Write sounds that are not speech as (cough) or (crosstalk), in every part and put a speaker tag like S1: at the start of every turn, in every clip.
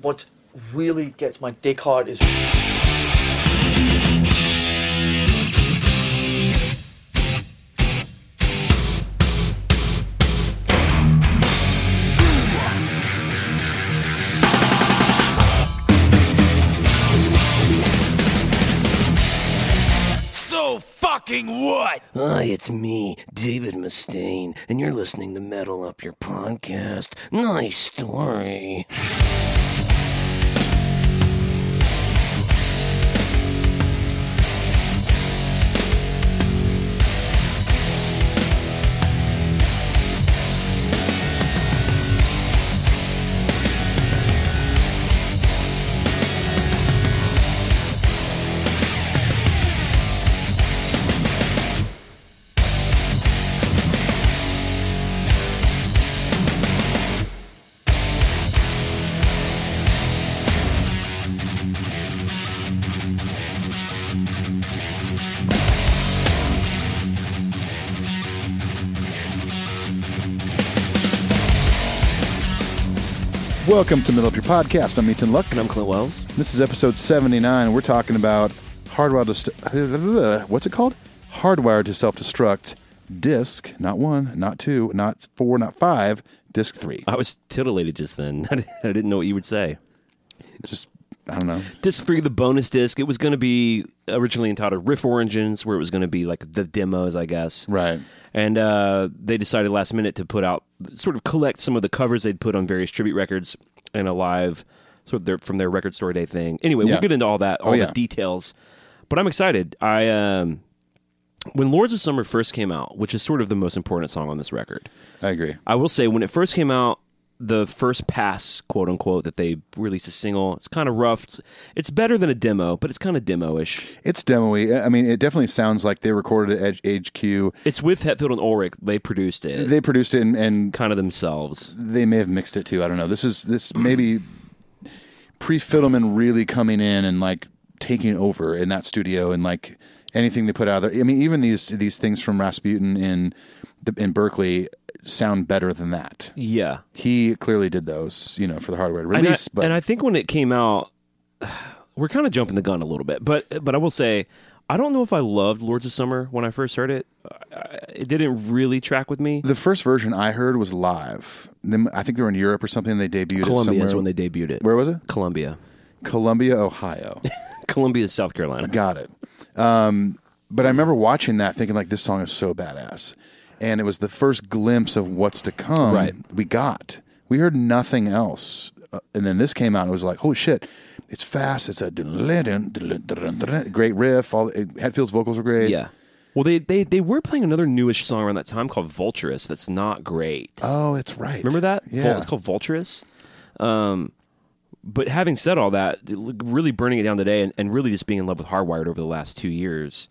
S1: what really gets my dick hard is
S2: So fucking what?
S3: Hi, it's me, David Mustaine, and you're listening to Metal Up Your Podcast. Nice story.
S4: Welcome to Middle Up Your Podcast. I'm Ethan Luck.
S3: And I'm Clint Wells.
S4: This is episode 79. We're talking about hardwired to st- (laughs) what's it called? Hardwired to self-destruct disc, not 1, not 2, not 4, not 5, disc 3.
S3: I was titillated just then. (laughs) I didn't know what you would say.
S4: Just I don't know.
S3: Disc free, the bonus disc. It was going to be originally entitled Riff Origins, where it was going to be like the demos, I guess.
S4: Right.
S3: And uh, they decided last minute to put out, sort of collect some of the covers they'd put on various tribute records and a live, sort of their, from their record store day thing. Anyway,
S4: Yeah. Oh,
S3: we'll get into all that, all
S4: yeah.
S3: the details. But I'm excited. I um, when Lords of Summer first came out, which is sort of the most important song on this record.
S4: I agree.
S3: I will say when it first came out, the first pass, quote unquote, that they released a single, it's kind of rough. It's, it's better than a demo, but it's kind of demo-ish.
S4: It's demoey. I mean, it definitely sounds like they recorded it at HQ.
S3: It's with Hetfield and Ulrich. They produced it,
S4: They produced it and, and
S3: kind of themselves.
S4: they may have mixed it too. I don't know. This is this maybe pre Fiddleman really coming in and like taking over in that studio and like anything they put out there. I mean, even these these things from Rasputin in the, in Berkeley sound better than that.
S3: Yeah.
S4: He clearly did those, you know, for the hardware
S3: And I-
S4: release.
S3: and
S4: but
S3: I think when it came out, (sighs) we're kind of jumping the gun a little bit, but but I will say, I don't know if I loved Lords of Summer when I first heard it. I- I- It didn't really track with me.
S4: the first version I heard was live. Then I think they were in Europe or something. They debuted it
S3: Columbia is
S4: somewhere.
S3: when they debuted it.
S4: Where was it?
S3: Columbia,
S4: Columbia, Ohio.
S3: Columbia is South Carolina.
S4: Got it. Um, but I remember watching that thinking like this song is so badass. And it was the first glimpse of what's to come
S3: Right.
S4: we got. We heard nothing else. Uh, and then this came out and it was like, holy shit, it's fast. It's a dun-dun-dun, dun-dun-dun-dun-dun. great riff. All it, Hetfield's vocals were great.
S3: Yeah. Well, they, they they were playing another newish song around that time called Vulturous. That's not great.
S4: Oh, that's right.
S3: Remember that? Vul-
S4: Yeah.
S3: It's called Vulturous. Um, but having said all that, really burning it down today, and, and really just being in love with Hardwired over the last two years.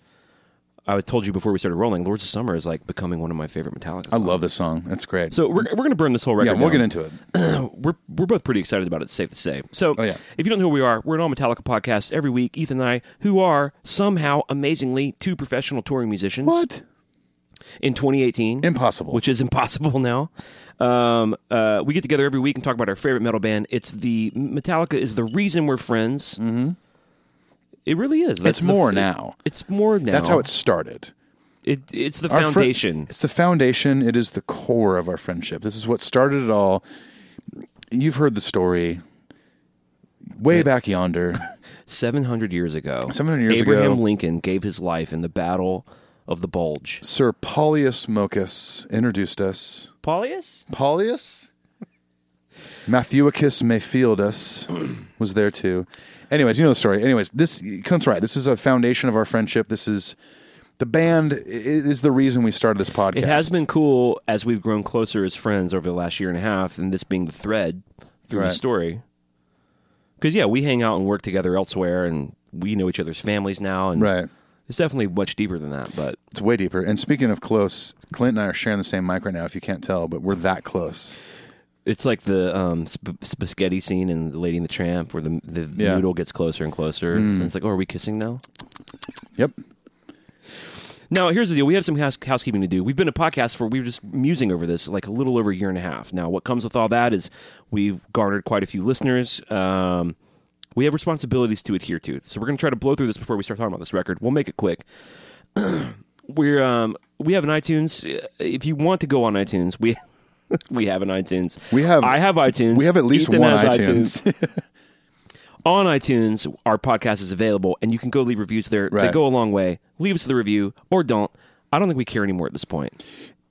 S3: I told you before we started rolling, Lords of Summer is like becoming one of my favorite Metallica.
S4: I
S3: Songs.
S4: love this song. That's great.
S3: So we're, we're going to burn this whole record.
S4: yeah, we'll
S3: down.
S4: get into it.
S3: we're we're both pretty excited about it. It's safe to say. So,
S4: Oh, yeah.
S3: if you don't know who we are, we're an all Metallica podcast every week. Ethan and I, who are somehow amazingly two professional touring musicians.
S4: What?
S3: in 2018.
S4: Impossible.
S3: Which is (laughs) impossible now. Um, uh, we get together every week and talk about our favorite metal band. It's the Metallica is the reason we're friends. Mm-hmm. It really is. That's
S4: It's
S3: the
S4: more
S3: f-
S4: now.
S3: It's more now.
S4: That's how it started.
S3: It, it's the
S4: Our fri-
S3: foundation.
S4: it's the foundation. It is the core of our friendship. This is what started it all. You've heard the story way back yonder. (laughs)
S3: 700 years ago.
S4: 700 years
S3: Abraham
S4: ago.
S3: Lincoln gave his life in the Battle of the Bulge.
S4: Sir Paulius Mocus introduced us.
S3: Paulius?
S4: Paulius? Matthewicus Mayfieldus (clears throat) was there too. Anyways, you know the story. Anyways, this comes right. This is a foundation of our friendship. This is the band i- is the reason we started this podcast.
S3: It has been cool as we've grown closer as friends over the last year and a half, and this being the thread through the
S4: Right.
S3: story. Because yeah, we hang out and work together elsewhere, and we know each other's families now, and
S4: right.
S3: it's definitely much deeper than that. But
S4: It's way deeper. And speaking of close, Clint and I are sharing the same mic right now. If you can't tell, but we're that close.
S3: it's like the um, sp- spaghetti scene in *The Lady and the Tramp*, where the the
S4: Yeah. Mm.
S3: noodle gets closer and closer, and it's like, "Oh, are we kissing now?"
S4: Yep.
S3: Now, here's the deal. We have some house- housekeeping to do. We've been a podcast for, we were just musing over this like a little over a year and a half. Now, what comes with all that is we've garnered quite a few listeners. Um, we have responsibilities to adhere to. So we're going to try to blow through this before we start talking about this record. We'll make it quick. (clears throat) we're, um, we have an iTunes. If you want to go on iTunes, we. (laughs) We have an iTunes.
S4: We have-
S3: I have iTunes.
S4: we have at least
S3: Ethan
S4: one
S3: has
S4: iTunes.
S3: on iTunes, our podcast is available, and you can go leave reviews there. They
S4: Right.
S3: go a long way. Leave us the review or don't. I don't think we care anymore at this point.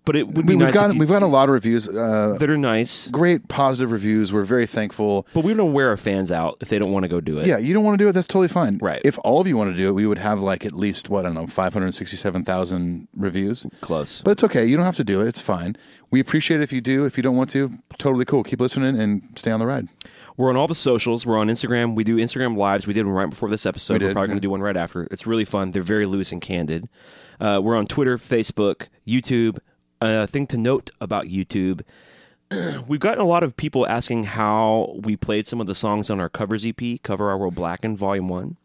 S3: But it would be
S4: we've
S3: nice.
S4: got
S3: if you-
S4: we've got a lot of reviews, uh,
S3: that are nice,
S4: great positive reviews. We're very thankful.
S3: but we don't wear our fans out if they don't want to go do it.
S4: Yeah, you don't want to do it. That's totally fine.
S3: Right.
S4: If all of you want to do it, we would have like at least what I don't know, five hundred sixty-seven thousand reviews.
S3: close.
S4: But it's okay. You don't have to do it. It's fine. We appreciate it if you do. If you don't want to, totally cool. Keep listening and stay on the ride.
S3: We're on all the socials. We're on Instagram. We do Instagram lives. We did one right before this episode.
S4: did,
S3: We're probably going to do one right after. It's really fun. They're very loose and candid. Uh, we're on Twitter, Facebook, YouTube. uh, thing to note about YouTube. (clears throat) We've gotten a lot of people asking how we played some of the songs on our covers EP, Cover Our World Blackened, Volume 1,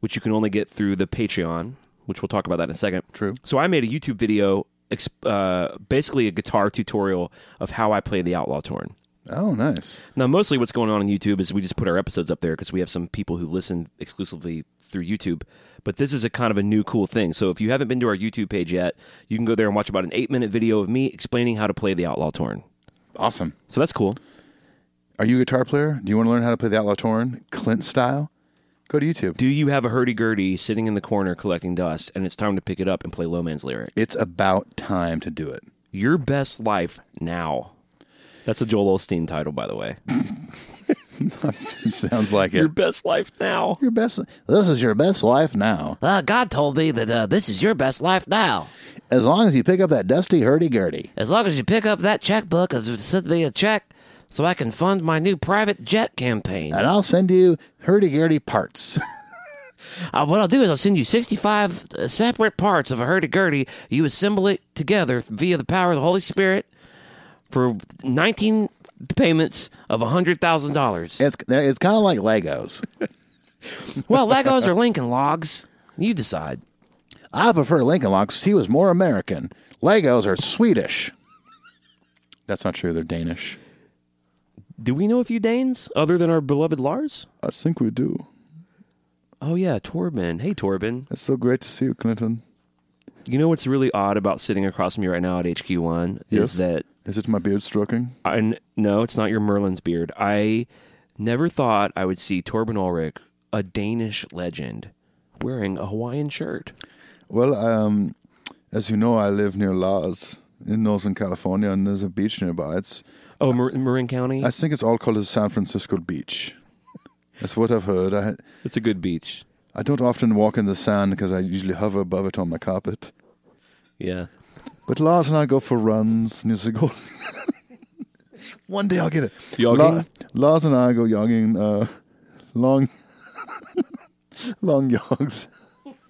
S3: which you can only get through the Patreon, which we'll talk about that in a second.
S4: True.
S3: So I made a YouTube video, exp- uh, basically a guitar tutorial of how I play the Outlaw Torn.
S4: Oh, nice.
S3: Now, mostly what's going on on YouTube is we just put our episodes up there because we have some people who listen exclusively through YouTube. But this is a kind of a new cool thing. So if you haven't been to our YouTube page yet, you can go there and watch about an eight minute video of me explaining how to play the Outlaw Torn.
S4: Awesome.
S3: So that's cool.
S4: Are you a guitar player? Do you want to learn how to play the outlaw torn Clint style? Go to YouTube.
S3: Do you have a hurdy gurdy sitting in the corner collecting dust and it's time to pick it up and play Low Man's lyric?
S4: It's about time to do it. (laughs)
S3: Your best life now. That's a Joel Olstein title, by
S5: (laughs)
S3: the way.
S4: It sounds like
S3: Your
S4: it.
S3: best life now.
S4: Your best. This is your best life now.
S5: Uh, God told me that uh, this is your best life now.
S4: As long as you pick up that dusty hurdy gurdy.
S5: As long as you pick up that checkbook and send me a check so I can fund my new private jet
S3: Uh.
S5: campaign.
S4: and I'll send you hurdy gurdy parts. (laughs)
S5: Uh, what I'll do is I'll send you 65 separate parts of a hurdy-gurdy. You assemble it together via the power of the Holy Spirit for 19 payments of $100,000.
S4: It's it's kind of like Legos.
S5: Well, Legos or Lincoln Logs, you decide.
S4: I prefer Lincoln Logs. 'cause He was more American. Legos are Swedish. That's not true. They're Danish.
S3: Do we know a few Danes other than our beloved Lars?
S4: I think we do.
S3: Oh, yeah, Torben. Hey, Torben.
S4: It's so great to see you, Clinton.
S3: You know what's really odd about sitting across from me right now at HQ1
S4: Yes.
S3: is that
S4: Is it my beard stroking?
S3: I n- no, it's not your Merlin's beard. I never thought I would see Torben Ulrich, a Danish legend, wearing a Hawaiian shirt.
S4: Well, um, as you know, I live near Laos in Northern California, and there's a beach nearby. It's
S3: Oh, Mar- Marin County.
S4: I think it's all called the San Francisco Beach. That's what I've heard. I
S3: It's a good beach.
S4: I don't often walk in the sand because I usually hover above it on my carpet.
S3: Yeah.
S4: But Lars and I go for runs near the goal. "Oh." (laughs) One day I'll get it.
S3: Jogging?
S4: Lars and I go jogging, uh, long, (laughs) long jogs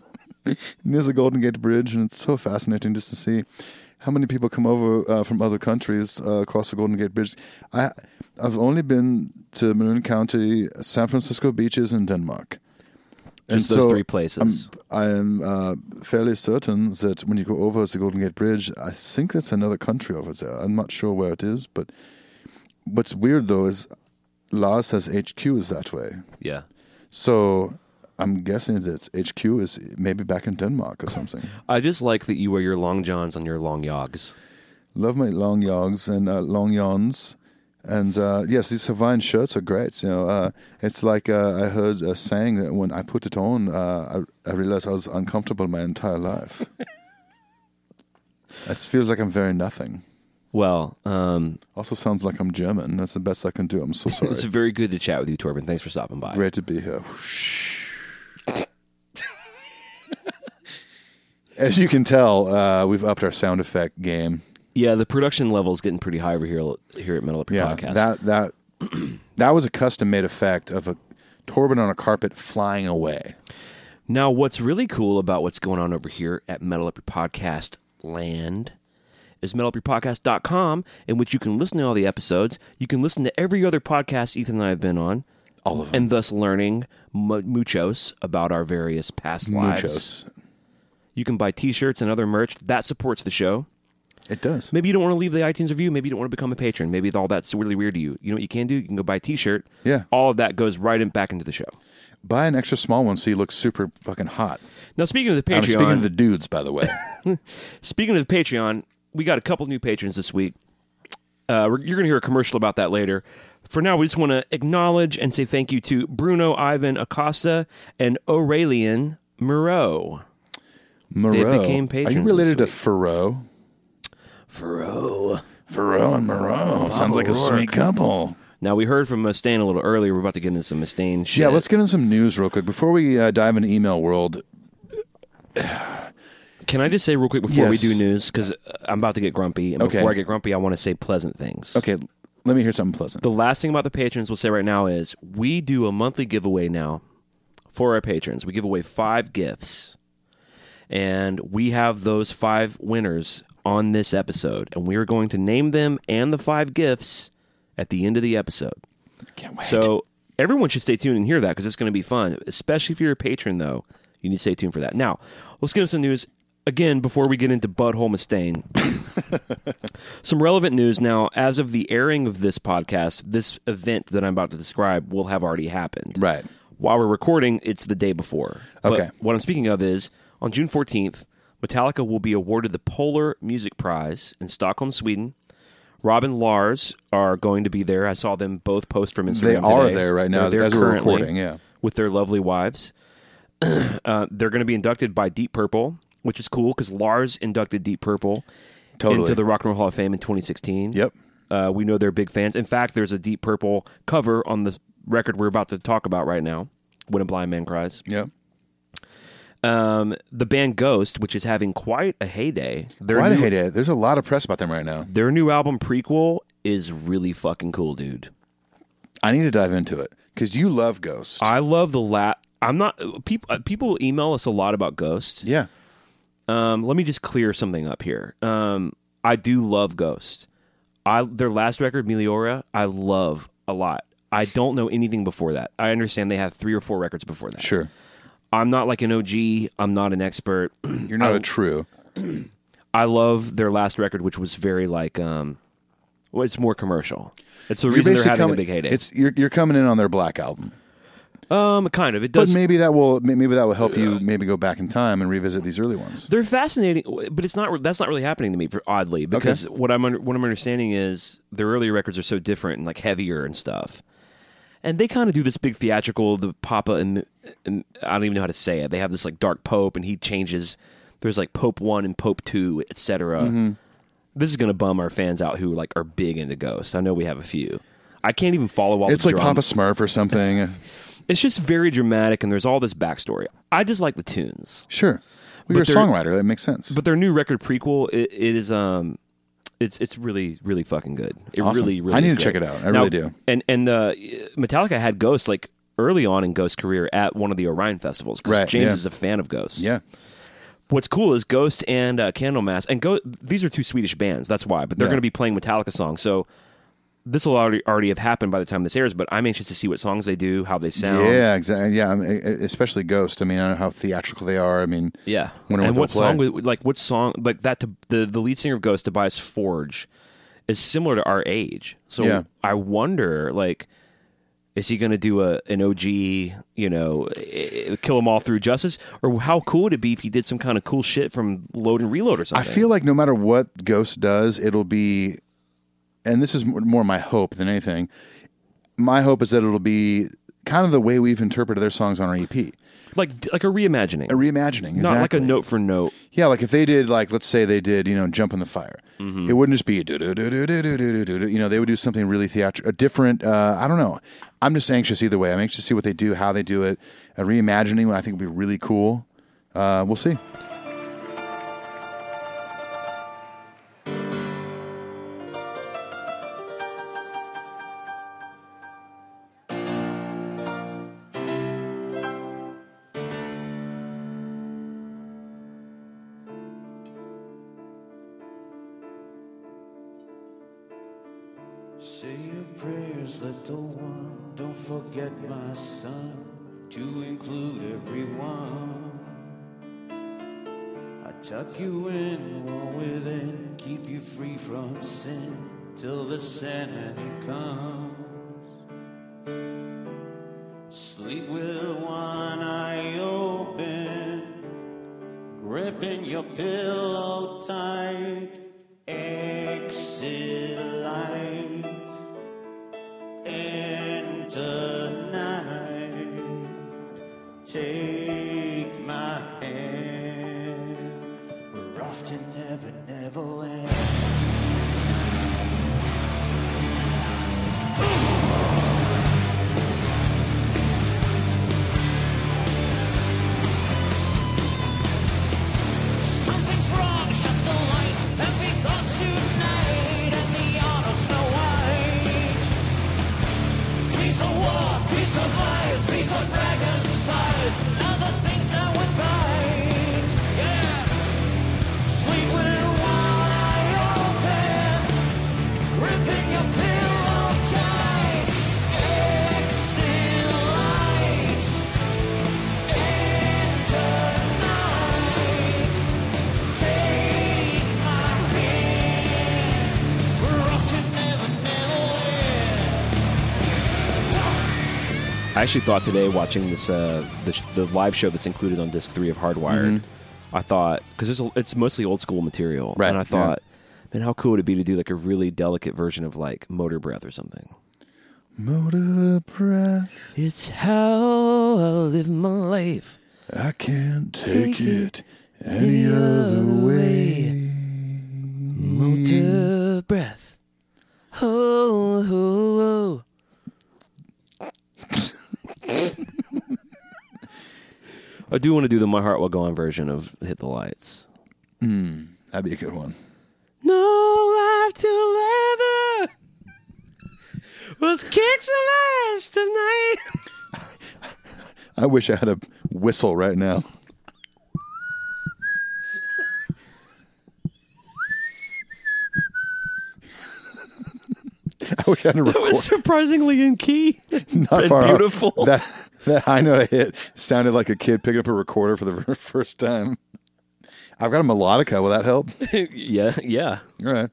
S4: (laughs) near the Golden Gate Bridge, and it's so fascinating just to see how many people come over uh, from other countries uh, across the Golden Gate Bridge. I, I've only been to Marin County, San Francisco beaches, and Denmark.
S3: Just those three places.
S4: I am uh, fairly certain that when you go over the Golden Gate Bridge, I think that's another country over there. I'm not sure where it is, but what's weird though is Lars says HQ is that way.
S3: yeah.
S4: So I'm guessing that HQ is maybe back in Denmark or something.
S3: I just like that you wear your long johns on your long yogs.
S4: Love my long yogs and uh, long yawns. And uh, yes, these Hawaiian shirts are great. You know, uh, it's like uh, I heard a saying that when I put it on, uh, I, I realized I was uncomfortable my entire life. it feels like I'm very nothing.
S3: Well, um,
S4: Also sounds like I'm German. That's the best I can do. I'm so
S3: it's
S4: sorry.
S3: very good to chat with you, Torben. Thanks for stopping by.
S4: Great to be here. As you can tell, uh, we've upped our sound effect game.
S3: Yeah, the production level's getting pretty high over here here at Metal Up Your Podcast.
S4: That that (clears throat) that was a custom made effect of a Torben on a carpet flying away.
S3: Now, what's really cool about what's going on over here at Metal Up Your Podcast land is metalupyourpodcast.com, in which you can listen to all the episodes. You can listen to every other podcast Ethan and I have been on. All of them. And thus learning mu- muchos about our various past lives.
S4: Muchos.
S3: You You can buy T-shirts and other merch that supports the show.
S4: It does.
S3: Maybe you don't want to leave the iTunes review. Maybe you don't want to become a patron. Maybe all that's really weird to you. You know what you can do? You can go buy a T-shirt.
S4: Yeah.
S3: All of that goes right in, back into the show.
S4: Buy an extra small one so you look super fucking hot.
S3: Now speaking of the Patreon,
S4: I'm speaking of the dudes, by
S3: (laughs)
S4: the way.
S3: Speaking of Patreon, we got a couple new patrons this week. Uh, we're- you're going to hear a commercial about that later. For now, we just want to acknowledge and say thank you to Bruno Ivan Acosta and Aurelian Moreau.
S4: Moreau. Are
S3: became
S4: you
S3: patrons
S4: related to
S3: this
S4: Faro?
S3: Moreau.
S4: Faro and Moreau. Sounds like a sweet couple.
S3: Now, we heard from Mustaine a little earlier. We're about to get into some Mustaine shit.
S4: Yeah, let's get into some news real quick before we uh, dive into email world.
S3: Can I just say real quick before we
S4: Yes.
S3: do news? Because I'm about to get grumpy. And
S4: Okay.
S3: before I get grumpy, I want to say pleasant things.
S4: Okay, let me hear something pleasant.
S3: The last thing about the patrons we'll say right now is we do a monthly giveaway now for our patrons. We give away five gifts, and we have those five winners on this episode, and we are going to name them and the five gifts at the end of the episode.
S4: Can't wait.
S3: So everyone should stay tuned and hear that because it's going to be fun, especially if you're a patron. Though you need to stay tuned for that. Now let's get into some news again before we get into Butthole
S4: (laughs)
S3: Mustaine. some relevant news now. As of the airing of this podcast, this event that I'm about to describe will have already happened.
S4: Right.
S3: While we're recording, it's the day before. But
S4: Okay.
S3: what I'm speaking of is on June 14th, Metallica will be awarded the Polar Music Prize in Stockholm, Sweden. Robin Lars are going to be there. I saw them both post from Instagram.
S4: They are
S3: today.
S4: there right now
S3: They're there
S4: as we're
S3: currently
S4: recording, yeah.
S3: with their lovely wives. (clears throat) uh, they're going to be inducted by Deep Purple, which is cool because Lars inducted Deep Purple
S4: Totally.
S3: into the Rock and Roll Hall of Fame in 2016.
S4: Yep.
S3: Uh, we know they're big fans. In fact, there's a Deep Purple cover on the record we're about to talk about right now, "When a Blind Man Cries."
S4: yeah,
S3: Um, the band Ghost, which is having quite a heyday, their
S4: why do I
S3: new-
S4: hate it? There's a lot of press about them right now.
S3: Their new album prequel is really fucking cool, dude.
S4: I need to dive into it because you love Ghost.
S3: I love the lat. I'm not people. People email us a lot about Ghost.
S4: yeah,
S3: Um, let me just clear something up here. Um, I do love Ghost. I their last record, Meliora, I love a lot. I don't know anything before that. I understand they have three or four records before that.
S4: sure.
S3: I'm not like an OG. I'm not an expert. (clears throat)
S4: You're not a true.
S3: I love their last record, which was very like, um, well, it's more commercial. It's the
S4: You're
S3: reason they're having
S4: coming,
S3: a big heyday.
S4: It's you're, you're coming in on their black album,
S3: um, kind of. It
S4: but
S3: does.
S4: maybe that will may- maybe that will help you maybe go back in time and revisit these early ones.
S3: They're fascinating, but it's not. That's not really happening to me, for, oddly, because what I'm under, what I'm understanding is their earlier records are so different and like heavier and stuff, and they kind of do this big theatrical. The Papa and, and I don't even know how to say it. They have this like dark Pope, and he changes. There's like Pope one and Pope two, etc.
S4: Mm-hmm.
S3: This is gonna bum our fans out who like are big into Ghost. I know we have a few. I can't even follow all.
S4: It's
S3: the
S4: like
S3: drum.
S4: Papa Smurf or something.
S3: (laughs) It's just very dramatic, and there's all this backstory. I just like the tunes.
S4: Sure, well, you're a
S3: they're-
S4: songwriter. That makes sense.
S3: But their new record prequel, it, it is um, it's it's really really fucking good. It
S4: Awesome.
S3: really really.
S4: I need
S3: is
S4: to check
S3: good.
S4: it out. I really do.
S3: And and the Metallica had Ghost like early on in Ghost's career at one of the Orion festivals because
S4: Right,
S3: James
S4: yeah.
S3: is a fan of Ghost.
S4: yeah,
S3: What's cool is Ghost and uh, Candlemass and Go. These are two Swedish bands. That's why. But they're
S4: Yeah.
S3: going to be playing Metallica songs. So. This will already, already have happened by the time this airs, but I'm anxious to see what songs they do, how they sound.
S4: yeah, exactly. Yeah, I mean, e- e- especially Ghost. I mean, I don't know how theatrical they are. I mean,
S3: Yeah.
S4: Wonder
S3: and
S4: what
S3: what
S4: they'll
S3: song
S4: play.
S3: would like what song like that to the, the lead singer of Ghost Tobias Forge is similar to our age. So
S4: Yeah.
S3: I wonder like is he going to do a an OG, you know, eh, kill them all through justice or how cool would it be if he did some kind of cool shit from Load and Reload or
S4: I
S3: something?
S4: feel like no matter what Ghost does, it'll be, and this is m- more my hope than anything. My hope is that it'll be kind of the way we've interpreted their songs on our EP, a
S3: like like a reimagining.
S4: reimagining,
S3: not like
S4: exactly.
S3: a note for note.
S4: Yeah, like if they did, like let's say they did, you know, jump in the fire, it wouldn't just be do do do do do do do do do. You know, they would do something really theatrical, a different. Uh, I don't know. I'm just anxious either way. I'm anxious to see what they do, how they do it, a reimagining. I think would be really cool. Uh, we'll see.
S6: Say your prayers, let the one. Don't forget my son to include everyone. Tuck you in, warm within, keep you free from sin till the Sandman he comes. Sleep with one eye open, gripping your pillow tight. Exit light, enter night. Take my hand. We're off to never, never land.
S7: Something's wrong. Shut the light and be God's tonight and the honor Snow White. Dreams of war, dreams of lies, dreams of dragons fight. Now the things that would bite. Yeah. Sleep with one eye open, ripping your pillow tight. Exit light, enter night. Take my hand. We're off to never, never land.
S3: I actually thought today watching this uh, the, sh- the live show that's included on disc three of Hardwired,
S4: Mm-hmm.
S3: I thought because it's, it's mostly old school material,
S4: Right,
S3: And I
S4: yeah.
S3: thought, man, how cool would it be to do like a really delicate version of like Motor Breath or something?
S4: Motor breath,
S5: It's how I live my life.
S4: I can't take it any other way.
S5: Motor breath. Oh, oh, oh.
S3: I do want to do the My Heart Will Go On version of Hit the Lights.
S4: That'd be a good one.
S5: No life to ever was kicks and ass (laughs) tonight.
S4: I wish I had a whistle right now. (laughs) I wish I had a
S3: That
S4: record.
S3: was surprisingly in key.
S4: Not far off.
S3: beautiful.
S4: (laughs) That that high note I hit sounded like a kid picking up a recorder for the (laughs) ver- first time. I've got a melodica. Will that
S3: (laughs)
S4: help?
S3: (laughs) yeah, yeah.
S4: All right.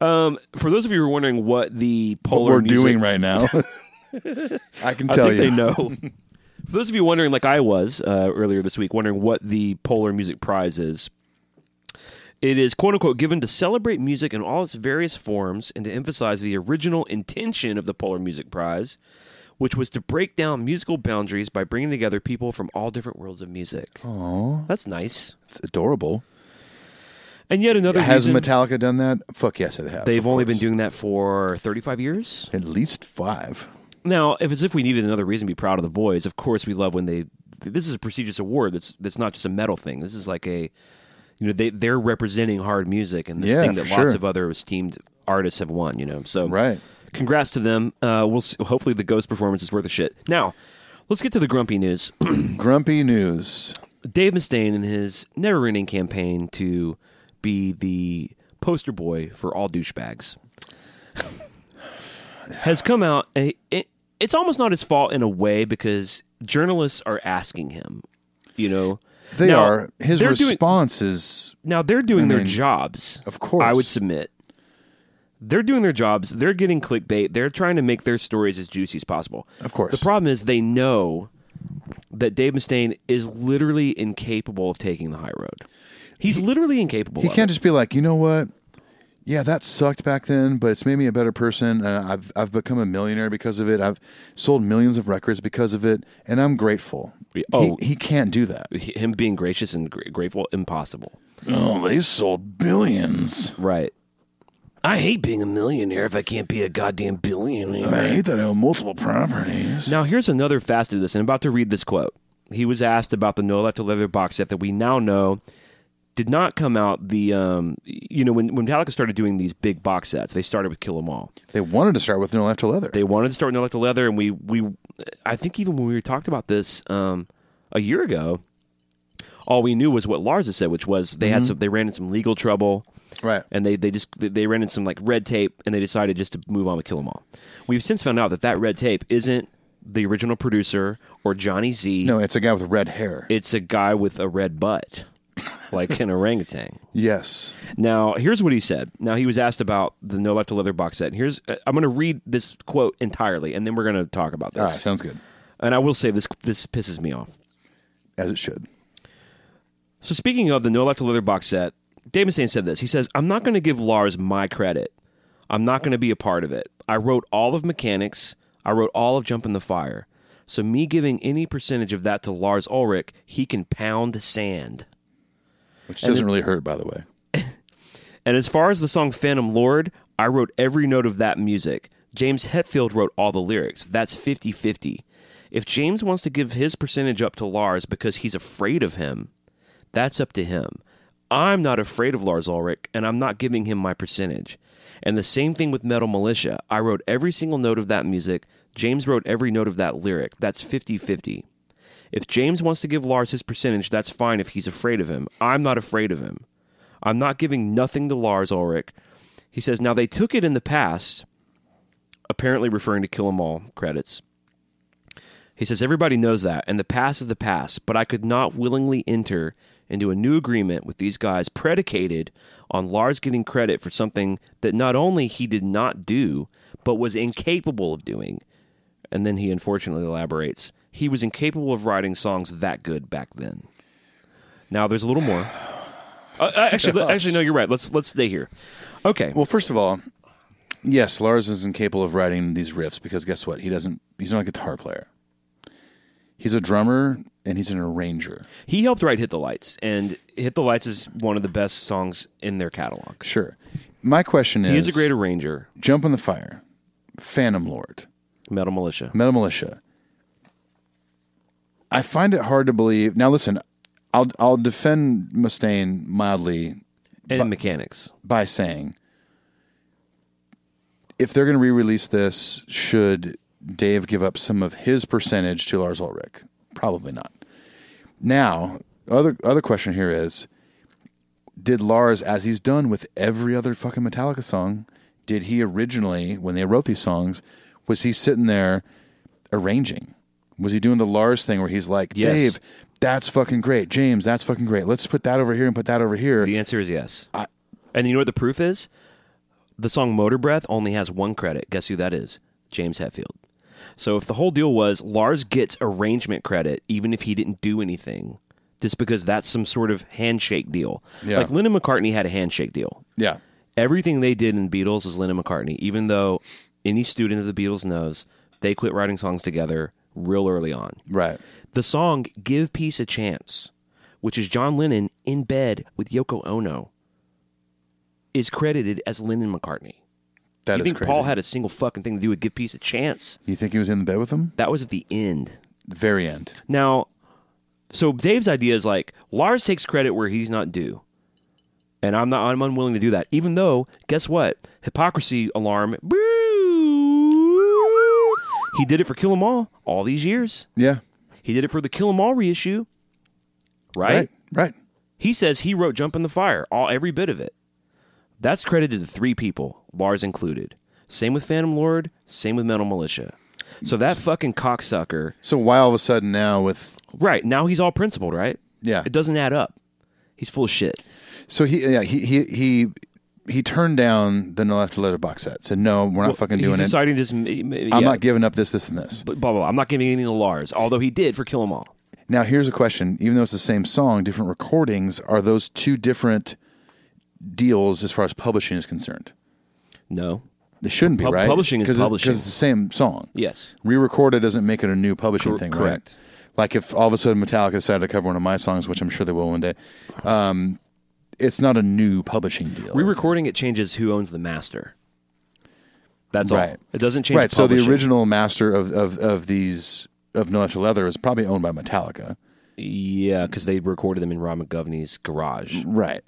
S3: Um, for those of you who are wondering what the
S4: What
S3: polar
S4: we're
S3: music-
S4: doing right
S3: (laughs)
S4: now. (laughs) I can
S3: I
S4: tell you.
S3: think
S4: (laughs)
S3: they know. (laughs) For those of you wondering, like I was uh, earlier this week, wondering what the Polar Music Prize is, it is quote unquote given to celebrate music in all its various forms and to emphasize the original intention of the Polar Music Prize, which was to break down musical boundaries by bringing together people from all different worlds of music. That's nice.
S4: It's adorable.
S3: And yet another
S4: Has
S3: reason
S4: Metallica done that? Fuck yes, it has.
S3: they've
S4: of
S3: only
S4: course.
S3: been doing that for 35 years.
S4: at least five.
S3: Now, if it's if we needed another reason to be proud of the boys, of course we love when they. This is a prestigious award. That's that's not just a metal thing. This is like a, you know, they they're representing hard music and this
S4: Yeah,
S3: thing that
S4: for
S3: lots
S4: sure.
S3: of other esteemed artists have won. You know, so
S4: Right.
S3: Congrats to them. Uh, we'll see, hopefully the ghost performance is worth a shit. Now, let's get to the grumpy news.
S4: Grumpy news.
S3: Dave Mustaine in his never-ending campaign to be the poster boy for all douchebags has come out. and it- it's almost not his fault in a way because journalists are asking him. You know,
S4: They
S3: Now,
S4: are. His
S3: they're doing-
S4: response is
S3: now they're doing their
S4: mean,
S3: jobs.
S4: of course.
S3: I would submit. They're doing their jobs. They're getting clickbait. They're trying to make their stories as juicy as possible.
S4: Of course.
S3: The problem is they know that Dave Mustaine is literally incapable of taking the high road. He's literally incapable.
S4: he
S3: of
S4: can't
S3: it.
S4: just be like, you know what? Yeah, that sucked back then, but it's made me a better person. Uh, I've I've become a millionaire because of it. I've sold millions of records because of it, and I'm grateful.
S3: Yeah, oh.
S4: he, he can't do that.
S3: H- him being gracious and gr- grateful impossible.
S4: Oh, they sold billions.
S3: Right.
S5: I hate being a millionaire if I can't be a goddamn billionaire.
S4: I hate that I own multiple properties.
S3: Now, here's another facet of this, and I'm about to read this quote. He was asked about the No Left to Leather box set that we now know did not come out the, um, you know, when, when Metallica started doing these big box sets, they started with Kill 'Em All.
S4: They wanted to start with No Left to Leather.
S3: They wanted to start with No Left to Leather, and we, we, I think even when we talked about this um, a year ago, all we knew was what Lars had said, which was they had some, they ran into some legal trouble.
S4: right.
S3: and they, they just they- they ran into some like red tape and they decided just to move on with kill 'em all we've since found out that that red tape isn't the original producer or johnny z
S4: No, it's a guy with red hair.
S3: it's a guy with a red butt like an (laughs) orangutan.
S4: Yes.
S3: Now, here's what he said. Now, he was asked about the No Left to Leather box set. Here's uh, I'm going to read this quote entirely, and then we're going to talk about this.
S4: All right. Sounds good.
S3: And I will say this this pisses me off.
S4: As it should.
S3: So speaking of the No Left to Leather box set, Dave Mustaine said this. He says, "I'm not going to give Lars my credit. I'm not going to be a part of it. I wrote all of Mechanics. I wrote all of Jump in the Fire. So me giving any percentage of that to Lars Ulrich, he can pound sand."
S4: Which doesn't really hurt, by the way.
S3: And as far as the song Phantom Lord, I wrote every note of that music. James Hetfield wrote all the lyrics. That's 50 50. If James wants to give his percentage up to Lars because he's afraid of him, that's up to him. I'm not afraid of Lars Ulrich, and I'm not giving him my percentage. And the same thing with Metal Militia. I wrote every single note of that music. James wrote every note of that lyric. That's 50 50. If James wants to give Lars his percentage, that's fine if he's afraid of him. I'm not afraid of him. I'm not giving nothing to Lars Ulrich. He says, now they took it in the past, apparently referring to Kill 'Em All credits. He says, everybody knows that, and the past is the past, but I could not willingly enter into a new agreement with these guys predicated on Lars getting credit for something that not only he did not do, but was incapable of doing. And then he unfortunately elaborates, he was incapable of writing songs that good back then. Now there's a little more. Uh, uh, actually, actually, no, you're right. Let's let's stay here. Okay.
S4: Well, first of all, yes, Lars is incapable of writing these riffs because guess what? He doesn't. He's not a guitar player. He's a drummer and he's an arranger.
S3: He helped write "Hit the Lights," and "Hit the Lights" is one of the best songs in their catalog.
S4: Sure. My question is:
S3: He is a great arranger.
S4: Jump on the fire, Phantom Lord,
S3: Metal Militia.
S4: Metal Militia. I find it hard to believe. Now, listen, I'll I'll defend Mustaine mildly
S3: and mechanics.
S4: by saying if they're going to re-release this, should Dave give up some of his percentage to Lars Ulrich? Probably not. Now, other other question here is did Lars as he's done with every other fucking Metallica song, did he originally when they wrote these songs, was he sitting there arranging? Was he doing the Lars thing where he's like,
S3: Yes.
S4: "Dave, that's fucking great. James, that's fucking great. Let's put that over here and put that over here."
S3: The answer is yes. and you know what the proof is? The song "Motor Breath" only has one credit. Guess who that is? James Hetfield. So if the whole deal was Lars gets arrangement credit even if he didn't do anything, just because that's some sort of handshake deal.
S4: Yeah.
S3: Like Lennon McCartney had a handshake deal.
S4: Yeah.
S3: everything they did in Beatles was Lennon McCartney, even though any student of the Beatles knows they quit writing songs together real early on.
S4: Right.
S3: The song Give Peace a Chance, which is John Lennon in bed with Yoko Ono, is credited as Lennon McCartney.
S4: That is
S3: you think
S4: crazy.
S3: Paul had a single fucking thing to do with Give Peace a Chance?
S4: You think he was in the bed with him?
S3: That was at the end.
S4: The very end.
S3: Now, so Dave's idea is like Lars takes credit where he's not due, and I'm not. I'm unwilling to do that. Even though, guess what? Hypocrisy alarm. He did it for Kill 'Em All all these years.
S4: Yeah.
S3: He did it for the Kill 'Em All reissue, right?
S4: Right. Right.
S3: He says he wrote "Jump in the Fire," all every bit of it. That's credited to three people, Lars included. Same with Phantom Lord. Same with Metal Militia. So that fucking cocksucker
S4: So why all of a sudden now with
S3: Right. Now he's all principled, right?
S4: Yeah.
S3: It doesn't add up. He's full of shit.
S4: so he yeah he he he, he turned down the no left letter box set. Said no, we're not fucking
S3: he's
S4: doing it.
S3: deciding to just. m- m- Yeah,
S4: I'm not giving up this this and this.
S3: blah, blah, blah. I'm not giving anything to Lars, although he did for Kill 'Em All.
S4: Now here's a question: even though it's the same song, different recordings, are those two different deals as far as publishing is concerned?
S3: No.
S4: They shouldn't be
S3: Pub-
S4: right.
S3: publishing is
S4: Cause it- 'cause
S3: publishing.
S4: it's the same song.
S3: Yes.
S4: re-recorded doesn't make it a new publishing
S3: Cor-
S4: thing,
S3: correct.
S4: right? Like if all of a sudden Metallica decided to cover one of my songs, which I'm sure they will one day, um, it's not a new publishing deal.
S3: Re recording it changes who owns the master. That's all.
S4: right?
S3: It doesn't change
S4: Right.
S3: the
S4: So the
S3: publishing.
S4: original master of of, of these of No Left to Leather is probably owned by Metallica,
S3: Yeah, because they recorded them in Rob McGovney's garage.
S4: right?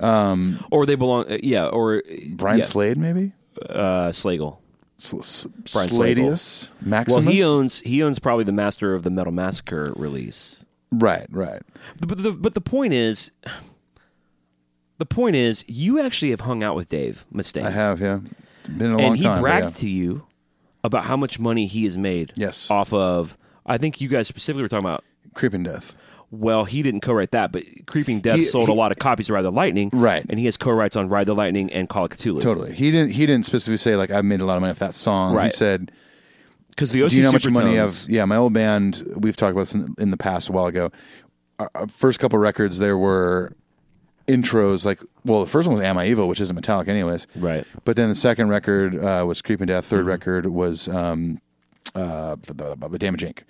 S3: Or they belong. uh, yeah, or.
S4: Brian
S3: yeah,
S4: Slade, maybe.
S3: Uh, Slagle.
S4: Sl- S-
S3: Brian
S4: Sladius
S3: Well,
S4: Maximus.
S3: he owns he owns probably the master of the Metal Massacre release.
S4: Right, right.
S3: But the but the point is, the point is, you actually have hung out with Dave Mustaine,
S4: I have, yeah. Been a long
S3: and he
S4: time. but
S3: bragged
S4: yeah.
S3: to you about how much money he has made.
S4: Yes.
S3: off of. I think you guys specifically were talking about.
S4: Creeping Death.
S3: well, he didn't co-write that, but Creeping Death
S4: He-
S3: sold
S4: he-
S3: a lot of copies of Ride the Lightning,
S4: Right.
S3: And he has co-writes on Ride the Lightning and Call of Cthulhu.
S4: Totally. He didn't. He didn't specifically say like I've made a lot of money off that song. He
S3: Right.
S4: said,
S3: Because the OC
S4: "Do you know how much
S3: Supertones,
S4: money I've?" Yeah, my old band. We've talked about this in, in the past a while ago. Our, our first couple records, there were intros like, well, the first one was "Am I Evil," which isn't Metallic, anyways.
S3: Right.
S4: But then the second record uh, was "Creeping Death." 3rd record was um, uh, b- b- b- "Damage Inc."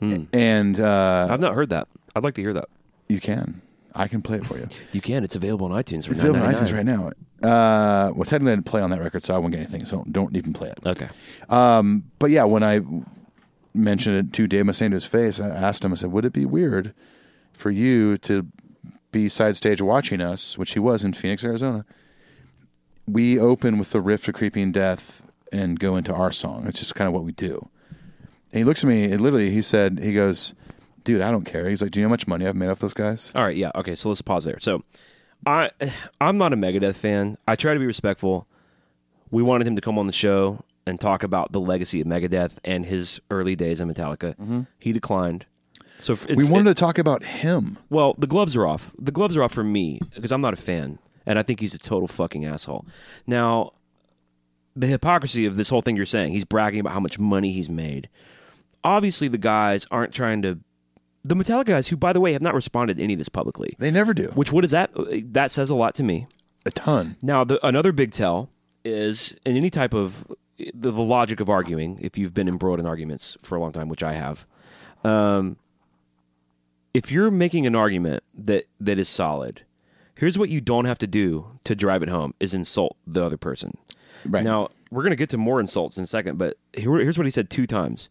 S4: Hmm. And uh,
S3: I've not heard that. I'd like to hear that.
S4: you can, I can play it for you.
S3: You can. It's available on iTunes. For
S4: It's available on iTunes
S3: $9.99.
S4: right now. Uh, well, technically, I didn't play on that record, so I won't get anything. So don't even play it.
S3: Okay.
S4: but yeah, when I mentioned it to Dave Mustaine to his face, I asked him, I said, would it be weird for you to be side stage watching us, which he was in Phoenix, Arizona? We open with the riff to Creeping Death and go into our song. It's just kind of what we do. And he looks at me, and literally, he said, he goes, dude, I don't care. He's like, do you know how much money I've made off those guys?
S3: All right. Yeah. Okay. So let's pause there. So, I I'm not a Megadeth fan. I try to be respectful. We wanted him to come on the show and talk about the legacy of Megadeth and his early days in Metallica. He declined. So if-
S4: Mm-hmm. We
S3: if-
S4: wanted to talk about him.
S3: Well, the gloves are off. The gloves are off for me because I'm not a fan, and I think he's a total fucking asshole. Now, the hypocrisy of this whole thing you're saying, he's bragging about how much money he's made. Obviously, the guys aren't trying to. The Metallica guys, who, by the way, have not responded to any of this publicly.
S4: They never do.
S3: Which, what is that? That says a lot to me.
S4: A ton.
S3: Now, the, another big tell is in any type of the, the logic of arguing, if you've been embroiled in arguments for a long time, which I have, um, if you're making an argument that, that is solid, here's what you don't have to do to drive it home is insult the other person.
S4: Right.
S3: Now, we're going to get to more insults in a second, but here, here's what he said two times.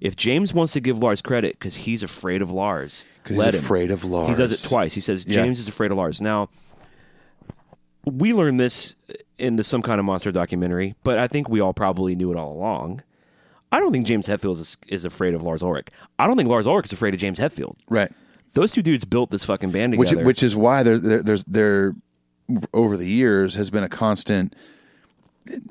S3: If James wants to give Lars credit because he's afraid of Lars,
S4: Because
S3: let
S4: he's
S3: him.
S4: afraid of Lars.
S3: He does it twice. He says
S4: Yeah.
S3: James is afraid of Lars. Now, we learned this in the some kind of monster documentary, but I think we all probably knew it all along. I don't think James Hetfield is, is afraid of Lars Ulrich. I don't think Lars Ulrich is afraid of James Hetfield.
S4: Right.
S3: Those two dudes built this fucking band
S4: which
S3: together.
S4: which is why there, there there's there over the years has been a constant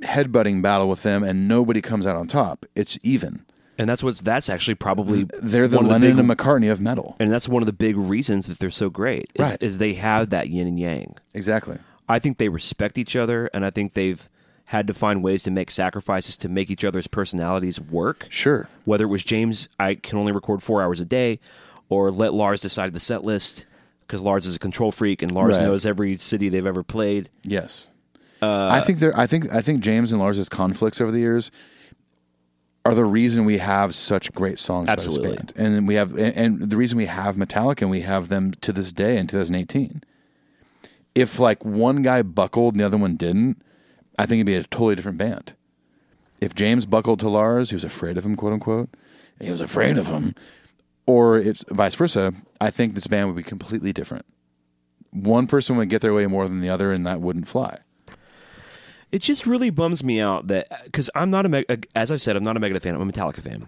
S4: headbutting battle with them and nobody comes out on top it's even
S3: and that's what's that's actually probably
S4: they're the
S3: one of
S4: lennon
S3: big-
S4: and mccartney of metal
S3: and that's one of the big reasons that they're so great. Is,
S4: Right.
S3: is they have that yin and yang.
S4: exactly
S3: I think they respect each other, and I think they've had to find ways to make sacrifices to make each other's personalities work.
S4: sure
S3: whether it was James, I can only record four hours a day, or let Lars decide the set list because Lars is a control freak and Lars
S4: Right.
S3: knows every city they've ever played.
S4: yes i think they're i think i think james and lars's conflicts over the years are the reason we have such great songs by
S3: Absolutely.
S4: this band and we have and, and the reason we have metallica and we have them to this day in 2018 if like one guy buckled and the other one didn't, I think it'd be a totally different band. If James buckled to Lars, he was afraid of him, quote unquote. He was afraid of him. Or if vice versa, I think this band would be completely different. One person would get their way more than the other, and that wouldn't fly.
S3: It just really bums me out that because I'm not a Meg- as I've said I'm not a Megadeth fan. I'm a Metallica fan.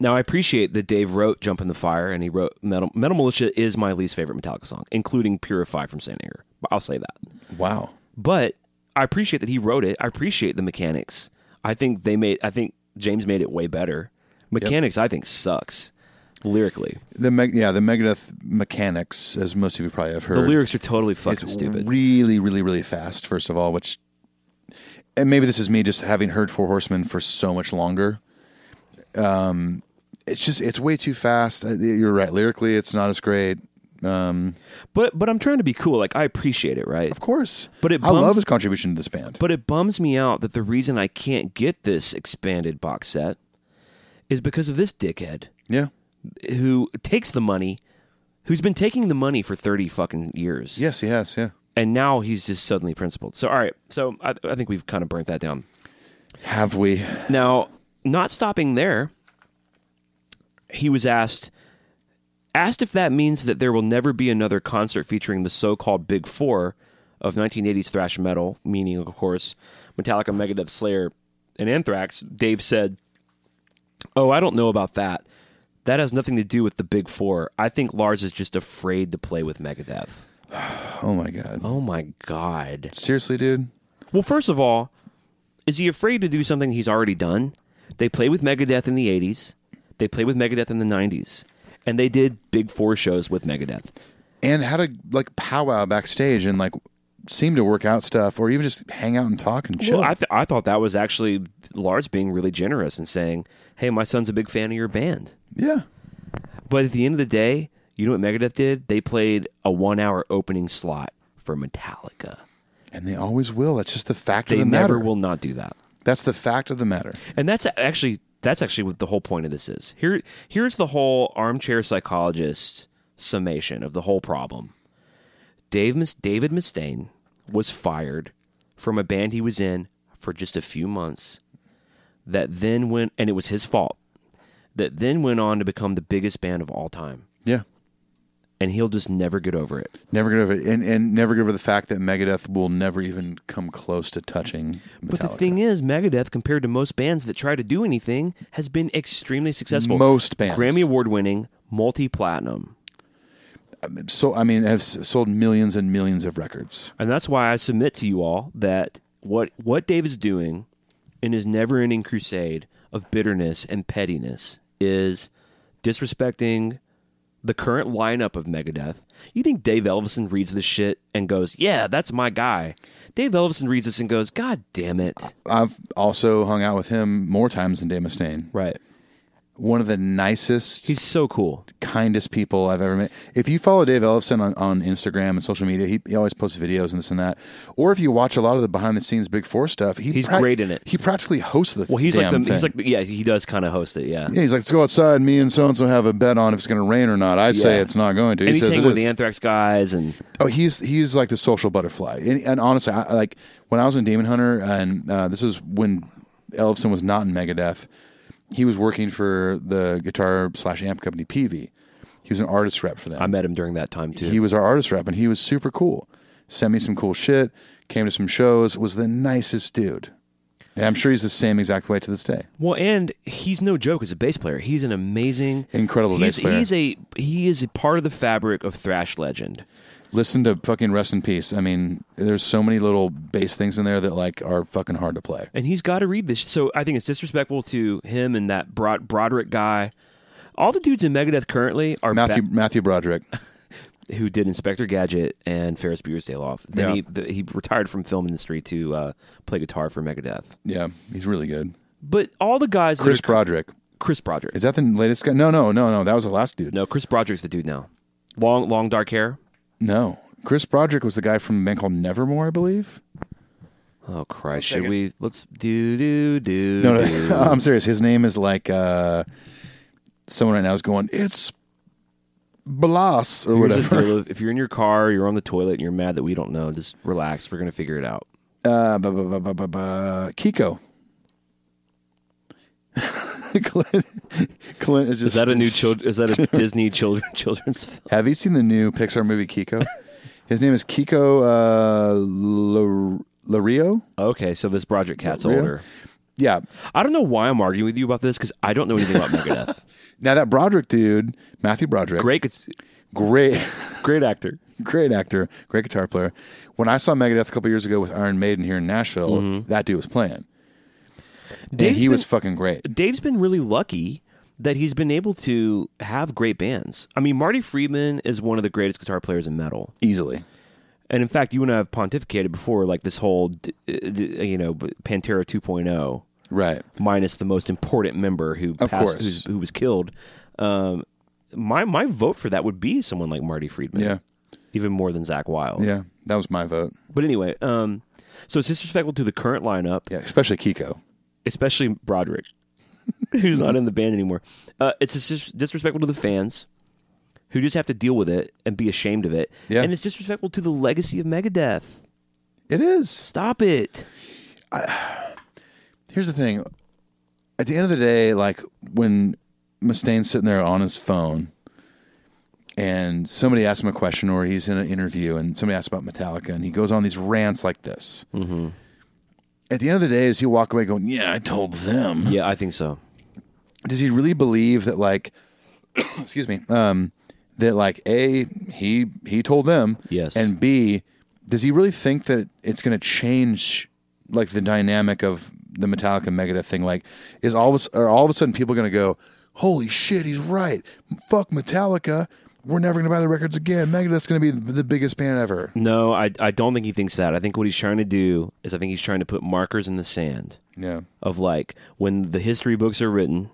S3: Now I appreciate that Dave wrote "Jump in the Fire" and he wrote "Metal Metal Militia" is my least favorite Metallica song, including "Purify" from Saint Anger. I'll say that.
S4: Wow.
S3: but I appreciate that he wrote it. I appreciate the mechanics. I think they made. I think James made it way better. Mechanics, I think, sucks lyrically.
S4: The Meg- yeah, the Megadeth mechanics, as most of you probably have heard,
S3: The lyrics are totally
S4: it's
S3: fucking stupid.
S4: really, really, really fast. First of all, which and maybe this is me just having heard Four Horsemen for so much longer. Um, it's just it's way too fast. Uh, You're right. Lyrically, it's not as great.
S3: but but I'm trying to be cool. Like I appreciate it, right?
S4: Of course,
S3: But it
S4: I love
S3: bums-
S4: his contribution to this band.
S3: But it bums me out that the reason I can't get this expanded box set is because of this dickhead
S4: yeah,
S3: who takes the money, who's been taking the money for thirty fucking years,
S4: yes, he has. Yeah,
S3: and now he's just suddenly principled. So all right, so I, I think we've kind of burnt that down.
S4: have we?
S3: Now, not stopping there, he was asked asked if that means that there will never be another concert featuring the so-called Big 4 of 1980s thrash metal, meaning of course Metallica, Megadeth, Slayer, and Anthrax. Dave said, "Oh, I don't know about that. That has nothing to do with the Big 4. I think Lars is just afraid to play with Megadeth."
S4: Oh my god,
S3: Oh my god.
S4: seriously, dude.
S3: Well, first of all, is he afraid to do something he's already done? They played with Megadeth in the 80s. They played with Megadeth in the 90s. and they did big four shows with Megadeth.
S4: and how to like powwow backstage and like seem to work out stuff or even just hang out and talk and chill.
S3: Well, I, th- I thought that was actually Lars being really generous and saying, "Hey, my son's a big fan of your band."
S4: yeah.
S3: But at the end of the day, you know what Megadeth did? They played a one-hour opening slot for Metallica.
S4: And they always will. That's just the fact
S3: They
S4: of the
S3: never
S4: matter.
S3: will not do that.
S4: That's the fact of the matter.
S3: And that's actually that's actually what the whole point of this is. Here here's the whole armchair psychologist summation of the whole problem. Dave Mus- David Mustaine was fired from a band he was in for just a few months that then went and it was his fault. That then went on to become the biggest band of all time.
S4: Yeah.
S3: And he'll just never get over it.
S4: Never get over it. And, and never get over the fact that Megadeth will never even come close to touching Metallica.
S3: But the thing is, Megadeth, compared to most bands that try to do anything, has been extremely successful.
S4: Most bands.
S3: Grammy Award winning, multi platinum.
S4: so I mean, have s- sold millions and millions of records.
S3: And that's why I submit to you all that what what Dave is doing in his never-ending crusade of bitterness and pettiness is disrespecting the current lineup of Megadeth. You think Dave Elvison reads this shit and goes, "Yeah, that's my guy." Dave Elvison reads this and goes, "God damn it!"
S4: I've also hung out with him more times than Dave Mustaine.
S3: Right?
S4: One of the nicest,
S3: He's so cool.
S4: kindest people I've ever met. If you follow Dave Ellison on, on Instagram and social media, he, he always posts videos and this and that. Or if you watch a lot of the behind the scenes Big Four stuff, he
S3: He's great in it.
S4: He practically hosts the
S3: Well, he's
S4: damn
S3: like the
S4: thing.
S3: he's like the, yeah he does kind of host it yeah.
S4: Yeah, he's like, let's go outside. Me and so and so have a bet on if it's going to rain or not. I say
S3: Yeah.
S4: it's not going to.
S3: And
S4: he
S3: he's
S4: says it
S3: hanging with
S4: is.
S3: the Anthrax guys and
S4: Oh, he's he's like the social butterfly. And, and honestly, I, like when I was in Demon Hunter, and uh, this is when Ellison was not in Megadeth. He was working for the guitar slash amp company PV. He was an artist rep for them.
S3: I met him during that time too.
S4: he was our artist rep, and he was super cool. Sent me some cool shit. Came to some shows. Was the nicest dude. And I'm sure he's the same exact way to this day.
S3: Well, and he's no joke as a bass player. He's an amazing,
S4: Incredible
S3: he's,
S4: bass player.
S3: He's a he is a part of the fabric of thrash legend.
S4: Listen to fucking Rest in Peace. I mean, there's so many little bass things in there that like are fucking hard to play.
S3: and he's got to read this. So I think it's disrespectful to him and that Brod- Broderick guy. All the dudes in Megadeth currently are
S4: Matthew
S3: ba-
S4: Matthew (laughs) Broderick.
S3: who did Inspector Gadget and Ferris Bueller's Day Off. Then
S4: Yeah.
S3: he the, he retired from film industry to uh, play guitar for Megadeth.
S4: Yeah, he's really good.
S3: But all the guys,
S4: Chris
S3: that are,
S4: Broderick.
S3: Chris Broderick.
S4: Is that the latest guy? No, no, no, no. That was the last dude.
S3: no, Chris Broderick's the dude now. Long, long dark hair.
S4: No. Chris Broderick was the guy from a band called Nevermore, I believe.
S3: Oh Christ! Should we let's do do do
S4: No,
S3: do.
S4: no. (laughs) I'm serious. His name is like uh, someone right now is going, it's Blas or
S3: Here's the
S4: whatever.
S3: deal. If you're in your car, you're on the toilet, and you're mad that we don't know, just relax. We're going to figure it out.
S4: (laughs) Uh, bu- bu- bu- bu- bu- bu- Kiko. (laughs) Clint, Clint is just.
S3: Is that a new child?
S4: (laughs)
S3: Is that a Disney children (laughs) children's film?
S4: Have you seen the new Pixar movie Kiko? His name is Kiko uh, Lo- Lario.
S3: Okay, so this Broderick cat's
S4: Real?
S3: older.
S4: Yeah,
S3: I don't know why I'm arguing with you about this because I don't know anything
S4: (laughs)
S3: about Megadeth.
S4: Now that Broderick dude, Matthew Broderick,
S3: Great, it's
S4: great, (laughs)
S3: great actor.
S4: great actor, great guitar player. When I saw Megadeth a couple years ago with Iron Maiden here in Nashville, that dude was playing, and
S3: Dave's
S4: he was
S3: been-
S4: fucking great.
S3: Dave's been really lucky that he's been able to have great bands. I mean, Marty Friedman is one of the greatest guitar players in metal.
S4: Easily,
S3: And in fact, you and I have pontificated before, like this whole, d- uh, d- you know, Pantera oh. 2.0.
S4: right?
S3: minus the most important member who
S4: Of
S3: passed,
S4: course.
S3: who, who was killed. Um, my my vote for that would be someone like Marty Friedman.
S4: Yeah.
S3: even more than Zach Wilde.
S4: Yeah, that was my vote.
S3: But anyway, um, so it's disrespectful to the current lineup,
S4: Yeah, especially Kiko.
S3: especially
S4: (laughs)
S3: Broderick, who's not in the band anymore. Uh, it's dis- disrespectful to the fans. Who just have to deal with it and be ashamed of it,
S4: Yeah.
S3: and it's disrespectful to the legacy of Megadeth.
S4: It is.
S3: Stop it!
S4: Here's the thing. At the end of the day, like when Mustaine's sitting there on his phone, and somebody asks him a question, or he's in an interview, and somebody asks about Metallica, and he goes on these rants like this. Mm-hmm. At the end of the day, as he walk away going, "Yeah, I told them."
S3: Yeah, I think so.
S4: does he really believe that like (coughs) excuse me um that like a he he told them
S3: Yes.
S4: and b does he really think that it's going to change like the dynamic of the metallica megadeth thing like is all of a, are all of a sudden people going to go holy shit, he's right. Fuck Metallica. We're never going to buy the records again. Megadeth's going to be the biggest band ever.
S3: No, I, I don't think he thinks that. I think what he's trying to do is I think he's trying to put markers in the sand
S4: Yeah.
S3: of like when the history books are written,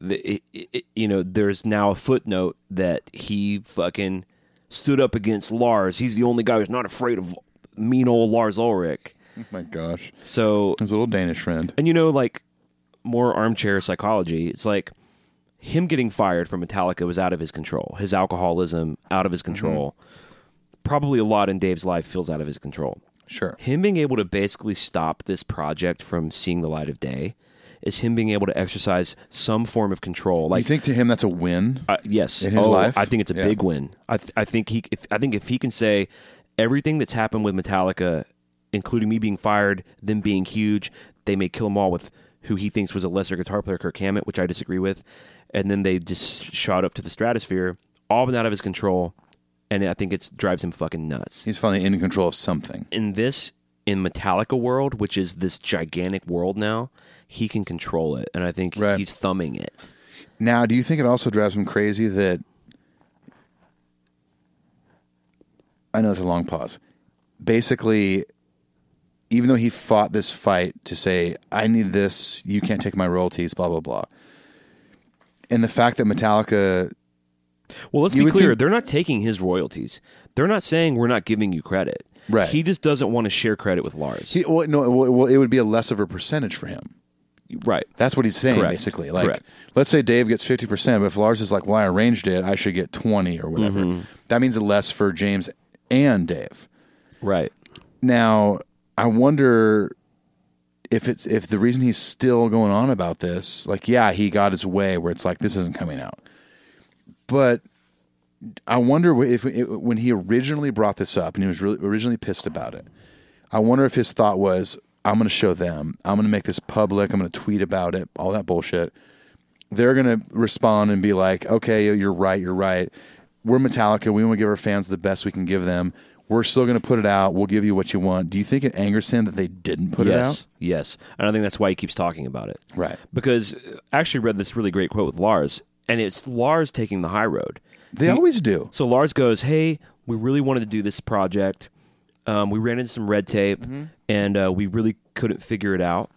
S3: the, it, it, you know, there's now a footnote that he fucking stood up against Lars. He's the only guy who's not afraid of mean old Lars Ulrich.
S4: Oh my gosh.
S3: So
S4: His little Danish friend.
S3: and you know like more armchair psychology it's like him getting fired from metallica was out of his control his alcoholism out of his control probably a lot in dave's life feels out of his control
S4: Sure.
S3: him being able to basically stop this project from seeing the light of day is him being able to exercise some form of control
S4: You
S3: like
S4: think to him that's a win?
S3: uh, yes,
S4: In his
S3: Oh,
S4: life?
S3: I think it's a
S4: Yeah.
S3: big win. I, th- I think he, if, I think if he can say everything that's happened with Metallica, including me being fired, them being huge, they may kill them all with who he thinks was a lesser guitar player, Kirk Hammett, which I disagree with, and then they just shot up to the stratosphere, all been out of his control, and I think it drives him fucking nuts
S4: He's finally in control of something.
S3: in this in Metallica world, which is this gigantic world now, he can control it, and I think
S4: Right.
S3: he's thumbing it.
S4: Now, do you think it also drives him crazy that I know it's a long pause. Basically, even though he fought this fight to say, I need this, you can't take my royalties, blah, blah, blah. And the fact that Metallica,
S3: Well, let's
S4: You
S3: be
S4: would
S3: clear.
S4: think-
S3: they're not taking his royalties. They're not saying we're not giving you credit.
S4: Right.
S3: He just doesn't want to share credit with Lars.
S4: he, well, no, well, it would be a less of a percentage for him.
S3: right.
S4: That's what he's saying,
S3: Correct.
S4: basically. Like,
S3: Correct.
S4: let's say Dave gets 50%, but if Lars is like, well, I arranged it, I should get 20 or whatever.
S3: Mm-hmm.
S4: That means less for James and Dave.
S3: Right.
S4: Now, I wonder if it's if the reason he's still going on about this, like, yeah, he got his way, where it's like this isn't coming out. But I wonder if when he originally brought this up and he was really originally pissed about it. I wonder if his thought was, I'm going to show them. I'm going to make this public. I'm going to tweet about it. All that bullshit. They're going to respond and be like, okay, you're right. You're right. We're Metallica. We want to give our fans the best we can give them. We're still going to put it out. We'll give you what you want. Do you think it angers him that they didn't put
S3: yes. Yes. And I think that's why he keeps talking about it.
S4: Right.
S3: Because uh, I actually read this really great quote with Lars, and it's Lars taking the high road.
S4: it out? They always do.
S3: So Lars goes, "Hey, we really wanted to do this project. Um, we ran into some red tape,
S4: Mm-hmm.
S3: and uh, we really couldn't figure it out.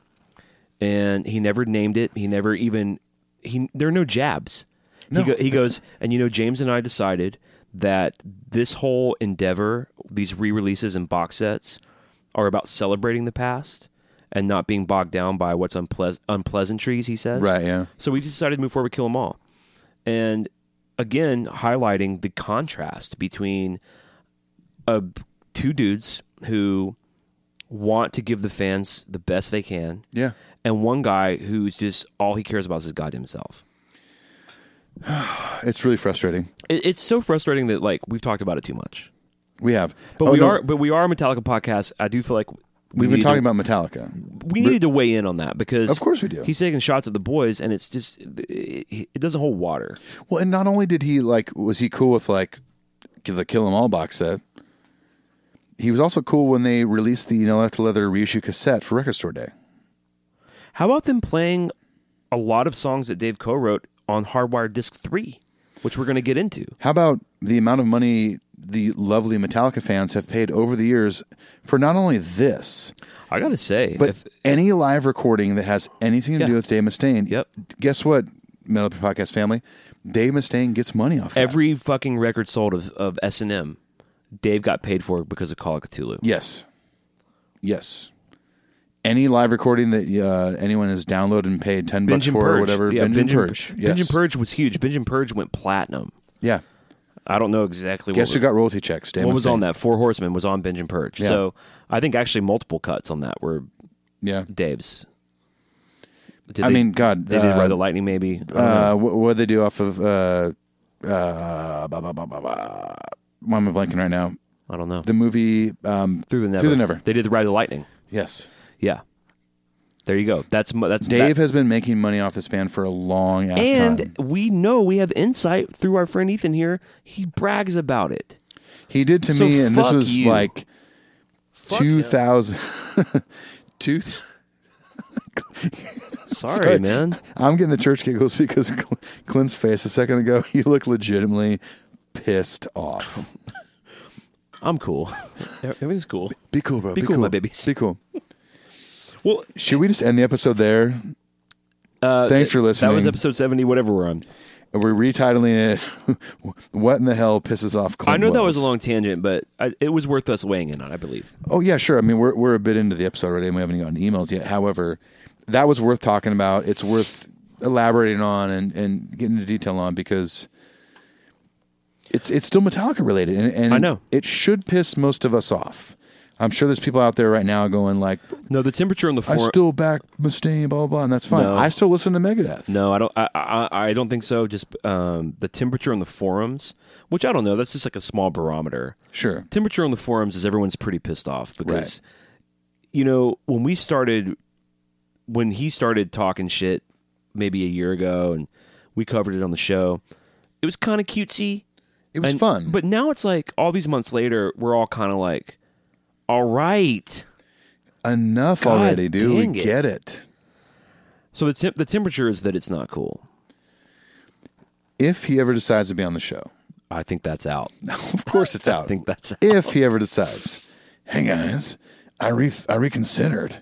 S3: And he never named it. He never even he. There are no jabs.
S4: No.
S3: he, go, he goes, and you know, James and I decided that this whole endeavor, these re-releases and box sets, are about celebrating the past." And not being bogged down by what's unpleas- unpleasantries, he says.
S4: Right, yeah.
S3: So we decided to move forward, kill them all and again highlighting the contrast between uh, two dudes who want to give the fans the best they can
S4: Yeah.
S3: and one guy who's just all he cares about is his goddamn self
S4: It's really frustrating.
S3: it, it's so frustrating that like we've talked about it too much
S4: We have.
S3: but
S4: Oh,
S3: we
S4: no,
S3: are but we are a metallica podcast i do feel like we
S4: We've been
S3: need to-
S4: talking about Metallica.
S3: we needed to weigh in on that because
S4: Of course we do.
S3: he's taking shots at the boys and it's just it, it doesn't hold water
S4: Well, and not only did he like, was he cool with like the Kill 'Em All box set? He was also cool when they released the You Know Left to Leather reissue cassette for Record Store Day.
S3: How about them playing a lot of songs that Dave co-wrote on Hardwired Disc Three, which we're going to get into?
S4: How about the amount of money the lovely Metallica fans have paid over the years for not only this,
S3: I gotta say,
S4: but
S3: if,
S4: any live recording that has anything to
S3: Yeah.
S4: do with Dave Mustaine?
S3: Yep.
S4: Guess what, Metal Podcast family? Dave Mustaine gets money off that.
S3: every fucking record sold of of S and M, Dave got paid for because of Call of Cthulhu.
S4: Yes. Yes. Any live recording that uh, anyone has downloaded and paid ten bucks
S3: Benjamin
S4: for
S3: Purge,
S4: or whatever,
S3: yeah,
S4: Benjamin
S3: Benjamin
S4: Purge.
S3: Pur-
S4: Yes.
S3: Benjamin Purge was huge. Benjamin Purge went platinum.
S4: Yeah.
S3: I don't know exactly
S4: Guess
S3: what
S4: who
S3: was,
S4: got royalty checks? Dave
S3: what was
S4: Mustaine.
S3: on that. Four Horsemen was on Benjamin Purge.
S4: Yeah.
S3: So I think actually multiple cuts on that were
S4: Yeah.
S3: Dave's. Did
S4: I
S3: they-
S4: mean, God,
S3: they did
S4: uh,
S3: Ride the Lightning, maybe. I don't know.
S4: Uh, what what they do off of uh, uh, bah, bah, bah, bah, bah. Why am I blanking right now?
S3: I don't know.
S4: The movie um,
S3: Through the never.
S4: Through the Never.
S3: They did the Ride the Lightning.
S4: Yes,
S3: Yeah. There you go. That's mu- that's
S4: Dave
S3: that-
S4: has been making money off this band for a long ass
S3: and
S4: time.
S3: we know we have insight through our friend Ethan here. He brags about it.
S4: He did to
S3: So
S4: me, and this
S3: fuck
S4: was
S3: you.
S4: (laughs) like two thousand two.
S3: Sorry,
S4: Sorry.
S3: man.
S4: I'm getting the church giggles because Cl- Clint's face a second ago, (laughs) he looked legitimately pissed off.
S3: I'm cool. (laughs) Everything's cool.
S4: Be cool, bro.
S3: Be cool, my babies.
S4: Be cool.
S3: Well,
S4: Should we just end the episode there?
S3: uh,
S4: Thanks for
S3: That was
S4: listening.
S3: episode 70, whatever we're on.
S4: We're retitling it. (laughs) what in the hell pisses off Clint?
S3: I know that was a
S4: Wells?
S3: long tangent, but I, it was worth us weighing in on, I believe.
S4: Oh yeah, sure. I mean, we're we're a bit into the episode already, and we haven't gotten emails yet. However, that was worth talking about. It's worth elaborating on and, and getting into detail on because it's it's still Metallica related, and, and
S3: I know.
S4: it should piss most of us off. I'm sure there's people out there right now going like,
S3: No, the temperature on the
S4: "I
S3: forum.
S4: still back Mustaine, blah blah,", blah and that's fine.
S3: No.
S4: I still listen to Megadeth.
S3: No, I don't. I, I, I don't think so. Just um, the temperature on the forums, which I don't know. That's just like a small barometer.
S4: Sure,
S3: Temperature on the forums is everyone's pretty pissed off because, you know, when we started, when he started talking shit, maybe a year ago, and we covered it on the show. It was kind of cutesy.
S4: it was
S3: and-
S4: fun,
S3: but now it's like all these months later, we're all kind of like, all right.
S4: enough
S3: God
S4: already, dude.
S3: dang
S4: We
S3: it.
S4: get it.
S3: So the temp- the temperature is that it's not cool.
S4: If he ever decides to be on the show,
S3: I think that's out.
S4: of course it's
S3: (laughs)
S4: out.
S3: I think that's out.
S4: if he ever decides, hey guys, I re- I reconsidered.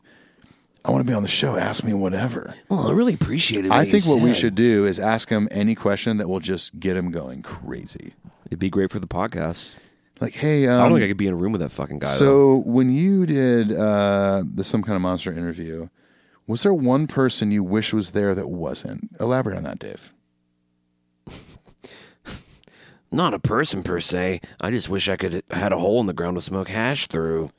S4: I want to be on the show. Ask me whatever.
S5: Well, I really appreciate it.
S4: I think what we should do is ask him any question that will just get him going crazy.
S3: It'd be great for the podcast.
S4: Like, hey, um,
S3: I don't think I could be in a room with that fucking guy. though.
S4: so when you did uh, the some kind of monster interview, was there one person you wish was there that wasn't? Elaborate on that, Dave.
S5: Not a person per se. I just wish I could had a hole in the ground to smoke hash through.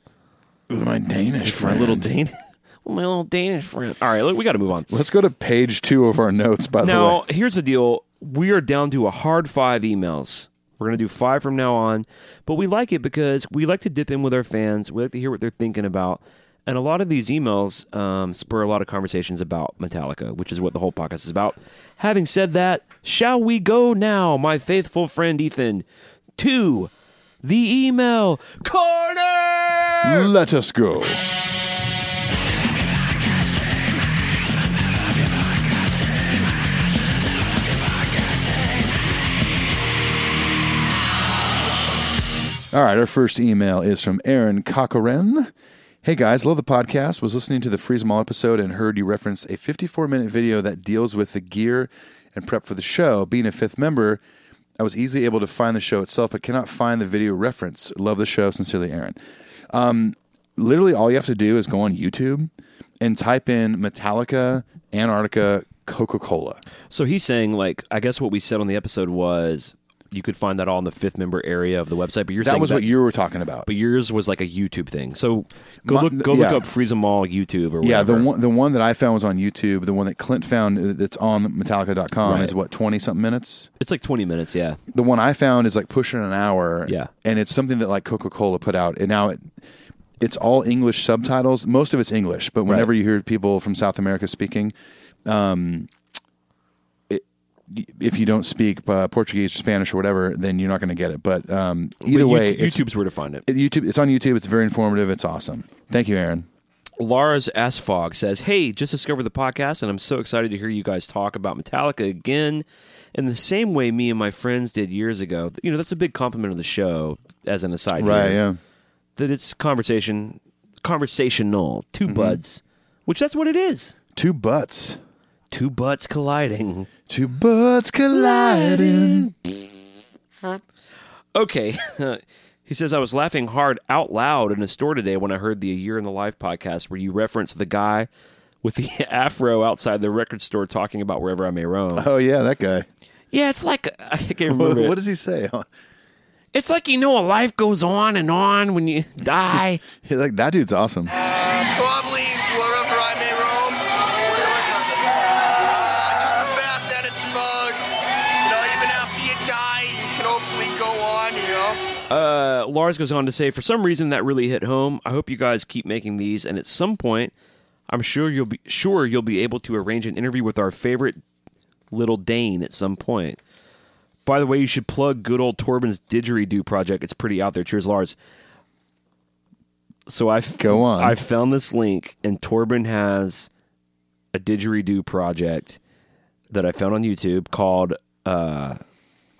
S4: It was my Danish
S3: my
S4: friend.
S3: little Dane.
S5: (laughs) My little Danish friend.
S3: All right, look, we got to move on.
S4: Let's go to page two of our notes. By the
S3: Now,
S4: way,
S3: here's the deal: we are down to a hard five emails. We're gonna do five from now on, but we like it because we like to dip in with our fans. We like to hear what they're thinking about, and a lot of these emails um, spur a lot of conversations about Metallica, which is what the whole podcast is about. Having said that, shall we go now, my faithful friend Ethan, to the email corner?
S4: let us go. All right, our first email is from Aaron Cochran. Hey guys, love the podcast. Was listening to the Freeze 'em All episode and heard you reference a 54 minute video that deals with the gear and prep for the show. Being a fifth member, I was easily able to find the show itself, but cannot find the video reference. Love the show. Sincerely, Aaron. Um, literally, all you have to do is go on YouTube and type in Metallica, Antarctica, Coca Cola.
S3: So he's saying, like, I guess what we said on the episode was you could find that all in the fifth member area of the website, but you're
S4: That
S3: saying
S4: was
S3: that,
S4: what you were talking about.
S3: but yours was like a YouTube thing. So go
S4: My-
S3: look, go look
S4: yeah.
S3: up Freeze 'em All YouTube or
S4: Yeah,
S3: whatever.
S4: the one the one that I found was on YouTube. The one that Clint found that's on Metallica.com
S3: Right.
S4: is what twenty something minutes.
S3: It's like 20 minutes. Yeah,
S4: The one I found is like pushing an hour.
S3: Yeah.
S4: and it's something that like Coca Cola put out, and now it it's all English subtitles. Most of it's English, but whenever you hear people from South America speaking, um, it, if you don't speak uh, Portuguese or Spanish or whatever, then you're not going to get it. But um, either
S3: But
S4: way,
S3: Yout-
S4: it's,
S3: YouTube's where to find it.
S4: it- YouTube it's on YouTube. It's very informative. It's awesome. Thank you, Aaron.
S3: Lars S. Fogg says, Hey, just discovered the podcast, and I'm so excited to hear you guys talk about Metallica again in the same way me and my friends did years ago. You know, that's a big compliment of the show, as an aside.
S4: Right?
S3: here.
S4: Yeah.
S3: That it's conversation, conversational, 2
S4: Mm-hmm.
S3: buds, which that's what it is.
S4: Two butts.
S3: Two butts colliding.
S4: Two butts colliding.
S3: Okay. (laughs) he says, I was laughing hard out loud in a store today when I heard the A Year in the Life podcast where you referenced the guy with the (laughs) afro outside the record store talking about wherever I may roam.
S4: Oh (laughs) yeah, that guy.
S5: Yeah, it's like
S3: I can't (laughs) remember.
S4: what
S3: it.
S4: does he say? (laughs)
S5: it's like you know a life goes on and on when
S3: (laughs)
S5: you die.
S4: He's like that dude's awesome.
S8: probably wherever I may roam. Uh, just the fact that it's about, you know, even after you die, you can hopefully go on, you know.
S3: Uh, Lars goes on to say, for some reason that really hit home. I hope you guys keep making these, and at some point, I'm sure you'll be sure you'll be able to arrange an interview with our favorite little Dane at some point. By the way, you should plug good old Torben's didgeridoo project. It's pretty out there. Cheers, Lars. So I
S4: Go on.
S3: I found this link, and Torben has a didgeridoo project that I found on YouTube called uh,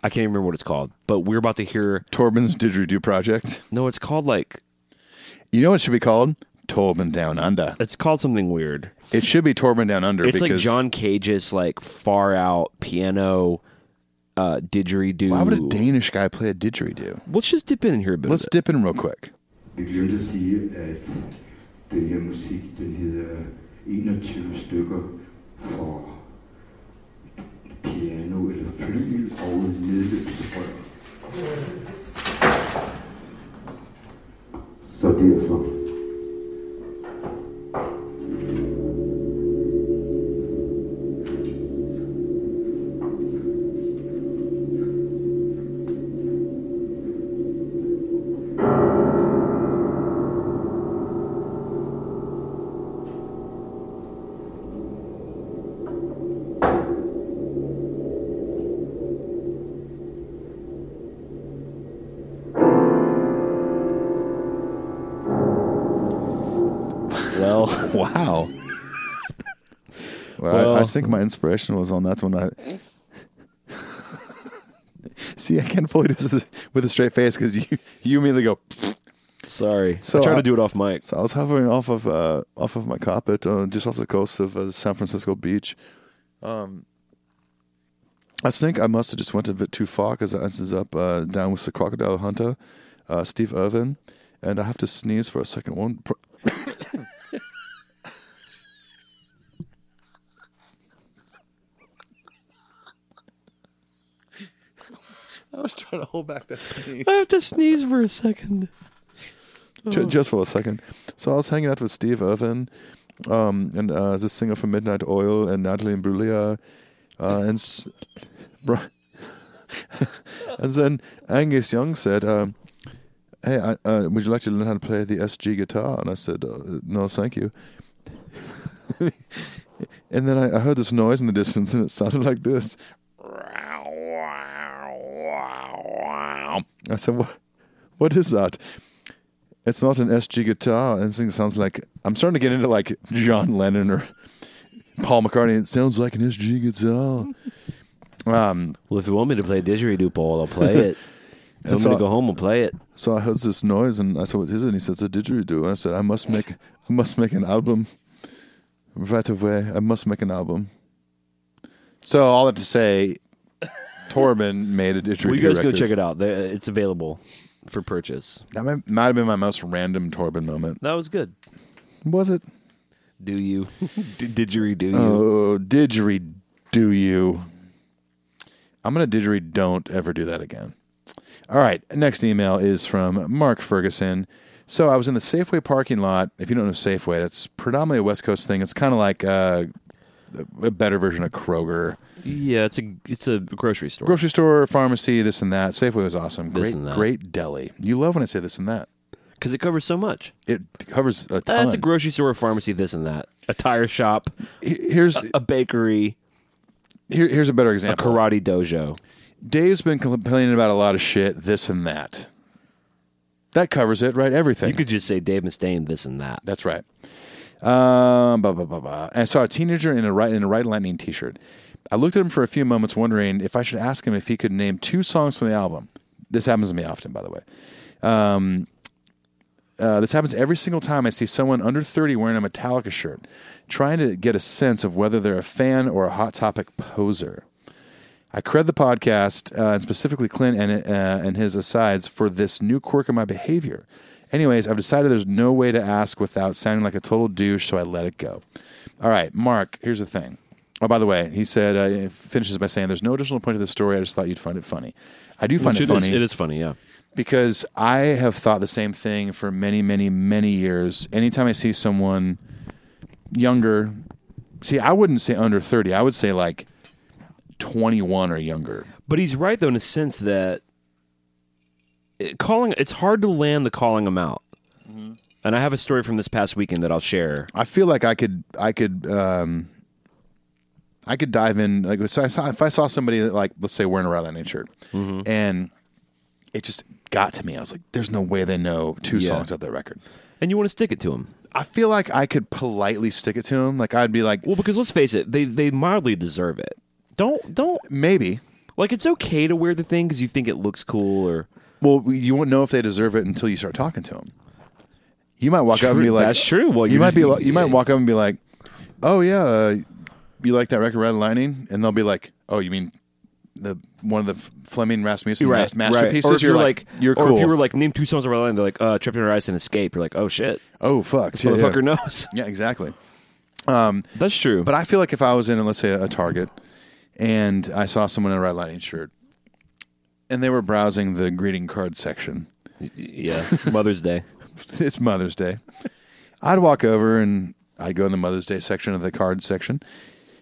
S3: I can't even remember what it's called, but we're about to hear.
S4: Torben's Didgeridoo Project.
S3: No, it's called like
S4: You know what it should be called? Torben Down Under.
S3: it's called something weird.
S4: It should be Torben Down Under
S3: It's like
S4: because
S3: John Cage's like far out piano uh, didgeridoo.
S4: why would a Danish guy play a didgeridoo?
S3: Let's just dip in here a bit.
S4: Let's dip in real quick.
S9: Jeg glemte at sige, at den her musik, den hedder 21 stykker for piano eller flygel og nedløbsrør. Så derfor.
S4: (laughs)
S3: Well,
S4: Wow. Well, I, I think my inspiration was on that one. I (laughs) see. I can't fully do this with a straight face because you you immediately go.
S3: sorry.
S4: So,
S3: I tried
S4: uh,
S3: to do it off mic.
S4: So I was hovering off of uh, off of my carpet, uh, just off the coast of uh, San Francisco beach. Um, I think I must have just went a bit too far because I ended up uh, down with the crocodile hunter, uh, Steve Irvin, and I have to sneeze for a second. One. Pr- (laughs) I was trying to hold back that sneeze.
S3: I have to sneeze for a second.
S4: Ju- just for a second. So I was hanging out with Steve Irvin, um, and uh, this singer from Midnight Oil, and Natalie Imbruglia, uh, and s- (laughs) bro- (laughs) and then Angus Young said, um, "Hey, I, uh, would you like to learn how to play the SG guitar?" And I said, uh, "No, thank you." (laughs) and then I, I heard this noise in the distance, and it sounded like this. I said, "What? What is that?" it's not an SG guitar. And this thing sounds like I'm starting to get into like John Lennon or Paul McCartney. It sounds like an SG guitar. Um,
S3: Well, if you want me to play didgeridoo, Paul,
S4: (laughs)
S3: I'll play it. If you want
S4: so-
S3: me to go home, I'll play it.
S4: So I heard this noise and I said, "What is it?" And he said, "It's a didgeridoo." And I said, "I must make, I must make an album right away. I must make an album." So all that to say, Torben made a didgeridoo.
S3: Well, you guys
S4: record.
S3: go check it out. There- It's available for purchase.
S4: That might, might have been my most random Torben moment.
S3: That was good.
S4: Was it?
S3: Do
S4: (laughs)
S3: you? Uh, D- didgeridoo you?
S4: Oh, didgeridoo you. I'm going to didgeridoo don't ever do that again. All right, next email is from Mark Ferguson. So I was in the Safeway parking lot. If you don't know Safeway, that's predominantly a West Coast thing. It's kind of like uh, a better version of Kroger.
S3: Yeah, it's a it's a grocery store.
S4: Grocery store, pharmacy, this and that. Safeway was awesome.
S3: This
S4: Great,
S3: and that.
S4: great deli. You love when I say this and that.
S3: because it covers so much.
S4: It covers a ton.
S3: That's a grocery store, a pharmacy, this and that, a tire shop,
S4: here's
S3: a bakery,
S4: here, here's a better
S3: a
S4: example.
S3: karate dojo.
S4: Dave's been complaining about a lot of shit, this and that. That covers it, right? Everything.
S3: You could just say Dave Mustaine, this and that.
S4: That's right. Um, blah, blah, blah, blah. And I saw a teenager in a right in a right lightning T-shirt. I looked at him for a few moments, wondering if I should ask him if he could name two songs from the album. This happens to me often, by the way. Um, uh, this happens every single time I see someone under thirty wearing a Metallica shirt, trying to get a sense of whether they're a fan or a hot topic poser. I cred the podcast, uh, and specifically Clint and, uh, and his asides, for this new quirk of my behavior. Anyways, I've decided there's no way to ask without sounding like a total douche, so I let it go. All right, Mark, here's the thing. Oh, by the way, he said, uh, he finishes by saying, There's no additional point to this story. I just thought you'd find it funny. I do find
S3: Which
S4: it funny
S3: Is, it is funny, yeah.
S4: because I have thought the same thing for many, many, many years. Anytime I see someone younger, see, I wouldn't say under 30, I would say like 21 or younger.
S3: But he's right though in a sense that it- calling it's hard to land the calling them out.
S4: Mm-hmm.
S3: And I have a story from this past weekend that I'll share.
S4: I feel like I could I could um I could dive in like if I saw, if I saw somebody that, like let's say wearing a Red Lightning shirt and it just got to me. I was like, there's no way they know two
S3: Yeah.
S4: songs off that record.
S3: And you want to stick it to him.
S4: I feel like I could politely stick it to him. Like I'd be like,
S3: Well, because let's face it, they they mildly deserve it. Don't don't
S4: maybe.
S3: like it's okay to wear the thing because you think it looks cool or
S4: Well, you won't know if they deserve it until you start talking to them. You might walk up and
S3: True,
S4: be like,
S3: that's true. Well,
S4: you,
S3: you-
S4: might be, li- you might walk up and be like, oh yeah, uh, you like that record Red Lightning? And they'll be like, oh, you mean the one of the F- Fleming Rasmussen mas- masterpieces?
S3: Or if you're, like,
S4: you're
S3: or
S4: cool.
S3: if you were like name two songs on line, they're like uh, "Trip Under Ice" and "Escape." You're like, oh shit,
S4: oh fuck,
S3: this
S4: yeah, yeah.
S3: motherfucker knows.
S4: Yeah, exactly.
S3: That's true.
S4: But I feel like if I was in, let's say, a Target, and I saw someone in a Red Lightning shirt, and they were browsing the greeting card section.
S3: yeah, Mother's Day.
S4: (laughs) it's Mother's Day. I'd walk over and I'd go in the Mother's Day section of the card section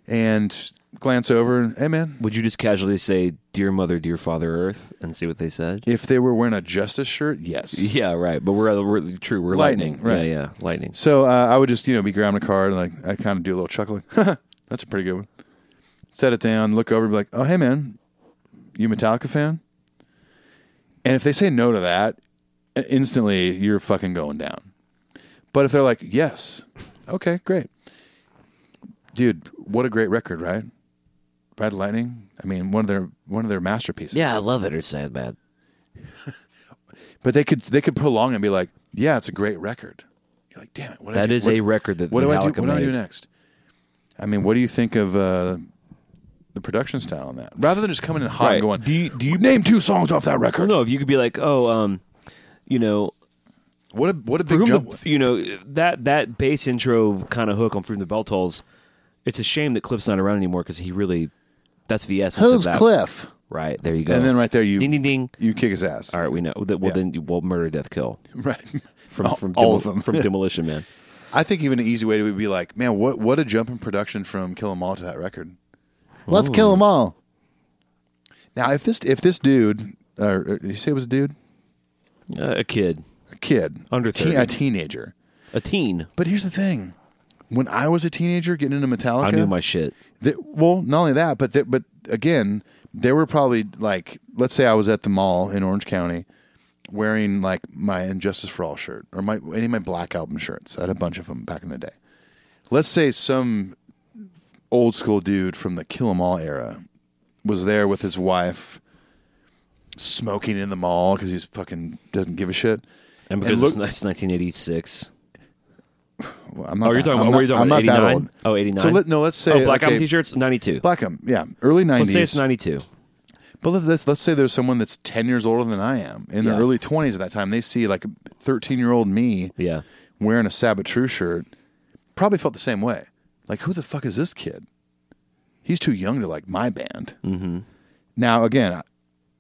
S4: and glance over and, hey man,
S3: Would you just casually say "Dear Mother, Dear Father Earth" and see what they said?
S4: if they were wearing a Justice shirt, yes.
S3: Yeah, right. But we're, we're true. We're
S4: Lightning,
S3: lightning.
S4: right.
S3: Yeah, yeah, lightning.
S4: So uh, I would just, you know, be grabbing a card and like, (laughs) I kind of do a little chuckling. That's a pretty good one. Set it down, look over and be like, oh, hey man, you a Metallica fan? And if they say no to that, i- instantly you're fucking going down. But if they're like, yes, okay, great. Dude, what a great record, right? Red Lightning. I mean, one of their one of their masterpieces.
S5: Yeah, I love it. It's sad, man.
S4: But they could they could prolong and be like, yeah, it's a great record. You're like, damn it, what did I
S3: That
S4: do-
S3: is
S4: what-
S3: a record that
S4: what do I do?
S3: Metallica
S4: What do I do
S3: made.
S4: next? I mean, what do you think of uh, the production style on that? Rather than just coming in hot
S3: Right.
S4: and going,
S3: Do you- do you-
S4: name two songs off that record?
S3: No, if you could be like, oh, um, you know,
S4: What a what a
S3: for
S4: big
S3: whom
S4: jump!
S3: the, you know that that bass intro kind of hook on "From the Bell Tolls." It's a shame that Cliff's not around anymore because he really. That's the essence of that.
S4: Cliff?
S3: Right there, you go.
S4: And then right there, you
S3: ding ding ding.
S4: you kick his ass.
S3: All right, we know that. Well,
S4: Yeah.
S3: then we'll murder, death, kill
S4: (laughs) right.
S3: from
S4: all,
S3: from
S4: all
S3: Demol-
S4: of them. (laughs)
S3: from Demolition Man.
S4: I think even an easy way would be like, man, what what a jump in production from Kill 'Em All to that record. Let's kill 'em all. Now, if this if this dude, or, or did you say it was a dude,
S3: Uh, a kid,
S4: a kid,
S3: Under
S4: teen-
S3: 30.
S4: a teenager.
S3: a teen.
S4: But here's the thing: when I was a teenager getting into Metallica,
S3: I knew my shit.
S4: th- well, not only that, but th- but again, there were probably like, let's say I was at the mall in Orange County wearing like my Injustice for All shirt or my any of my Black Album shirts. I had a bunch of them back in the day. Let's say some old school dude from the Kill 'Em All era was there with his wife. Smoking in the mall because he's fucking doesn't give a shit.
S3: And because
S4: look-
S3: it's, it's 1986.
S4: Well, I'm not.
S3: Oh, you're
S4: that- I'm
S3: talking about,
S4: not,
S3: what are you talking
S4: I'm
S3: about?
S4: not that
S3: 89?
S4: old.
S3: Oh, 89.
S4: So let, no, let's say
S3: oh, Black
S4: okay,
S3: Album t-shirts, 92.
S4: Blackham, yeah, early 90s
S3: Let's say it's 92.
S4: But let's- let's, let's say there's someone that's 10 years older than I am in their
S3: Yeah.
S4: early 20s at that time. They see like a 13 year old me
S3: Yeah.
S4: wearing a Sabbath True shirt, probably felt the same way. Like, who the fuck is this kid? He's too young to like my band. Mm-hmm. Now, again, I,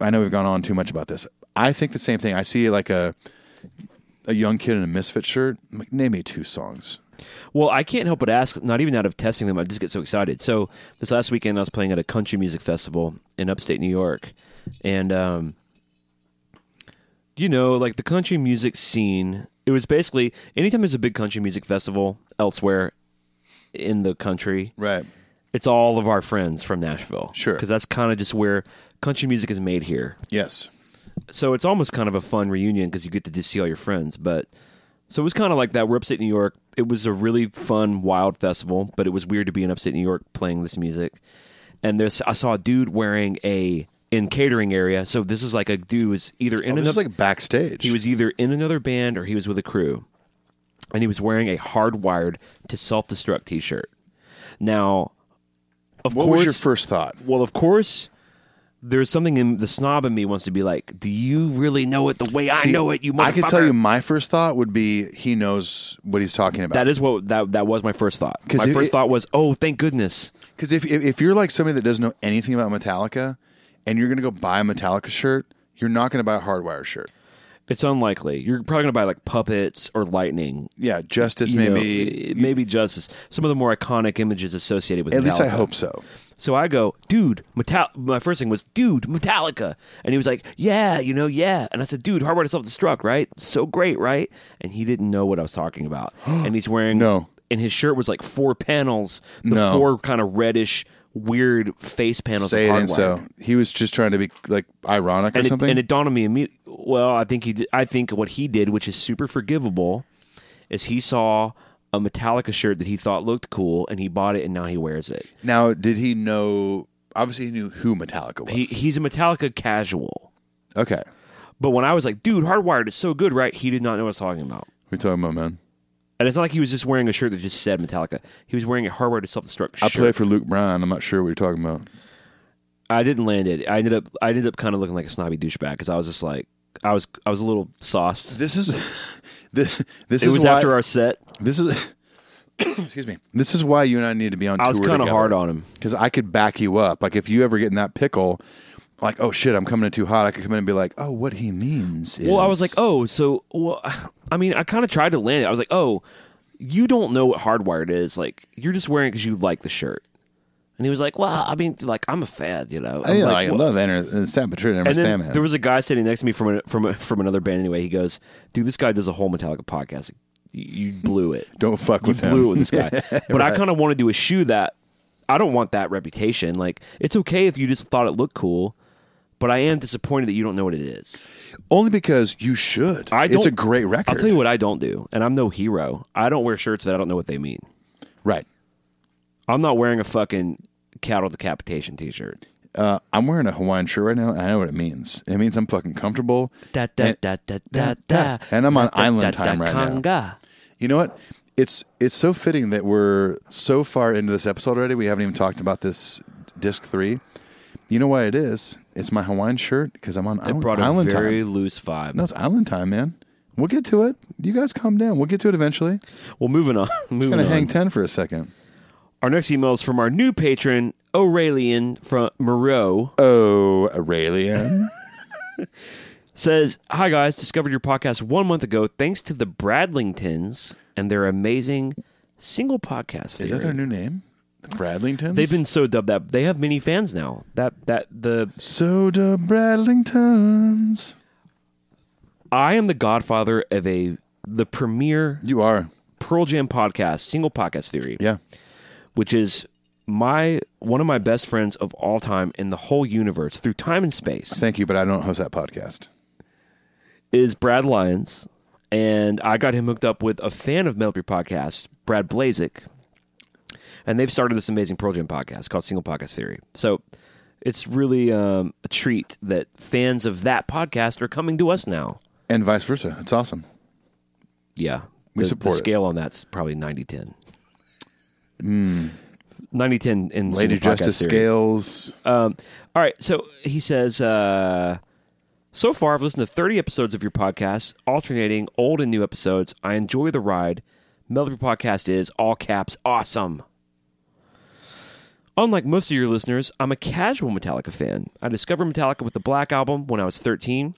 S4: I know we've gone on too much about this. I think the same thing. I see like a a young kid in a misfit shirt. I'm like, name me two songs.
S3: Well, I can't help but ask, not even out of testing them, I just get so excited. So this last weekend, I was playing at a country music festival in upstate New York, and um, you know, like the country music scene, it was basically anytime there's a big country music festival elsewhere in the country,
S4: Right.
S3: it's all of our friends from Nashville,
S4: Sure.
S3: because that's kind of just where country music is made here
S4: Yes.
S3: so it's almost kind of a fun reunion because you get to just see all your friends. But so it was kind of like that. We're upstate New York. It was a really fun, wild festival, but it was weird to be in upstate New York playing this music. And there's, I saw a dude wearing a in catering area. So this was like a dude was either in
S4: Oh, This
S3: another
S4: is like backstage.
S3: he was either in another band or he was with a crew. And he was wearing a hardwired to self destruct t shirt. Now, of
S4: What
S3: course,
S4: was your first thought?
S3: well, of course, there's something in the snob in me wants to be like, do you really know it the way I
S4: See,
S3: know it? You motherfucker.
S4: I could tell you my first thought would be he knows what he's talking about.
S3: that is what that that was my first thought.
S4: 'Cause
S3: My
S4: it-
S3: first
S4: it-
S3: thought was, oh, thank goodness.
S4: because if, if if you're like somebody that doesn't know anything about Metallica, and you're gonna go buy a Metallica shirt, you're not gonna buy a Hardwire shirt.
S3: It's unlikely. You're probably gonna buy like puppets or lightning.
S4: Yeah, Justice
S3: you know,
S4: maybe.
S3: it- maybe justice. Some of the more iconic images associated with
S4: at least I
S3: Metallica.
S4: hope so.
S3: So I go, dude, Metal. My first thing was, dude, Metallica, and he was like, yeah, you know, yeah. And I said, dude, Hardware to Self Destruct, right? So great, right? And he didn't know what I was
S4: (gasps)
S3: talking about, and he's wearing
S4: No.
S3: and his shirt was like four panels, the
S4: No.
S3: four kind of reddish, weird face panels.
S4: Say
S3: of
S4: it
S3: Hardwired.
S4: ain't so. He was just trying to be like ironic or
S3: And it,
S4: something.
S3: and it dawned on me immediately. Well, I think he. Did, I think what he did, which is super forgivable, is he saw a Metallica shirt that he thought looked cool and he bought it and now he wears it.
S4: Now, did he know? Obviously, he knew who Metallica was.
S3: He, he's a Metallica casual.
S4: okay,
S3: But when I was like, dude, Hardwired is so good, right? He did not know what I was talking about.
S4: we talking about man.
S3: And it's not like he was just wearing a shirt that just said Metallica. He was wearing a Hardwired to Self Destruct
S4: I
S3: shirt.
S4: play for Luke Bryan. I'm not sure what you're talking about.
S3: I didn't land it. I ended up I ended up kind of looking like a snobby douchebag because I was just like I was I was a little sauced.
S4: This is (laughs) this, this
S3: It
S4: is
S3: was
S4: why,
S3: after our set.
S4: This is (coughs) excuse me. This is why you and I need to be on.
S3: I was kind of hard on him.
S4: because I could back you up. Like if you ever get in that pickle, like oh shit, I'm coming in too hot. I could come in and be like, oh, what he means. Is,
S3: Well, I was like, oh, so well, (laughs) I mean, I kind of tried to land it. I was like, oh, you don't know what hardwired is. Like you're just wearing it because you like the shirt.
S5: And he was like, "Well, I mean, like I'm a fad, you
S3: oh,
S5: know."
S4: I,
S5: I'm
S4: yeah,
S5: like,
S4: I love Enter and Stan Patrick and
S3: And
S4: Emerson
S3: then
S4: Sandman.
S3: there was a guy sitting next to me from a, from a, from another band. Anyway, he goes, dude, this guy does a whole Metallica podcast. You you blew it.
S4: Don't fuck (laughs) with
S3: blew it
S4: him.
S3: with this
S4: (laughs)
S3: guy. but I kind of wanted to eschew that. I don't want that reputation. Like, it's okay if you just thought it looked cool, but I am disappointed that you don't know what it is.
S4: Only because you should.
S3: I
S4: it's
S3: don't-
S4: a great record.
S3: I'll tell you what I don't do, and I'm no hero. I don't wear shirts that I don't know what they mean.
S4: Right.
S3: I'm not wearing a fucking cattle decapitation T-shirt.
S4: Uh, I'm wearing a Hawaiian shirt right now, and I know what it means. It means I'm fucking comfortable.
S5: da da da da da da.
S4: And I'm on
S5: da, da,
S4: island
S5: da,
S4: time
S5: da,
S4: right now.
S5: conga.
S4: You know what? It's it's so fitting that we're so far into this episode already. We haven't even talked about this disc three. You know why it is? It's my Hawaiian shirt because I'm on
S3: It
S4: island,
S3: brought a
S4: island
S3: very
S4: time.
S3: loose vibe.
S4: No, it's island time, man. We'll get to it. You guys calm down. We'll get to it eventually.
S3: Well, moving on.
S4: I'm
S3: moving
S4: gonna
S3: on.
S4: hang ten for a second.
S3: Our next email is from our new patron Aurelian from Moreau.
S4: Oh, Aurelian.
S3: (laughs) says, Hi guys, discovered your podcast one month ago thanks to the Bradlingtons and their amazing single podcast.
S4: is
S3: theory."
S4: that their new name? The Bradlingtons.
S3: They've been so dubbed that they have many fans now. That that the
S4: soda Bradlingtons.
S3: I am the godfather of a the premier
S4: You are.
S3: Pearl Jam podcast, single podcast theory,
S4: Yeah.
S3: which is my one of my best friends of all time in the whole universe through time and space.
S4: Thank you, but I don't host that podcast.
S3: is Brad Lyons, and I got him hooked up with a fan of Metal Gear Podcast, Brad Blazik, and they've started this amazing Pearl Jam podcast called Single Podcast Theory. So it's really um, a treat that fans of that podcast are coming to us now.
S4: And vice versa. It's awesome.
S3: Yeah,
S4: We
S3: the,
S4: support it.
S3: the scale on that's probably 90-10. 90-10 in
S4: Hmm. Lady
S3: Single Podcast
S4: Justice
S3: Theory.
S4: scales.
S3: All right, so he says, uh, so far I've listened to 30 episodes of your podcast, alternating old and new episodes. I enjoy the ride. Melody Podcast is all caps awesome. Unlike most of your listeners, I'm a casual Metallica fan. I discovered Metallica with the Black Album when I was 13.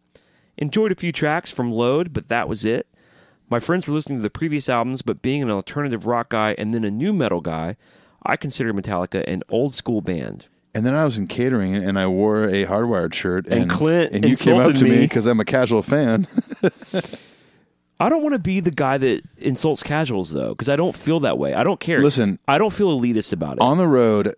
S3: Enjoyed a few tracks from Load, but that was it. My friends were listening to the previous albums, but being an alternative rock guy and then a new metal guy, I consider Metallica an old school band.
S4: And then I was in catering and I wore a hardwired shirt. And,
S3: Clint
S4: and you came up
S3: insulted
S4: to me
S3: me.
S4: because I'm a casual fan.
S3: I don't want to be the guy that insults casuals though, because I don't feel that way. I don't care.
S4: Listen.
S3: I don't feel elitist about it.
S4: on the road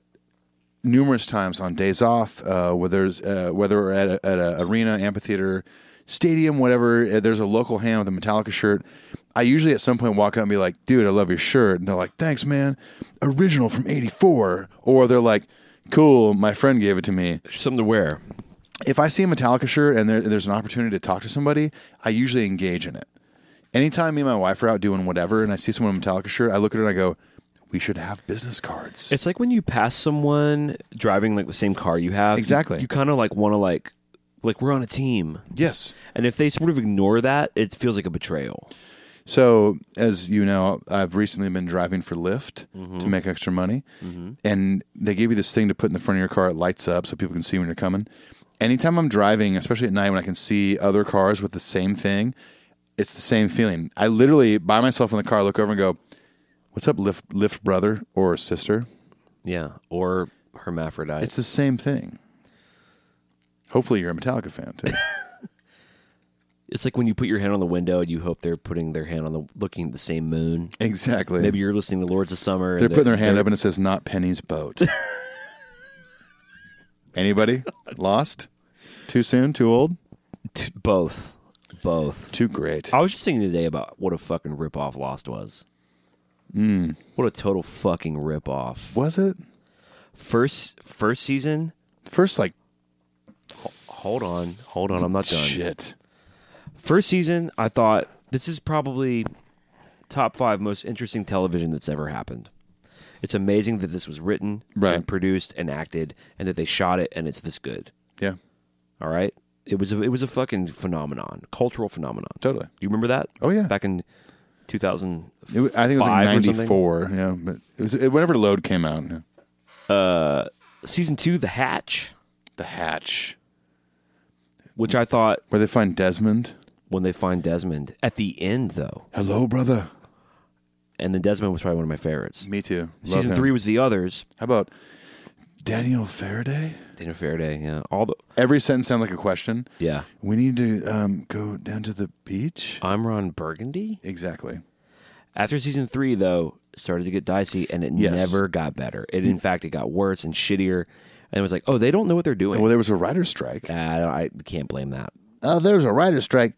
S4: numerous times on days off, uh, whether it's, uh, whether we're at a, at a arena, amphitheater, stadium, whatever. uh, There's a local hand with a Metallica shirt. I usually at some point walk up and be like, "Dude, I love your shirt," and they're like, "Thanks, man. Original from '84," or they're like. Cool, my friend gave it to me.
S3: Something to wear.
S4: If I see a Metallica shirt and there, there's an opportunity to talk to somebody, I usually engage in it. Anytime me and my wife are out doing whatever and I see someone in a Metallica shirt, I look at her and I go, We should have business cards.
S3: It's like when you pass someone driving like the same car you have.
S4: Exactly.
S3: You, kind of like want to like, like we're on a team,
S4: yes.
S3: and if they sort of ignore that, it feels like a betrayal.
S4: So, as you know, I've recently been driving for Lyft to make extra money, and they give you this thing to put in the front of your car. It lights up so people can see when you're coming. Anytime I'm driving, especially at night when I can see other cars with the same thing, it's the same feeling. I literally by myself in the car look over and go, "What's up, Lyft, Lyft brother or sister?"
S3: Yeah, or hermaphrodite.
S4: It's the same thing. Hopefully, you're a Metallica fan too. (laughs)
S3: It's like when you put your hand on the window and you hope they're putting their hand on the looking at the same moon.
S4: exactly.
S3: Maybe you're listening to Lords of Summer. and
S4: They're putting their hand up and it says not Penny's (laughs) boat. Anybody? Lost? Too soon? Too old?
S3: t- both. both.
S4: Too great.
S3: I was just thinking today about what a fucking ripoff Lost was.
S4: Hmm.
S3: Mm. What a total fucking ripoff.
S4: Was it
S3: First first season.
S4: first like
S3: Hold on, hold on. I'm not done.
S4: shit?
S3: First season, I thought this is probably top five most interesting television that's ever happened. It's amazing that this was written,
S4: Right.
S3: and produced, and acted, and that they shot it, and it's this good.
S4: Yeah,
S3: All right. It was a, it was a fucking phenomenon, cultural phenomenon.
S4: Totally.
S3: Do you remember that?
S4: Oh, yeah.
S3: Back in 2000.
S4: it, wa- I think it was like
S3: Five or something?
S4: '94. Yeah, but it was it, whenever Load came out. yeah.
S3: Season 2, The Hatch,
S4: The Hatch,
S3: which I thought
S4: where they find Desmond.
S3: when they find Desmond at the end though.
S4: Hello, brother.
S3: And then Desmond was probably one of my favorites.
S4: Me too. Love
S3: Season
S4: him.
S3: 3 was The Others.
S4: How about Daniel Faraday?
S3: Dana Faraday, yeah. All the
S4: Every sentence sounded like a question.
S3: yeah.
S4: We need to um, go down to the beach.
S3: I'm Ron Burgundy.
S4: Exactly.
S3: After season three, though, it started to get dicey, and it
S4: Yes. Mm.
S3: never got better. It, in fact, it got worse and shittier. And it was like, oh, they don't know what they're doing.
S4: Well, there was a writer's strike.
S3: Ah, I, don't- I can't blame that.
S4: oh, there was a writer's strike.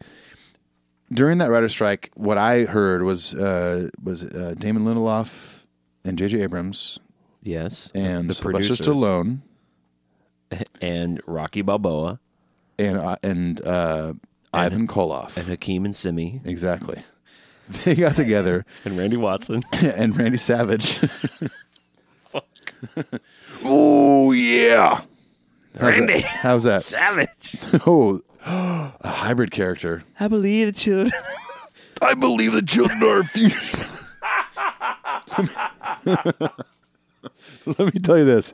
S4: During that writer's strike, what I heard was uh, was uh, Damon Lindelof and J.J. Abrams
S3: Yes,
S4: and
S3: the
S4: Sylvester
S3: producers
S4: Stallone
S3: and Rocky Balboa
S4: and uh, and, uh, Ivan Koloff.
S3: and Hakeem and Simi
S4: exactly. (laughs) They got together
S3: and Randy Watson.
S4: and Randy Savage. (laughs) Fuck. oh yeah. How's
S5: Randy.
S4: That? How's that?
S5: Savage.
S4: (laughs) Oh, (gasps) a hybrid character.
S3: I believe it should.
S4: (laughs) I believe the children are our (laughs) future. Let me tell you this.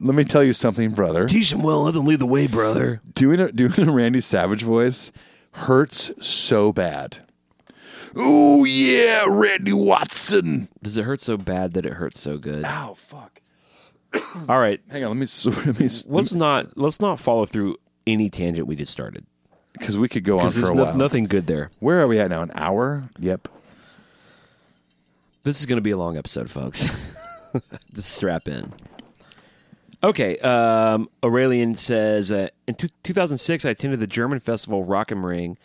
S4: Let me tell you something, brother.
S5: Teach them well, let them lead the way, brother.
S4: Doing a, doing a Randy Savage voice hurts so bad. Oh yeah, Randy Watson.
S3: Does it hurt so bad that it hurts so good?
S4: Oh fuck.
S3: All right,
S4: Hang on, let me s- (laughs) let me
S3: let's not let's not follow through any tangent we just started
S4: because we could go on
S3: because
S4: for
S3: there's
S4: a
S3: no-
S4: while.
S3: nothing good there.
S4: Where are we at now? An hour? Yep.
S3: This is going to be a long episode, folks. (laughs) Just strap in. Okay. Um, Aurelian says uh, In two- 2006, I attended the German festival Rock am Ring.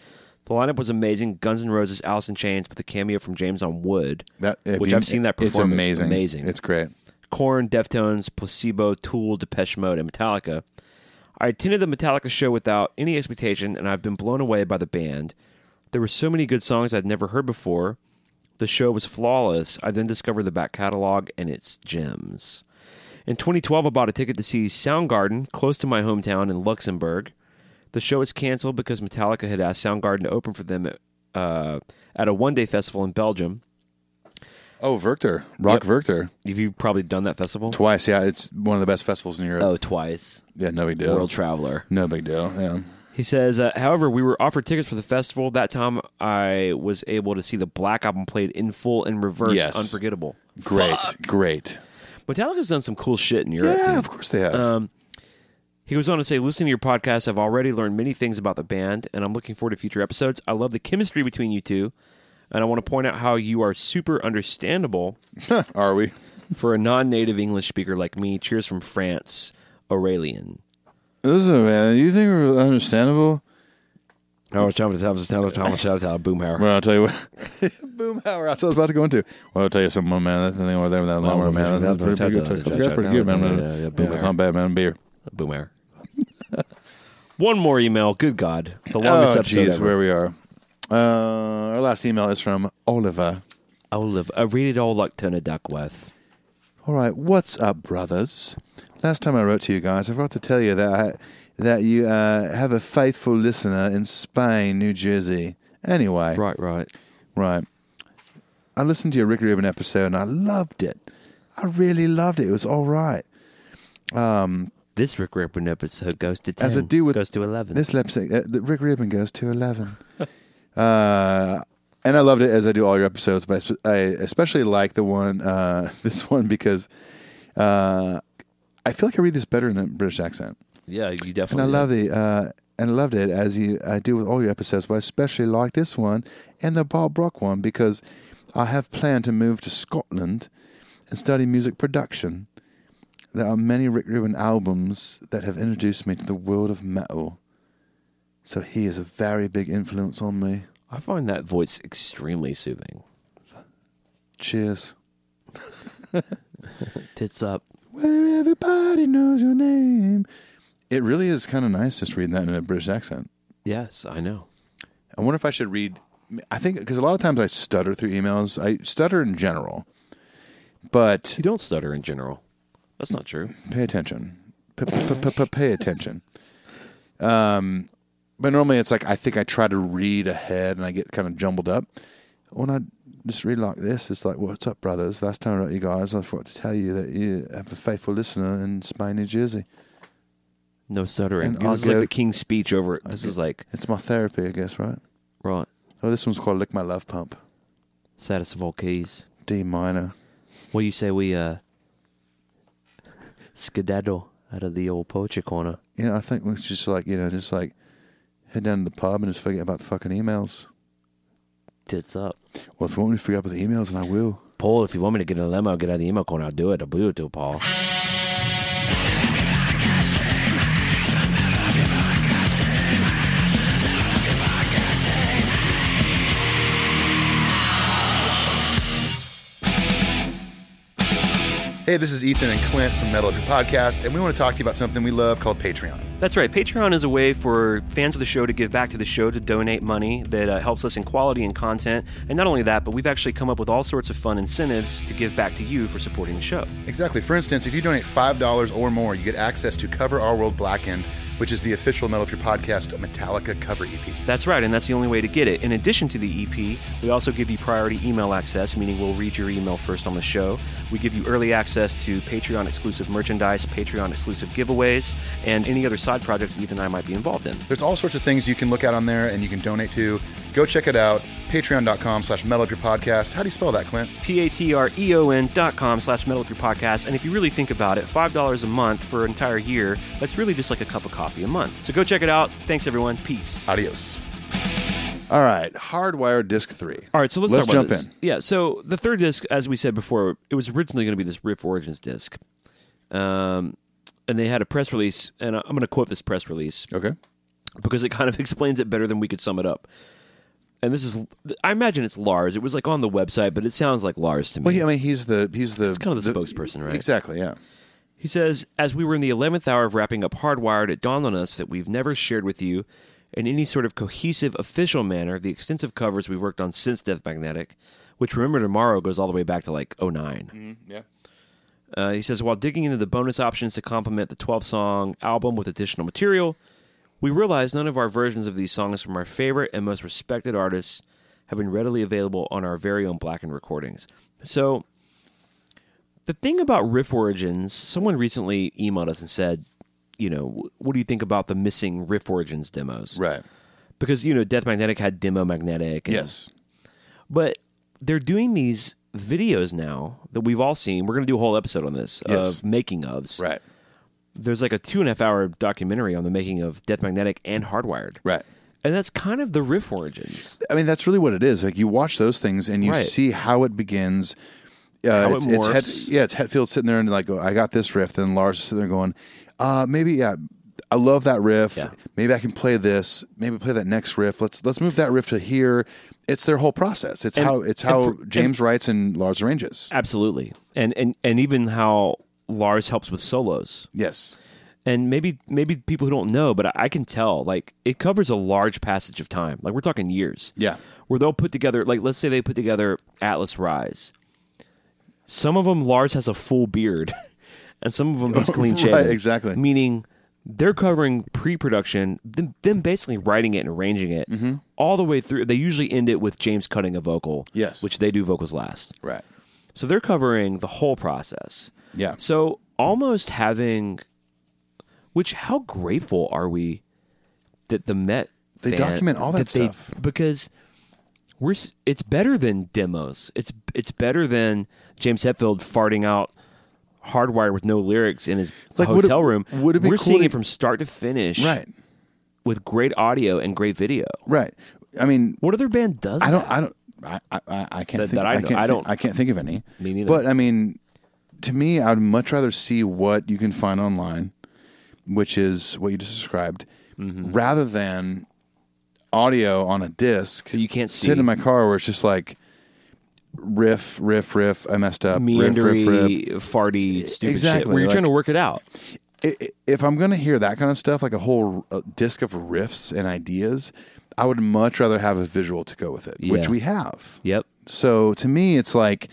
S3: The lineup was amazing Guns N' Roses, Alice in Chains, with a cameo from James on Wood,
S4: That, if
S3: which
S4: you-
S3: I've seen that
S4: It's
S3: performance.
S4: amazing.
S3: amazing.
S4: It's great.
S3: Korn, Deftones, Placebo, Tool, Depeche Mode, and Metallica. I attended the Metallica show without any expectation, and I've been blown away by the band. There were so many good songs I'd never heard before. The show was flawless. I then discovered the back catalog and its gems. In 2012, I bought a ticket to see Soundgarden close to my hometown in Luxembourg. The show was canceled because Metallica had asked Soundgarden to open for them at, uh, at a one day festival in Belgium.
S4: Oh, Verkter, Rock Verkter,
S3: Have you probably done that festival?
S4: twice. Yeah, it's one of the best festivals in Europe.
S3: oh, twice.
S4: Yeah, no big deal.
S3: World Traveler.
S4: no big deal. Yeah.
S3: He says, uh, however, we were offered tickets for the festival. That time I was able to see the Black Album played in full and reverse.
S4: Yes.
S3: Unforgettable.
S4: Great, great.
S3: Metallica's done some cool shit in Europe.
S4: Yeah, of course they have.
S3: Um, He goes on to say, listening to your podcast, I've already learned many things about the band, and I'm looking forward to future episodes. I love the chemistry between you two, and I want to point out how you are super understandable
S4: Are we?
S3: for a non native English speaker like me. Cheers from France, Aurelian.
S4: Listen, man, you think we're understandable?
S3: Oh, Boomhauer.
S4: Well, I'll tell you what. (laughs) Boomhauer, that's what I was about to go into. Well, I'll tell you something, man. That thing over there with that lawnmower, man. That's pretty, pretty good. That's pretty good, man.
S3: Yeah, yeah,
S4: Yeah, it's not bad, man. Beer.
S3: Boomer. (laughs) One more email. Good God, the
S4: Oh,
S3: longest episode
S4: jeez,
S3: ever.
S4: where we are. Uh, our last email is from Oliver.
S3: I'll live. I read it all like Turner Duckworth.
S4: All right, what's up, brothers? Last time I wrote to you guys, I forgot to tell you that I, that you uh, have a faithful listener in Spain, New Jersey. Anyway,
S3: Right, right.
S4: right. I listened to your Rick Rubin episode and I loved it. I really loved it. It was all right.
S3: This Rick Ripon episode goes to ten.
S4: As I do with
S3: goes to eleven.
S4: This lipstick, uh, the Rick Rubin goes to eleven. (laughs) uh, and I loved it as I do all your episodes, but I, sp- I especially like the one, uh, (laughs) this one because uh, I feel like I read this better in a British accent.
S3: Oh, yeah, you
S4: And
S3: definitely.
S4: I love the uh, and I loved it as you I do with all your episodes, but I especially like this one and the Bob Brock one because I have planned to move to Scotland and study music production. There are many Rick Rubin albums that have introduced me to the world of metal. So he is a very big influence on me.
S3: I find that voice extremely soothing.
S4: Cheers.
S5: Tits up.
S4: Where everybody knows your name. It really is kind of nice just reading that in a British accent.
S3: Yes, I know.
S4: I wonder if I should read. I think because a lot of times I stutter through emails. I stutter in general, but
S3: You don't stutter in general. That's not true.
S4: pay attention. P- p- p- p- Pay attention. Um, but normally it's like I think I try to read ahead and I get kind of jumbled up. When I just read like this, it's like, "What's up, brothers? Last time I wrote you guys, I forgot to tell you that you have a faithful listener in Spain, New Jersey.
S3: No stuttering.
S4: And
S3: Dude, this is
S4: I'll
S3: like
S4: go-
S3: the King's speech over. This is like
S4: It's my therapy, I guess, right?
S3: right.
S4: Oh, this one's called "Lick My Love Pump,"
S3: Saddest of all keys.
S4: D minor.
S3: What do you say we uh skedaddle out of the old poacher corner?
S4: you know, I think we should just like, you know, just like head down to the pub and just forget about the fucking emails.
S3: Tits up.
S4: Well, if you want me to forget about the emails, and I will.
S3: Paul, if you want me to get a limo, get out of the email corner, I'll do it. I'll do it to Paul.
S4: Hey, this is Ethan and Clint from Metal Up Your Podcast, and we want to talk to you about something we love called Patreon.
S3: That's right. Patreon is a way for fans of the show to give back to the show, to donate money that uh, helps us in quality and content. And not only that, but we've actually come up with all sorts of fun incentives to give back to you for supporting the show.
S4: Exactly. For instance, if you donate $5 or more, you get access to Cover Our World Blackened, which is the official Metal Up Your Podcast Metallica cover E EP.
S3: That's right, and that's the only way to get it. In addition to the EP, we also give you priority email access, meaning we'll read your email first on the show. We give you early access to Patreon exclusive merchandise, Patreon exclusive giveaways, and any other side projects that Ethan and I might be involved in.
S4: There's all sorts of things you can look at on there and you can donate to. Go check it out. Patreon.com slash Metal Up Your Podcast. How do you spell that, Clint?
S3: P-A-T-R-E-O-N E dot com slash metal up your podcast. And if you really think about it, $5 a month for an entire year, that's really just like a cup of coffee a month. So go check it out. Thanks, everyone. Peace.
S4: Adios. All right, hardwired disc three.
S3: All right, so let's,
S4: Let's
S3: talk about
S4: jump
S3: this.
S4: in.
S3: Yeah, so the third disc, as we said before, it was originally going to be this Riff Origins disc, um, and they had a press release, and I- I'm going to quote this press release
S4: Okay.
S3: because it kind of (laughs) explains it better than we could sum it up. And this is, I imagine it's Lars. It was like on the website, but it sounds like Lars to me.
S4: Well, yeah, I mean, he's the he's the
S3: kind of the spokesperson, right?
S4: Exactly. Yeah.
S3: He says, As we were in the 11th hour of wrapping up Hardwired, it dawned on us that we've never shared with you, in any sort of cohesive, official manner, the extensive covers we've worked on since Death Magnetic, which remember tomorrow goes all the way back to like 9
S4: Yeah.
S3: Uh, he says, While digging into the bonus options to complement the 12 song album with additional material, we realized none of our versions of these songs from our favorite and most respected artists have been readily available on our very own Blackened recordings. So, the thing about Riff Origins, someone recently emailed us and said, you know, what do you think about the missing Riff Origins demos?
S4: Right.
S3: Because, you know, Death Magnetic had Demo Magnetic. and-
S4: Yes.
S3: But they're doing these videos now that we've all seen. We're going to do a whole episode on this
S4: Yes.
S3: of making ofs
S4: Right.
S3: there's like a two and a half hour documentary on the making of Death Magnetic and Hardwired.
S4: Right.
S3: And that's kind of the riff origins.
S4: I mean, that's really what it is. Like you watch those things and you
S3: Right.
S4: see how it begins. Uh,
S3: it
S4: it's, it's
S3: morphs.
S4: Het- yeah, it's Hetfield sitting there and like, oh, I got this riff. Then Lars is sitting there going, uh, maybe yeah, I love that riff.
S3: Yeah.
S4: Maybe I can play this. Maybe play that next riff. Let's let's move that riff to here. It's their whole process. It's how it's
S3: and
S4: how
S3: for- and-
S4: James writes and Lars arranges.
S3: Absolutely. And and and even how Lars helps with solos.
S4: Yes.
S3: And maybe maybe people who don't know, but I, I can tell like it covers a large passage of time. Like we're talking years.
S4: Yeah.
S3: Where they'll put together like let's say they put together Atlas Rise. Some of them Lars has a full beard (laughs) and some of them
S4: (laughs)
S3: he's clean
S4: Right,
S3: shaven.
S4: exactly.
S3: meaning they're covering pre-production them, them basically writing it and arranging it
S4: Mm-hmm.
S3: all the way through they usually end it with james cutting a vocal
S4: Yes.
S3: which they do vocals last
S4: Right.
S3: so they're covering the whole process
S4: Yeah.
S3: so almost having which how grateful are we that the met
S4: They
S3: fan-
S4: document all that
S3: they-
S4: stuff.
S3: because we're s- it's better than demos it's it's better than james hetfield farting out hardwired with no lyrics in his
S4: Like, would it-
S3: hotel room
S4: would it be
S3: we're
S4: cool
S3: seeing
S4: to-
S3: it from start to finish
S4: Right.
S3: with great audio and great video
S4: Right. I mean,
S3: what other band does
S4: I don't.
S3: that?
S4: I don't. I. I- I, I can't think.
S3: That- that I know.
S4: can't
S3: I
S4: thi-
S3: don't-
S4: I can't think of any.
S3: Me neither.
S4: But I mean, to me, I'd much rather see what
S3: Mm-hmm.
S4: you can find online, which is what you just described, rather than audio on a disc.
S3: That you can't
S4: Sit
S3: see.
S4: in my car where it's just like riff, riff, riff. I messed up. Riff,
S3: meandery,
S4: riff, riff.
S3: farty, stupid shit.
S4: Exactly,
S3: Where you're
S4: like-
S3: trying to work it out.
S4: I- I- If I'm gonna hear that kind of stuff, like a whole uh, disc of riffs and ideas, I would much rather have a visual to go with it, which
S3: Yeah.
S4: we have.
S3: Yep.
S4: So to me, it's like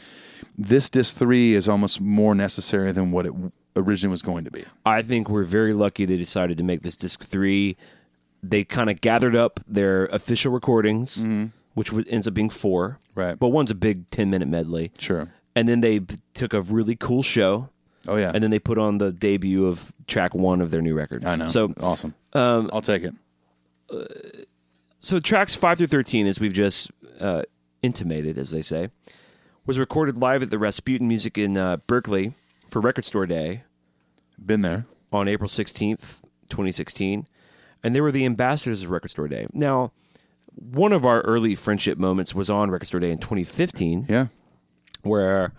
S4: this disc three is almost more necessary than what it w- originally was going to be.
S3: I think we're very lucky they decided to make this disc three. They kind of gathered up their official recordings, which wa- ends up being four.
S4: Mm-hmm. Right.
S3: But one's a big 10 minute medley.
S4: Sure.
S3: And then they b- took a really cool show.
S4: Oh yeah.
S3: And then they put on the debut of track one of their new record.
S4: I know.
S3: So, um,
S4: awesome. I'll take it.
S3: so tracks five through 13, as we've just uh, intimated, as they say, was recorded live at the Rasputin Music in uh, Berkeley for Record Store Day
S4: Been there.
S3: on April 16th, 2016, and they were the ambassadors of Record Store Day. Now, one of our early friendship moments was on Record Store Day in 2015,
S4: Yeah.
S3: where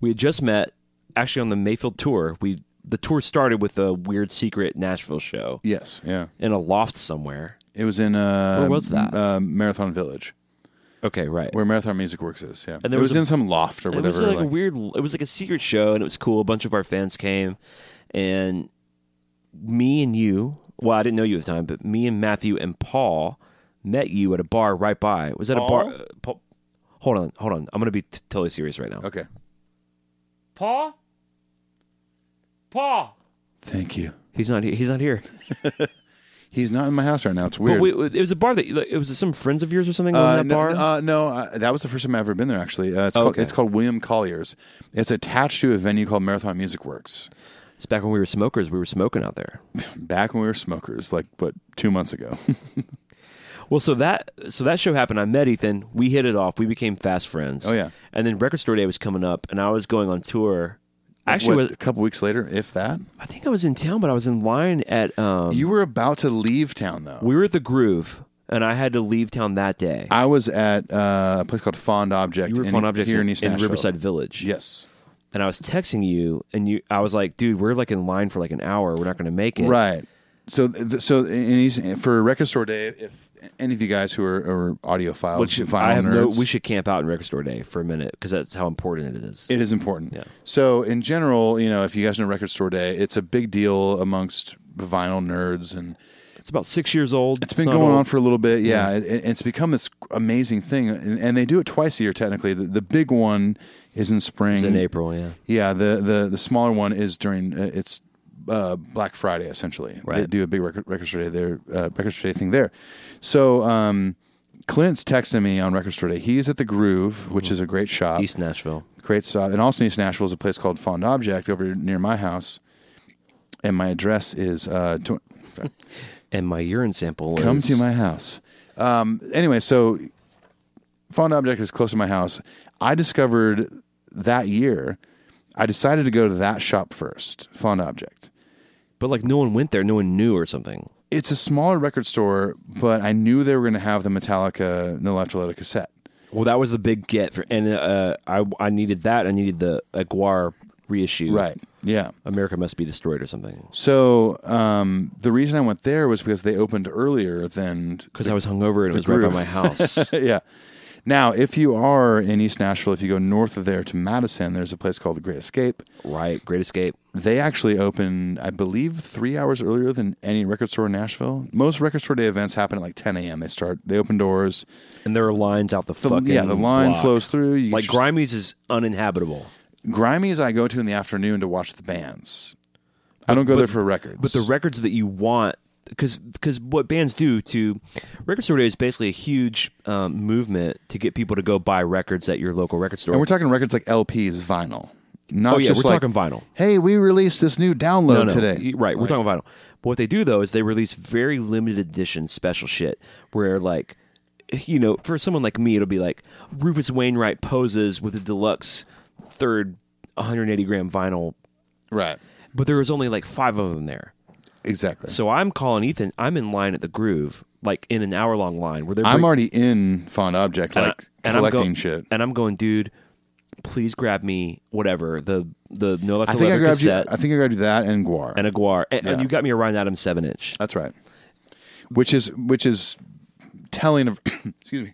S3: we had just met actually on the Mayfield tour. We the tour started with a weird secret Nashville show
S4: Yes. Yeah.
S3: in a loft somewhere.
S4: It was in uh,
S3: Where was that?
S4: Uh, Marathon Village,
S3: Okay, right.
S4: where Marathon Music Works is. Yeah,
S3: And
S4: and
S3: there
S4: it was,
S3: was a-
S4: in some loft or
S3: it
S4: whatever.
S3: was like, a
S4: like-
S3: weird. It was like a secret show, and it was cool. A bunch of our fans came, and me and you. Well, I didn't know you at the time, but me and Matthew and Paul met you at a bar right by. It Was at a bar? uh, Paul, hold on, hold on. I'm gonna be t- totally serious right now.
S4: Okay.
S3: Paul, Paul.
S4: Thank you.
S3: He's not here. He's not here.
S4: He's not in my house right now. It's
S3: But
S4: weird.
S3: we, it was a bar that like, it was some friends of yours or something.
S4: uh,
S3: on that
S4: no,
S3: bar.
S4: uh, no, uh, that was the first time I've ever been there. Actually, uh, it's, called,
S3: Okay.
S4: it's called William Collier's. It's attached to a venue called Marathon Music Works.
S3: it's back when we were smokers. We were smoking out there.
S4: Back when we were smokers, like what two months ago. (laughs)
S3: Well, so that so that show happened. I met Ethan. We hit it off. We became fast friends.
S4: Oh, yeah.
S3: And then Record Store Day was coming up, and I was going on tour. Actually,
S4: What,
S3: was,
S4: a couple weeks later, if that,
S3: I think I was in town, but I was in line at. Um,
S4: you were about to leave town though.
S3: we were at the Groove, and I had to leave town that day.
S4: I was at uh, a place called Fond Object.
S3: you were
S4: in-
S3: fun objects
S4: here
S3: in,
S4: in, East
S3: in
S4: Nashville.
S3: Riverside Village.
S4: Yes.
S3: And I was texting you, and you, I was like, "Dude, we're like in line for like an hour. We're not going to make it."
S4: Right. So, th- so in, East- for Record Store Day, if any of you guys who are, are audiophiles,
S3: Which
S4: vinyl
S3: I have no.
S4: nerds,
S3: We should camp out in Record Store Day for a minute because that's how important it is.
S4: It is important. So, in general, you know, if you guys know Record Store Day, it's a big deal amongst vinyl nerds, and
S3: it's about six years old.
S4: it's been
S3: not
S4: going
S3: old.
S4: on for a little bit. Yeah, It, it- it's become this amazing thing, and, and they do it twice a year. Technically, the, the big one is in spring.
S3: It's in April. Yeah.
S4: Yeah, the the the smaller one is during uh, it's uh, Black Friday essentially. They
S3: Right.
S4: do a big record record store day there, uh, record store day thing there. So um, Clint's texting me on record store day. He's at the Groove, which is a great shop,
S3: Mm-hmm. East Nashville.
S4: great shop, and also in East Nashville is a place called Fond Object over near my house, and my address is uh, tw-
S3: and my urine sample
S4: Come
S3: is-
S4: to my house. Um, anyway, so Fond Object is close to my house. I discovered that year, I decided to go to that shop first, Fond Object.
S3: but like no one went there no one knew or something
S4: It's a smaller record store, but I knew they were going to have the Metallica No Left Allowed cassette.
S3: well that was the big get for and uh, I, I needed that i needed the aguar reissue
S4: Yeah.
S3: america must be destroyed or something
S4: So um, the reason I went there was because they opened earlier than (laughs)
S3: because i was hungover and it was right by
S4: groove.
S3: my house
S4: yeah. Now, if you are in East Nashville, if you go north of there to Madison, there's a place called The Great Escape.
S3: (laughs) right great escape
S4: they actually open, I believe, three hours earlier than any record store in Nashville. Most record store day events happen at like 10 a.m. They start, they open doors.
S3: and there are lines out the,
S4: The,
S3: fucking
S4: yeah, the line
S3: block.
S4: flows through. You
S3: like
S4: just-
S3: grimey's is uninhabitable
S4: Grimey's, I go to in the afternoon to watch the bands. I don't go there for records.
S3: but the records that you want because because what bands do to record store day is basically a huge um, movement to get people to go buy records at your local record store
S4: and we're talking records like LPs, vinyl. Not
S3: Oh, yeah,
S4: just
S3: we're
S4: like,
S3: talking vinyl.
S4: Hey, we released this new download
S3: Y-
S4: today.
S3: Right, we're talking vinyl. But what they do though is they release very limited edition special shit where like you know, for someone like me it'll be like Rufus Wainwright poses with a deluxe third 180 gram vinyl,
S4: Right.
S3: but there was only like 5 of them there.
S4: Exactly.
S3: So I'm calling Ethan, I'm in line at the Groove like in an hour long line where they're
S4: I'm
S3: bring-
S4: already in Fond Object,
S3: and I-
S4: like
S3: and I'm go-
S4: collecting shit.
S3: And I'm going, dude, please grab me whatever, the the no left
S4: I think I grabbed
S3: cassette
S4: you. I think I grabbed you that and Guar.
S3: and a guar. And, and
S4: Yeah.
S3: you got me a Ryan Adams 7 inch.
S4: That's right. Which is which is telling of (coughs) excuse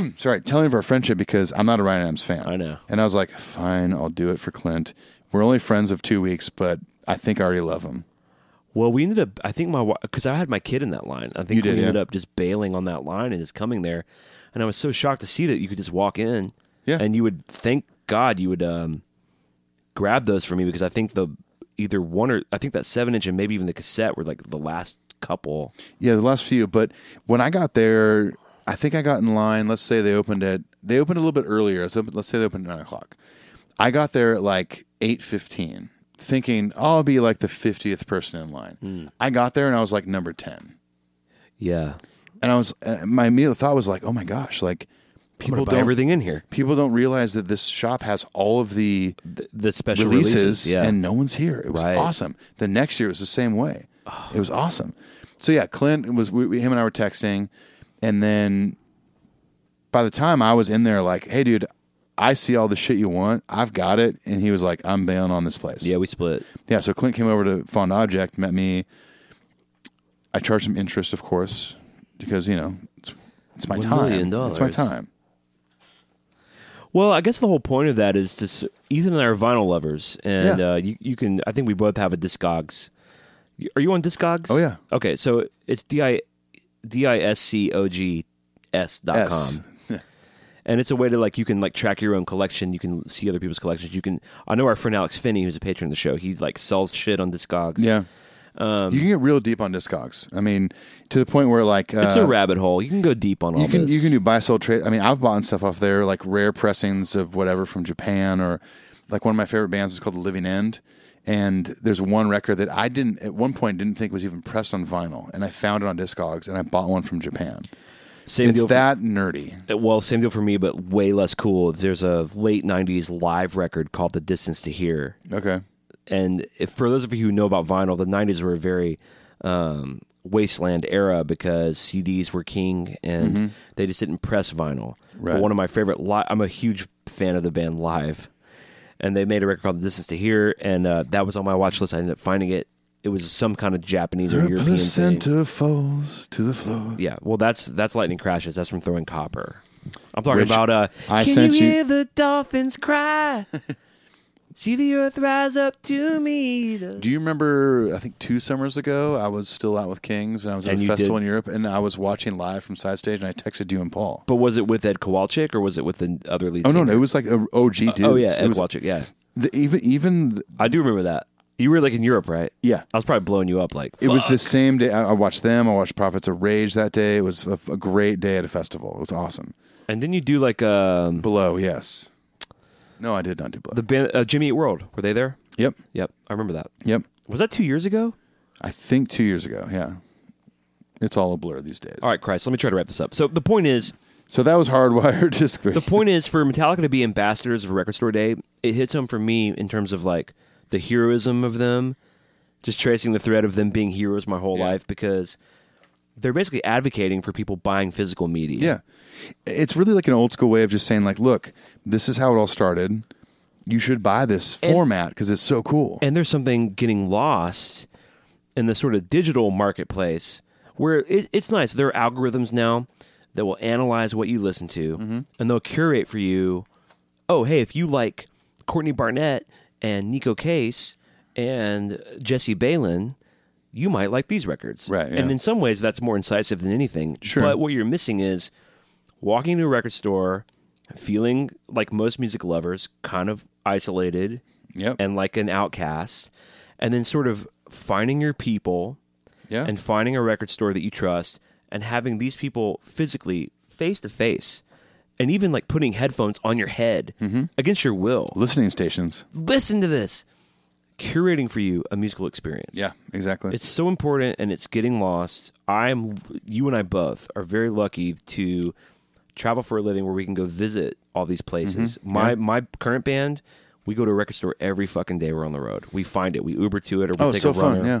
S4: me, (coughs) sorry, telling of our friendship because I'm not a Ryan Adams fan.
S3: I know.
S4: and I was like, fine, I'll do it for Clint. We're only friends of two weeks, but I think I already love him.
S3: Well, we ended up. I think my because I had my kid in that line. I think
S4: You did,
S3: we
S4: yeah.
S3: ended up just bailing on that line and just coming there. And I was so shocked to see that you could just walk in.
S4: Yeah.
S3: And you would thank God you would um, grab those for me because I think the either one or I think that seven inch and maybe even the cassette were like the last couple.
S4: Yeah, the last few. But when I got there, I think I got in line. Let's say they opened at they opened a little bit earlier. So let's say they opened at nine o'clock. I got there at like eight fifteen, thinking "Oh, I'll be like the fiftieth person in line.
S3: Hmm.
S4: I got there and I was like number ten,
S3: Yeah.
S4: and I was uh, my immediate thought was like, oh my gosh, like
S3: People
S4: people
S3: buy
S4: don't
S3: everything in here.
S4: people don't realize that this shop has all of the
S3: The, the special
S4: releases,
S3: releases, yeah.
S4: and no one's here. It was
S3: Right. Oh.
S4: awesome. The next year it was the same way. It was awesome. So yeah, Clint was we, we- him and I were texting, and then by the time I was in there, like, hey, dude, I see all the shit you want. I've got it, and he was like, I'm bailing on this place.
S3: yeah, we split.
S4: Yeah, so Clint came over to Fond Object, met me. I charged him interest, of course, because you know it's, it's my
S3: One
S4: time.
S3: million
S4: It's my
S3: dollars.
S4: time.
S3: Well, I guess the whole point of that is to s- Ethan and I are vinyl lovers, and
S4: Yeah.
S3: uh, you you can I think we both have a Discogs. Y- Are you on Discogs?
S4: Oh, yeah.
S3: Okay, so it's d i d i s c o g s dot
S4: S.
S3: com, and it's a way to like you can like track your own collection. You can see other people's collections. You can I know our friend Alex Finney, who's a patron of the show. He like sells shit on Discogs.
S4: Yeah.
S3: Um,
S4: you can get real deep on Discogs. I mean, to the point where like uh,
S3: It's a rabbit hole. You can go deep on all
S4: you can
S3: this.
S4: you can do buy sell trade. I mean, I've bought stuff off there, like rare pressings of whatever from Japan or like one of my favorite bands is called The Living End. And there's one record that I didn't at one point didn't think was even pressed on vinyl, and I found it on Discogs, and I bought one from Japan.
S3: same
S4: it's
S3: deal for-
S4: that nerdy.
S3: well, same deal for me, but way less cool. There's a late '90s live record called "The Distance to Here."
S4: Okay,
S3: and if, for those of you who know about vinyl, the '90s were a very um, wasteland era because CDs were king, and they just didn't press vinyl.
S4: Mm-hmm. Right.
S3: But one of my favorite, li- I'm a huge fan of the band Live, and they made a record called "The Distance to Here," and uh, that was on my watch list. I ended up finding it. It was some kind of Japanese or
S4: her
S3: European thing.
S4: placenta falls to the floor.
S3: Yeah, well, that's that's lightning crashes. That's from throwing copper. I'm talking
S4: Which
S3: about. Uh,
S4: I
S3: Can
S4: sent
S3: you
S4: you-
S3: hear the dolphins
S4: (laughs)
S3: cry? See the earth rise up to me.
S4: Do you remember? I think two summers ago, I was still out with Kings, and I was at
S3: And
S4: a
S3: you
S4: festival
S3: did-
S4: in Europe, and I was watching live from side stage, and I texted you and Paul.
S3: But was it with Ed Kowalczyk or was it with the other lead?
S4: Oh no,
S3: singer?
S4: no, it was like a OG dude.
S3: oh yeah,
S4: it
S3: Ed
S4: was,
S3: Kowalczyk. Yeah,
S4: the, even even the-
S3: I do remember that. You were like in Europe, right?
S4: yeah.
S3: I was probably blowing you up. Like
S4: It was the same day. I I watched them. I watched Prophets of Rage that day. It was a, a great day at a festival. It was awesome.
S3: and then you do like um,
S4: Below, yes. No, I did not do Below.
S3: the band uh, Jimmy Eat World. Were they there?
S4: yep,
S3: Yep, I remember that.
S4: yep.
S3: Was that two years ago?
S4: I think two years ago. Yeah, it's all a blur these days.
S3: All right, Christ. Let me try to wrap this up. So the point is,
S4: So that was Hardwired (laughs) Disc Three.
S3: the point is for Metallica to be ambassadors of Record Store Day, it hits home for me in terms of like the heroism of them, just tracing the thread of them being heroes my whole
S4: Yeah.
S3: life because they're basically advocating for people buying physical media.
S4: yeah, it's really like an old school way of just saying like, look, this is how it all started. You should buy this
S3: And-
S4: format because it's so cool.
S3: and there's something getting lost in the sort of digital marketplace where it, it's nice. There are algorithms now that will analyze what you listen to
S4: Mm-hmm.
S3: and they'll curate for you. Oh, hey, if you like Courtney Barnett and Nico Case and Jesse Balin, you might like these records.
S4: Right, yeah.
S3: And in some ways, that's more incisive than anything.
S4: Sure.
S3: But what you're missing is walking to a record store, feeling like most music lovers, kind of isolated
S4: yep.
S3: and like an outcast, and then sort of finding your people
S4: yeah.
S3: and finding a record store that you trust and having these people physically face to face and even like putting headphones on your head
S4: Mm-hmm.
S3: against your will.
S4: listening stations.
S3: Listen to this. Curating for you a musical experience.
S4: Yeah, exactly.
S3: (laughs) It's so important and it's getting lost. I'm you and I both are very lucky to travel for a living where we can go visit all these places.
S4: Mm-hmm.
S3: My my current band, we go to a record store every fucking day we're on the road. We find it, we Uber to it or we
S4: oh,
S3: take
S4: it's so
S3: a
S4: fun.
S3: runner.
S4: Yeah,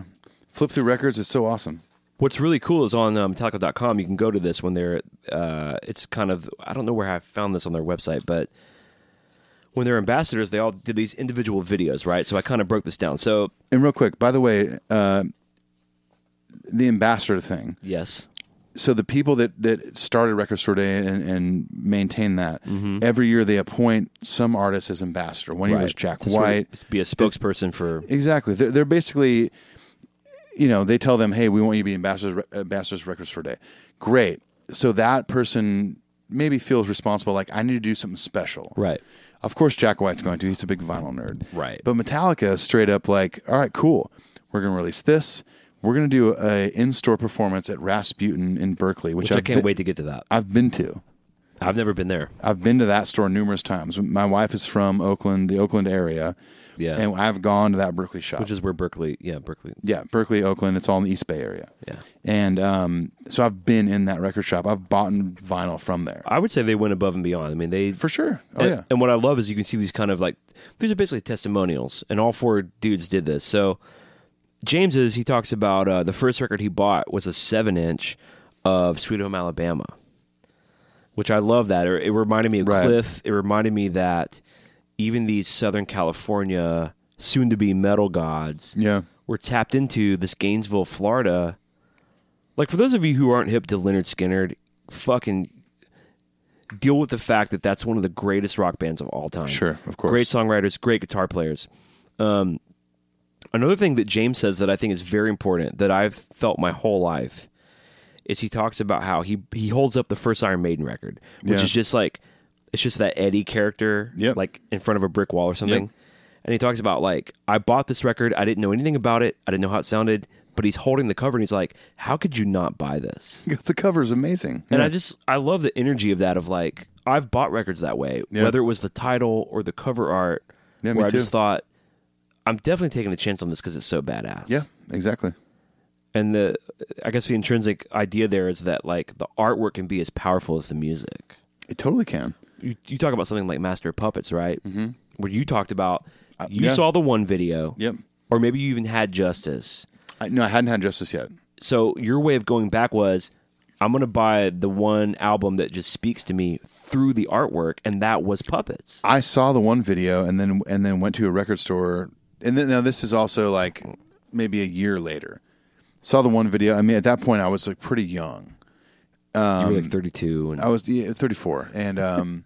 S4: flip through records. It's so awesome.
S3: What's really cool is on um, Metallica.com. You can go to this when they're. Uh, it's kind of I don't know where I found this on their website, but when they're ambassadors, they all did these individual videos, right? So I kind of broke this down. So
S4: And real quick, by the way, uh, the ambassador thing.
S3: yes,
S4: so the people that that started Record Store Day and, and maintain that
S3: Mm-hmm.
S4: every year they appoint some artist as ambassador. One year was Jack
S3: To sort of
S4: White.
S3: be a spokesperson for
S4: Exactly. They're, they're basically, you know, they tell them, hey, we want you to be ambassadors, ambassadors of records for a day. Great. So that person maybe feels responsible, like, I need to do something special.
S3: Right.
S4: Of course, Jack White's going to. He's a big vinyl nerd.
S3: Right.
S4: But Metallica is straight up like, all right, cool. We're going to release this. We're going to do a in-store performance at Rasputin in Berkeley, which,
S3: Which I
S4: I've
S3: can't
S4: been-
S3: wait to get to that.
S4: I've been to.
S3: I've never been there.
S4: I've been to that store numerous times. My wife is from Oakland, the Oakland area.
S3: Yeah.
S4: And I've gone to that Berkeley shop.
S3: Which is where Berkeley, yeah, Berkeley.
S4: Yeah, Berkeley, Oakland. It's all in the East Bay area.
S3: Yeah.
S4: And um, so I've been in that record shop. I've bought vinyl from there
S3: I would say they went above and beyond. I mean, they
S4: for sure. Oh
S3: and,
S4: yeah.
S3: and what I love is you can see these kind of like these are basically testimonials, and all four dudes did this. So James's he talks about uh, the first record he bought was a seven inch of Sweet Home Alabama, which I love that. It it reminded me of
S4: Right.
S3: Cliff. It reminded me that even these Southern California soon to be metal gods
S4: yeah.
S3: we're tapped into this Gainesville, Florida. Like for those of you who aren't hip to Leonard Skinner, fucking deal with the fact that that's one of the greatest rock bands of all time.
S4: Sure, of course.
S3: Great songwriters, great guitar players. Um, another thing that James says that I think is very important that I've felt my whole life is he talks about how he he holds up the first Iron Maiden record, which
S4: Yeah.
S3: is just like it's just that Eddie character,
S4: Yep.
S3: like in front of a brick wall or something.
S4: Yep.
S3: And he talks about like I bought this record, I didn't know anything about it, I didn't know how it sounded, but he's holding the cover and he's like, "How could you not buy this?"
S4: (laughs) The cover is amazing.
S3: And
S4: Yeah.
S3: I just I love the energy of that of like I've bought records that way,
S4: Yeah.
S3: whether it was the title or the cover art,
S4: Yeah, me
S3: where I
S4: too.
S3: just thought I'm definitely taking a chance on this because it's so badass.
S4: yeah, exactly.
S3: and the I guess the intrinsic idea there is that like the artwork can be as powerful as the music.
S4: It totally can.
S3: You, you talk about something like Master of Puppets, right? Mm-hmm. Where you talked about you
S4: Uh, yeah.
S3: saw the one video,
S4: Yep.
S3: or maybe you even had Justice.
S4: I, no, I hadn't had justice yet.
S3: so your way of going back was I'm going to buy the one album that just speaks to me through the artwork, and that was Puppets.
S4: I saw the one video and then and then went to a record store. And then now this is also like maybe a year later. Saw the one video. I mean, at that point, I was like pretty young.
S3: you were like 32, and
S4: Um, I was yeah, 34, and um,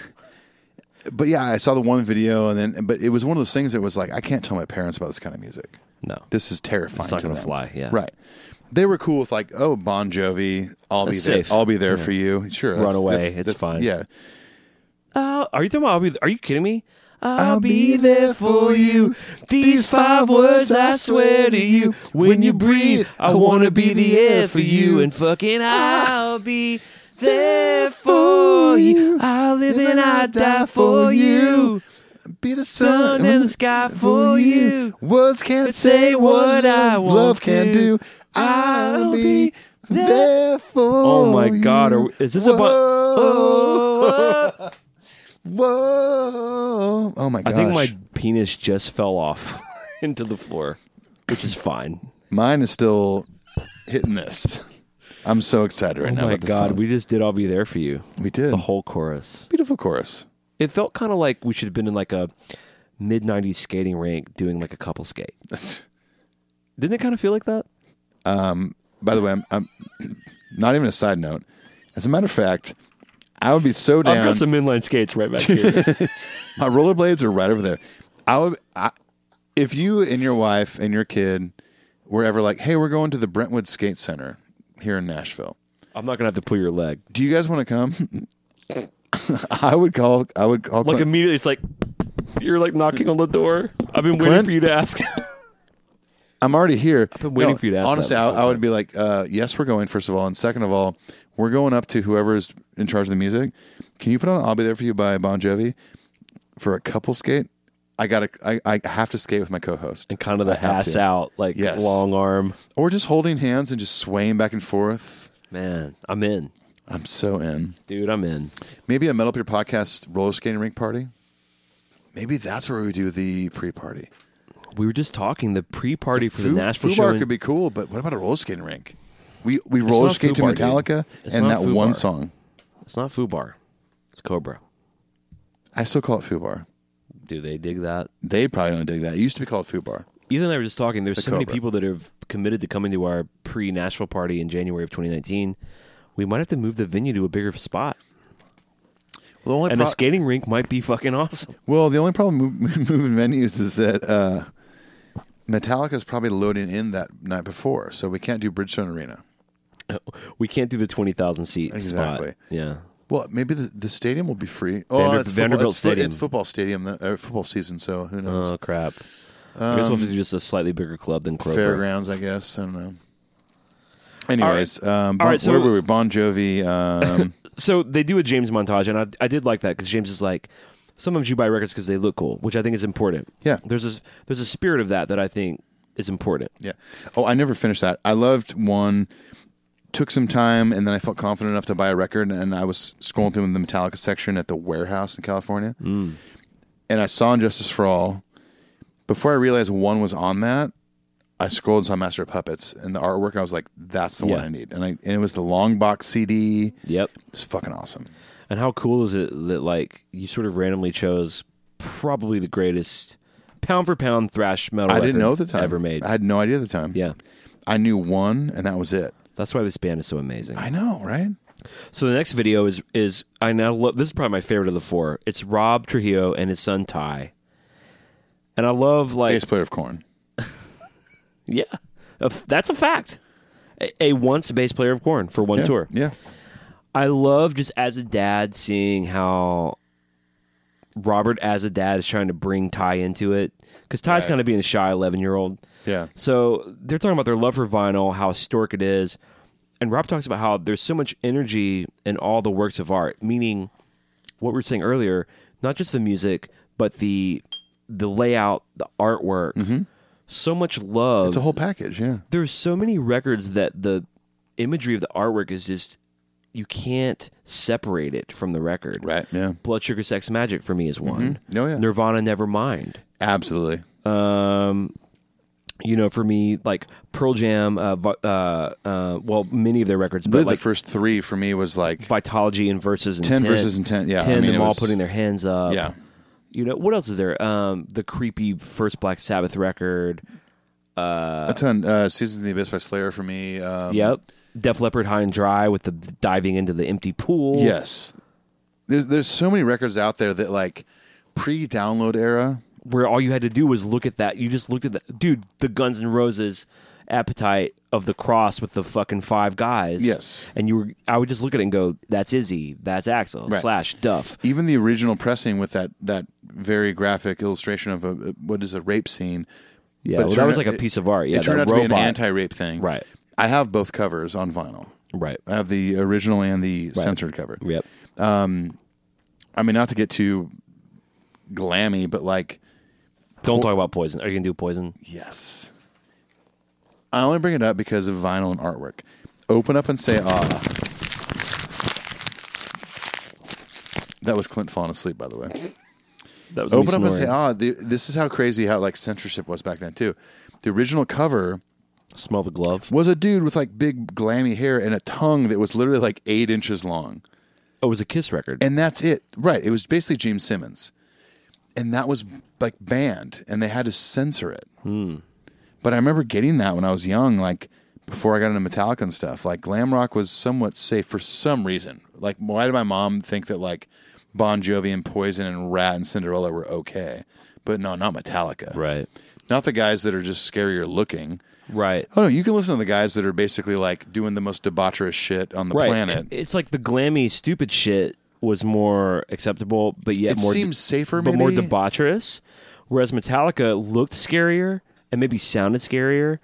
S4: (laughs) but yeah, I saw the one video, and then but it was one of those things that was like, I can't tell my parents about this kind of music.
S3: no,
S4: This is terrifying.
S3: It's not
S4: to
S3: gonna
S4: them.
S3: fly, yeah.
S4: right. They were cool with like, oh, Bon Jovi, I'll
S3: That's
S4: be there.
S3: safe.
S4: I'll be there for you. Sure, that's-
S3: away,
S4: that's-
S3: it's
S4: that's-
S3: fine.
S4: Yeah,
S3: Uh, are you talking about? I'll be, are you kidding me? I'll be there for you. These five words I swear to you. When you breathe, I wanna be the air for you. And fucking, I'll be there for you. I'll live and I die for you.
S4: be the
S3: Sun in the sky for you.
S4: Words can't
S3: say what I want
S4: Love can't do.
S3: to.
S4: I'll be
S3: there
S4: there for.
S3: Oh my God,
S4: you.
S3: are- is this a bu- Oh.
S4: Whoa. Whoa! Oh my
S3: I
S4: gosh!
S3: think my penis just fell off (laughs) into the floor, which is fine.
S4: mine is still hitting this. I'm so excited right
S3: Oh
S4: now.
S3: my
S4: about this
S3: God,
S4: song.
S3: we just did I'll Be There for You.
S4: we did
S3: The whole chorus.
S4: beautiful chorus.
S3: It felt kind of like we should have been in like a mid 90s skating rink doing like a couple (laughs) skate. Didn't it kind of feel like that?
S4: By the way, I'm, I'm not even a side note. As a matter of fact, I would be so down.
S3: I've got some inline skates right back here.
S4: My Uh, rollerblades are right over there. I would, I, if you and your wife and your kid were ever like, "Hey, we're going to the Brentwood Skate Center here in Nashville.
S3: (laughs) I'm not going to have to pull your leg.
S4: Do you guys want to come?" (laughs) I would call. I would call.
S3: Like
S4: Clint-
S3: immediately, it's like you're like knocking on the door. I've been waiting
S4: Clint?
S3: for you to ask. (laughs)
S4: I'm already here. I've
S3: been waiting for you to ask that
S4: Honestly,
S3: this
S4: I,
S3: whole
S4: I would be like, uh, "Yes, we're going." First of all, and second of all, we're going up to whoever's in charge of the music. Can you put on "I'll Be There for You" by Bon Jovi for a couple skate? I gotta. I, I have to skate with my co-host.
S3: and kind of the
S4: I have
S3: ass
S4: to.
S3: out, like
S4: Yes.
S3: long arm.
S4: or just holding hands and just swaying back and forth.
S3: Man, I'm in.
S4: I'm so in.
S3: Dude, I'm in.
S4: Maybe a Metal Peter podcast roller skating rink party. Maybe that's where we do the pre-party.
S3: We were just talking the pre-party for the
S4: Foo-
S3: Nashville
S4: Foo
S3: show.
S4: Bar
S3: in-
S4: could be cool, but what about a roller skating rink? We we roller
S3: not
S4: skate to
S3: Foo Bar,
S4: Metallica
S3: dude. It's
S4: and
S3: not
S4: that
S3: Foo
S4: one
S3: Bar.
S4: song.
S3: it's not Foo Bar. It's Cobra.
S4: I still call it Foo Bar.
S3: Do they dig that?
S4: They probably don't dig that. It used to be called Foo Bar.
S3: Ethan and I were just talking. There's so many
S4: Cobra.
S3: people that have committed to coming to our pre-Nashville party in January of 2019, we might have to move the venue to a bigger spot,
S4: the only
S3: and
S4: pro-
S3: the skating rink might be fucking awesome.
S4: well, the only problem mov- (laughs) moving venues is that uh, Metallica is probably loading in that night before, so we can't do Bridgestone Arena.
S3: We can't do the 20,000 seat
S4: Exactly.
S3: spot. Yeah,
S4: Well, maybe the, the stadium will be free. Oh,
S3: Vander-
S4: it's football-
S3: Vanderbilt
S4: it's, fo-
S3: Stadium.
S4: It's football stadium, uh, or football season, so who knows?
S3: Oh crap! I guess we'll have to do just a slightly bigger club than Kroger.
S4: Um, Fairgrounds, I guess. I don't know. Anyways, um, bon,
S3: All right, so-
S4: where were we? Bon
S3: (laughs)
S4: Jovi. Um,
S3: So they do a James montage, and I, I did like that because James is like, sometimes you buy records because they look cool, which I think is important.
S4: Yeah.
S3: there's a there's a spirit of that that I think is important.
S4: yeah. Oh, I never finished that. I loved one. Took some time, and then I felt confident enough to buy a record, and I was scrolling through the Metallica section at the warehouse in California,
S3: Mm.
S4: and I saw Injustice for All. Before I realized one was on that, I scrolled and saw Master of Puppets and the artwork. I was like, "That's the one
S3: Yeah.
S4: I need," and I and it was the long box CD.
S3: Yep.
S4: It's fucking awesome.
S3: And how cool is it that like you sort of randomly chose probably the greatest pound for pound thrash metal
S4: I didn't
S3: record
S4: know at the time.
S3: Oh, ever made.
S4: I had no idea at the time.
S3: yeah.
S4: I knew one, and that was it.
S3: That's why this band is so amazing.
S4: I know, right?
S3: So the next video is is I now love this is probably my favorite of the four. It's Rob Trujillo and his son Ty. And I love like
S4: Bass player of Corn.
S3: yeah, a f- that's a fact. A, a once bass player of Corn for one
S4: Yeah.
S3: tour.
S4: Yeah.
S3: I love just as a dad seeing how Robert as a dad is trying to bring Ty into it because Ty's kind of being a shy eleven year old.
S4: Yeah.
S3: So they're talking about their love for vinyl, how historic it is. And Rob talks about how there's so much energy in all the works of art, meaning what we were saying earlier, not just the music, but the the layout, the artwork. So much love.
S4: Mm-hmm. It's a whole package. Yeah.
S3: there's so many records that the imagery of the artwork is just you can't separate it from the record.
S4: Right. Yeah.
S3: Blood Sugar Sex Magic for me is one.
S4: Oh, yeah.
S3: Nirvana Nevermind
S4: Absolutely.
S3: um, you know, for me, like Pearl Jam, uh, vi- uh, uh, well, many of their records,
S4: But
S3: but like
S4: the first three for me was like
S3: Vitology and Versus and
S4: 10 Versus and 10, yeah, I
S3: 10
S4: mean, it
S3: them all
S4: was-
S3: putting their hands up.
S4: yeah,
S3: You know, what else is there? Um, the creepy first Black Sabbath record.
S4: a ton. Uh, Seasons of the Abyss by Slayer for me. Um,
S3: Yep. Def Leppard High and Dry with the diving into the empty pool.
S4: Yes. There's there's so many records out there that like pre-download era.
S3: Where all you had to do was look at that. You just looked at that. Dude, the Guns N' Roses appetite of the cross with the fucking five guys.
S4: Yes.
S3: And you were, I would just look at it and go, that's Izzy, that's Axel,
S4: Right.
S3: slash Duff.
S4: Even the original pressing with that that very graphic illustration of a uh, what is a rape scene.
S3: Yeah,
S4: But it
S3: well, that
S4: turned
S3: was
S4: out-
S3: like a piece of art. Yeah,
S4: it turned
S3: that
S4: out to be
S3: robot.
S4: an anti-rape thing.
S3: Right.
S4: I have both covers on vinyl.
S3: Right.
S4: I have the original and the censored cover.
S3: Yep.
S4: I mean, not to get too glammy, but like,
S3: Don't talk about poison. Are you gonna do poison?
S4: yes. I only bring it up because of vinyl and artwork. Open up and say ah. That was Clint falling asleep, by the way.
S3: That was me
S4: Open up and say
S3: snoring.
S4: ah. The, this is how crazy how like censorship was back then too. The original cover uh,
S3: Smell the glove.
S4: was a dude with like big glammy hair and a tongue that was literally like eight inches long.
S3: Oh, it was a Kiss record.
S4: and that's it. Right. It was basically James Simmons, and that was like banned, and they had to censor it.
S3: Hmm.
S4: But I remember getting that when I was young, like before I got into Metallica and stuff. Like glam rock was somewhat safe for some reason. Like, why did my mom think that like Bon Jovi and Poison and Rat and Cinderella were okay, but no, not Metallica.
S3: right.
S4: Not the guys that are just scarier looking.
S3: Right.
S4: Oh no, you can listen to the guys that are basically like doing the most debaucherous shit on the
S3: right.
S4: planet.
S3: It's like the glammy, stupid shit was more acceptable, but yet
S4: It
S3: more
S4: seems safer,
S3: but more
S4: maybe?
S3: debaucherous. Whereas Metallica looked scarier and maybe sounded scarier.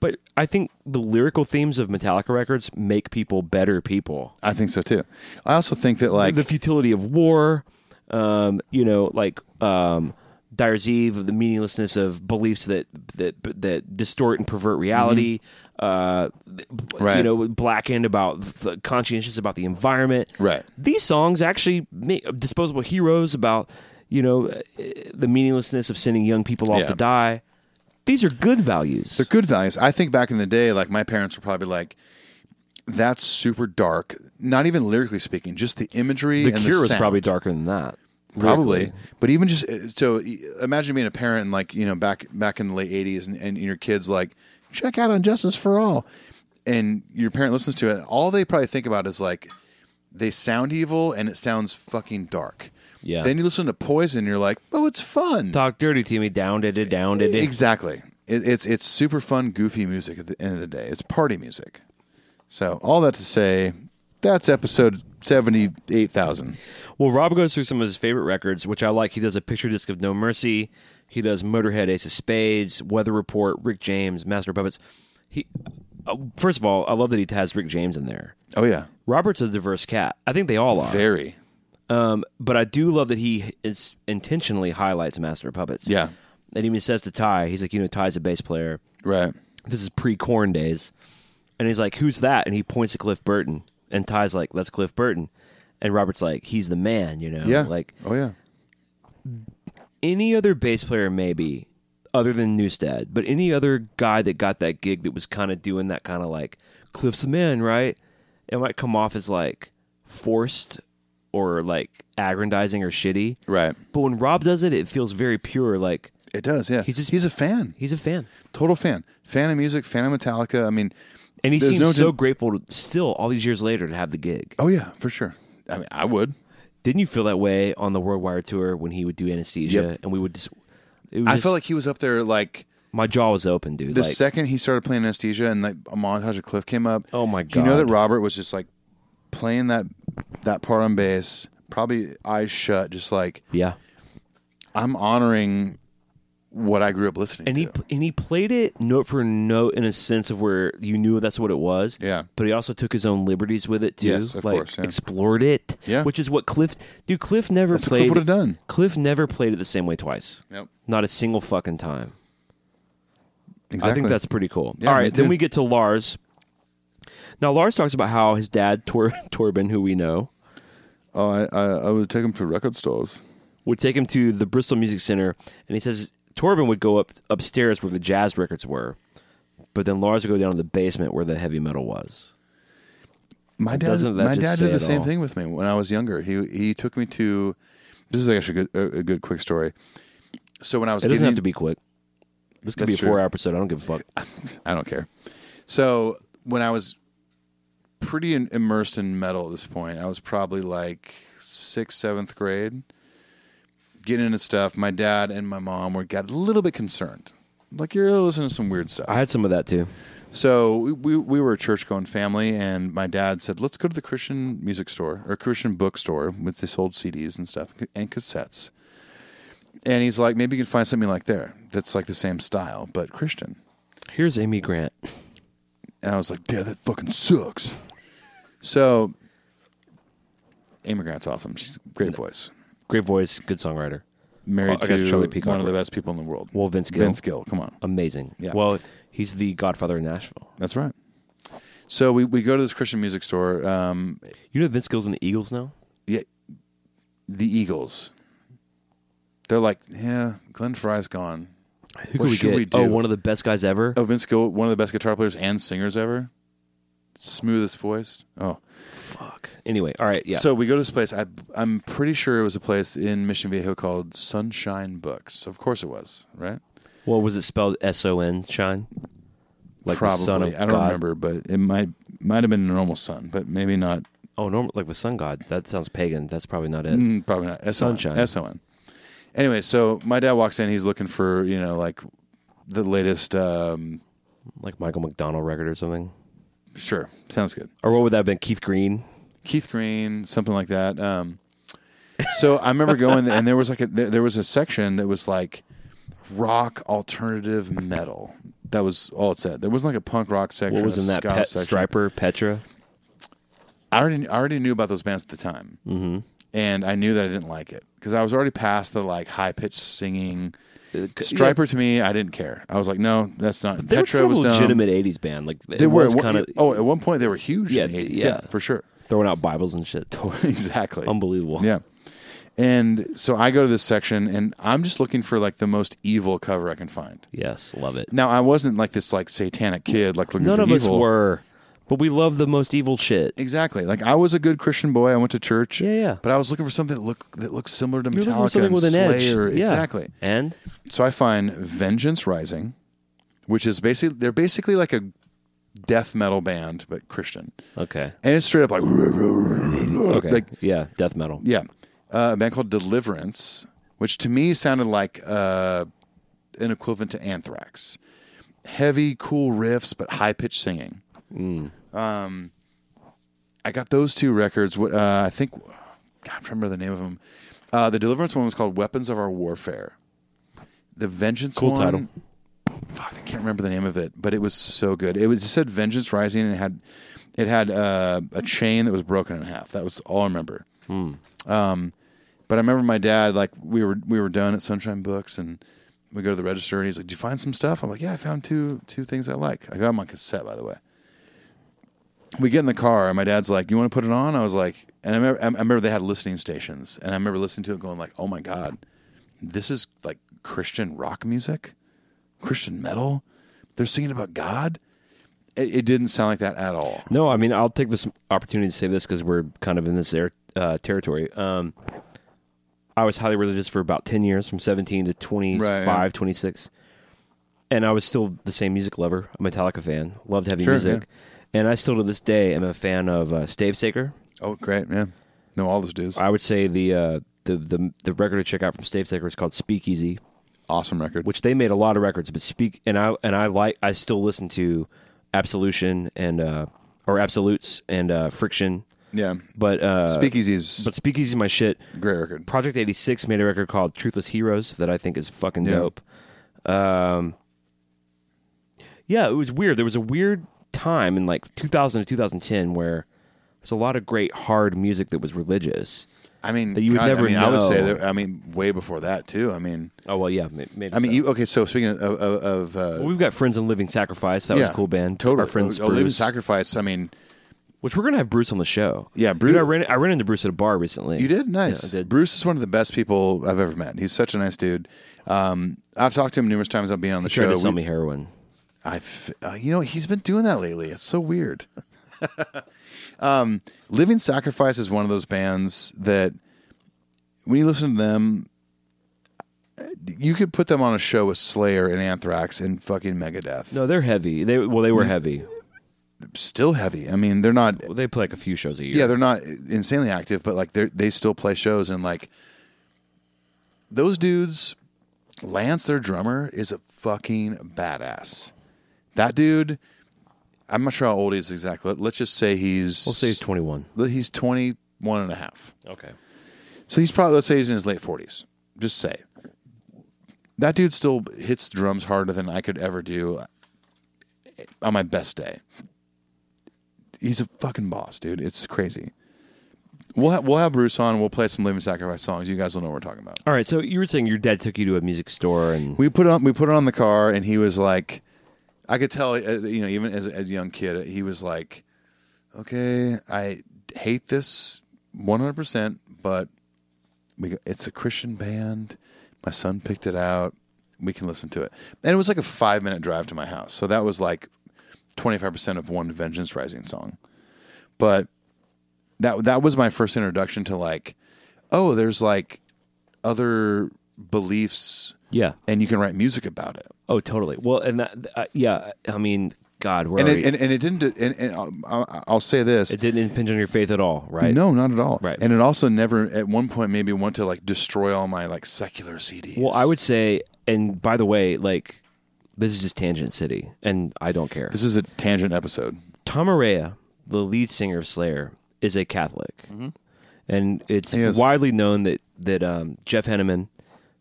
S3: But I think the lyrical themes of Metallica records make people better people.
S4: I think so too. I also think that like
S3: the futility of war, um, you know, like um, Dyer's Eve, the meaninglessness of beliefs that that that distort and pervert reality. Uh, th-
S4: Mm-hmm. Right.
S3: You know, blackened about the conscientious about the environment.
S4: Right.
S3: These songs actually make disposable heroes about you know uh, the meaninglessness of sending young people off
S4: Yeah.
S3: to die. These are good values.
S4: They're good values. I think back in the day, like my parents were probably like, "That's super dark." Not even lyrically speaking, just the imagery.
S3: the
S4: and
S3: Cure
S4: the
S3: was
S4: sound.
S3: probably darker than that.
S4: probably.
S3: lyrically.
S4: But even uh, just so, imagine being a parent and like you know back back in the late '80s, and, and your kids like check out Injustice for All. And your parent listens to it. All they probably think about is like, they sound evil and it sounds fucking dark.
S3: Yeah.
S4: Then you listen to Poison, you're like, oh, it's fun.
S3: Talk dirty to me. Down did it. Down did it.
S4: Exactly. It, it's it's super fun, goofy music at the end of the day. It's party music. So all that to say, that's episode seventy eight thousand.
S3: Well, Rob goes through some of his favorite records, which I like. He does a picture disc of No Mercy. He does Motorhead, Ace of Spades, Weather Report, Rick James, Master of Puppets. He, uh, first of all, I love that he has Rick James in there.
S4: Oh yeah,
S3: Robert's a diverse cat. I think they all are.
S4: very
S3: But I do love that he is intentionally highlights Master of Puppets.
S4: Yeah.
S3: And even says to Ty, he's like, you know, Ty's a bass player.
S4: right.
S3: This is pre corn days. And he's like, who's that? And he points to Cliff Burton. And Ty's like, that's Cliff Burton. And Robert's like, he's the man, you know?
S4: Yeah.
S3: Like,
S4: oh yeah,
S3: any other bass player maybe other than Newstead, but any other guy that got that gig that was kind of doing that kind of like Cliff's the man, right? It might come off as like forced or like aggrandizing or shitty.
S4: right.
S3: But when Rob does it, it feels very pure. Like
S4: It does. Yeah,
S3: He's
S4: he's
S3: just-
S4: he's a fan,
S3: he's a fan.
S4: total fan, fan of music, fan of Metallica. I mean,
S3: And he
S4: There's
S3: seems
S4: no
S3: so
S4: di-
S3: grateful to, still all these years later to have the gig.
S4: oh yeah, for sure. I mean, I would.
S3: Didn't you feel that way on the Worldwide tour when he would do anesthesia
S4: Yep.
S3: and we would just. It was
S4: I
S3: just-
S4: felt like he was up there like
S3: my jaw was open, dude.
S4: the
S3: like,
S4: second he started playing anesthesia and like a montage of cliff came up
S3: Oh, my
S4: you know that
S3: God.
S4: robert was just like playing that that part on bass probably eyes shut just like
S3: yeah.
S4: i'm honoring what i grew up listening
S3: and he
S4: to
S3: and he played it note for note in a sense of where you knew that's what it was.
S4: Yeah.
S3: But he also took his own liberties with it too.
S4: Yes, of
S3: like,
S4: course, yeah.
S3: Explored it.
S4: Yeah.
S3: Which is what Cliff dude. Cliff never
S4: That's what Cliff
S3: played.
S4: would've done.
S3: Cliff never played it the same way twice.
S4: Nope.
S3: Not a single fucking time.
S4: exactly
S3: I think that's pretty cool.
S4: Yeah,
S3: All
S4: me
S3: right, then
S4: too.
S3: we get to Lars. Now Lars talks about how his dad Tor- (laughs) Torben, who we know,
S4: oh I, I i would take him to record stores
S3: would take him to the Bristol Music Center, and he says Torben would go up upstairs where the jazz records were, but then Lars would go down to the basement where the heavy metal was.
S4: my dad
S3: doesn't that
S4: my
S3: just
S4: dad
S3: say
S4: did the
S3: it
S4: same
S3: all?
S4: thing with me when i was younger he he took me to this is actually a good, a, a good quick story so when i was
S3: It doesn't
S4: getting,
S3: have to be quick. This could
S4: That's
S3: be a
S4: true.
S3: four-hour episode. I don't give a fuck.
S4: I don't care. So when I was pretty in, immersed in metal at this point, I was probably like sixth, seventh grade, getting into stuff. My dad and my mom were got a little bit concerned. Like you're listening to some weird stuff.
S3: I had some of that too.
S4: So we, we, we were a church going family, and my dad said, Let's go to the Christian music store or Christian bookstore with they sold CDs and stuff and cassettes. And he's like, Maybe you can find something like there that's like the same style, but Christian.
S3: Here's Amy Grant.
S4: And I was like, "Dad, that fucking sucks. So, Amy Grant's awesome. She's a great voice.
S3: Great voice, good songwriter,
S4: Married
S3: Well, Oh, I guess
S4: to
S3: Charlie Peacock
S4: one of the
S3: wrote-
S4: best people in the world.
S3: Well, Vince Gill.
S4: Vince Gill, come on.
S3: amazing.
S4: Yeah.
S3: Well, he's the Godfather of Nashville.
S4: That's right. So we, we go to this Christian music store. Um,
S3: You know Vince Gill's in the Eagles now.
S4: yeah, the Eagles. They're like, yeah, Glenn Fry's gone.
S3: Who
S4: What
S3: could we
S4: should
S3: get?
S4: we do?
S3: Oh, one of the best guys ever.
S4: Oh, Vince Gill, one of the best guitar players and singers ever. Smoothest voice. Oh,
S3: Fuck. Anyway, all right. Yeah.
S4: So we go to this place. I, I'm pretty sure it was a place in Mission Viejo called Sunshine Books. Of course it was, right?
S3: well, was it spelled S O N? Shine. Like
S4: Probably.
S3: the son of
S4: I don't
S3: God.
S4: remember, but it might might have been a normal sun, but maybe not.
S3: Oh, normal like the sun god. That sounds pagan. That's probably not it.
S4: mm, Probably not. S O N.
S3: Sunshine.
S4: S O N. Anyway, so my dad walks in. He's looking for you know like the latest. Um,
S3: Like Michael McDonald record or something.
S4: sure, sounds good.
S3: Or what would that have been? Keith Green.
S4: Keith Green, something like that. Um, so I remember going and there was like a, there there was a section that was like rock alternative metal. That was all it said. There wasn't like a punk rock section.
S3: What was
S4: a
S3: in that?
S4: ska
S3: Pet,
S4: section.
S3: Striper, Petra.
S4: I already I already knew about those bands at the time, mm-hmm. and I knew that I didn't like it because I was already past the like high pitched singing. Striper to me, I didn't care. I was like, no, that's not.
S3: Uh, They
S4: Petra
S3: were
S4: was
S3: kind of
S4: dumb.
S3: legitimate '80s band. Like
S4: They were at one-
S3: kind of
S4: oh, at one point they were huge
S3: Yeah,
S4: in the 80s.
S3: yeah.
S4: yeah, for sure. (laughs)
S3: throwing out Bibles and shit.
S4: exactly.
S3: Unbelievable.
S4: Yeah. And so I go to this section and I'm just looking for like the most evil cover I can find.
S3: Yes, love it.
S4: Now I wasn't like this like satanic kid like looking
S3: None
S4: for
S3: of us
S4: evil.
S3: were, but we love the most evil shit.
S4: Exactly. Like I was a good Christian boy. I went to church.
S3: Yeah, yeah.
S4: But I was looking for something that looked that looked similar to
S3: You're looking for
S4: Metallica
S3: something
S4: and
S3: with an edge.
S4: Slayer.
S3: Yeah.
S4: Exactly.
S3: And
S4: So I find Vengeance Rising, which is basically they're basically like a death metal band but Christian,
S3: Okay.
S4: and it's straight up like (laughs)
S3: Okay.
S4: like
S3: yeah, death metal.
S4: yeah, uh, a band called Deliverance, which to me sounded like uh, an equivalent to Anthrax. Heavy, cool riffs, but high pitched singing. Um,
S3: Hmm.
S4: I got those two records. What uh, I think, God, I can't remember the name of them. Uh, the Deliverance one was called "Weapons of Our Warfare." The Vengeance
S3: Cool
S4: one,
S3: title.
S4: Fuck, I can't remember the name of it, but it was so good. It was it said "Vengeance Rising" and it had it had uh, a chain that was broken in half. That was all I remember. But I remember my dad, like we were we were done at Sunshine Books, and we go to the register, and he's like, "Did you find some stuff?" I'm like, "Yeah, I found two two things I like. I got them on cassette, by the way." We get in the car, and my dad's like, "You want to put it on?" I was like, and I remember, I remember they had listening stations, and I remember listening to it, going like, "Oh my god, this is like Christian rock music, Christian metal. They're singing about God." It, it didn't sound like that at all.
S3: No, I mean, I'll take this opportunity to say this because we're kind of in this air, uh, territory. Um, I was highly religious for about 10 years, from 17 to 25,
S4: Right, yeah.
S3: 26. And I was still the same music lover, a Metallica fan, loved heavy
S4: Sure,
S3: music. And I still to this day am a fan of uh, Stave Saker.
S4: Oh, great, yeah. No, all those dudes.
S3: I would say the, uh, the, the, the record to check out from Stave Saker is called Speakeasy.
S4: Awesome record.
S3: which they made a lot of records, but speak and I and I like I still listen to Absolution and uh or Absolutes and uh Friction,
S4: yeah,
S3: but uh
S4: Speakeasy's
S3: but Speakeasy is my shit.
S4: great record.
S3: Project 86 made a record called Truthless Heroes that I think is fucking
S4: Yeah.
S3: dope. Um Yeah, it was weird. There was a weird time in like 2000 to 2010 where there's a lot of great hard music that was religious.
S4: I mean,
S3: that you would
S4: God,
S3: never
S4: I mean, I would say
S3: know.
S4: that. I mean, way before that too. I mean,
S3: Oh well, yeah, may- maybe.
S4: I mean,
S3: so.
S4: you, okay. So speaking of, of, of uh,
S3: Well, we've got Friends and Living Sacrifice. That was
S4: yeah,
S3: a cool band.
S4: Totally,
S3: Our friends
S4: Oh, Living
S3: Bruce.
S4: Sacrifice. I mean,
S3: Which we're gonna have Bruce on the show.
S4: Yeah,
S3: Dude,
S4: Bruce-
S3: I ran I ran into Bruce at a bar recently.
S4: you did nice.
S3: Yeah, I did.
S4: Bruce is one of the best people I've ever met. He's such a nice dude. Um, I've talked to him numerous times about being on the
S3: Tried
S4: show.
S3: to sell
S4: We-
S3: me heroin.
S4: I've, uh, you know, he's been doing that lately. It's so weird. (laughs) um, Living Sacrifice is one of those bands that when you listen to them, you could put them on a show with Slayer and Anthrax and fucking Megadeth.
S3: No, they're heavy. They well, they
S4: (laughs)
S3: were heavy.
S4: Still heavy. I mean, they're not.
S3: Well, they play like a few shows a year.
S4: Yeah, they're not insanely active, but like they they still play shows and like those dudes. Lance, their drummer, is a fucking badass. That dude, I'm not sure how old he is exactly. Let, us just say he's
S3: We'll say he's 21.
S4: he's 21 and a half.
S3: Okay.
S4: So he's probably let's say he's in his late 40s. Just say that dude still hits the drums harder than I could ever do on my best day. He's a fucking boss, dude. It's crazy. We'll have, we'll have Bruce on. We'll play some Living Sacrifice songs. You guys will know what we're talking about.
S3: All right. So you were saying your dad took you to a music store and
S4: We put it on we put it on the car, and he was like, I could tell, uh, you know, even as, as a young kid, uh, he was like, okay, I hate this 100, percent but we it's a Christian band. My son picked it out. We can listen to it, and it was like a five minute drive to my house. So that was like 25 percent of one Vengeance Rising song, but that that was my first introduction to like, oh, there's like other beliefs
S3: yeah.
S4: and you can write music about it.
S3: Oh, totally. Well, and that uh, yeah. I mean, God, we're
S4: And
S3: already,
S4: it, and, and it didn't. And, and I'll- I'll, I'll say this:
S3: it didn't impinge on your faith at all, right?
S4: no, not at all.
S3: Right.
S4: And it also never, at one point, made me want to like destroy all my like secular CDs.
S3: Well, I would say, and by the way, like this is just Tangent City, and I don't care.
S4: This is a tangent episode.
S3: Tom Araya, the lead singer of Slayer, is a Catholic, and it's
S4: Mm-hmm. He is.
S3: widely known that that um, Jeff Henneman,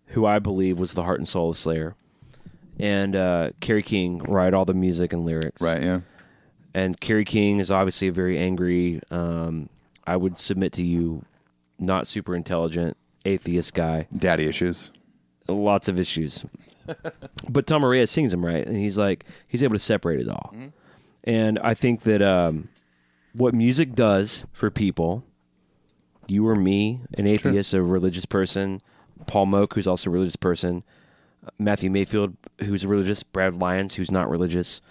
S3: who I believe was the heart and soul of Slayer, and uh, Kerry King write all the music and lyrics.
S4: Yeah.
S3: And Kerry King is obviously a very angry. Um, I would submit to you, not super intelligent atheist guy
S4: Daddy issues.
S3: lots
S4: (laughs)
S3: of issues. but Tom Araya sings him right, and he's like he's able to separate it all.
S4: Mm-hmm.
S3: And I think that um, what music does for people, you or me, an atheist, a religious person, Paul Moak, who's also a religious person, uh, Matthew Mayfield, who's religious, Brad Lyons, who's not religious.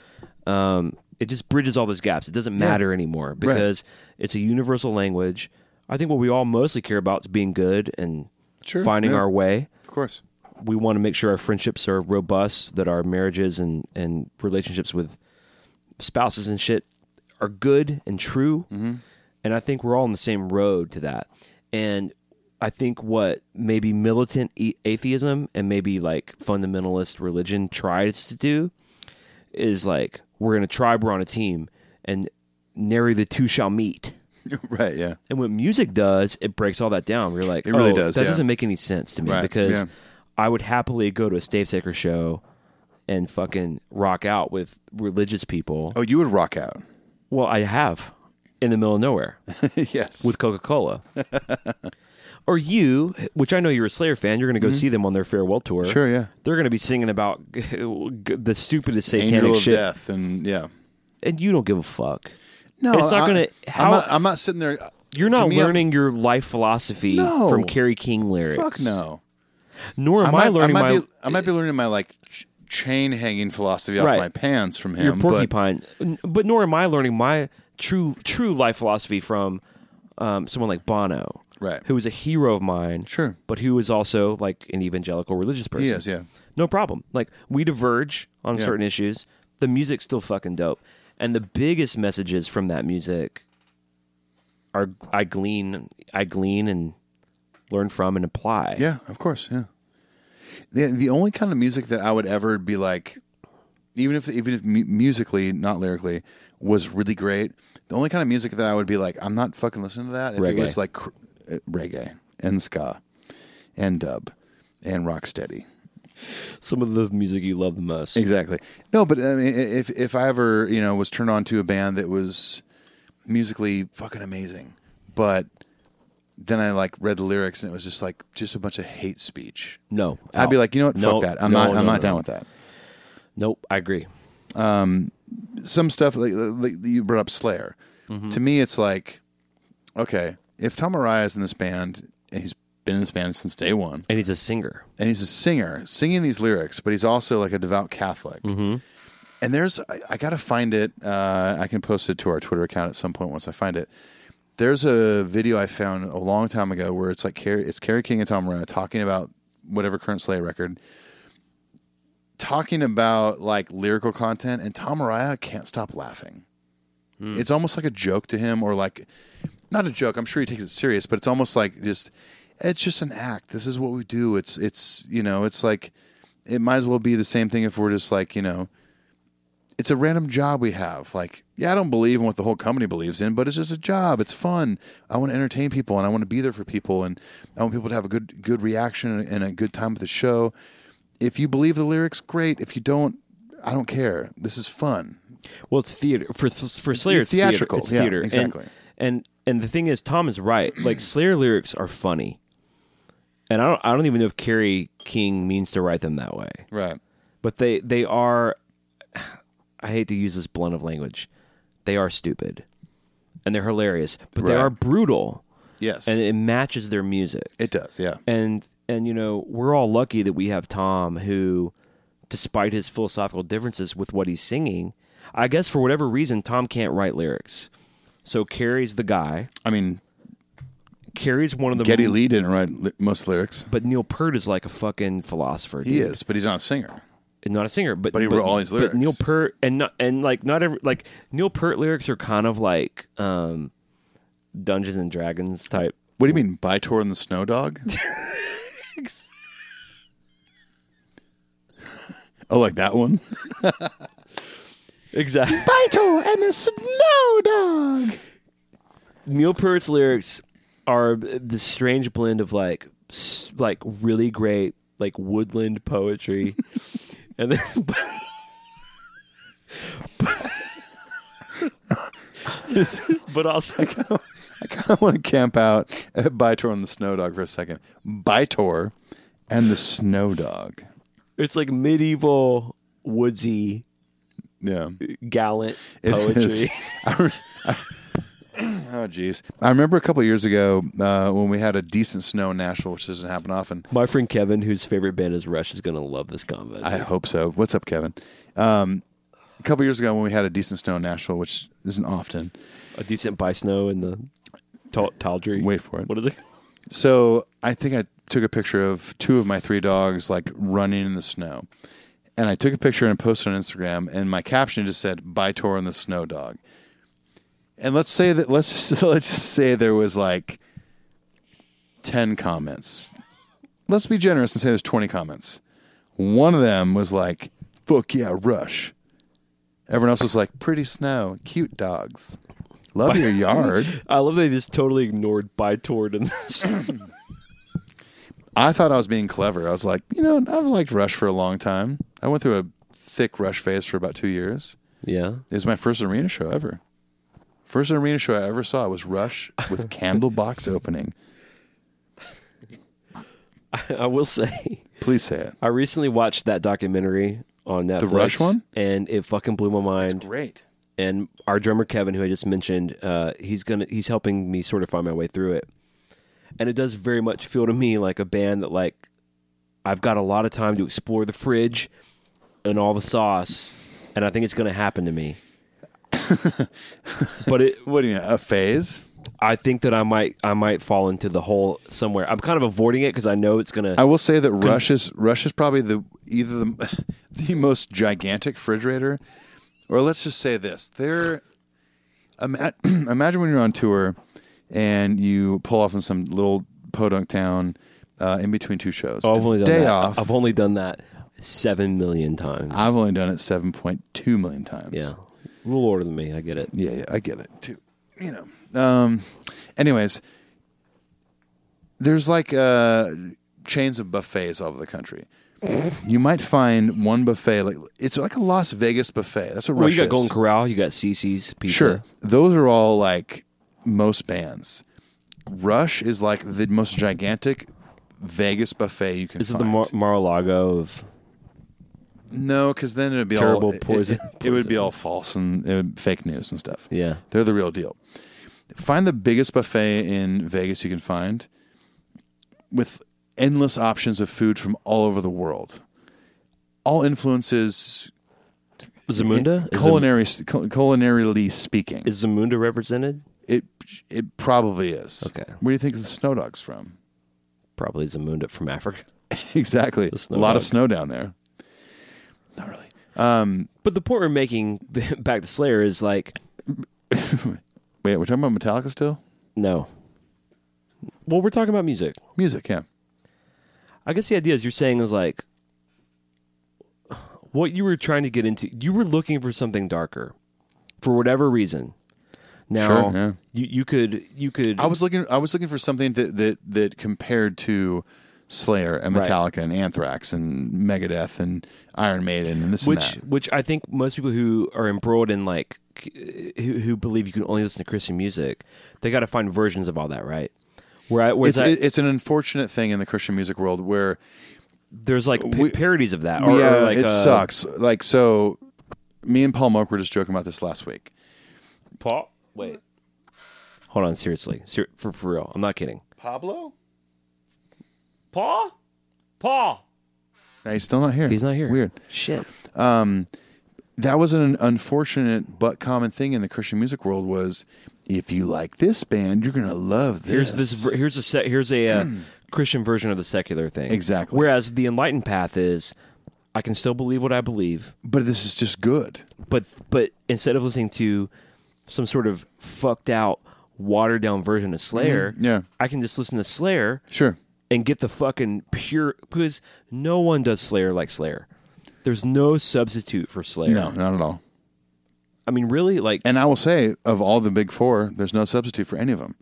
S3: Um, it just bridges all those gaps. It doesn't matter anymore because it's a universal language. I think what we all mostly care about is being good and
S4: Sure,
S3: finding
S4: yeah.
S3: our way
S4: Of course.
S3: we want to make sure our friendships are robust, that our marriages and and relationships with spouses and shit are good and true. And I think we're all on the same road to that. And I think what maybe militant e- atheism and maybe like fundamentalist religion tries to do is like we're in a tribe, we're on a team, and nary the two shall meet.
S4: (laughs) right, yeah.
S3: And what music does, it breaks all that down. You're like,
S4: It really
S3: oh,
S4: does,
S3: That
S4: yeah.
S3: doesn't make any sense to me
S4: Right,
S3: because
S4: yeah.
S3: I would happily go to a Stave Saker show and fucking rock out with religious people.
S4: Oh, you would rock
S3: (laughs)
S4: out.
S3: Well, I have in the middle of
S4: (laughs)
S3: nowhere
S4: yes.
S3: with Coca Cola. or you, which I know you're a Slayer fan, you're going to go see them on their farewell tour.
S4: Mm-hmm. Sure, yeah.
S3: They're going to be singing about (laughs) g- g- the stupidest satanic
S4: Angel of
S3: shit,
S4: Death and yeah.
S3: and you don't give a fuck.
S4: No,
S3: It's not
S4: I-
S3: gonna- how-
S4: I'm not, I'm not sitting there. uh,
S3: You're
S4: to
S3: not
S4: me, I'm-
S3: learning your life philosophy
S4: No.
S3: from Carrie King lyrics.
S4: Fuck no.
S3: Nor am
S4: might,
S3: I, learning
S4: I might
S3: my
S4: Be, I might be learning my like ch- chain hanging philosophy off
S3: Right.
S4: my pants from him.
S3: your
S4: but-
S3: porcupine. N- But nor am I learning my true true life philosophy from um, someone like Bono,
S4: Right.
S3: Who was a hero of mine,
S4: Sure.
S3: but who was also like an evangelical religious person.
S4: He is, yeah.
S3: no problem. Like we diverge on
S4: Yeah.
S3: certain issues. The music's still fucking dope, and the biggest messages from that music are I glean, I glean and learn from and apply.
S4: Yeah, of course. Yeah. The the only kind of music that I would ever be like, even if even if mu- musically, not lyrically, was really great. The only kind of music that I would be like, I'm not fucking listening to that. If it
S3: Reggae.
S4: was like cr- uh, reggae and ska, and dub, and rocksteady.
S3: Some of the music you love the most.
S4: Exactly. No, but I mean, i- if if I ever you know was turned on to a band that was musically fucking amazing, but then I like read the lyrics and it was just like just a bunch of hate speech.
S3: No,
S4: I'd be
S3: Out.
S4: like, you know what?
S3: Oh. No,
S4: Fuck that. I'm
S3: no,
S4: not. I'm
S3: no,
S4: not
S3: no.
S4: down with that.
S3: Nope, I agree.
S4: Some stuff like, like you brought up Slayer.
S3: Mm-hmm.
S4: To me, it's like, okay, if Tom Araya is in this band and he's been in this band since day one,
S3: And he's a singer.
S4: and he's a singer singing these lyrics, but he's also like a devout Catholic. And there's, I, I got to find it. Uh, I can post it to our Twitter account at some point once I find it. There's a video I found a long time ago where it's like Carrie, it's Carrie King and Tom Moreno talking about whatever current Slay record, talking about like lyrical content, and Tom Mariah can't stop laughing. It's almost like a joke to him, or like not a joke. I'm sure he takes it serious, but it's almost like just it's just an act. This is what we do. It's it's you know it's like it might as well be the same thing if we're just like you know it's a random job we have. Like yeah, I don't believe in what the whole company believes in, but it's just a job. It's fun. I want to entertain people and I want to be there for people and I want people to have a good good reaction and a good time with the show. If you believe the lyrics, great. If you don't, I don't care. This is fun.
S3: Well, it's theater for for Slayer. It's
S4: theatrical,
S3: Theater. It's
S4: yeah,
S3: theater. And-
S4: exactly.
S3: And, and the thing is, Tom is right. (clears throat) Like Slayer lyrics are funny, and I don't I don't even know if Carrie King means to write them that way,
S4: Right.
S3: but they they are. (sighs) I hate to use this blunt of language. They are stupid, and they're hilarious, but they
S4: Right.
S3: are brutal,
S4: Yes.
S3: and it matches their music
S4: it does. Yeah.
S3: and and you know we're all lucky that we have Tom who despite his philosophical differences with what he's singing I guess for whatever reason Tom can't write lyrics so Carrie's the guy
S4: I mean,
S3: Carrie's one of the
S4: Getty Lee didn't write li- most lyrics.
S3: but Neil Peart is like a fucking philosopher
S4: He
S3: dude.
S4: is, but he's not a singer.
S3: And not a singer but
S4: But he wrote all his lyrics.
S3: but Neil Peart and not and like not every like Neil Peart lyrics are kind of like um Dungeons and Dragons type
S4: What do you mean, Bytor and the Snow (laughs) Dog? oh, like that one? (laughs)
S3: exactly
S4: Bytor and the Snow Dog.
S3: Neil Peart's lyrics are the strange blend of like s- like really great like
S4: (laughs)
S3: woodland poetry, and then (laughs) but, but
S4: (laughs)
S3: also
S4: I kind of want to camp out at Bytor and the Snow Dog for a second. Bytor and the Snow Dog.
S3: it's like medieval woodsy
S4: Yeah.
S3: gallant
S4: It
S3: poetry.
S4: is. (laughs) I re- I- oh, jeez. I remember a couple years ago uh, when we had a decent snow in Nashville, which doesn't happen often.
S3: (laughs) My friend Kevin, whose favorite band is Rush, is gonna love this combo.
S4: I hope so. What's up, Kevin? Um, a couple years ago, when we had a decent snow in Nashville, which isn't often.
S3: A decent by snow and the tall, tall tree.
S4: Wait for it.
S3: What are they?
S4: So I think I took a picture of two of my three dogs like running in the snow. And I took a picture and posted on Instagram, and my caption just said "Bytor and the Snow Dog." And let's say that let's (laughs) just, let's just say there was like ten comments. Let's be generous and say there's twenty comments. One of them was like, "Fuck yeah, Rush." Everyone else was like, "Pretty snow, cute dogs, love your yard."
S3: I love that they just totally ignored Bytord in
S4: (clears throat)
S3: this.
S4: I thought I was being clever. I was like, you know, I've liked Rush for a long time. I went through a thick Rush phase for about two years.
S3: yeah.
S4: It was my first arena show ever. First arena show I ever saw was Rush with Candle Box opening.
S3: I will say, (laughs)
S4: Please say it.
S3: I recently watched that documentary on Netflix.
S4: Rush one?
S3: And it fucking blew my mind.
S4: Great.
S3: and our drummer Kevin, who I just mentioned, uh, he's gonna he's helping me sort of find my way through it, and it does very much feel to me like a band that like I've got a lot of time to explore the fridge and all the sauce, and I think it's gonna happen
S4: (laughs)
S3: to me. but it,
S4: What do you know? A phase?
S3: I think that I might I might fall into the hole somewhere. I'm kind of avoiding it because I know it's gonna.
S4: I will say that Rush is Rush is probably the either the, (laughs) the most gigantic refrigerator, or let's just say this: they're ima- (clears throat) imagine when you're on tour and you pull off in some little podunk town uh, in between two shows.
S3: oh, I've only done
S4: day
S3: that.
S4: off. Ah,
S3: I've only done that seven million times.
S4: I've only done it seven point two million times.
S3: yeah, a little older than me. I get it.
S4: yeah, yeah, I get it too. You know. Um. Anyways, there's like uh, chains of buffets all over the country. you might find one buffet like it's like a Las Vegas buffet. That's what
S3: Well,
S4: Rush
S3: you got
S4: is.
S3: Golden Corral, you got CC's Pizza.
S4: Sure. Those are all like most bands. Rush is like the most gigantic Vegas buffet you can
S3: This is
S4: find.
S3: the Mar- Mar-a-Lago of.
S4: no, because then it'd be all
S3: Terrible
S4: it-
S3: poison-
S4: It, it would be all false and it would, fake news and stuff.
S3: Yeah.
S4: They're the real deal. Find the biggest buffet in Vegas you can find with endless options of food from all over the world. All influences
S3: Zamunda? Is, Zam-
S4: culinary cul- culinarily speaking.
S3: is Zamunda represented?
S4: It it probably is.
S3: Okay.
S4: Where do you think the snow dog's from? (laughs)
S3: Probably Zamunda from Africa.
S4: Exactly.
S3: snow
S4: a lot of
S3: dog.
S4: snow down there. Not really.
S3: But the point we're making (laughs) back to Slayer is like,
S4: Wait, we're talking about Metallica still?
S3: no. Well, we're talking about music.
S4: Music, yeah.
S3: I guess the idea is you're saying is like, what you were trying to get into, you were looking for something darker for whatever reason. Now,
S4: Sure, yeah.
S3: you, you could, you could,
S4: I was looking I was looking for something that that, that compared to Slayer and
S3: Right.
S4: Metallica and Anthrax and Megadeth and Iron Maiden and this
S3: which
S4: and that.
S3: which I think most people who are embroiled in like c- who, who believe you can only listen to Christian music, they got to find versions of all that, right? Where I, whereas
S4: It's,
S3: I,
S4: it- it's an unfortunate thing in the Christian music world where
S3: there's like pa-
S4: we-
S3: parodies of that, or, or,
S4: yeah,
S3: like
S4: it
S3: uh,
S4: sucks. Like so, me and Paul Moak were just joking about this last week.
S3: Paul, wait, hold on, seriously, Ser- for for real, I'm not kidding.
S4: Pablo,
S3: Paul, Paul,
S4: no, he's still not here.
S3: he's not here.
S4: Weird. Um,
S3: shit.
S4: that was an unfortunate but common thing in the Christian music world was if you like this band, you're gonna love this.
S3: Here's this. ver- Here's a set. Here's
S4: (clears throat)
S3: a uh, Christian version of the secular thing.
S4: Exactly.
S3: Whereas the enlightened path is, I can still believe what I believe.
S4: but this is just good.
S3: but but instead of listening to some sort of fucked out watered down version of Slayer,
S4: Mm-hmm. yeah.
S3: I can just listen to Slayer
S4: Sure.
S3: and get the fucking pure because no one does Slayer like Slayer. There's no substitute for Slayer.
S4: No, not at all.
S3: I mean, really, like
S4: And I will say, of all the big four, there's no substitute for any of them.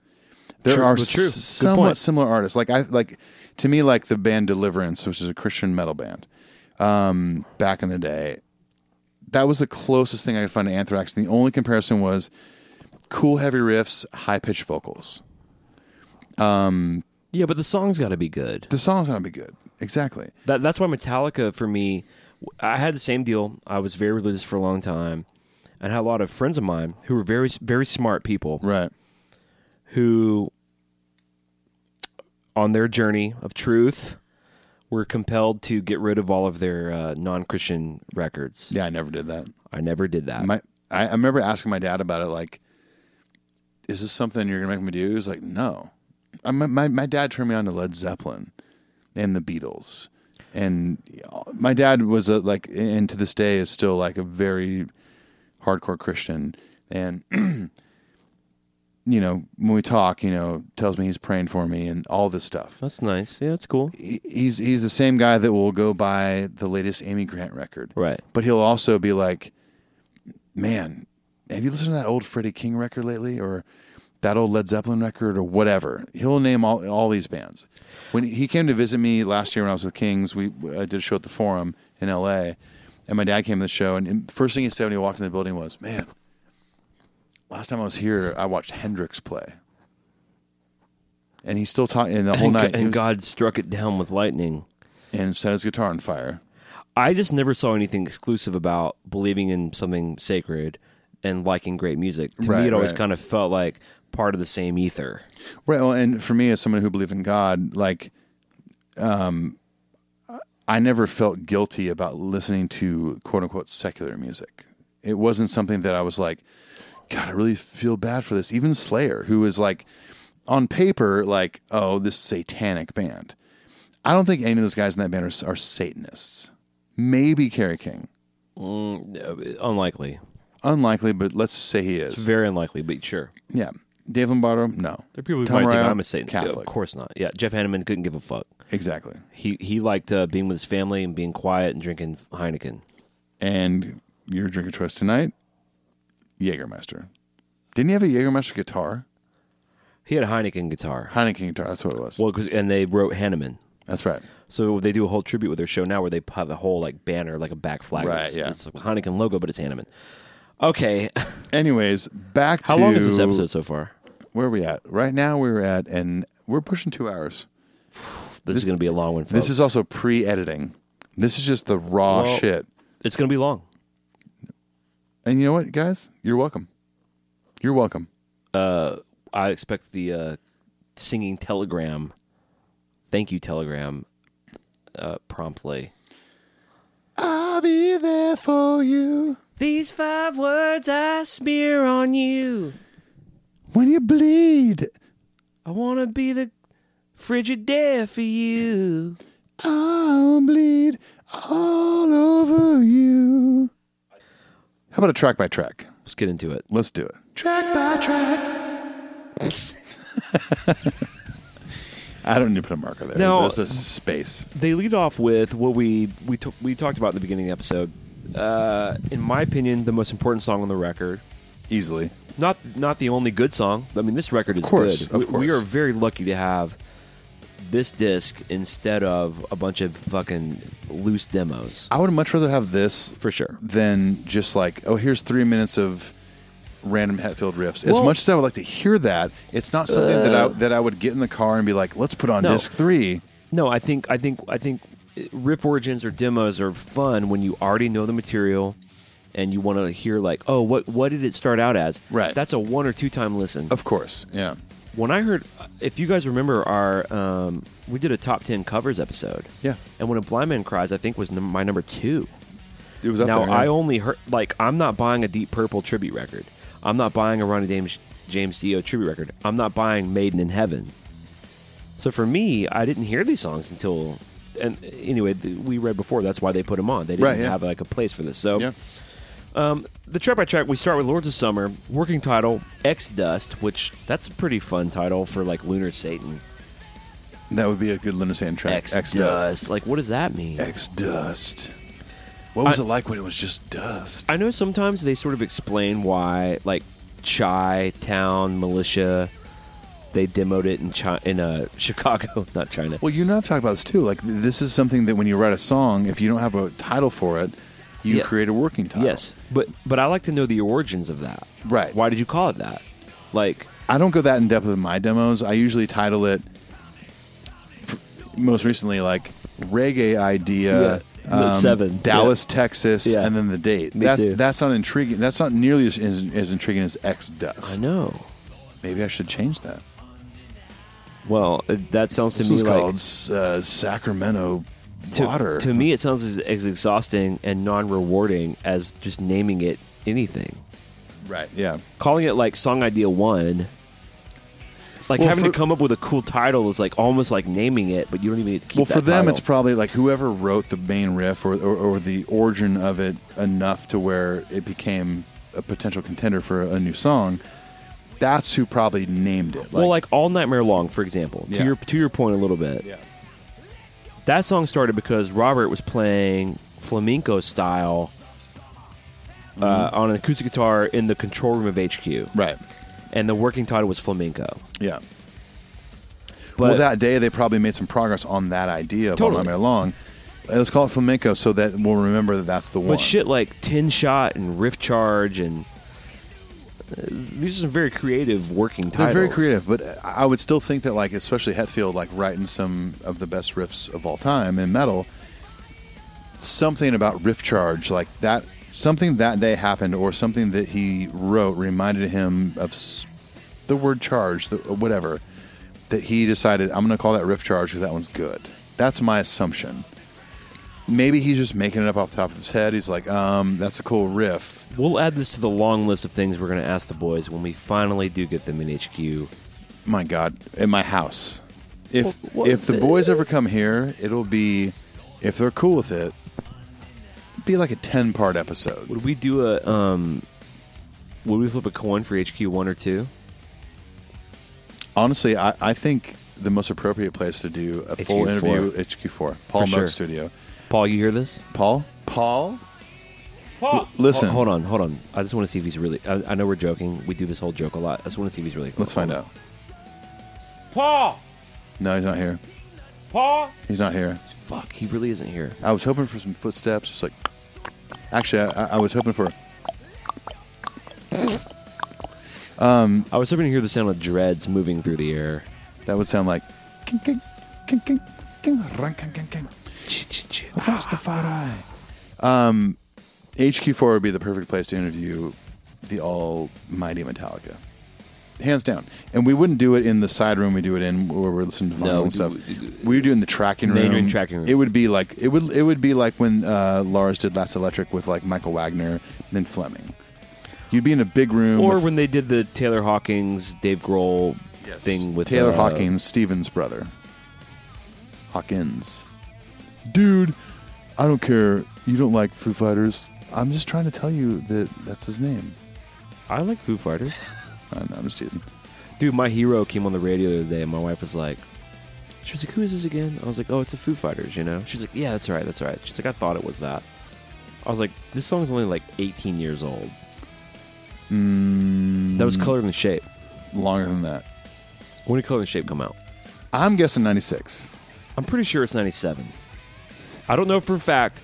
S4: There
S3: True,
S4: are
S3: but true.
S4: s-
S3: Good
S4: somewhat
S3: point.
S4: similar artists. Like I like to me, like the band Deliverance, which is a Christian metal band, um, back in the day. That was the closest thing I could find to Anthrax, and the only comparison was cool heavy riffs, high pitched vocals.
S3: yeah, but the song's got to be good.
S4: The song's gonna be good. Exactly.
S3: That, that's why Metallica for me, I had the same deal. I was very religious for a long time, and had a lot of friends of mine who were very very smart people
S4: Right.
S3: who on their journey of truth were compelled to get rid of all of their uh, non-christian records
S4: Yeah, I never did that.
S3: i never did that
S4: My, I, I remember asking my dad about it. Like, is this something you're gonna make me do? He was like, no. I, my, my my dad turned me on to Led Zeppelin, and the Beatles. And uh, my dad was a like, and to this day is still like a very hardcore Christian. And (clears throat) you know, when we talk, you know, tells me he's praying for me and all this stuff.
S3: That's nice. Yeah, that's cool.
S4: He- He's he's the same guy that will go buy the latest Amy Grant record,
S3: Right.
S4: But he'll also be like, "Man, have you listened to that old Freddie King record lately, or that old Led Zeppelin record, or whatever?" He'll name all all these bands. When he came to visit me last year when I was with Kings, we I did a show at the Forum in L.A. And my dad came to the show, and- and first thing he said when he walked in the building was, "Man, last time I was here, I watched Hendrix play. And he still taught and the whole
S3: and,
S4: night.
S3: and
S4: he was-
S3: God struck it down with lightning.
S4: and set his guitar on fire.
S3: I just never saw anything exclusive about believing in something sacred and liking great music. To
S4: Right,
S3: me, it always
S4: right.
S3: kind of felt like part of the same ether.
S4: Right. Well, and for me, as someone who believed in God, like, um, I never felt guilty about listening to quote unquote secular music. It wasn't something that I was like, God, I really feel bad for this. Even Slayer, who is like, on paper, like, oh, this satanic band. I don't think any of those guys in that band are, are Satanists. Maybe Kerry King.
S3: Unlikely.
S4: Unlikely, but let's just say he is.
S3: It's very unlikely, but sure.
S4: yeah. Dave Lombardo, no.
S3: There are people who
S4: Tom
S3: might
S4: Araya,
S3: think I'm a Satan.
S4: Catholic.
S3: Of course not. Yeah, Jeff Hanneman couldn't give a fuck.
S4: Exactly.
S3: He he liked uh, being with his family and being quiet and drinking Heineken.
S4: And your drink of choice tonight, Jägermeister. Didn't you have a Jägermeister guitar?
S3: He had a Heineken guitar.
S4: Heineken guitar, that's what it was.
S3: Well, 'cause- and they wrote Hanneman.
S4: that's right.
S3: So they do a whole tribute with their show now, where they have a whole like banner, like a back flag.
S4: Right,
S3: It's-
S4: yeah.
S3: It's a Heineken logo, but it's Hanneman. Okay. (laughs)
S4: Anyways, back
S3: How
S4: to
S3: long is this episode so far?
S4: Where are we at? Right now we're at and we're pushing two hours.
S3: This, is going to be a long one. Folks.
S4: This is also pre editing. This is just the raw
S3: Well-
S4: shit.
S3: It's going to be long.
S4: And you know what, guys? You're welcome. You're welcome.
S3: I expect the uh, singing telegram, thank you telegram, uh, promptly.
S4: I'll be there for you
S3: These five words I smear on you.
S4: when you bleed.
S3: I want to be the frigid dare for you.
S4: I'll bleed all over you. How about a track by track?
S3: Let's get into it.
S4: Let's do it. Track by track. (laughs) I don't need to put a marker there.
S3: No.
S4: There's this space.
S3: They lead off with what we we t- we talked about in the beginning of the episode. Uh, in my opinion, the most important song on the record.
S4: Easily.
S3: Not not the only good song. I mean, this record is
S4: course,
S3: good.
S4: of
S3: we, we
S4: course.
S3: are very lucky to have this disc instead of a bunch of fucking loose demos.
S4: I would much rather have this
S3: For sure.
S4: than just like, oh, here's three minutes of random Hetfield riffs. As
S3: Well- Uh.
S4: much as I would like to hear that, it's not something that I that I would get in the car and be like, let's put on
S3: No.
S4: disc three.
S3: No, I think I think I think riff origins or demos are fun when you already know the material and you want to hear like, oh, what what did it start out as?
S4: Right.
S3: That's a one or two time listen.
S4: Of course. Yeah.
S3: When I heard, if you guys remember our, um, we did a top ten covers episode.
S4: Yeah.
S3: And when a blind man cries, I think was num- my number two.
S4: It was up
S3: now
S4: there.
S3: I
S4: yeah.
S3: only heard like I'm not buying a Deep Purple tribute record. I'm not buying a Ronnie James James Dio tribute record. I'm not buying Maiden in Heaven. So for me, I didn't hear these songs until and anyway th- we read before. That's why they put them on. They didn't
S4: Right, yeah.
S3: have like a place for this. So
S4: Yeah.
S3: the track by track, we start with Lords of Summer, working title X Dust, which that's a pretty fun title for like Lunar Satan.
S4: That would be a good Lunasan track.
S3: X, dust. Like what does that mean?
S4: X dust. What was
S3: I-
S4: it like when it was just dust?
S3: I know sometimes they sort of explain why, like Chi Town Militia, they demoed it in Chi- in uh, (laughs) Chicago, not China.
S4: well, you and I have talked about this too. Like th- this is something that when you write a song, if you don't have a title for it, you
S3: Yeah.
S4: create a working title.
S3: yes, but but I like to know the origins of that.
S4: Right.
S3: Why did you call it that? Like,
S4: I don't go that in depth with my demos. I usually title it. f- Most recently, like reggae idea, um,
S3: Yeah. The seven.
S4: Dallas, Texas,
S3: Yeah.
S4: and then the date.
S3: Me
S4: that's,
S3: too.
S4: that's not intriguing. That's not nearly as, as, as intriguing as X
S3: I
S4: Dust.
S3: know.
S4: Maybe I should change that.
S3: Well, it- that sounds to
S4: This
S3: me
S4: was
S3: like
S4: called uh, Sacramento
S3: to,
S4: Water.
S3: to me it sounds as, as exhausting and non-rewarding as just naming it anything.
S4: right? Yeah.
S3: Calling it like song idea one Like
S4: Well,
S3: having
S4: for-
S3: to come up with a cool title is like almost like naming it, but you don't even need to keep
S4: well, for
S3: that
S4: them,
S3: title.
S4: it's probably like whoever wrote the main riff or, or, or the origin of it enough to where it became a potential contender for a new song. That's who probably named it. Like,
S3: well, like all nightmare long, for example. To
S4: Yeah.
S3: your to your point a little bit.
S4: Yeah.
S3: That song started because Robert was playing flamenco style uh, on an acoustic guitar in the control room of HQ,
S4: Mm-hmm. right.
S3: and the working title was flamenco.
S4: Yeah.
S3: But
S4: well, that day they probably made some progress on that idea of
S3: Totally.
S4: All Nightmare Long. Uh, Let's call it flamenco so that we'll remember that that's the one.
S3: But shit like Tin Shot and Riff Charge and uh, these are some very creative working
S4: They're
S3: titles.
S4: very creative, but I would still think that like especially Hetfield like writing some of the best riffs of all time in metal. Something about riff charge like that something that day happened or something that he wrote reminded him of s- the word charge the, whatever that he decided I'm going to call that riff charge because that one's good. That's my assumption. Maybe he's just making it up off the top of his head. He's like, um, that's a cool riff.
S3: We'll add this to the long list of things we're going to ask the boys when we finally do get them in HQ.
S4: my god in my house if
S3: Wh- what
S4: if the
S3: the-
S4: boys ever come here it'll be if they're cool with it it'd be like a 10 part episode
S3: Would we do a um? Would we flip a coin for HQ one or two?
S4: honestly i, I think the most appropriate place to do a full
S3: HQ4.
S4: interview hq4 paul
S3: For
S4: Moak
S3: sure.
S4: studio
S3: Paul, you hear this?
S4: paul paul paul listen
S3: Ho- hold on, hold on. I just want to see if he's really. I, I know we're joking. We do this whole joke a lot. I just want to see if he's really. Oh,
S4: let's find out
S2: Paul!
S4: no he's not here
S2: Paul!
S4: he's not here
S3: Fuck, he really isn't here.
S4: i was hoping for some footsteps just like actually i, I was hoping for
S3: I was hoping to hear the sound of dreads moving through the air.
S4: that would sound like king, king, king, king, king, run, king, king, king. Rastafari. Um, HQ4 would be the perfect place to interview the almighty Metallica. Hands down. And we wouldn't do it in the side room we do it in where we're listening to vinyl
S3: No,
S4: and stuff.
S3: we do-
S4: We would do it in the tracking room.
S3: Main room, tracking room.
S4: It would be like it would it would be like when uh, Lars did Last Electric with like Michael Wagner and then Fleming. You'd be in a big room
S3: Or
S4: with
S3: when they did the Taylor Hawkins, Dave Grohl thing with
S4: Taylor
S3: uh,
S4: Hawkins, Steven's brother. Hawkins. Dude, I don't care. You don't like Foo Fighters. I'm just trying to tell you that that's his name.
S3: I like Foo Fighters.
S4: I don't know, I'm just teasing.
S3: Dude, my hero came on the radio the other day, and my wife was like, "She was like, who is this again?" I was like, "Oh, it's the Foo Fighters," you know. She's like, "Yeah, that's right, that's right." She's like, "I thought it was that." I was like, "This song's only like 18 years old."
S4: Mm.
S3: That was Color and Shape.
S4: Longer than that.
S3: When did Color and Shape come out?
S4: I'm guessing 96.
S3: I'm pretty sure it's 97. I don't know for a fact,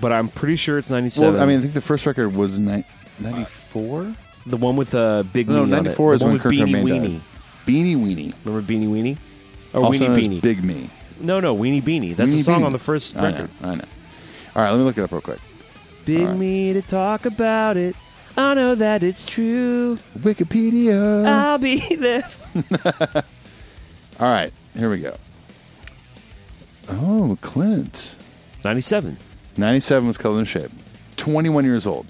S3: but I'm pretty sure it's 97.
S4: Well, I mean, I think the first record was ni- 94?
S3: the one with uh, Big
S4: No,
S3: Meanie
S4: 94
S3: on it.
S4: is
S3: the one
S4: when
S3: with
S4: Kurt
S3: Beanie
S4: Cobain
S3: Weenie.
S4: died. Beanie Weenie.
S3: Remember Beanie Weenie? Or
S4: also
S3: Weenie
S4: known as
S3: Beanie?
S4: Big Me.
S3: no, no, Weenie Beanie. That's a
S4: Weenie
S3: song
S4: Beanie.
S3: on the first
S4: I know,
S3: record.
S4: I know. All right, let me look it up real quick.
S3: Big
S4: All right.
S3: me to talk about it. I know that it's true.
S4: Wikipedia.
S3: I'll be there.
S4: All right, here we go. Oh, Clint.
S3: 97.
S4: 97 was Color and Shape. 21 years old.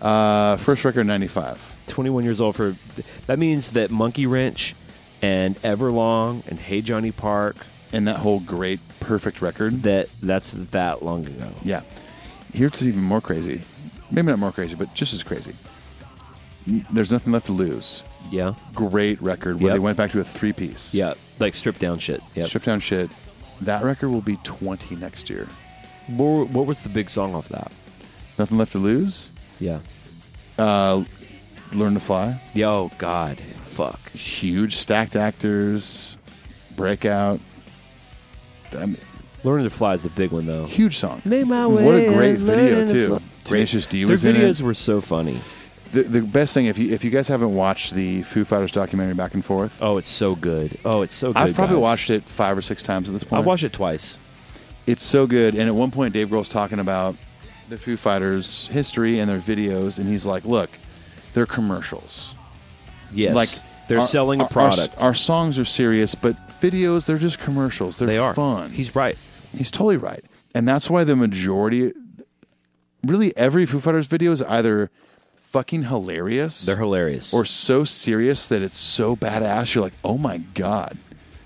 S4: Uh, first record, 95.
S3: 21 years old for. That means that Monkey Wrench and Everlong and Hey Johnny Park,
S4: And that whole great, perfect record.
S3: that that's that long ago.
S4: yeah. Here's what's even more crazy. Maybe not more crazy, but just as crazy. N- There's nothing left to lose.
S3: Yeah.
S4: Great record where
S3: Yep.
S4: they went back to a three piece.
S3: Yeah. Like stripped down shit. Yeah.
S4: Strip down shit. That record will be 20 next year.
S3: What, what was the big song off that?
S4: Nothing left to lose.
S3: Yeah.
S4: Learn to fly.
S3: Yo, God. Fuck.
S4: Huge stacked actors. Breakout. I mean,
S3: Learning to Fly is the big one, though.
S4: huge song.
S3: Make my way.
S4: What a great
S3: learning
S4: video
S3: to
S4: too.
S3: fly.
S4: Tenacious D
S3: Their
S4: was in
S3: videos
S4: it.
S3: were so funny.
S4: The, the best thing if you if you guys haven't watched the Foo Fighters documentary Back and Forth,
S3: Oh, it's so good. Oh, it's so good.
S4: I've probably
S3: guys.
S4: watched it five or six times at this point.
S3: I've watched it twice.
S4: It's so good. And at one point, Dave Grohl's talking about the Foo Fighters' history and their videos, and he's like, "Look, they're commercials.
S3: Yes.
S4: Like
S3: they're
S4: our-
S3: selling
S4: our-
S3: a product.
S4: Our, our songs are serious, but videos they're just commercials. They're
S3: they are
S4: fun.
S3: He's right.
S4: He's totally right. And that's why the majority, really every Foo Fighters video is either fucking hilarious.
S3: They're hilarious.
S4: Or so serious that it's so badass. You're like, oh my god.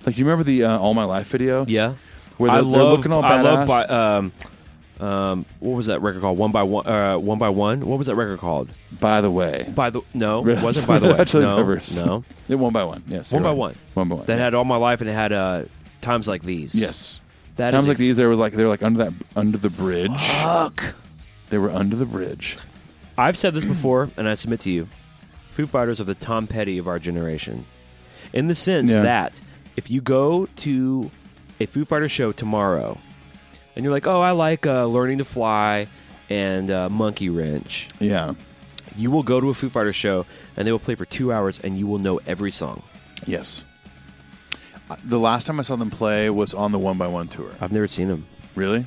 S4: Like you remember the uh, All My Life video?
S3: yeah.
S4: Where
S3: I
S4: they're,
S3: love,
S4: they're looking all badass.
S3: I love by, um, um, what was that record called? One by one. Uh, one by one. What was that record called?
S4: By the way,
S3: By the
S4: (laughs)
S3: no, it wasn't by the way.
S4: Red Hot Chili
S3: no,
S4: Peppers.
S3: no.
S4: Yeah, one by one. Yes,
S3: One
S4: you're
S3: by
S4: right.
S3: one.
S4: One by one.
S3: That
S4: yeah.
S3: had all my life, and it had uh, times like these.
S4: yes.
S3: That
S4: Times
S3: is
S4: like
S3: a-
S4: these, they were like they were like under that under the bridge.
S3: Fuck.
S4: They were under the bridge.
S3: I've said this before, and I submit to you: Foo Fighters are the Tom Petty of our generation, in the sense
S4: Yeah.
S3: that if you go to a Foo Fighter show tomorrow, and you're like, "Oh, I like uh, Learning to Fly and uh, Monkey Wrench,"
S4: Yeah.
S3: you will go to a Foo Fighter show, and they will play for two hours, and you will know every song.
S4: Yes. Uh, The last time I saw them play was on the one by one tour.
S3: I've never seen them.
S4: Really?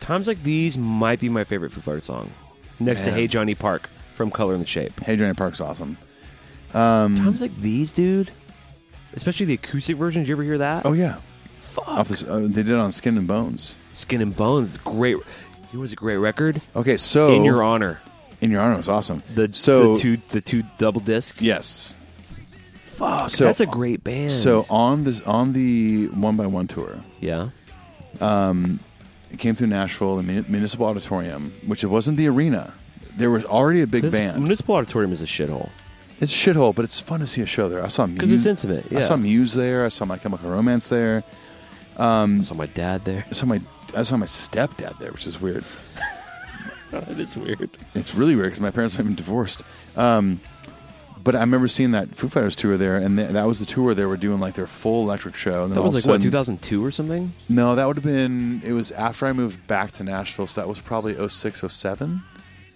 S3: Times like these might be my favorite Foo Fighter song, next to
S4: Man.
S3: "Hey Johnny Park" from Color and the Shape.
S4: Hey, Johnny Park's awesome.
S3: Times like these, dude. Especially the acoustic version. Did you ever hear that?
S4: Oh yeah,
S3: fuck.
S4: off this uh, they did it on Skin and Bones.
S3: Skin and Bones, great. It was a great record.
S4: Okay, so
S3: In Your Honor,
S4: in your honor was awesome.
S3: the
S4: Oh. so
S3: the two the two double disc.
S4: yes,
S3: Fuck,
S4: so-
S3: that's a great band.
S4: so on this on the one by one tour,
S3: yeah,
S4: it came through Nashville, the Mun- Municipal Auditorium, which it wasn't the arena. There was already a big
S3: This
S4: band.
S3: Municipal Auditorium is a shithole.
S4: It's a shithole, but it's fun to see a show there. I saw
S3: 'Cause it's intimate,
S4: I
S3: yeah.
S4: saw Muse there. I saw My Chemical Romance there.
S3: I saw my
S4: (laughs)
S3: dad there.
S4: I saw my I saw my stepdad there, which is weird.
S3: it is weird.
S4: It's really weird because my parents have been divorced. Um, but I remember seeing that Foo Fighters tour there, and th- that was the tour they were doing like their full electric show. And then
S3: That
S4: all
S3: was
S4: of a
S3: like what
S4: sudden,
S3: 2002 or something.
S4: No, that would have been. It was after I moved back to Nashville, so that was probably 06, 07.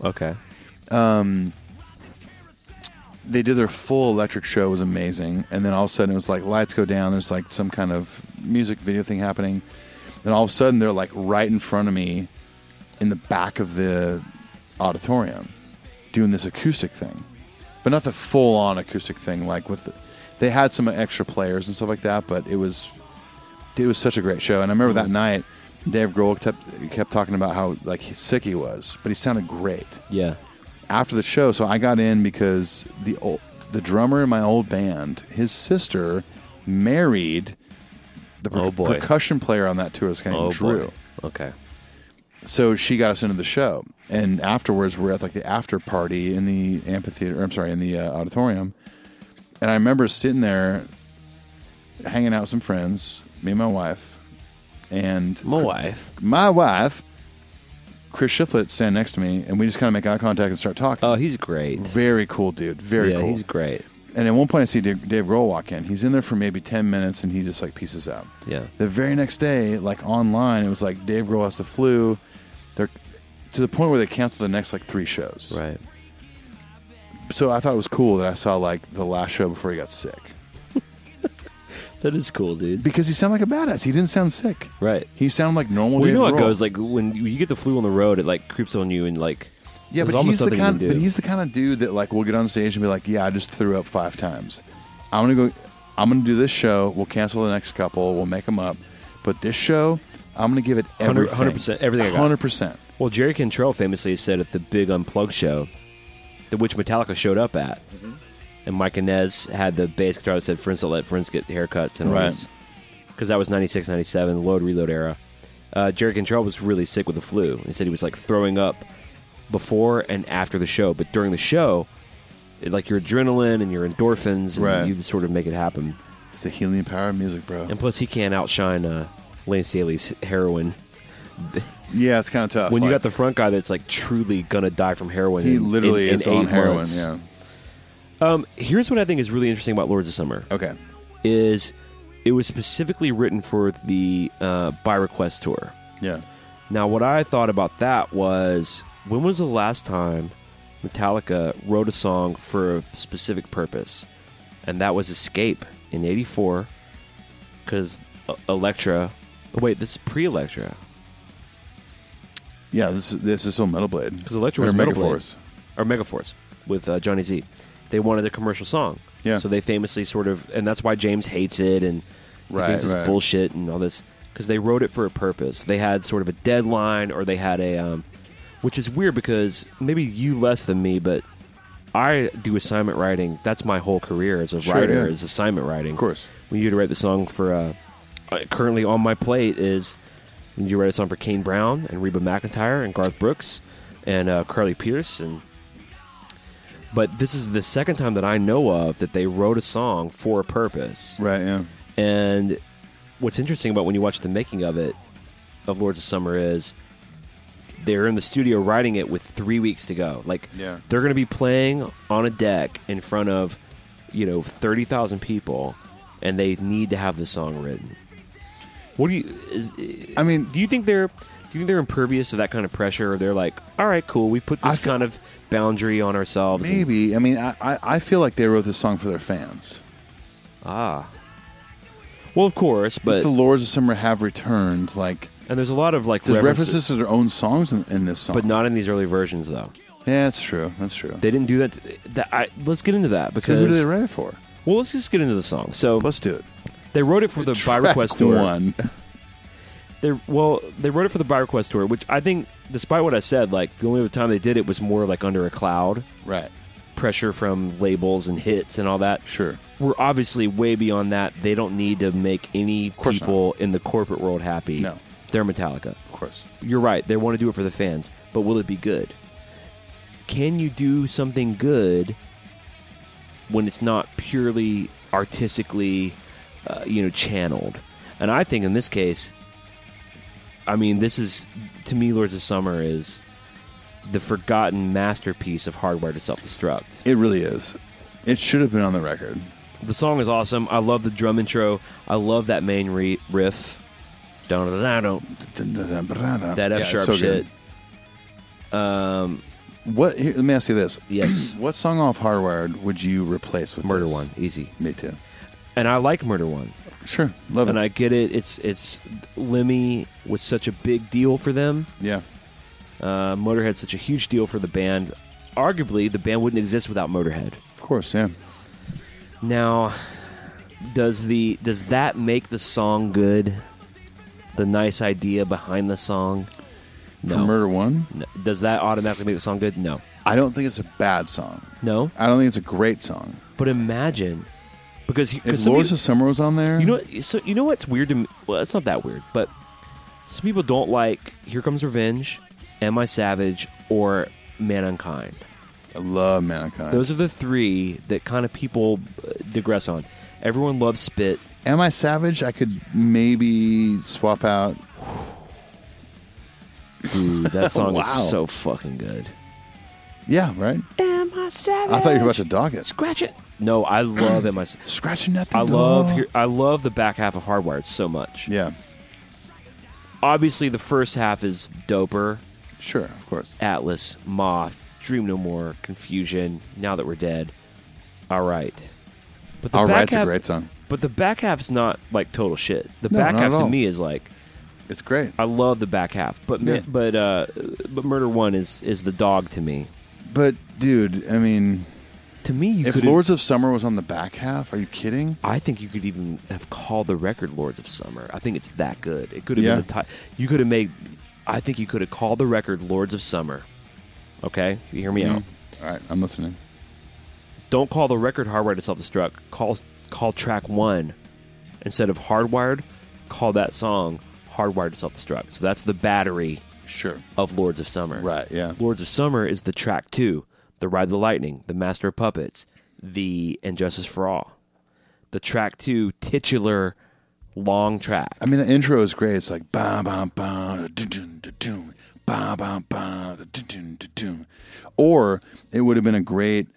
S3: Okay,
S4: They did their full electric show, it was amazing. And then all of a sudden, it was like lights go down. There's like some kind of music video thing happening. And all of a sudden, they're like right in front of me, in the back of the auditorium, doing this acoustic thing, but not the full-on acoustic thing. Like with, they had some extra players and stuff like that, but it was it was such a great show. And I remember that night, Dave Grohl kept kept talking about how like he- sick he was, but he sounded great
S3: yeah,
S4: after the show. So I got in because the old, the drummer in my old band, his sister married the per-
S3: Oh, boy.
S4: percussion player on that tour. This guy named
S3: oh
S4: Drew
S3: boy. Okay,
S4: so she got us into the show and afterwards we're at like the after party in the amphitheater i'm sorry in the uh, auditorium and i remember sitting there hanging out with some friends me and my wife and
S3: my wife.
S4: my wife chris shiflett standing next to me and we just kind of make eye contact and start talking
S3: Oh, he's great.
S4: very cool dude very
S3: yeah,
S4: cool
S3: he's great.
S4: and at one point i see dave, dave grohl walk in he's in there for maybe 10 minutes and he just like pieces out
S3: Yeah,
S4: the very next day, like online, it was like Dave Grohl has the flu. They're to the point where they canceled the next like three shows.
S3: right.
S4: So I thought it was cool that I saw like the last show before he got sick
S3: That is cool, dude.
S4: because he sounded like a badass. He didn't sound sick.
S3: Right.
S4: He sounded like normal.
S3: Well, you
S4: Dave
S3: know how it
S4: Grohl.
S3: goes. Like when you get the flu on the road, it like creeps on you and like
S4: yeah,
S3: there's
S4: but he's
S3: almost
S4: the
S3: nothing you can
S4: kind.
S3: do.
S4: But he's the kind of dude that like will get on stage and be like, "Yeah, I just threw up five times. I'm gonna go. I'm gonna do this show. We'll cancel the next couple. We'll make them up. But this show, I'm gonna give it
S3: 100
S4: everything.
S3: 100% everything I got.
S4: Hundred percent.
S3: Well, Jerry Cantrell famously said at the big Unplugged show, the which Metallica showed up at,
S4: Mm-hmm.
S3: and Mike Inez had the bass guitar that said "Friends don't let friends get haircuts" and all
S4: Right.
S3: this, because that was 96, 97, load reload era. Uh, Jerry Cantrell was really sick with the flu. He said he was like throwing up before and after the show, but during the show, it, like your adrenaline and your endorphins, and
S4: Right.
S3: you just sort of make it happen.
S4: It's the healing power of music, bro.
S3: And plus, he can't outshine uh, Lane Staley's heroin.
S4: Yeah, it's kind of tough.
S3: When you
S4: Like,
S3: got the front guy that's like truly gonna die from heroin,
S4: He
S3: in-
S4: literally
S3: in- in
S4: is on
S3: eight
S4: heroin.
S3: months.
S4: Yeah.
S3: Um, here's what I think is really interesting about Lords of Summer
S4: Okay.
S3: is it was specifically written for the uh, by request tour.
S4: Yeah.
S3: Now, what I thought about that was when was the last time Metallica wrote a song for a specific purpose, and that was Escape in '84, because Electra. Oh, wait, this is pre-Electra.
S4: Yeah. This is this is still Metal Blade
S3: 'Cause Electra
S4: Or
S3: was Metal
S4: Megaforce.
S3: or Megaforce with uh, Johnny Z. They wanted a commercial song.
S4: Yeah.
S3: So they famously sort of, and that's why James hates it and he
S4: Right,
S3: thinks it's
S4: right.
S3: bullshit and all this because they wrote it for a purpose. They had sort of a deadline or they had a, um, which is weird because maybe you less than me, but I do assignment writing. That's my whole career as a
S4: Sure,
S3: writer
S4: yeah.
S3: is assignment writing. Of
S4: course.
S3: When you to write the song for, uh, uh, currently on my plate is when you write a song for Kane Brown and Reba McIntyre and Garth Brooks and uh, Carly Pierce and. But this is the second time that I know of that they wrote a song for a purpose.
S4: Right, yeah.
S3: And what's interesting about when you watch the making of it of Lords of Summer is they're in the studio writing it with three weeks to go. Like
S4: Yeah.
S3: they're going to be playing on a deck in front of you know thirty thousand people, and they need to have this song written. What do you is,
S4: I mean,
S3: do? You think they're do you think they're impervious to that kind of pressure, or they're like, all right, cool, we put
S4: I
S3: this
S4: feel-
S3: kind of boundary on ourselves? and-
S4: maybe. I mean, I, I, I feel like they wrote this song for their fans.
S3: ah, well, of course,
S4: But
S3: but
S4: the Lords of Summer have returned. Like,
S3: and there's a lot of like
S4: there's
S3: references.
S4: references to their own songs in, in this song.
S3: but not in these early versions though.
S4: Yeah, that's true. That's true.
S3: They didn't do that. To, that I, let's get into that
S4: so who do
S3: because
S4: they write it for?
S3: well, let's just get into the song. So
S4: Let's do it.
S3: they wrote it for the by
S4: Track
S3: request tour. (laughs)
S4: one.
S3: They well, they wrote it for the by request tour, which I think, despite what I said, like the only other time they did it was more like under a cloud,
S4: Right.
S3: pressure from labels and hits and all that.
S4: Sure.
S3: We're obviously way beyond that. They don't need to make any
S4: course
S3: people in the corporate world happy.
S4: No.
S3: they're Metallica.
S4: Of course.
S3: you're right. They want to do it for the fans, but will it be good? Can you do something good when it's not purely artistically, uh, you know, channeled? And I think in this case, I mean, this is to me, Lords of Summer is the forgotten masterpiece of hardware to self-destruct.
S4: It really is. It should have been on the record.
S3: The song is awesome. I love the drum intro. I love that main re- riff. Don't that
S4: That
S3: F sharp shit.
S4: What? Here, let me ask you this.
S3: Yes.
S4: (clears throat) what song off Hardwired would you replace with
S3: Murder
S4: this?
S3: one, easy.
S4: Me too.
S3: And I like Murder One.
S4: Sure. Love
S3: and
S4: it.
S3: I get it. It's it's Lemmy was such a big deal for them.
S4: yeah.
S3: Uh, Motorhead such a huge deal for the band. Arguably, the band wouldn't exist without Motorhead.
S4: Of course. Yeah.
S3: Now, does the does that make the song good? The nice idea behind the song.
S4: For
S3: No.
S4: Murder One,
S3: No. Does that automatically make the song good? No.
S4: I don't think it's a bad song.
S3: No.
S4: I don't think it's a great song.
S3: But imagine, because you- 'cause
S4: If
S3: somebody-
S4: Lords of Summer was on there,
S3: You know, what- so you know what's weird to me? Well, it's not that weird, but some people don't like "Here Comes Revenge," "Am I Savage," or "Man Unkind."
S4: I love Mankind.
S3: Those are the three that kind of people uh, digress on. Everyone loves Spit.
S4: Am I Savage? I could maybe swap out.
S3: Dude,
S4: (laughs)
S3: that song
S4: Wow.
S3: is so fucking good.
S4: Yeah. Right.
S3: Am I Savage?
S4: I thought you were about to dog it.
S3: scratch it. No, I love "Am I." Sa-
S4: Scratching nothing.
S3: I love
S4: dog.
S3: here. I love the back half of Hardwired so much.
S4: Yeah.
S3: Obviously, the first half is doper.
S4: Sure. Of course.
S3: Atlas, Moth, Dream No More, Confusion, Now That We're Dead. All right. But
S4: All
S3: back
S4: right's a
S3: half-
S4: great song.
S3: But the back half's not like total shit. The
S4: No,
S3: back
S4: not
S3: half
S4: at
S3: to
S4: all.
S3: me is like
S4: It's great.
S3: I love the back half, but ma-
S4: Yeah.
S3: but uh, but Murder One is is the dog to me.
S4: But dude, I mean,
S3: To me, you
S4: if
S3: could.
S4: Lords of Summer was on the back half, are you kidding?
S3: I think you could even have called the record Lords of Summer. I think it's that good. It could have
S4: Yeah.
S3: been a tie. You could have made. I think you could have called the record Lords of Summer. Okay, you hear me
S4: Mm.
S3: out.
S4: All right, I'm listening.
S3: don't call the record hardwired to self-destruct call call track one instead of hardwired call that song hardwired to self-destruct so that's the battery
S4: Sure.
S3: of lords of summer
S4: Right, yeah.
S3: lords of summer is the track two the ride the lightning the master of puppets the and justice for all the track two titular long track
S4: I mean, the intro is great. It's like ba ba ba dun dun dun dun ba ba ba dun dun dun dun. Or it would have been a great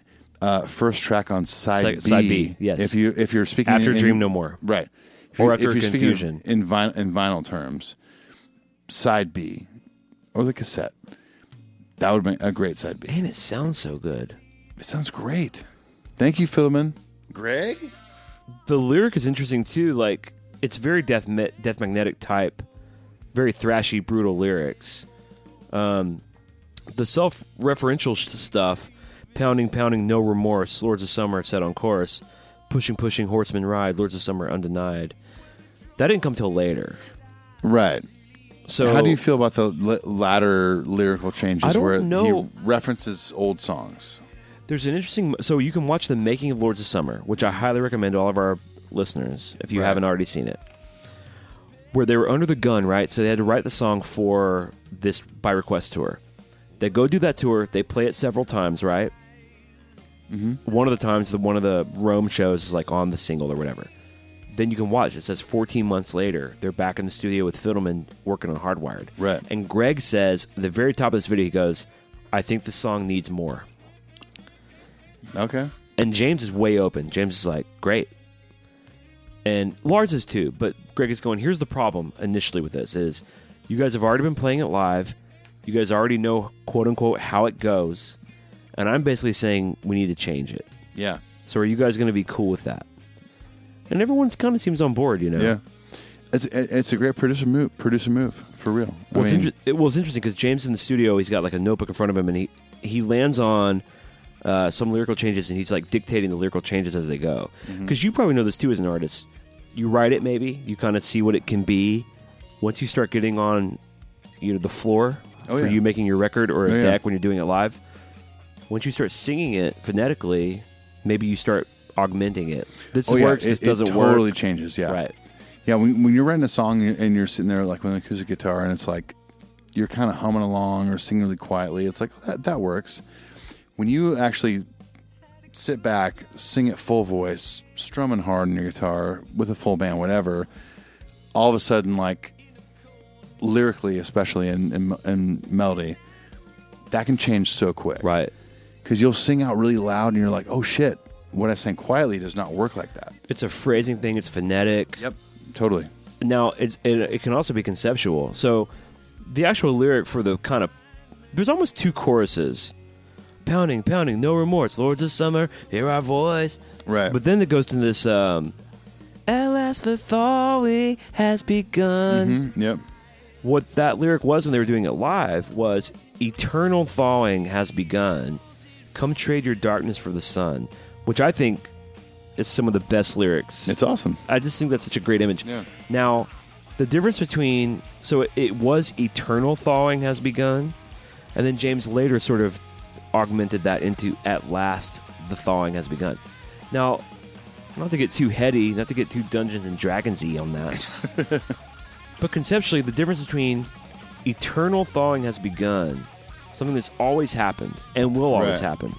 S4: uh, first track on side
S3: Side-
S4: B.
S3: side B, yes.
S4: If you if you're speaking
S3: After
S4: in-
S3: Dream No More.
S4: right? If
S3: Or
S4: you-
S3: after
S4: if you're speaking
S3: Confusion.
S4: in vinyl, in vinyl terms, side B or the cassette. That would have been a great side B.
S3: man it sounds so good
S4: It sounds great. Thank you, Philman. Greg.
S3: the lyric is interesting too. Like it's very death ma- death magnetic type, very thrashy, brutal lyrics. Um, the self referential sh- stuff, pounding, pounding, no remorse. Lords of Summer set on chorus, pushing, pushing, horsemen ride. Lords of Summer undenied. That didn't come till later.
S4: Right.
S3: So
S4: How do you feel about the l- latter lyrical changes
S3: I don't
S4: where
S3: know.
S4: he references old songs?
S3: There's an interesting. So you can watch the making of Lords of Summer, which I highly recommend to all of our listeners if you
S4: Right.
S3: haven't already seen it. Where they were under the gun, right? So they had to write the song for this by request tour. They go do that tour. They play it several times, right?
S4: Mm-hmm.
S3: One of the times, the one of the Rome shows is like on the single or whatever. Then you can watch. It says 14 months later, they're back in the studio with Fiddleman working on Hardwired.
S4: Right.
S3: And Greg says at the very top of this video, he goes, "I think the song needs more."
S4: Okay.
S3: And James is way open. James is like, great. And Lars is too, but Greg is going, here's the problem initially with this is you guys have already been playing it live. You guys already know quote unquote how it goes. And I'm basically saying we need to change it.
S4: Yeah.
S3: So are you guys gonna be cool with that? And everyone's kind of seems on board, you know.
S4: Yeah. It's it's a great producer move. Producer move for real. I
S3: Well, it's
S4: mean,
S3: inter- it was interesting because James in the studio, he's got like a notebook in front of him, and he he lands on uh, some lyrical changes, and he's like dictating the lyrical changes as they go.
S4: Mm-hmm.
S3: Because you probably know this too as an artist. You write it, maybe you kind of see what it can be. Once you start getting on, you know, the floor
S4: Oh,
S3: for
S4: yeah.
S3: you making your record or a
S4: Oh, yeah.
S3: deck when you're doing it live. Once you start singing it phonetically, maybe you start augmenting it. This
S4: oh, yeah,
S3: works.
S4: it-
S3: this doesn't
S4: it totally
S3: work.
S4: changes. Yeah.
S3: Right.
S4: Yeah. When, when you're writing a song and you're sitting there like with an acoustic guitar and it's like you're kind of humming along or singing really quietly, it's like that that works. When you actually sit back, sing it full voice, strumming hard on your guitar with a full band, whatever, all of a sudden, like lyrically, especially and and, and melody, that can change so quick.
S3: Right.
S4: because you'll sing out really loud and you're like, oh shit, what I sang quietly does not work like that.
S3: It's a phrasing thing. It's phonetic.
S4: Yep, totally.
S3: now it's it, it can also be conceptual so the actual lyric for the kind of there's almost two choruses pounding pounding no remorse lords of summer hear our voice
S4: Right.
S3: but then it goes to this um alas the thawing has begun
S4: Mm, yep.
S3: what that lyric was when they were doing it live was eternal thawing has begun come trade your darkness for the sun which i think is some of the best lyrics
S4: It's awesome.
S3: I just think that's such a great image.
S4: Yeah.
S3: Now, the difference between so it, it was eternal thawing has begun, and then James later sort of augmented that into at last the thawing has begun. Now, not to get too heady, not to get too Dungeons and Dragonsy on that,
S4: (laughs)
S3: but conceptually, the difference between eternal thawing has begun, something that's always happened and will always
S4: Right.
S3: happen,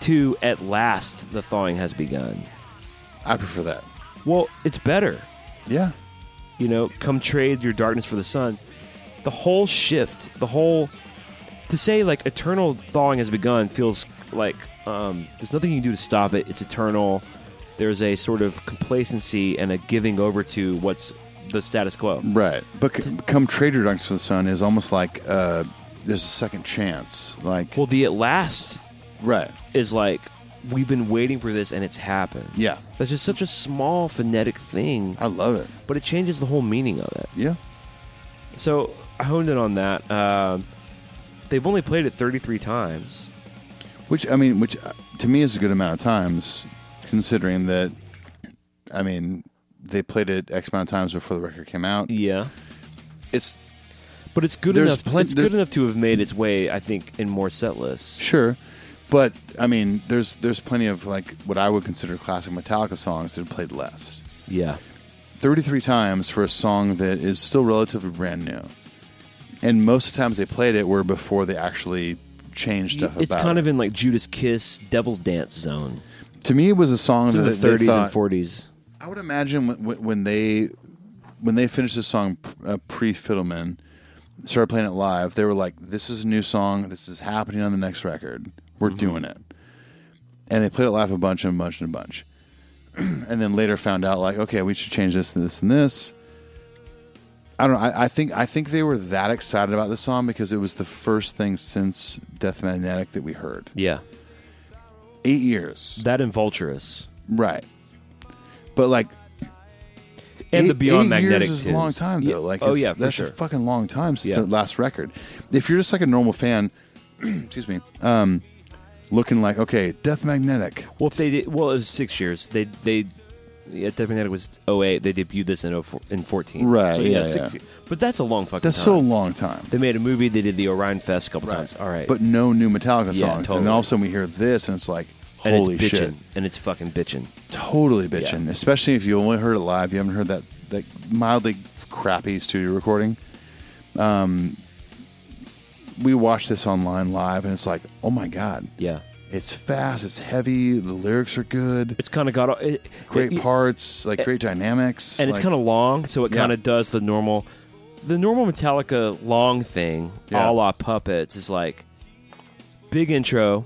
S3: to at last the thawing has begun.
S4: I prefer that.
S3: Well, it's better.
S4: Yeah.
S3: You know, come trade your darkness for the sun. The whole shift, the whole to say like eternal thawing has begun feels like um, there's nothing you can do to stop it. It's eternal. There's a sort of complacency and a giving over to what's the status quo.
S4: Right. But c- come Trader Dunks for the Sun is almost like uh, there's a second chance. Like,
S3: Well, the at last
S4: right.
S3: is like we've been waiting for this and it's happened.
S4: Yeah.
S3: That's just such a small phonetic thing,
S4: I love it.
S3: but it changes the whole meaning of it.
S4: Yeah.
S3: So I honed in on that. Um, they've only played it 33 times.
S4: Which, I mean, which uh, to me is a good amount of times considering that, I mean, they played it X amount of times before the record came out.
S3: Yeah,
S4: It's
S3: but it's good
S4: There's
S3: enough.
S4: plen-
S3: it's good
S4: there-
S3: enough to have made its way, I think, in more set lists.
S4: Sure, but I mean, there's there's plenty of like what I would consider classic Metallica songs that have played less.
S3: Yeah,
S4: Thirty three times for a song that is still relatively brand new, and most of the times they played it were before they actually changed stuff.
S3: it's
S4: about
S3: kind
S4: it.
S3: of in like Judas Kiss, Devil's Dance zone.
S4: to me, it was a song
S3: It's
S4: that
S3: in the
S4: they
S3: 30s
S4: thought-
S3: and 40s.
S4: I would imagine when- when, when they when they finished the song uh, pre Fiddleman, started playing it live, they were like, "This is a new song. This is happening on the next record. We're doing it." And they played it live a bunch and a bunch and a bunch, (clears throat) and then later found out like, "Okay, we should change this and this and this." I don't know. I, I think I think they were that excited about the song because it was the first thing since Death Magnetic that we heard.
S3: Yeah,
S4: Eight years,
S3: that and Vulturous
S4: right? But like
S3: and the
S4: Eight-
S3: Beyond
S4: eight
S3: Magnetic
S4: years is a
S3: tunes.
S4: long time though.
S3: Yeah.
S4: Like,
S3: oh
S4: it's-
S3: yeah, for
S4: that's
S3: sure.
S4: a fucking long time since
S3: Yeah.
S4: their last record. If you're just like a normal fan, (clears throat) excuse me, um, looking like okay, Death Magnetic,
S3: well, if they did, well, it was six years. They they yeah, Dead Magnetic was 08. They debuted this in 04, in 14.
S4: Right,
S3: So, you know,
S4: yeah,
S3: six
S4: yeah.
S3: years. But that's a long fucking
S4: That's
S3: time.
S4: so long time.
S3: They made a movie. They did the Orion Fest a couple times. All right.
S4: But no new Metallica songs.
S3: Yeah,
S4: And
S3: totally.
S4: all of a sudden we hear this and it's like,
S3: and
S4: holy
S3: it's bitching.
S4: shit.
S3: And it's fucking bitching.
S4: Totally bitching. Especially if you only heard it live. You haven't heard that, that mildly crappy studio recording. Um, we watched this online live and it's like, oh my God.
S3: Yeah.
S4: It's fast. It's heavy. The lyrics are good.
S3: It's kind of got a- it,
S4: great
S3: it-
S4: parts, like great dynamics,
S3: and it's
S4: like-
S3: kind of long, so it
S4: Yeah.
S3: kind of does the normal, the normal Metallica long thing,
S4: Yeah.
S3: a la puppets, is like big intro,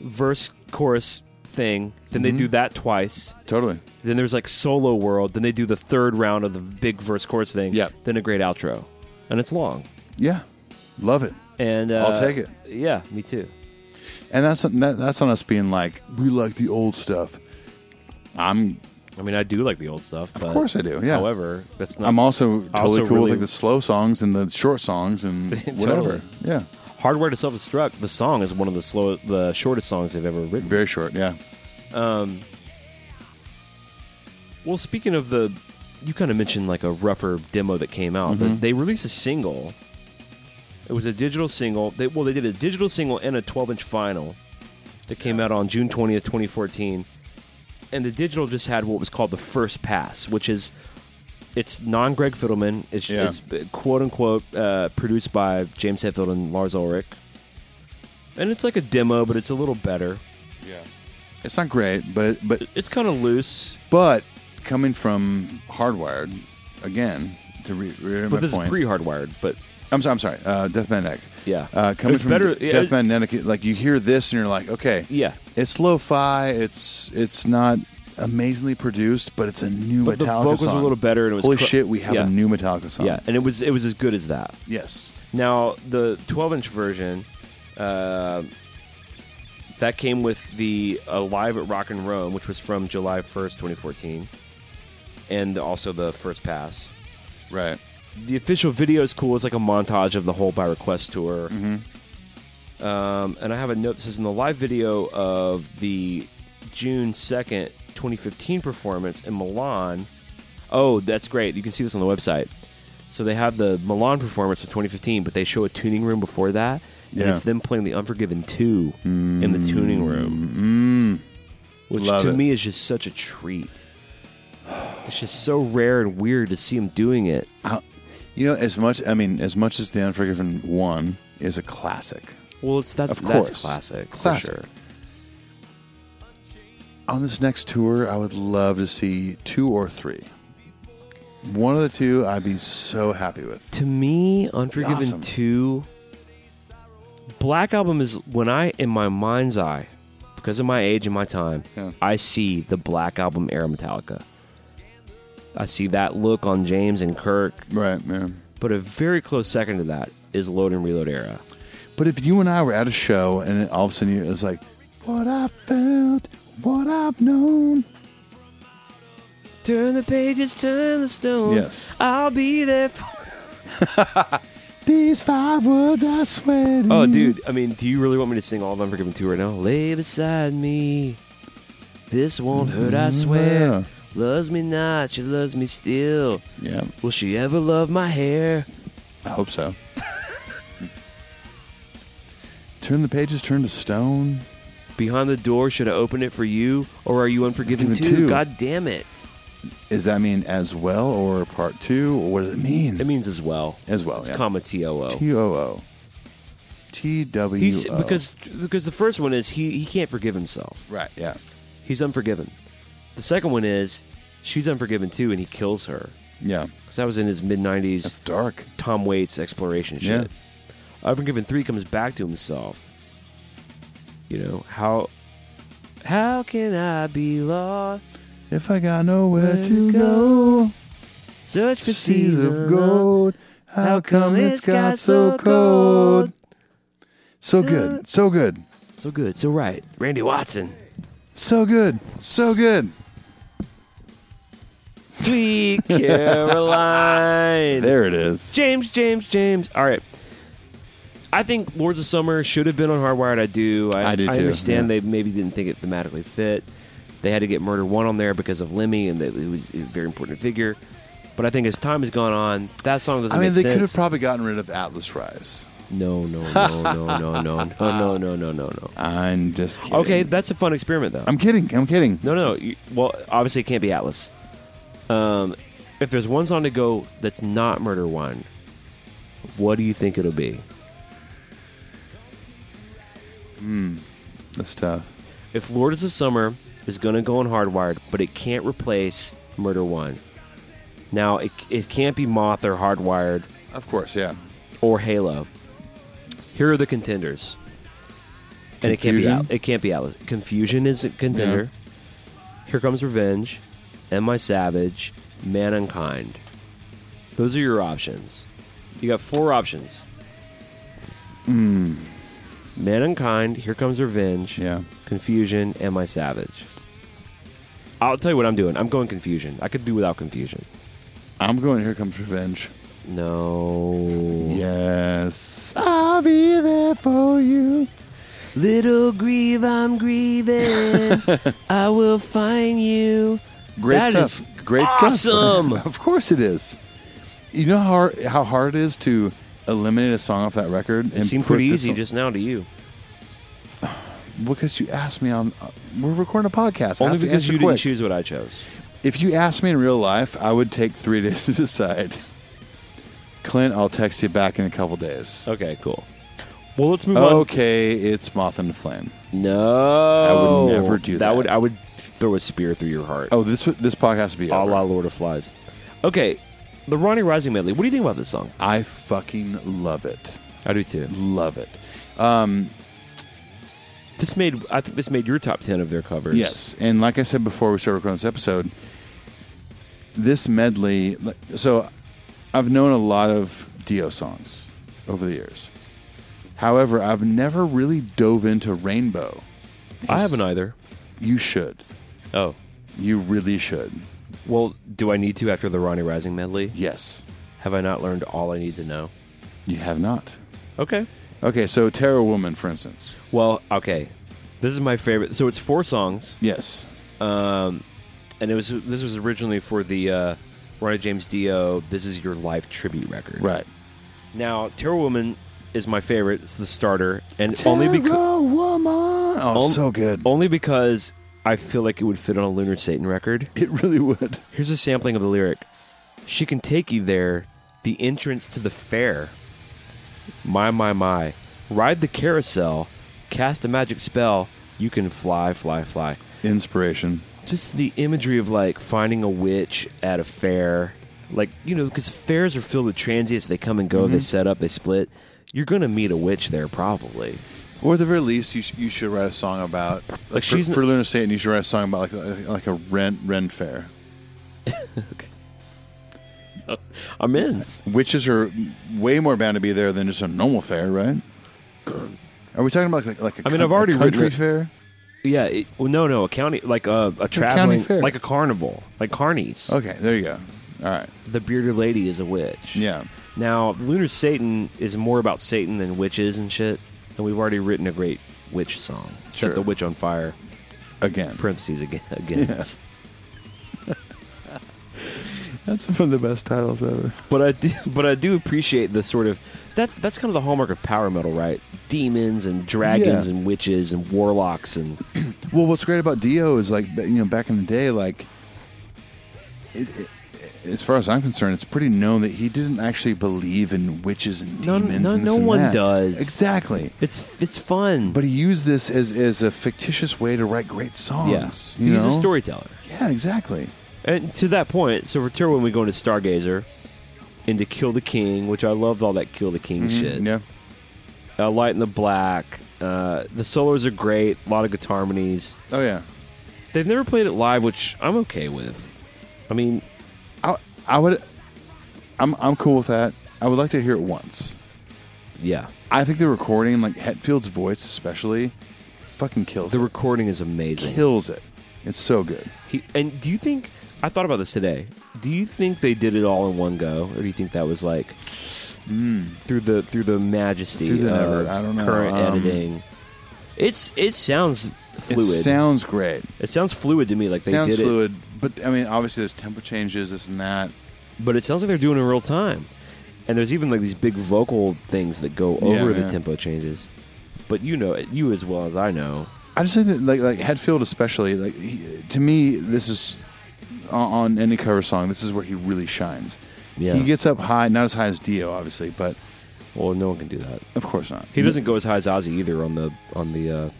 S3: verse, chorus thing.
S4: Mm-hmm.
S3: Then they do that twice.
S4: totally
S3: Then there's like solo world. Then they do the third round of the big verse chorus thing.
S4: Yep.
S3: Then a great outro, and it's long.
S4: yeah, love it.
S3: And uh,
S4: I'll take it.
S3: Yeah, me too.
S4: And that's that, that's on us being like we like the old stuff. I'm
S3: I mean, I do like the old stuff.
S4: of
S3: but
S4: course I do. Yeah,
S3: However, that's not.
S4: I'm also totally
S3: I also
S4: cool with
S3: really-
S4: like the slow songs and the short songs
S3: (laughs)
S4: and whatever.
S3: Totally.
S4: Yeah,
S3: Hardware to self-destruct. The song is one of the slow, the shortest songs they've ever written.
S4: very short. Yeah,
S3: Well, speaking of the, you kind of mentioned like a rougher demo that came out,
S4: Mm-hmm.
S3: but they released a single. It was a digital single. They, well, they did a digital single and a 12 inch vinyl that came out on June 20th, 2014. And the digital just had what was called the first pass, which is it's non Greg Fiddleman. It's,
S4: Yeah.
S3: it's quote unquote uh, produced by James Hetfield and Lars Ulrich. And it's like a demo, but it's a little better.
S4: it's not great, but but
S3: It's kind of loose.
S4: but coming from Hardwired again to re- reiterate
S3: But
S4: my
S3: this
S4: point.
S3: is pre hardwired, but
S4: I'm sorry, I'm sorry. Uh, Death Magnetic.
S3: Yeah.
S4: uh, coming
S3: It's
S4: from
S3: better-
S4: Death
S3: yeah, it-
S4: Magnetic, like you hear this and you're like, okay,
S3: yeah.
S4: it's lo-fi. It's it's not amazingly produced, but it's a new Metallica
S3: But the vocals were a
S4: song.
S3: little better and it was
S4: holy
S3: cr-
S4: shit. We have
S3: yeah.
S4: a new Metallica song.
S3: Yeah, and it was it was as good as that.
S4: Yes.
S3: Now the 12 inch version, uh, that came with the uh, live at Rock and Rome, which was from July 1st, 2014, and also the first pass.
S4: Right.
S3: The official video is cool. It's like a montage of the whole by request tour.
S4: Mm-hmm.
S3: Um, and I have a note that says in the live video of the June 2nd, 2015 performance in Milan. Oh, that's great. You can see this on the website. So they have the Milan performance of 2015, but they show a tuning room before that. And
S4: Yeah.
S3: it's them playing the Unforgiven 2 in the tuning room. Which
S4: Mm-hmm. Love
S3: to
S4: it.
S3: me is just such a treat. It's just so rare and weird to see them doing it.
S4: You know, as much I mean, as much as the Unforgiven one is a classic.
S3: Well, it's that's
S4: Of course.
S3: that's classic,
S4: Classic.
S3: for sure.
S4: On this next tour, I would love to see two or three. One of the two, I'd be so happy with.
S3: To me, Unforgiven
S4: Awesome.
S3: 2 Black Album is when I in my mind's eye because of my age and my time,
S4: Yeah.
S3: I see the Black Album era Metallica. I see that look on James and Kirk,
S4: Right, man.
S3: but a very close second to that is Load and Reload era.
S4: But if you and I were at a show and all of a sudden you, it was like, what I felt, what I've known.
S3: Turn the pages, turn the stone.
S4: Yes.
S3: I'll be there.
S4: These five words I swear. to
S3: oh,
S4: you.
S3: dude. I mean, do you really want me to sing all of Unforgiven 2 right now? Lay beside me. This won't hurt, I swear.
S4: Mm-hmm. Yeah.
S3: Loves me not, she loves me still.
S4: Yeah,
S3: Will she ever love my hair?
S4: I hope so. (laughs) turn the pages, turn to stone.
S3: Behind the door, should I open it for you? Or are you unforgiven
S4: Unforgiven
S3: too?
S4: too.
S3: God damn it.
S4: Does that mean as well or part two? Or what does it mean?
S3: It means as well.
S4: As well,
S3: It's
S4: yeah.
S3: comma T O O.
S4: T O O. T W O.
S3: He's because because the first one is he, he can't forgive himself.
S4: Right, yeah.
S3: He's unforgiven. The second one is she's unforgiven too and he kills her.
S4: Yeah.
S3: Because that was in his mid nineties.
S4: It's dark.
S3: Tom Waits exploration
S4: Yeah.
S3: shit. Unforgiven three comes back to himself. You know how how can I be lost?
S4: If I got nowhere
S3: Where
S4: to
S3: to
S4: go,
S3: Search for
S4: seas
S3: seas
S4: of gold, how come it's got so cold? So good, so good,
S3: So good, so right. Randy Watson,
S4: so good, so good. (laughs)
S3: Sweet Caroline.
S4: There it is.
S3: James, James, James. All right. I think Lords of Summer should have been on Hardwired. I do. I,
S4: I do too,
S3: understand
S4: yeah.
S3: they maybe didn't think it thematically fit. They had to get Murder One on there because of Lemmy, and that it was a very important figure. But I think as time has gone on, that song doesn't.
S4: I mean,
S3: make
S4: they
S3: sense.
S4: could have probably gotten rid of Atlas Rise.
S3: No, no, no, no, no, no, no, no, no, no, no, no.
S4: I'm just kidding.
S3: Okay, that's a fun experiment, though.
S4: I'm kidding. I'm kidding.
S3: No, no. You, well, obviously, it can't be Atlas. Um, if there's one song to go that's not Murder One, what do you think it'll be?
S4: That's tough.
S3: If Lords of Summer is going to go on Hardwired, but it can't replace Murder One. Now, it, it can't be Moth or Hardwired
S4: Of course, yeah.
S3: or Halo. Here are the contenders. And it can't be
S4: Confusion?
S3: Atlas. It can't be Atlas. Confusion is a contender. Here comes Revenge. Am I Savage? Man Unkind. Those are your options. You got four options. Man Unkind. Here comes Revenge.
S4: Hmm. Yeah.
S3: Confusion. Am I Savage? I'll tell you what I'm doing. I'm going Confusion. I could do without Confusion.
S4: I'm going. Here comes revenge.
S3: No.
S4: Yes, I'll be there for you.
S3: Little grieve, I'm (laughs) grieving. I will find you.
S4: Great
S3: That
S4: stuff.
S3: is
S4: Great
S3: awesome. (laughs)
S4: stuff. (laughs) of course it is. You know how hard, how hard it is to eliminate a song off that record.
S3: It seemed
S4: put
S3: pretty
S4: this
S3: easy
S4: on-
S3: just now to you.
S4: because you asked me on. uh, We're recording a podcast. I
S3: Only
S4: have to
S3: because
S4: answer
S3: you
S4: quick.
S3: didn't choose what I chose.
S4: If you asked me in real life, I would take three (laughs) days to decide. Clint, I'll text you back in a couple days.
S3: Okay, cool. Well, let's move
S4: Okay, it's Moth and Flame.
S3: on. No,
S4: I would never do that.
S3: Would I would throw a spear through your heart.
S4: Oh, this would- this podcast would be
S3: a
S4: over.
S3: la Lord of Flies. Okay, the Ronnie Rising medley. What do you think about this song?
S4: I fucking love it.
S3: I do too.
S4: Love it.
S3: This made I think this made your top ten of their covers.
S4: Yes, and like I said before we started recording this episode, this medley. like, So, I've known a lot of Dio songs over the years. However, I've never really dove into Rainbow.
S3: I haven't either.
S4: You should.
S3: Oh,
S4: You really should.
S3: well, do I need to after the Ronnie Rising medley?
S4: Yes,
S3: Have I not learned all I need to know?
S4: you have not.
S3: Okay.
S4: Okay, so Terror Woman, for instance.
S3: Well, okay. This is my favorite. So it's four songs,
S4: Yes.
S3: and it was this was originally for the uh, Ronnie James Dio "This Is Your Life" tribute record.
S4: Right.
S3: now, "Terror Woman" is my favorite. It's the starter, and only because
S4: Terror Woman. Oh, so good.
S3: only because I feel like it would fit on a Lunar Satan record.
S4: It really would.
S3: Here's a sampling of the lyric: "She can take you there, the entrance to the fair. My my my, ride the carousel, cast a magic spell, you can fly, fly, fly."
S4: Inspiration.
S3: just the imagery of like finding a witch at a fair like you know because fairs are filled with transients they come and go they set up they split you're gonna meet a witch there probably
S4: Or at the very least, you, sh- you should write a song about like, for,
S3: she's n-
S4: for Lunar Satan. You should write a song about like like, like a rent rent fair.
S3: i'm in
S4: Witches are way more bound to be there than just a normal fair, right? Are we talking about like like a
S3: I mean,
S4: coun-
S3: I've already
S4: a country
S3: written
S4: fair?
S3: yeah it, well, no no a county Oh. like a, a traveling
S4: fair.
S3: like a carnival like carnies
S4: Okay, there you go. All right,
S3: the bearded lady is a witch
S4: yeah,
S3: now lunar satan is more about satan than witches and shit and we've already written a great witch song
S4: Sure.
S3: set the witch on fire
S4: again,
S3: parentheses again (laughs) again
S4: that's one of the best titles ever.
S3: But I do, but I do appreciate the sort of that's that's kind of the hallmark of power metal, right? Demons and dragons
S4: Yeah.
S3: and witches and warlocks and
S4: Well, what's great about Dio is like ba- you know back in the day, like it, it, as far as I'm concerned, it's pretty known that he didn't actually believe in witches and
S3: No,
S4: demons.
S3: no-
S4: and this
S3: no
S4: and
S3: one
S4: that.
S3: does.
S4: exactly.
S3: it's it's fun.
S4: But he used this as, as a fictitious way to write great songs.
S3: yes,
S4: you
S3: he's a
S4: know?
S3: storyteller.
S4: Yeah, exactly.
S3: And to that point, so return when we go into Stargazer, into Kill the King, which I loved all that Kill the King shit.
S4: Mm-hmm. Yeah.
S3: Uh, Light in the Black. Uh, the solos are great. A lot of guitar harmonies.
S4: Oh yeah.
S3: They've never played it live, which I'm okay with. I mean,
S4: I I would. I'm I'm cool with that. I would like to hear it once.
S3: yeah,
S4: I think the recording, like Hetfield's voice especially, fucking kills.
S3: the
S4: it.
S3: recording is amazing.
S4: kills it. It's so good.
S3: He, and do you think I thought about this today? Do you think they did it all in one go, or do you think that was like through the Hmm. through the majesty
S4: Through the
S3: of
S4: never- I don't know,
S3: current
S4: um,
S3: editing? It's Um, it sounds fluid.
S4: It sounds great.
S3: It sounds fluid to me, like they
S4: sounds
S3: did it,
S4: fluid, but I mean, obviously there's tempo changes, this and that.
S3: but it sounds like they're doing it in real time. And there's even like these big vocal things that go
S4: Yeah,
S3: over the
S4: yeah.
S3: tempo changes. But you know, you as well as I know,
S4: I just think that like like Headfield especially like he, to me this is on, on any cover song this is where he really shines.
S3: Yeah.
S4: He gets up high, not as high as Dio obviously, but
S3: well, no one can do that.
S4: of course not.
S3: He doesn't go as high as Ozzy either on the on the uh,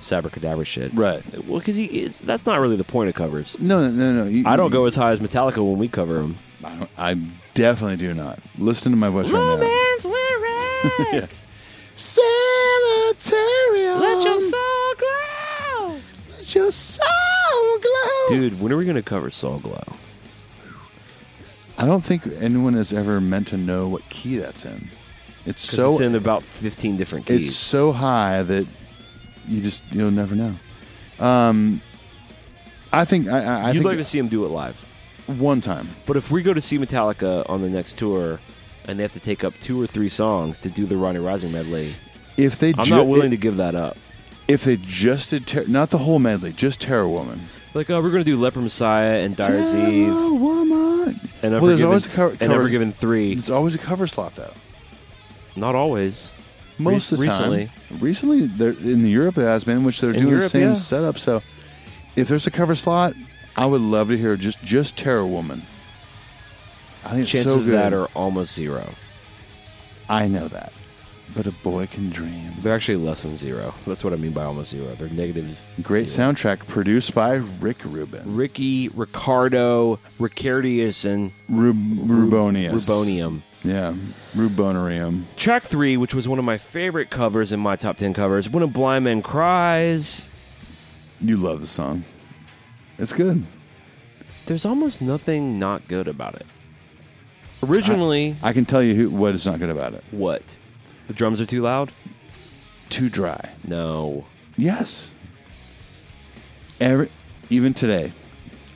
S3: Saber Cadaver shit,
S4: Right.
S3: Well, because he is. That's not really the point of covers.
S4: No, no, no, no. You,
S3: I don't go as high as Metallica when we cover them.
S4: I, don't, I definitely do not. Listen to my voice right now. (laughs) Sanitarium. Let your soul glow. Let your soul glow.
S3: Dude, when are we gonna cover Soul Glow?
S4: I don't think anyone has ever meant to know what key that's in. It's
S3: 'Cause
S4: so
S3: it's in about fifteen different
S4: it's
S3: keys.
S4: so high that you just you'll never know. Um, I think I, I, I
S3: You'd
S4: think
S3: like to see him do it live,
S4: one time.
S3: but if we go to see Metallica on the next tour, and they have to take up two or three songs to do the Ronnie Rising medley,
S4: If they
S3: I'm
S4: ju-
S3: not willing to give that up.
S4: if they just did ter- not the whole medley, just Terror Woman.
S3: Like, oh, we're gonna do Leper Messiah and Dyer's
S4: Terror
S3: Eve
S4: Woman.
S3: and
S4: well, there's
S3: Unforgiven,
S4: always a co-
S3: and
S4: cover.
S3: Unforgiven three.
S4: There's always a cover slot though.
S3: Not always.
S4: Most of the time.
S3: recently.
S4: Recently, they're in Europe it has been, which they're
S3: In
S4: doing the
S3: Europe,
S4: same
S3: yeah.
S4: setup. So, if there's a cover slot, I would love to hear just just Terror Woman. I think it's
S3: Chances
S4: so
S3: of
S4: good.
S3: that are almost zero.
S4: I know that, but a boy can dream.
S3: They're actually less than zero. That's what I mean by almost zero. They're negative.
S4: Great
S3: zero.
S4: soundtrack produced by Rick Rubin.
S3: Ricky Ricardo Ricardius and
S4: Rub- Rubonius.
S3: Rubonium.
S4: Yeah, Rubonarium.
S3: Track three, which was one of my favorite covers in my top ten covers, "When a Blind Man Cries."
S4: You love the song. It's good.
S3: There's almost nothing not good about it. Originally,
S4: I can tell you who, what is not good about it.
S3: what? The drums are too loud.
S4: Too dry.
S3: No.
S4: Yes. Every, even today,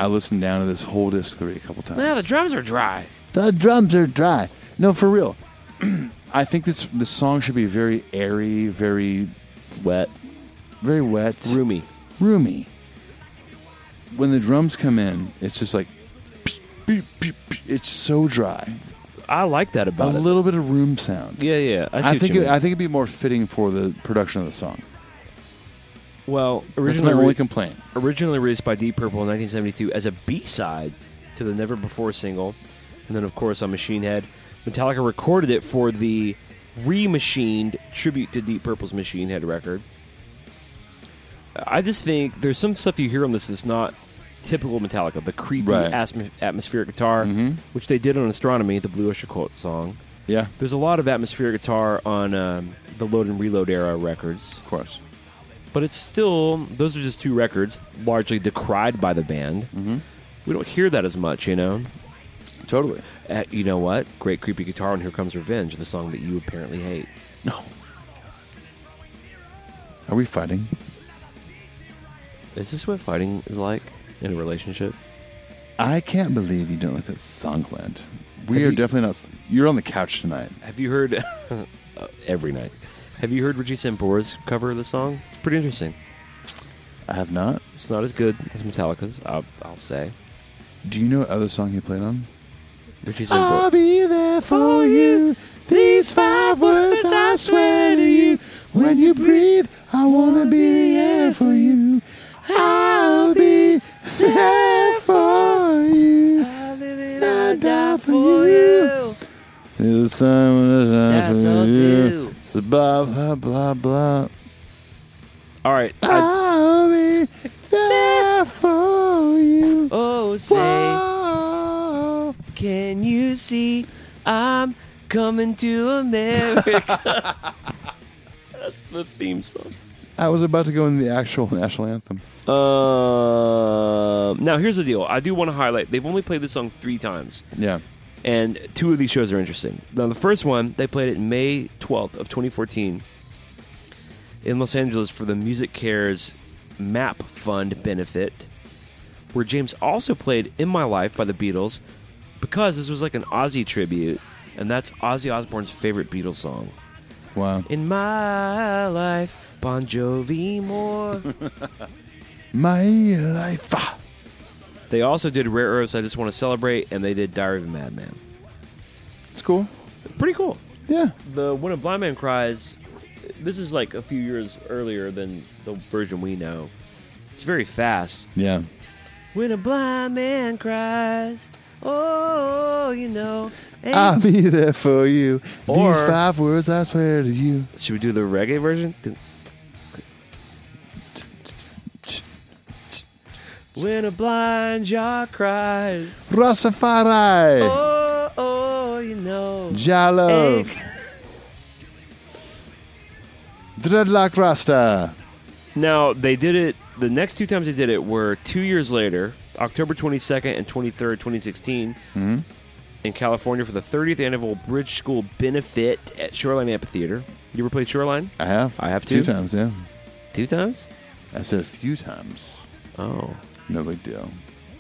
S4: I listened down to this whole disc three a couple times.
S5: Now the drums are dry.
S4: The drums are dry. No, for real. (clears throat) I think this the song should be very airy, very
S3: Wet.
S4: very wet,
S3: Roomy.
S4: roomy. When the drums come in, it's just like (sniffs) pew, pew, pew. it's so dry.
S3: I like that
S4: A
S3: about it.
S4: little bit of room sound.
S3: yeah, yeah. I, see
S4: I
S3: what
S4: think
S3: you
S4: it,
S3: mean.
S4: I think it'd be more fitting for the production of the song.
S3: well,
S4: That's
S3: originally
S4: my only
S3: re-
S4: complaint.
S3: originally released by Deep Purple in 1972 as a B-side to the Never Before single, and then of course on Machine Head, Metallica recorded it for the remachined tribute to Deep Purple's Machine Head record. I just think there's some stuff you hear on this that's not typical Metallica. The creepy
S4: Right.
S3: asm- atmospheric guitar, which they did on Astronomy, the Blue Usher quote song.
S4: Yeah,
S3: There's a lot of atmospheric guitar on um, the Load and Reload era records
S4: of course.
S3: but it's still those are just two records largely decried by the band. Mm-hmm. We don't hear that as much, you know.
S4: Totally.
S3: Uh, you know what? Great creepy guitar and here comes revenge, the song that you apparently hate.
S4: No. Are we fighting?
S3: Is this what fighting is like in a relationship?
S4: I can't believe you don't like that song, Clint. We
S3: Have
S4: are
S3: you-
S4: definitely not. You're on the couch tonight.
S3: Have you heard (laughs) uh, every night? Have you heard Richie Sambora's cover of the song? It's pretty interesting.
S4: I have not.
S3: It's not as good as Metallica's, I'll, I'll say.
S4: Do you know what other song he played on?
S3: Richie Sambora.
S4: be there for you. These five words I swear to you. When you breathe, I wanna be the air for you. I'll be there for you. I'll die for you. The sun will shine
S5: That's all
S4: for you.
S5: do.
S4: The blah blah blah blah.
S3: All right. I-
S4: I'll be there for you.
S5: Oh, say,
S4: Oh.
S5: can you see? I'm coming to America.
S3: (laughs)
S5: That's the theme song.
S4: I was about to go into the actual national anthem.
S3: Um, now here's the deal. I do want to highlight. They've only played this song three times,
S4: Yeah.
S3: and two of these shows are interesting. Now the first one they played it May 12th of 2014 in Los Angeles for the Music Cares Map Fund benefit, where James also played "In My Life" by the Beatles, because this was like an Ozzy tribute, and that's Ozzy Osbourne's favorite Beatles song.
S4: Wow.
S5: In my life, Bon Jovi more.
S4: My life. ah.
S3: They also did Rare Earths, I Just Want to Celebrate, and they did Diary of a Madman.
S4: It's cool.
S3: Pretty cool.
S4: Yeah.
S3: The When a Blind Man Cries, this is like a few years earlier than the version we know. It's very fast.
S4: Yeah.
S5: when a blind man cries, oh, you know. ain't
S4: I'll be there for you.
S3: Or-
S4: These five words I swear to you.
S3: Should we do the reggae version? When a blind jaw cries,
S4: Rasafari.
S5: Oh, oh, you know.
S4: Jalo. Dreadlock Rasta.
S3: Now they did it. The next two times they did it were two years later, October 22nd and 23rd, 2016, in California for the 30th annual Bridge School benefit at Shoreline Amphitheater. You ever played Shoreline?
S4: I have.
S3: I have
S4: Two
S3: too.
S4: times, yeah.
S3: Two times?
S4: I said a few times.
S3: Oh,
S4: No big deal.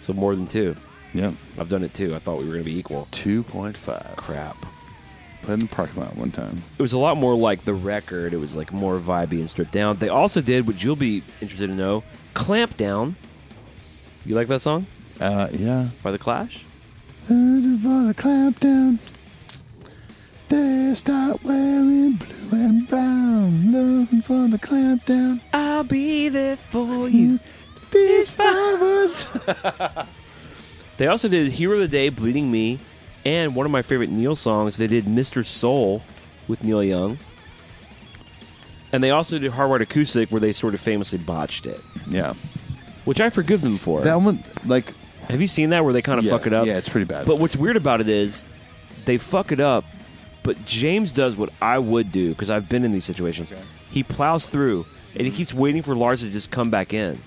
S3: so more than two.
S4: Yeah.
S3: I've done it too. I thought we were going to be equal.
S4: 2.5.
S3: Crap.
S4: Played in the parking lot one time.
S3: it was a lot more like the record. It was like more vibey and stripped down. They also did, which you'll be interested to know, "Clamp Down." You like that song
S4: Uh, yeah.
S3: by the Clash?
S4: There's a for the clamp down. They start wearing blue and brown. Looking for the clamp down.
S5: I'll be there for you.
S4: These five words.
S3: They also did "Hero of the Day," "Bleeding Me," and one of my favorite Neil songs. They did "Mr. Soul" with Neil Young, and they also did "Hardwired Acoustic," where they sort of famously botched it,
S4: Yeah.
S3: which I forgive them for.
S4: That one, like,
S3: Have you seen that where they kind of
S4: yeah,
S3: fuck it up?
S4: Yeah, it's pretty bad.
S3: But what's weird about it is they fuck it up, but James does what I would do because I've been in these situations. He plows through and he keeps waiting for Lars to just come back in.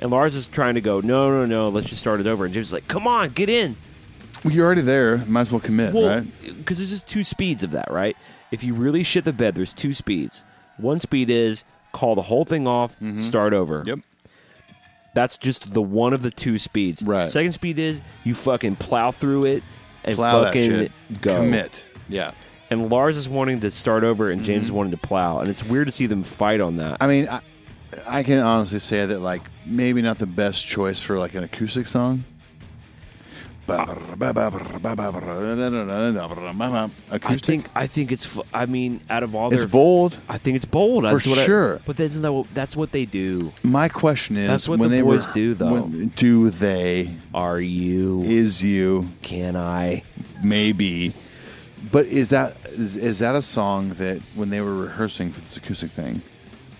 S3: And Lars is trying to go, no, no, no, let's just start it over. And James is like, come on, get in.
S4: you're already there. Might as well commit,
S3: Well,
S4: right?
S3: because there's just two speeds of that, right? If you really shit the bed, there's two speeds. One speed is call the whole thing off,
S4: Mm-hmm.
S3: start over. That's just the one of the two speeds.
S4: Right.
S3: Second speed is you fucking plow through it and
S4: Plow that
S3: fucking
S4: shit.
S3: go.
S4: Commit. Yeah.
S3: and Lars is wanting to start over, and James is wanting to plow, and it's weird to see them fight on that.
S4: Mm-hmm. I mean, I, I can honestly say that, like, maybe not the best choice for, like, an acoustic song.
S3: I
S4: Acoustic.
S3: think I think it's f- I mean out of all their
S4: it's bold.
S3: I think it's bold
S4: For
S3: that's what I-
S4: sure.
S3: but isn't that what, that's what they do?
S4: My question is,
S3: That's what
S4: when
S3: the
S4: they
S3: boys
S4: were,
S3: do, though.
S4: when- do they?
S3: Are you?
S4: Is you
S3: can I?
S4: maybe? But is that is, is that a song that when they were rehearsing for this acoustic thing,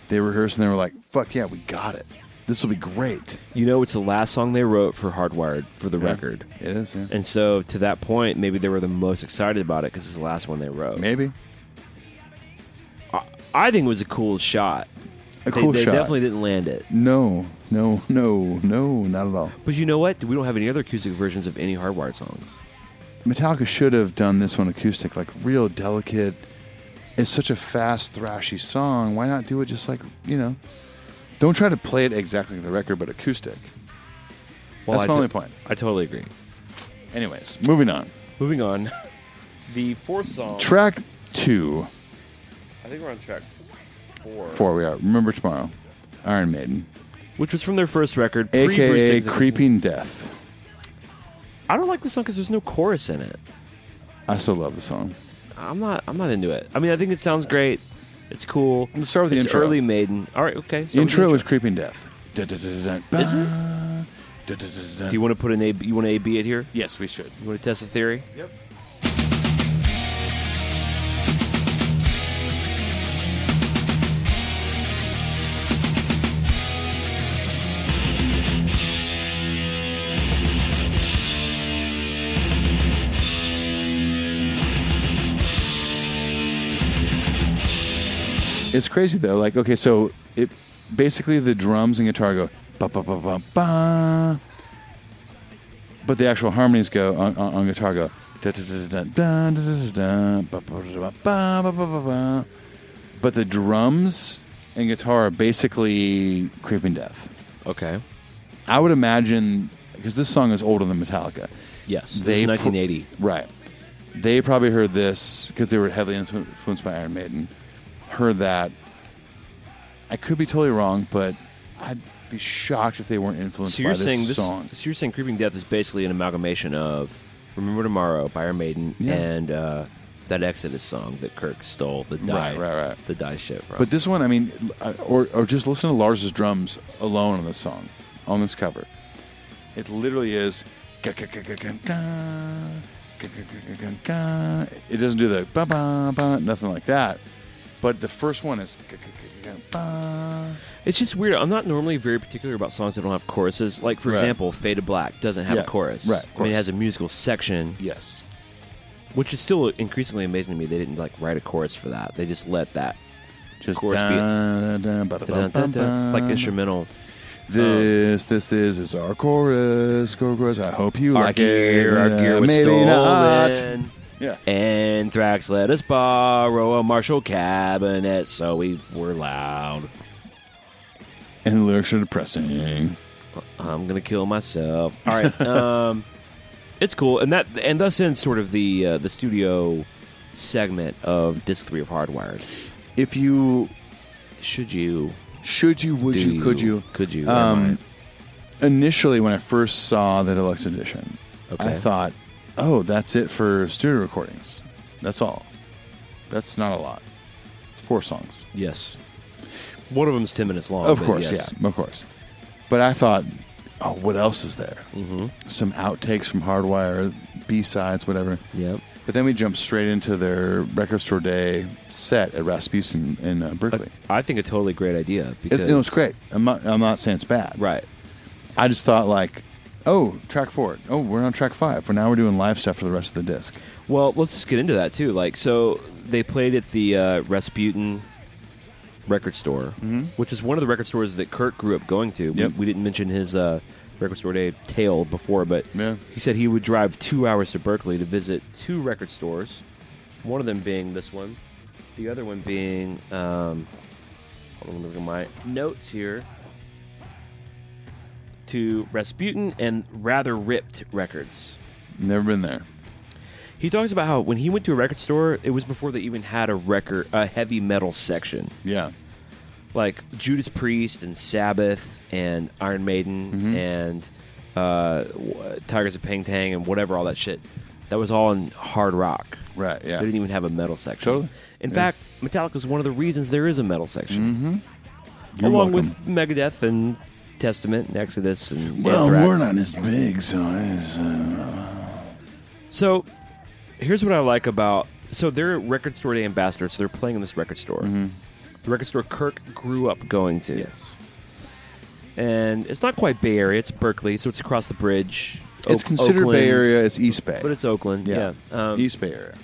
S4: they rehearsed and they were like, "Fuck yeah, we got it. This will be great."
S3: You know, it's the last song they wrote for Hardwired for the record,
S4: It is. Yeah.
S3: and so to that point, maybe they were the most excited about it because it's the last one they wrote.
S4: Maybe
S3: I think it was a cool shot.
S4: a
S3: They-
S4: cool
S3: they,
S4: shot.
S3: definitely didn't land it.
S4: no, no, no, no, not at all.
S3: But you know what? We don't have any other acoustic versions of any Hardwired songs.
S4: Metallica should have done this one acoustic, like real delicate. It's such a fast, thrashy song. Why not do it just like you know? Don't try to play it exactly like the record, but acoustic.
S3: Well,
S4: That's my
S3: I to-
S4: only point.
S3: I totally agree.
S4: Anyways, moving on.
S3: Moving on. The fourth song.
S4: Track two,
S3: I think we're on track four.
S4: four we are. Remember tomorrow, Iron Maiden,
S3: Which was from their first record, pre-Bruce
S4: aka
S3: Dickinson.
S4: Creeping Death.
S3: I don't like the song because there's no chorus in it.
S4: I still love the song.
S3: I'm not. I'm not into it. I mean, I think it sounds great. It's cool.
S4: Let's start with the
S3: it's
S4: intro.
S3: Early Maiden. All right. Okay. start with the
S4: Intro is Creeping Death. Is
S3: Is it? Do you want to put an A? You want to A B it here?
S4: Yes, we should.
S3: You want to test the theory? Yep.
S4: It's crazy though. Like, okay, so it basically the drums and guitar go ba ba ba ba ba, but the actual harmonies go on, on, on guitar go da da da da da da da da da ba ba ba ba ba ba ba ba. But the drums and guitar are basically Creeping Death.
S3: Okay.
S4: I would imagine because this song is older than Metallica.
S3: Yes. This
S4: They
S3: is
S4: pro-
S3: 1980.
S4: Right. They probably heard this because they were heavily influ- influenced by Iron Maiden. heard that, I could be totally wrong, but I'd be shocked if they weren't influenced
S3: So
S4: by
S3: you're
S4: this
S3: saying this?
S4: song.
S3: So you're saying Creeping Death is basically an amalgamation of Remember Tomorrow by Iron Maiden
S4: Yeah.
S3: and uh, that Exodus song that Kirk stole the die,
S4: Right, right, right.
S3: the die shit from.
S4: But this one, I mean, I- or or just listen to Lars's drums alone on this song, on this cover. It literally is. It doesn't do the ba ba ba, nothing like that. But the first one is. ba.
S3: It's just weird. I'm not normally very particular about songs that don't have choruses. Like for
S4: Right.
S3: example, Fade to Black doesn't have
S4: Yeah,
S3: a chorus.
S4: right, of
S3: I mean,
S4: course.
S3: it has a musical section,
S4: Yes.
S3: which is still increasingly amazing to me. They didn't like write a chorus for that. They just let that
S4: Just
S3: Chorus
S4: da,
S3: beat.
S4: da, da, ba, da, ba, ba, ba.
S3: like instrumental.
S4: This, this, this is our chorus. Chorus. I hope you
S3: Our
S4: like
S3: gear,
S4: it.
S3: our
S4: Uh,
S3: gear was
S4: maybe not.
S3: stolen.
S4: Yeah.
S3: Anthrax let us borrow a Marshall cabinet, so we were loud.
S4: And the lyrics are depressing.
S3: I'm gonna kill myself.
S4: (laughs)
S3: All right, um, it's cool, and that and thus ends sort of the uh, the studio segment of disc three of Hardwired.
S4: If you
S3: Should you?
S4: should you, would
S3: Do
S4: you, could
S3: you,
S4: you,
S3: could you, or
S4: Um,
S3: might.
S4: initially, when I first saw the deluxe edition, I
S3: Okay.
S4: thought, "Oh, that's it for studio recordings. That's all. That's not a lot. It's four songs,
S3: Yes. One of them's ten minutes long.
S4: of
S3: but
S4: course,
S3: yes.
S4: yeah, of course." But I thought, "Oh, what else is there? Mm-hmm. Some outtakes from Hardwire, B sides, whatever."
S3: Yep.
S4: But then we jumped straight into their record store day set at Rasputin in uh, Berkeley.
S3: I think a totally great idea
S4: It,
S3: because
S4: it was great. I'm not, I'm not saying it's bad.
S3: Right.
S4: I just thought like, oh, track four. Oh, we're on track five. Well, now we're doing live stuff for the rest of the disc.
S3: Well, let's just get into that too. Like, so they played at the uh, Rasputin record store, which is one of the record stores that Kurt grew up going to.
S4: Mm-hmm. Yep.
S3: We, we didn't mention his uh, record store day tale before, but
S4: Yeah.
S3: he said he would drive two hours to Berkeley to visit two record stores. One of them being this one, the other one being. Um, hold on, let me look at my notes here. To Rasputin and Rather Ripped Records.
S4: Never been there.
S3: He talks about how when he went to a record store, it was before they even had a record, a heavy metal section
S4: Yeah.
S3: like Judas Priest and Sabbath and Iron Maiden
S4: Mm-hmm.
S3: and uh, w- Tigers of Pang Tang and whatever all that shit. That was all in hard rock.
S4: Right, yeah.
S3: They didn't even have a metal section.
S4: Totally, yeah.
S3: In
S4: Mm-hmm.
S3: fact, Metallica is one of the reasons there is a metal section,
S4: You're
S3: along
S4: welcome.
S3: with Megadeth and Testament and Exodus and
S4: Well,
S3: Anthrax.
S4: we're not as big, so it's, uh,
S3: So, here's what I like about so they're record store day ambassadors. So they're playing in this record store,
S4: Mm-hmm.
S3: the record store Kirk grew up going to. Yes, and it's not quite Bay Area. It's Berkeley, so it's across the bridge.
S4: it's
S3: Oak-
S4: considered
S3: Oakland,
S4: Bay Area. It's East Bay,
S3: but it's Oakland. Yeah. Um,
S4: East Bay Area.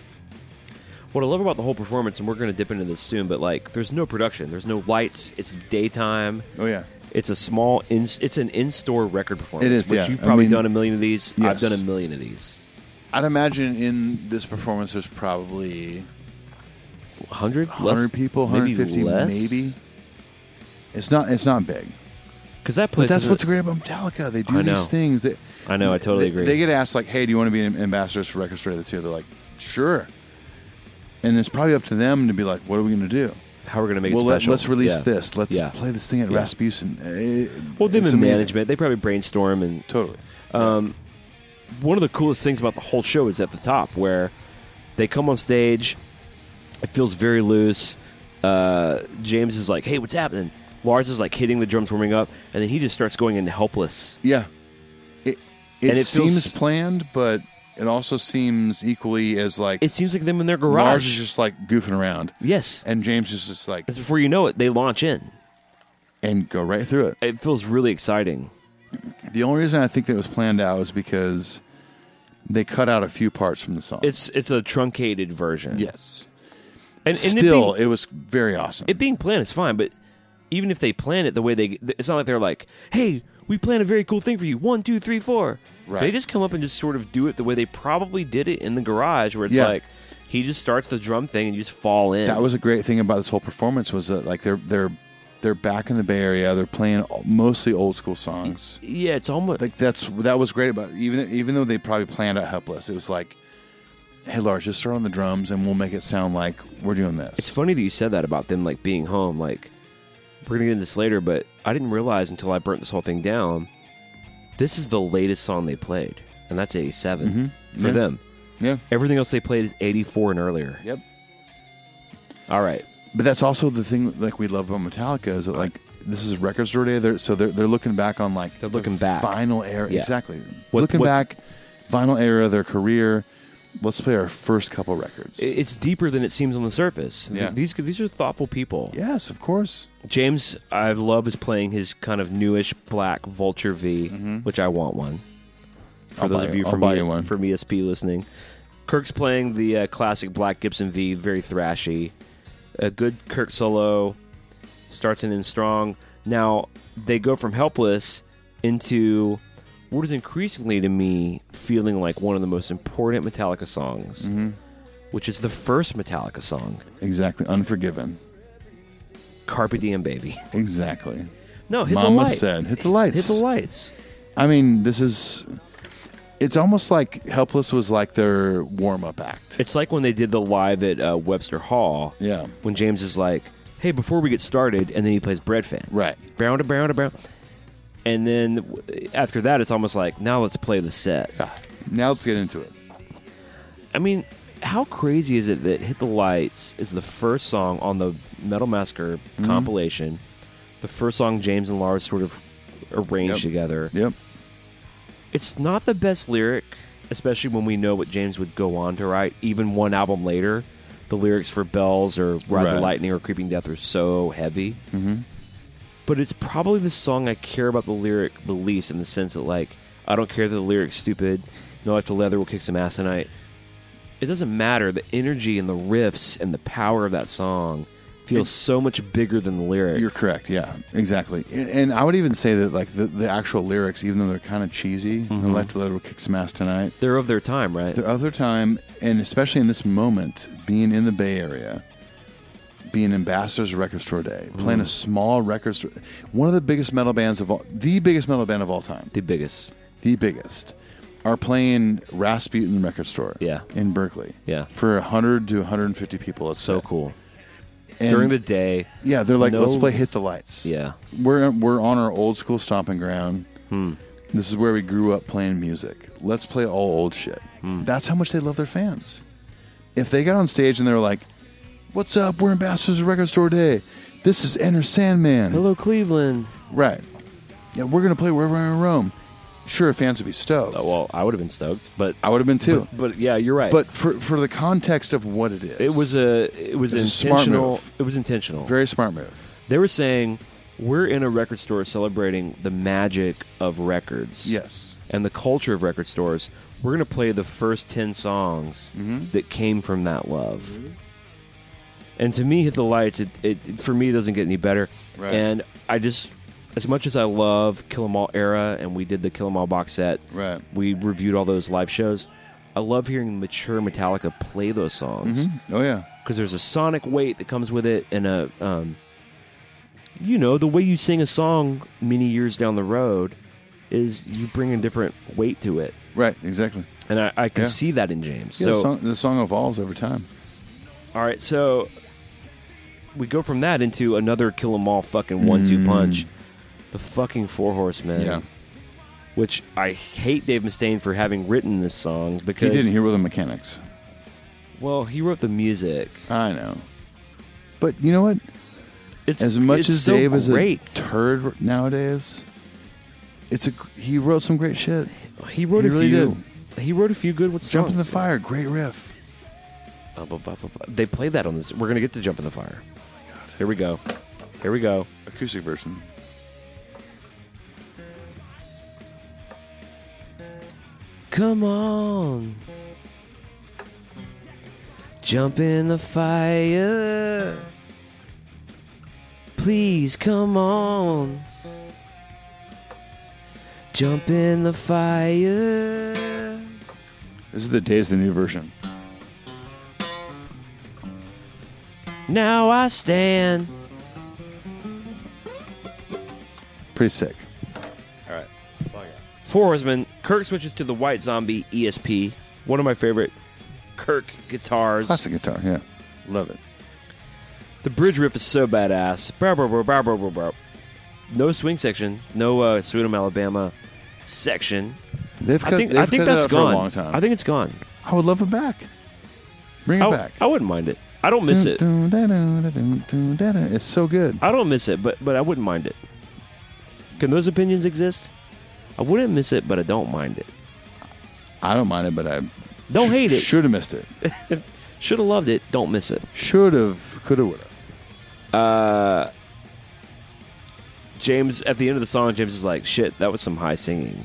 S3: what I love about the whole performance, and we're going to dip into this soon, but like, there's no production. There's no lights. It's daytime.
S4: Oh yeah.
S3: It's a small. In, it's an in-store record performance.
S4: It is,
S3: Which
S4: yeah.
S3: you've
S4: I
S3: probably
S4: mean-
S3: done a million of these.
S4: Yes.
S3: I've done a million of these.
S4: I'd imagine in this performance, there's probably
S3: 100,
S4: 100 people, 150 maybe. It's not. It's not big.
S3: Because that
S4: But
S3: place.
S4: that's
S3: is a-
S4: what's great about Metallica. They do
S3: I know.
S4: these things that
S3: I know, I totally
S4: they-
S3: agree.
S4: They get asked like, "Hey, do you want to be an ambassadors for Record Store this year?" They're like, "Sure," and it's probably up to them to be like, "What are we going to do?"
S3: How we're going to make
S4: well,
S3: it
S4: let,
S3: special?
S4: us release
S3: Yeah.
S4: this. Let's
S3: Yeah.
S4: play this thing at
S3: Yeah.
S4: Rasputin. It-
S3: Well, them
S4: it's
S3: in
S4: amazing.
S3: management, they probably brainstorm. And
S4: totally.
S3: one of the coolest things about the whole show is at the top where they come on stage. It feels very loose. Uh, James is like, "Hey, what's happening?" Lars is like hitting the drums, warming up, and then he just starts going into helpless.
S4: Yeah, it it,
S3: And it
S4: seems
S3: feels-
S4: planned, but it also seems equally as like
S3: It seems like them in their garage.
S4: Lars is just like goofing around,
S3: yes,
S4: and James is just like
S3: it's before you know it, they launch in.
S4: and go right through it.
S3: It feels really exciting.
S4: The only reason I think that was planned out was because they cut out a few parts from the song.
S3: It's it's a truncated version.
S4: yes.
S3: and, and it
S4: Still,
S3: being-
S4: it, was very awesome.
S3: it being planned is fine, but even if they plan it the way they, it's not like they're like, "Hey, we plan a very cool thing for you." One, two, three, four.
S4: Right.
S3: They just come up and just sort of do it the way they probably did it in the garage, where it's
S4: Yeah.
S3: like he just starts the drum thing and you just fall in.
S4: that was a great thing about this whole performance was that like they're they're they're back in the Bay Area. They're playing mostly old school songs.
S3: yeah, it's almost
S4: Like that's that was great about even even though they probably planned out helpless. It was like hey Lars, just start on the drums and we'll make it sound like we're doing this.
S3: It's funny that you said that about them like being home. Like we're gonna get into this later, but I didn't realize until I burnt this whole thing down. This is the latest song they played, and that's '87 for
S4: Mm-hmm. Yeah.
S3: them.
S4: yeah.
S3: Everything else they played is '84 and earlier.
S4: Yep.
S3: All right,
S4: But that's also the thing like we love about Metallica is that like this is record store day. They're, so they're they're looking back on like
S3: They're
S4: the
S3: looking back.
S4: final era
S3: Yeah.
S4: exactly
S3: What-
S4: looking
S3: what-
S4: back final era of their career. Let's play our first couple records.
S3: I- it's deeper than it seems on the surface. Th-
S4: Yeah.
S3: These these are thoughtful people.
S4: yes, of course.
S3: James, I love is playing his kind of newish black Vulture V, which I want one.
S4: Mm-hmm.
S3: For
S4: I'll
S3: those
S4: buy
S3: of
S4: you-
S3: you
S4: I'll
S3: from
S4: buy
S3: E-
S4: you one.
S3: from ESP listening, Kirk's playing the uh, classic black Gibson V, very thrashy. A good Kirk solo starts in and strong. Now they go from helpless into what is increasingly to me feeling like one of the most important Metallica songs,
S4: Mm-hmm.
S3: which is the first Metallica song,
S4: Exactly. Unforgiven.
S3: "Carpe Diem, Baby." (laughs)
S4: Exactly.
S3: No, hit the
S4: Mama
S3: light.
S4: said, "Hit the lights."
S3: Hit the lights.
S4: I mean, this is. It's almost like Helpless was like their warm up act.
S3: It's like when they did the live at uh, Webster Hall.
S4: Yeah.
S3: When James is like, "Hey, before we get started," and then he plays Breadfan.
S4: Right.
S3: Brown to brown to brown. And then w- after that, it's almost like now let's play the set.
S4: Yeah. Now let's get into it.
S3: I mean, how crazy is it that "Hit the Lights" is the first song on the Metal Massacre
S4: Mm-hmm.
S3: compilation, the first song James and Lars sort of
S4: Yep.
S3: arranged together.
S4: Yep.
S3: It's not the best lyric, especially when we know what James would go on to write. Even one album later, the lyrics for Bells or Ride the
S4: Right.
S3: Lightning or Creeping Death are so heavy. Mm-hmm. But it's probably the song I care about the lyric the least in the sense that, like, I don't care that the lyric's stupid. No, if the leather will kick some ass tonight. It doesn't matter. The energy and the riffs and the power of that song feels so much bigger than the lyric.
S4: You're correct. Yeah, exactly. And, and I would even say that like the, the actual lyrics, even though they're kind of cheesy,
S3: Mm-hmm.
S4: and Left to Let Will Kick Some Ass Tonight,
S3: They're of their time, right?
S4: the other time, and especially in this moment, being in the Bay Area, being ambassadors of Record Store Day,
S3: Mm.
S4: playing a small record store, one of the biggest metal bands of all, the biggest metal band of all time,
S3: the biggest.
S4: the biggest, are playing Rasputin Record Store
S3: Yeah.
S4: in Berkeley
S3: Yeah.
S4: for 100 to 150 people. Let's
S3: So
S4: say.
S3: cool.
S4: And-
S3: During the day.
S4: yeah, they're like,
S3: no-
S4: let's play Hit the Lights.
S3: Yeah.
S4: we're we're on our old school stomping ground.
S3: Hmm.
S4: This is where we grew up playing music. Let's play all old shit.
S3: Hmm.
S4: That's how much they love their fans. If they got on stage and they were like, "What's up? We're ambassadors of Record Store Day. This is Enter Sandman."
S3: Hello, Cleveland.
S4: Right? Yeah, we're gonna play wherever in Rome. Sure, fans would be stoked.
S3: Oh, well, I would have been stoked, but
S4: I would have been too.
S3: but yeah, you're right.
S4: But, for for the context of what it is,
S3: it was a it was,
S4: It's a smart
S3: intentional.
S4: move.
S3: It was intentional.
S4: very smart move.
S3: they were saying we're in a record store celebrating the magic of records.
S4: Yes.
S3: And the culture of record stores. We're going to play the first 10 songs
S4: Mm-hmm.
S3: that came from that love. And to me, Hit the Lights, it, it for me, it doesn't get any better.
S4: Right.
S3: And I just, as much as I love Kill 'Em All era, and we did the Kill 'Em All box set,
S4: Right.
S3: we reviewed all those live shows. I love hearing mature Metallica play those songs
S4: Oh yeah.
S3: because there's a sonic weight that comes with it and a um, you know the way you sing a song many years down the road is you bring a different weight to it
S4: Right. Exactly.
S3: and i, I can
S4: Yeah.
S3: see that in james
S4: Yeah,
S3: so
S4: the, song, the song evolves over time.
S3: all right so we go from that into another kill 'em all fucking one-two punch the fucking four horsemen
S4: Mm. Yeah.
S3: which i hate dave mustaine for having written this
S4: He
S3: song because
S4: didn't hear Rhythm Mechanics.
S3: well he wrote the music
S4: I know. But you know what?
S3: it's
S4: As much
S3: it's
S4: as
S3: so
S4: Dave is a
S3: great.
S4: turd nowadays, it's a he wrote some great shit.
S3: He wrote
S4: He
S3: a
S4: really
S3: few. He wrote a few good with
S4: Jump in the
S3: songs.
S4: fire, great riff.
S3: Uh, bu- bu- bu- bu- They played that on this. We're gonna get to jump in the fire. Here we go. Here we go.
S4: Acoustic version.
S3: Come on. Jump in the fire. Please come on. Jump in the fire.
S4: This is the days of the new version.
S3: Now I stand.
S4: Pretty sick.
S3: E Four Horsemen. Kirk switches to the White Zombie ESP. One of my favorite Kirk guitars.
S4: Classic guitar, yeah. Love it.
S3: The bridge riff is so badass. Bow, bow, bow, bow, bow, bow, bow. No swing section, no uh, Sweet Home Alabama section.
S4: They've cut,
S3: I think
S4: they've
S3: I think
S4: cut
S3: that's
S4: that out for
S3: gone.
S4: a long time.
S3: I think it's gone.
S4: I would love it back. Bring it
S3: I,
S4: back.
S3: I wouldn't mind it. I don't miss it.
S4: Dun, dun, dun, dun, dun, dun, dun, dun. It's so good.
S3: I don't miss it, but but I wouldn't mind it. Can those opinions exist? I wouldn't miss it, but I don't mind it.
S4: I don't mind it, but I
S3: Don't hate it.
S4: Should have missed it.
S3: Should have loved it. Don't miss it.
S4: Should have. Could have. Would have.
S3: James at the end of the song, James is like, "Shit, that was some high singing."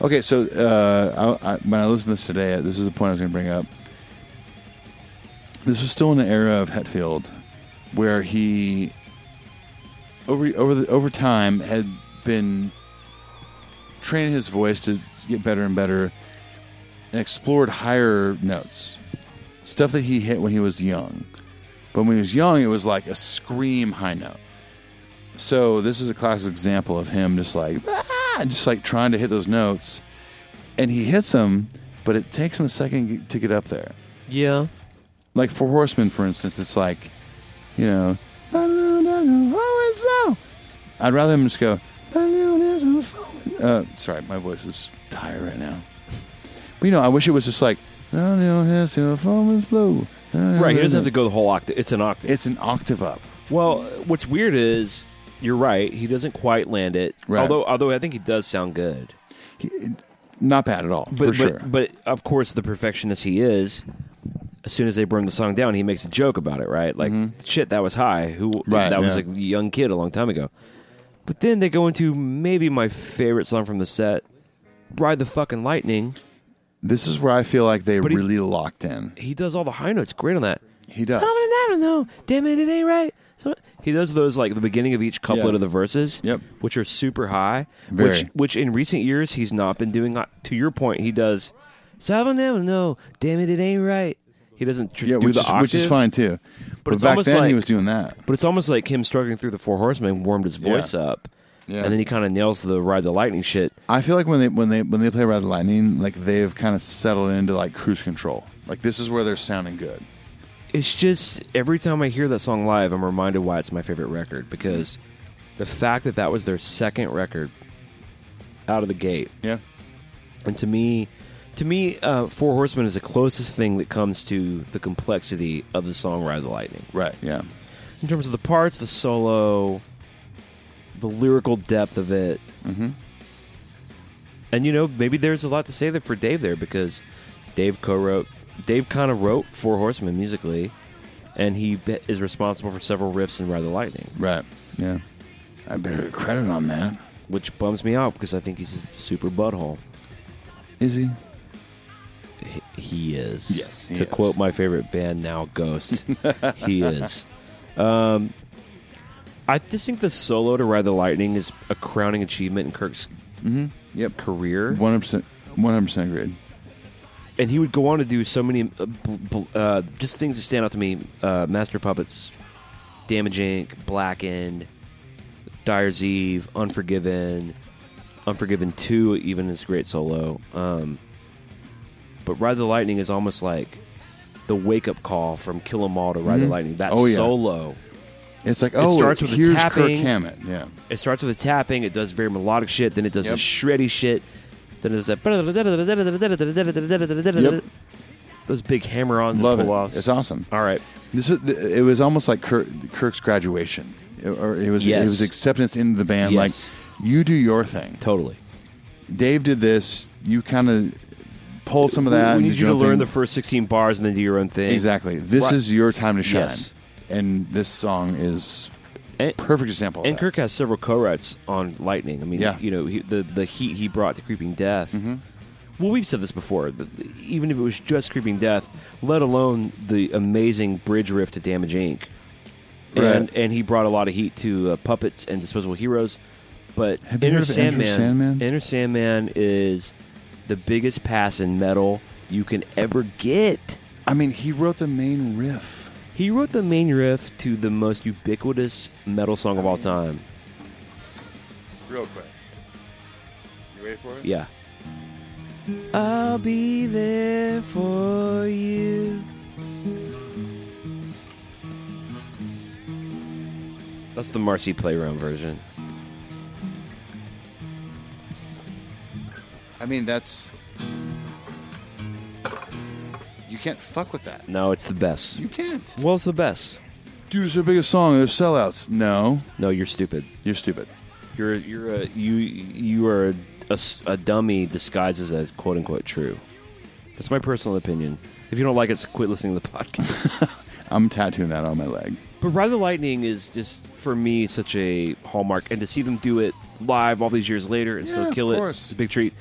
S4: Okay, so uh, I, I, when I listened to this today, this is the point I was going to bring up. This was still in the era of Hetfield, where he over over the, over time had been training his voice to get better and better, and explored higher notes, stuff that he hit when he was young. But when he was young, it was like a scream high note. So this is a classic example of him just like "Ah," just like trying to hit those notes, and he hits them, but it takes him a second to get up there.
S3: Yeah,
S4: Like for Horseman, for instance, it's like, you know, I'd rather him just go. Uh, sorry, my voice is tired right now. But you know, I wish it was just like. Right,
S3: right. He
S4: Mm-hmm.
S3: doesn't have to go the whole octave. It's an octave.
S4: Uh, It's an octave up.
S3: Well, what's weird is you're right. He doesn't quite land it.
S4: Right.
S3: Although, although I think he does sound good.
S4: Not bad at all,
S3: But,
S4: for
S3: but,
S4: sure.
S3: But of course, the perfectionist he is. As soon as they burn the song down, he makes a joke about it. Right. Like, shit, that was high. Who?
S4: Mm-hmm. Right,
S3: That was
S4: yeah.
S3: like a young kid a long time ago. But then they go into maybe my favorite song from the set, "Ride the Fucking Lightning."
S4: This is where I feel like they
S3: he-
S4: really locked in.
S3: He does all the high notes. Great on that.
S4: He does.
S3: I don't know. Damn it, it ain't right. So he does those like the beginning of each couplet
S4: Yeah.
S3: of the verses,
S4: Yep.
S3: which are super high. Which,
S4: Very.
S3: which in recent years he's not been doing. uh, To your point, he does. So I don't never know. oh, Damn it, it ain't right. He doesn't tr-
S4: Yeah,
S3: do
S4: which
S3: the
S4: is,
S3: octave,
S4: which is fine too. But,
S3: it's
S4: back
S3: almost
S4: then
S3: like-
S4: he was doing that.
S3: But it's almost like him struggling through the Four Horsemen warmed his
S4: Yeah.
S3: voice up,
S4: Yeah.
S3: and then he kind of nails the ride the lightning shit.
S4: I feel like when they when they when they play Ride the Lightning, like they've kind of settled into like cruise control. Like this is where they're sounding good.
S3: it's just every time I hear that song live, I'm reminded why it's my favorite record because the fact that that was their second record out of the gate,
S4: Yeah.
S3: and to me, to me, uh, Four Horsemen is the closest thing that comes to the complexity of the song "Ride the Lightning"
S4: Right. Yeah.
S3: in terms of the parts, the solo, the lyrical depth of it. Mm-hmm. And you know, maybe there's a lot to say there for Dave there because Dave co-wrote, Dave kind of wrote Four Horsemen musically, and he be- is responsible for several riffs in Ride the Lightning,
S4: Right. Yeah. I better get credit on that.
S3: which bums me out because I think he's a super butthole.
S4: Is he?
S3: He, he is.
S4: Yes, he
S3: to
S4: is.
S3: quote my favorite band now,
S4: (laughs)
S3: Ghost, he is. Um, I just think the solo to Ride the Lightning is a crowning achievement in Kirk's
S4: Mm-hmm. Yep.
S3: career,
S4: One hundred percent. One hundred percent agreed.
S3: and he would go on to do so many uh, bl- bl- uh, just things that stand out to me: uh, Master Puppets, Damage Inc., Blackened, Dyer's Eve, Unforgiven, Unforgiven Two, even is a great solo. Um, but Ride the Lightning is almost like the wake-up call from Kill 'Em All to Ride the Lightning. That
S4: Oh, yeah.
S3: solo.
S4: It's like oh, it
S3: starts with the
S4: here's Kirk
S3: tapping.
S4: Hammett. Yeah.
S3: It starts with a tapping. It does very melodic shit. Then it does
S4: Yep.
S3: a shreddy shit. Then it does that.
S4: Yep.
S3: Those big hammer-ons,
S4: Love
S3: and
S4: it.
S3: pull-offs.
S4: It's awesome.
S3: All right.
S4: This is, it was almost like Kirk, Kirk's graduation, It- or it was
S3: Yes.
S4: it was acceptance into the band.
S3: Yes.
S4: Like you do your thing.
S3: Totally.
S4: Dave did this. You kind of pulled some of that. and
S3: We, we
S4: did
S3: need you
S4: your
S3: to
S4: own
S3: learn
S4: thing.
S3: the first 16 bars and then do your own thing.
S4: Exactly. This
S3: Right.
S4: is your time to shine.
S3: Yes.
S4: And this song is
S3: And,
S4: perfect example. Of
S3: and
S4: that.
S3: Kirk has several co-writes on Lightning. I mean,
S4: Yeah. Mm-hmm.
S3: you know, he, the the heat he brought to Creeping Death. Well, we've said this before. that Even if it was just Creeping Death, let alone the amazing bridge riff to Damage Inc. And,
S4: Right.
S3: and he brought a lot of heat to uh, Puppets and Disposable Heroes. But
S4: Have you
S3: Inner
S4: heard of Enter
S3: Sandman,
S4: Sandman?
S3: Enter Sandman is the biggest pass in metal you can ever get.
S4: I mean, he wrote the main riff.
S3: He wrote the main riff to the most ubiquitous metal song of all time.
S4: Real quick. You ready for it?
S3: Yeah. I'll be there for you. That's the Marcy Playroom version.
S4: I mean, that's you can't fuck with that.
S3: No, it's the best.
S4: You can't.
S3: Well, it's the best.
S4: Dude, it's their biggest song. They're sellouts. No,
S3: No, you're stupid.
S4: you're stupid.
S3: You're you're a you you are a, a s- a dummy disguised as a quote unquote true. That's my personal opinion. If you don't like it, s- quit listening to the (laughs) podcast.
S4: I'm tattooing that on my leg.
S3: But Ride the Lightning is just for me such a hallmark, and to see them do it live all these years later and
S4: Yeah,
S3: still
S4: of
S3: kill it,
S4: course.
S3: it's a big treat.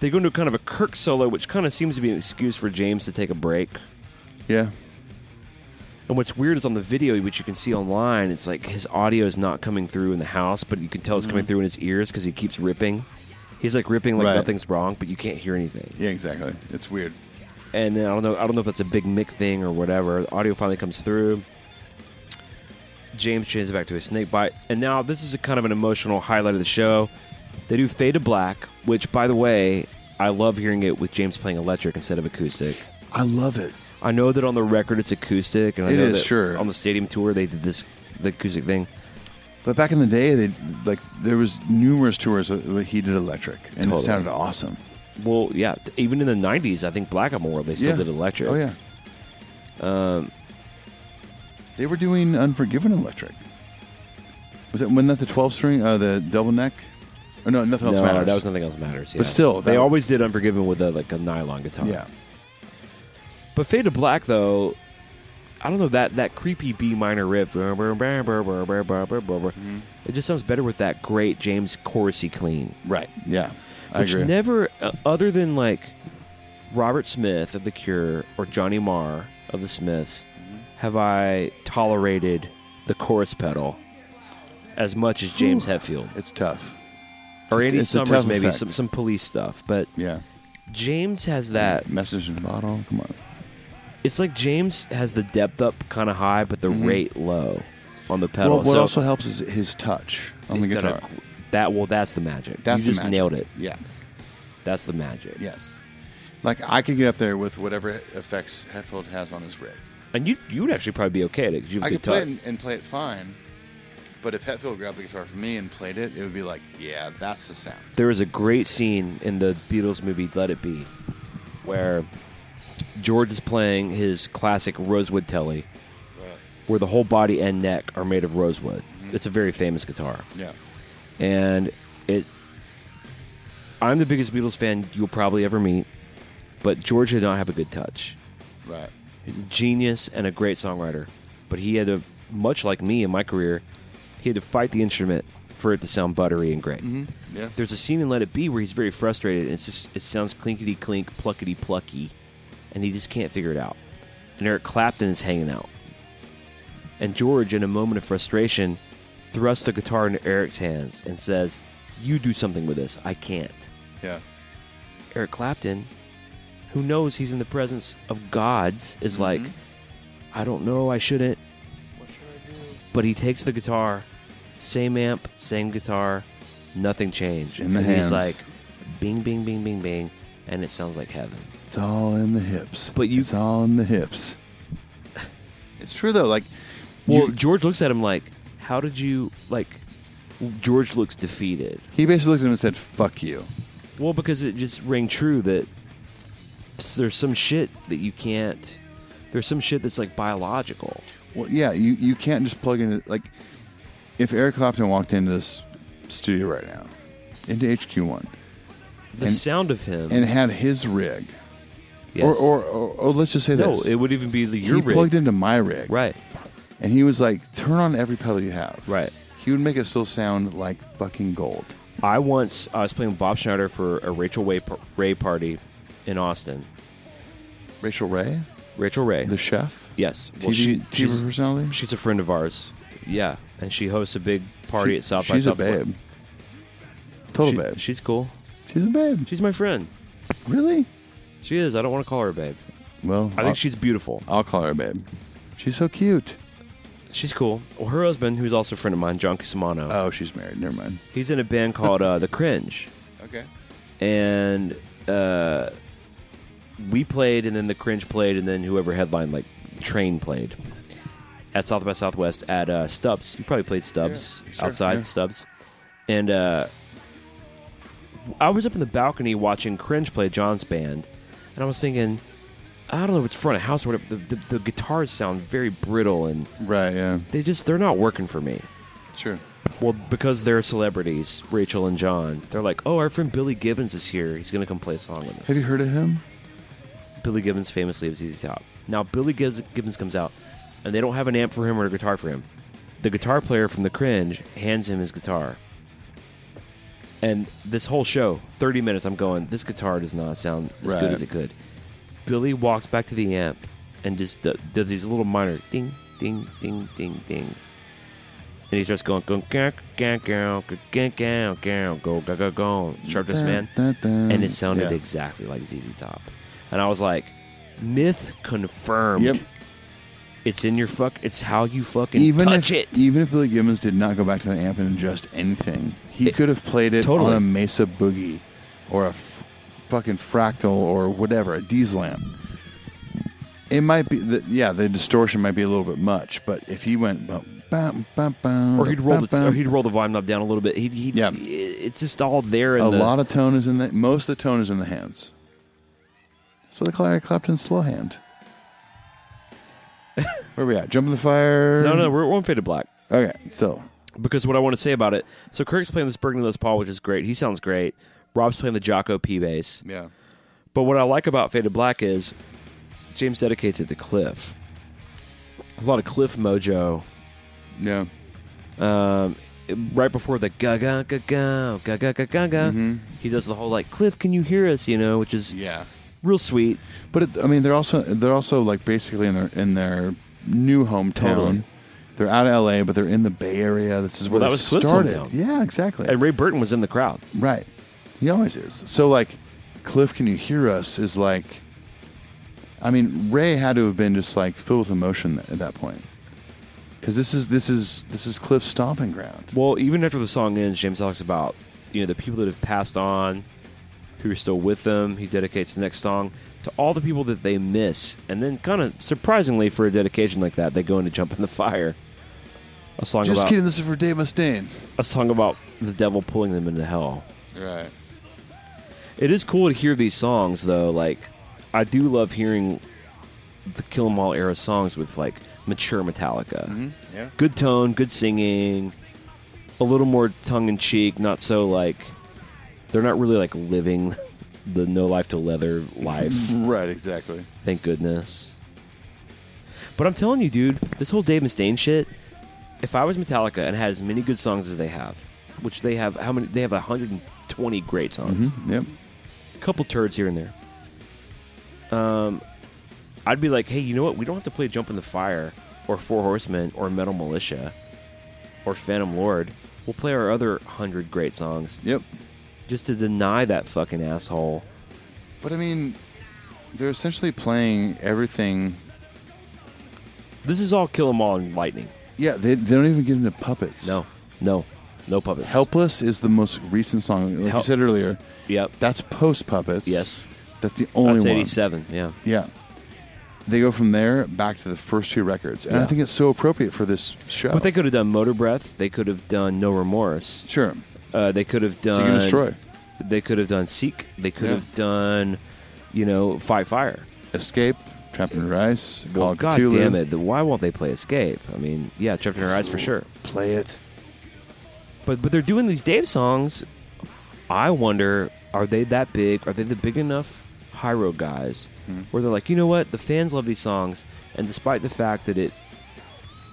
S3: They go into kind of a Kirk solo, which kind of seems to be an excuse for James to take a break.
S4: Yeah.
S3: And what's weird is on the video, which you can see online, it's like his audio is not coming through in the house, but you can tell it's coming through in his ears because he keeps ripping. He's like ripping like
S4: Mm-hmm. Right.
S3: nothing's wrong, but you can't hear anything.
S4: Yeah, exactly. It's weird.
S3: and then I don't know. I don't know if that's a big Mick thing or whatever. Audio finally comes through. James changes it back to a snake bite, and now this is a kind of an emotional highlight of the show. They do fade to black, which, by the way, I love hearing it with James playing electric instead of acoustic.
S4: I love it.
S3: I know that on the record it's acoustic, and I
S4: It
S3: know
S4: is,
S3: that
S4: sure.
S3: on the stadium tour they did this the acoustic thing.
S4: But back in the day, they like there was numerous tours that he did electric, and it
S3: Totally.
S4: sounded awesome.
S3: Well, yeah, t- even in the '90s, I think Blackamore they still
S4: yeah.
S3: did electric. Um,
S4: Oh yeah. Um, they were doing Unforgiven electric. Was it wasn't that the twelve string, uh, the double neck? Oh no, nothing else
S3: no,
S4: matters.
S3: that was nothing else matters. yeah.
S4: still,
S3: they
S4: that-
S3: always did Unforgiven with a, like a nylon guitar.
S4: yeah.
S3: But Fade to Black though, I don't know that that creepy B minor riff.
S4: Mm-hmm.
S3: It just sounds better with that great James chorusy clean,
S4: Right. Yeah. I
S3: which
S4: agree.
S3: never, uh, other than like Robert Smith of The Cure or Johnny Marr of The Smiths,
S4: Mm-hmm.
S3: have I tolerated the chorus pedal as much as James Hetfield
S4: it's tough.
S3: or Andy
S4: it's a
S3: Summers,
S4: tough
S3: maybe
S4: effect.
S3: some some police stuff. But
S4: Yeah.
S3: James has that
S4: Message in a bottle. Come on.
S3: It's like James has the depth up kind of high, but the rate low on the pedal.
S4: Mm-hmm. Well, what
S3: So
S4: also helps is his touch on the
S3: he's got
S4: guitar.
S3: a- that well, that's the magic.
S4: That's
S3: you
S4: the
S3: just
S4: magic.
S3: nailed it.
S4: Yeah.
S3: That's the magic.
S4: Yes. Like I could get up there with whatever effects Hetfield has on his rig.
S3: and you you would actually probably be okay at it because you have
S4: I
S3: a
S4: could
S3: good
S4: play it
S3: touch.
S4: and, and play it fine, but if Hetfield grabbed the guitar from me and played it, it would be like, yeah, that's the sound.
S3: There was a great scene in the Beatles movie Let It Be, where George is playing his classic Rosewood Telly, where the whole body and neck are made of rosewood.
S4: Mm-hmm.
S3: It's a very famous guitar.
S4: Yeah.
S3: and it I'm the biggest Beatles fan you'll probably ever meet, but George did not have a good touch.
S4: Right.
S3: He's a genius and a great songwriter, but he had to much like me in my career, he had to fight the instrument for it to sound buttery and great.
S4: Yeah.
S3: There's a scene in Let It Be where he's very frustrated and it's just it sounds clinkety clink, pluckety plucky, and he just can't figure it out. And Eric Clapton is hanging out. And George, in a moment of frustration, thrusts the guitar into Eric's hands and says, You do something with this. I can't.
S4: Yeah.
S3: Eric Clapton, who knows he's in the presence of gods, is like, I don't know, I shouldn't. But he takes the guitar, same amp, same guitar, nothing changed.
S4: in the
S3: and
S4: hands.
S3: He's like, bing, bing, bing, bing, bing, and it sounds like heaven.
S4: It's all in the hips.
S3: But you-
S4: It's all in the
S3: (laughs)
S4: hips. It's true though. Like,
S3: Well,
S4: you-
S3: George looks at him like, How did you, like, George looks defeated.
S4: he basically looked at him and said, "Fuck you."
S3: Well, because it just rang true that s- there's some shit that you can't, there's some shit that's like biological.
S4: Well, yeah. You you can't just plug in like if Eric Clapton walked into this studio right now, into HQ one,
S3: The
S4: And-
S3: sound of him.
S4: and had his rig,
S3: yes.
S4: or, or, or or let's just say
S3: no,
S4: this,
S3: it would even be the
S4: he
S3: your rig.
S4: plugged into my rig,
S3: Right.
S4: and he was like, "Turn on every pedal you have."
S3: Right.
S4: He would make it still sound like fucking gold.
S3: I once I was playing with Bob Schneider for a Rachel Way par- Ray party in Austin.
S4: Rachel Ray,
S3: Rachel Ray.
S4: the chef,
S3: yes. Well,
S4: TV,
S3: she,
S4: TV
S3: she's,
S4: personality.
S3: she's a friend of ours. Yeah, and she hosts a big party
S4: She-
S3: at South by
S4: She's a
S3: Southwest.
S4: babe. Total
S3: She-
S4: babe.
S3: She's cool.
S4: she's a babe.
S3: She's my friend.
S4: really?
S3: She is. I don't want to call her a babe.
S4: Well,
S3: I
S4: will
S3: think she's beautiful.
S4: I'll call her a babe. She's so cute.
S3: She's cool. Well, her husband, who's also a friend of mine, John Cusimano,
S4: Oh, she's married. Never mind.
S3: he's in a band called uh, The Cringe.
S4: Okay.
S3: and uh, we played, and then the cringe played, and then whoever headlined, like Train played. at South by Southwest at uh, Stubbs. You probably played Stubbs
S4: Yeah, sure,
S3: outside
S4: yeah.
S3: Stubbs, and uh, I was up in the balcony watching Cringe play John's band, and I was thinking, I don't know if it's front of house or whatever. The, the, the guitars sound very brittle, and
S4: Right, yeah.
S3: they just they're not working for me.
S4: Sure.
S3: Well, because they're celebrities, Rachel and John, they're like, oh, our friend Billy Gibbons is here. He's gonna come play a song with us.
S4: Have you heard of him?
S3: Billy Gibbons famously of ZZ Top. Now Billy Giz- Gibbons comes out, and they don't have an amp for him or a guitar for him. The guitar player from The Cringe hands him his guitar, and this whole show, thirty minutes, I'm going. This guitar does not sound as
S4: Right.
S3: good as it could. Billy walks back to the amp and just do- does these little minor ding, ding, ding, ding, dings, and he starts going, go, go, go, go, go, go, go, go, go, go, go, go, sharpness man and it sounded
S4: Mm-hmm. Yeah.
S3: exactly like ZZ Top. And I was like, myth confirmed.
S4: Yep.
S3: It's in your fuck. It's how you fucking
S4: Even
S3: touch
S4: if,
S3: it.
S4: even if Billy Gibbons did not go back to the amp and adjust anything, he
S3: It-
S4: could have played it
S3: Totally.
S4: on a Mesa Boogie or a f- fucking Fractal or whatever, a diesel amp. It might be, the, yeah, the distortion might be a little bit much, but if he went, bum, bum, bum, bum,
S3: or he'd roll
S4: bum,
S3: the or
S4: bum,
S3: he'd roll the volume knob down a little bit. He'd, he'd,
S4: Yeah.
S3: It's just all there. In
S4: a
S3: the,
S4: lot of tone is in the most of the tone is in the hands. So they call Eric Clapton slow
S3: (laughs)
S4: hand. Where we at? Jump in the fire.
S3: No, no, we're one faded black.
S4: Okay, so
S3: Because what I want to say about it, so Kirk's playing this Burgundy Les Paul, which is great. He sounds great. Rob's playing the Jocko P bass.
S4: yeah,
S3: But what I like about Faded Black is James dedicates it to Cliff. A lot of Cliff mojo
S4: yeah.
S3: right before the ga ga ga ga ga ga ga ga ga, he does the whole like Cliff, can you hear us? You know, which is
S4: Mm-hmm. Yeah.
S3: real sweet.
S4: But it, I mean, they're also they're also like basically in their in their new hometown.
S3: Totally.
S4: They're out of LA, but they're in the Bay Area. This is where
S3: Well, that
S4: they
S3: was Cliff's
S4: started.
S3: hometown.
S4: Yeah, exactly.
S3: And Ray Burton was in the crowd.
S4: right. He always is. So like, Cliff, can you hear us? Is like, I mean, Ray had to have been just like filled with emotion at that point, because this is this is this is Cliff's stomping ground.
S3: Well, even after the song ends, James talks about you know the people that have passed on, who are still with them. He dedicates the next song to all the people that they miss, and then kind of surprisingly for a dedication like that, they go into Jump in the Fire, a song
S4: Just
S3: about
S4: kidding. This is for Dave Mustaine.
S3: a song about the devil pulling them into hell.
S4: Right.
S3: It is cool to hear these songs though. Like I do love hearing the Kill 'Em All era songs with like mature Metallica.
S4: yeah.
S3: Good tone, good singing, a little more tongue in cheek, not so like they're not really like living (laughs) the no life to leather life.
S4: Right. Exactly.
S3: Thank goodness. But I'm telling you, dude, this whole Dave Mustaine shit. If I was Metallica and had as many good songs as they have, which they have, how many? They have 120 great songs
S4: Yep.
S3: couple turds here and there. Um, I'd be like, hey, you know what? We don't have to play Jump in the Fire or Four Horsemen or Metal Militia or Phantom Lord. We'll play our other hundred great songs
S4: Yep.
S3: just to deny that fucking asshole.
S4: But I mean, they're essentially playing everything
S3: This is all Kill 'Em All and Lightning.
S4: Yeah, they, they don't even get into puppets.
S3: No, no, no puppets.
S4: Helpless is the most recent song. Like
S3: Hel-
S4: you said earlier,
S3: Yep.
S4: that's post puppets.
S3: Yes.
S4: That's the only
S3: That's
S4: one.
S3: 87. Yeah.
S4: Yeah. They go from there back to the first two records. And I
S3: Yeah.
S4: think it's so appropriate for this show.
S3: But they could have done Motor Breath. They could have done No Remorse.
S4: Sure.
S3: Uh, they could have done.
S4: so you can destroy.
S3: They could have done Seek. They could
S4: Yeah.
S3: have done, you know, Fight Fire.
S4: Escape, Trapped in Rice,
S3: Well,
S4: Call
S3: Oh, God
S4: Cthulhu.
S3: damn it! Why won't they play Escape? I mean, yeah, Chapter in Her Eyes for sure.
S4: Play it.
S3: But but they're doing these Dave songs. I wonder, are they that big? Are they the big enough high road guys where they're like, you know what? The fans love these songs, and despite the fact that it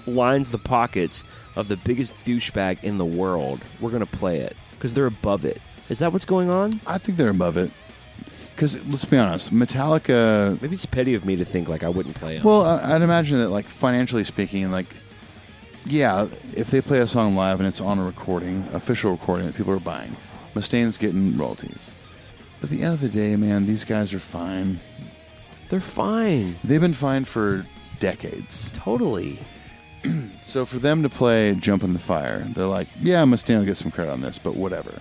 S3: lines the pockets of the biggest douchebag in the world, we're gonna play it because they're above it. Is that what's going on?
S4: I think they're above it. Because let's be honest, Metallica
S3: Maybe it's petty of me to think like I wouldn't play it.
S4: Well, I- I'd imagine that, like financially speaking, like yeah, if they play a song live and it's on a recording, official recording that people are buying, Mustaine's getting royalties. But at the end of the day, man, these guys are fine.
S3: they're fine,
S4: They've been fine for decades.
S3: totally.
S4: So for them to play "Jump in the Fire," they're like, yeah, Mustaine will get some credit on this, but whatever.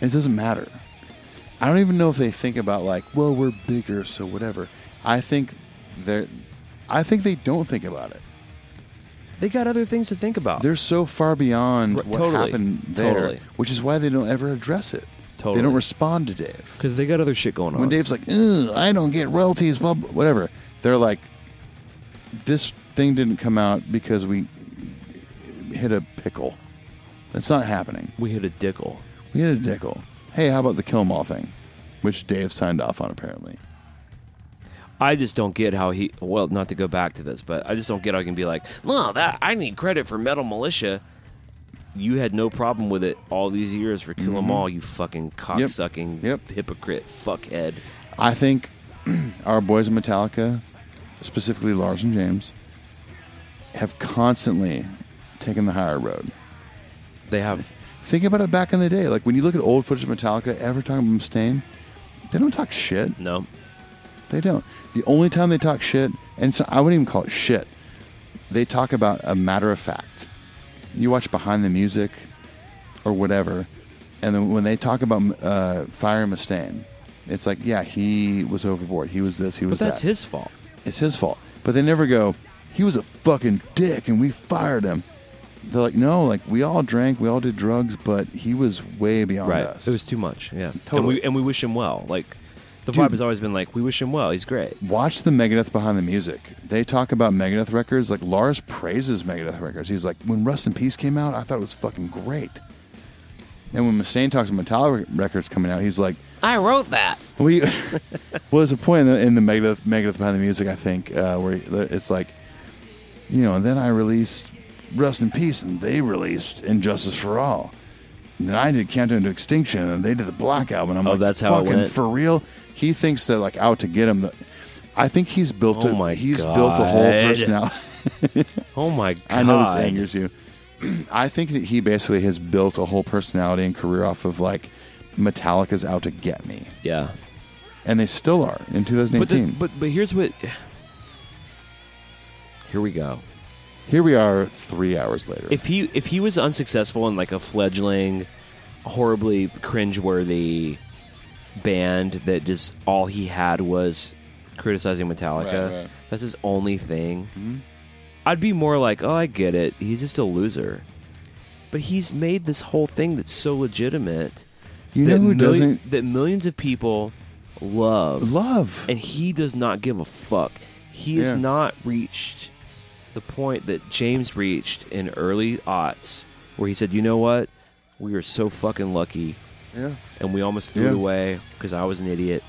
S4: It doesn't matter. I don't even know if they think about like, well, we're bigger, so whatever. I think they're. I think they don't think about it.
S3: They got other things to think about.
S4: They're so far beyond
S3: Right,
S4: what
S3: totally.
S4: happened there,
S3: Totally.
S4: which is why they don't ever address it.
S3: Totally.
S4: They don't respond to Dave.
S3: Because they got other shit going on.
S4: When Dave's like, "Ugh, I don't get royalties, blah, blah, whatever, they're like, this thing didn't come out because we hit a pickle. That's not happening.
S3: we hit a dickle.
S4: We hit a dickle. Hey, how about the Kill 'Em All thing? Which Dave signed off on, apparently.
S3: I just don't get how he. Well, not to go back to this, but I just don't get how he can be like, no, that I need credit for Metal Militia. You had no problem with it all these years for Kill 'Em All, you fucking cocksucking
S4: Mm-hmm. Yep.
S3: hypocrite fuckhead.
S4: I think (clears throat) our boys in Metallica, specifically Lars and James, have constantly taken the higher road. (laughs)
S3: They have
S4: Think about it back in the day. Like when you look at old footage of Metallica, every time Mustaine, they don't talk shit.
S3: no.
S4: They don't. The only time they talk shit, and so I wouldn't even call it shit. They talk about a matter of fact. You watch behind the music, or whatever, and then when they talk about uh, Fire Mustaine, it's like, yeah, he was overboard. He was this. He
S3: But
S4: was
S3: that's
S4: that.
S3: his fault.
S4: It's his fault. But they never go, he was a fucking dick and we fired him. They're like, no, like we all drank, we all did drugs, but he was way beyond
S3: Right.
S4: us.
S3: It was too much. Yeah.
S4: Totally.
S3: And we and we wish him well. Like the
S4: Dude.
S3: vibe has always been like we wish him well. He's great.
S4: Watch the Megadeth behind the music. They talk about Megadeth records. Like Lars praises Megadeth records. He's like, when Rust in Peace came out, I thought it was fucking great. And when Mustaine talks about Metallica records coming out, he's like,
S5: I wrote that.
S4: We (laughs) well, there's a point in the, in the Megadeth, Megadeth behind the music, I think, uh, where it's like, you know, and then I released Rest in Peace, and they released Injustice for All, and then I did Countdown to Extinction, and they did the Black Album. I'm
S3: Oh,
S4: like,
S3: that's how it
S4: fucking
S3: went.
S4: for real. He thinks they're like out to get him. I think he's built.
S3: Oh
S4: a,
S3: my
S4: he's built a whole
S3: God.
S4: personality. (laughs)
S3: Oh my god.
S4: I know this angers you. (clears throat) I think that he basically has built a whole personality and career off of like Metallica's out to get me
S3: Yeah.
S4: and they still are in
S3: But,
S4: 2018.
S3: the, but but here's what Here we go.
S4: here we are, three hours later.
S3: If he if he was unsuccessful in like a fledgling, horribly cringeworthy band that just all he had was criticizing Metallica,
S4: Right, right. Mm-hmm.
S3: that's his only thing. I'd be more like, oh, I get it. He's just a loser. But he's made this whole thing that's so legitimate
S4: you
S3: that
S4: know who
S3: milli-
S4: doesn't
S3: that millions of people love
S4: love?
S3: and he does not give a fuck. He has
S4: Yeah.
S3: not reached the point that James reached in early aughts, where he said, "You know what? We were so fucking lucky,
S4: yeah,
S3: and we almost threw it
S4: Yeah.
S3: away because I was an idiot."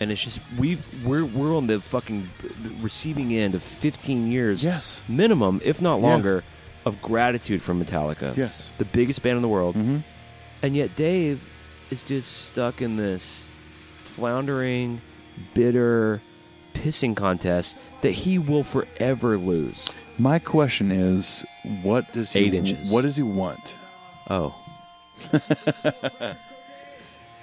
S3: And it's just we've we're we're on the fucking receiving end of 15 years,
S4: Yes.
S3: minimum, if not longer, of gratitude from Metallica,
S4: Yes. Mm-hmm.
S3: the biggest band in the world, and yet Dave is just stuck in this floundering, bitter pissing contest that he will forever lose.
S4: My question is, what does he?
S3: Eight inches.
S4: What does he want?
S3: Oh,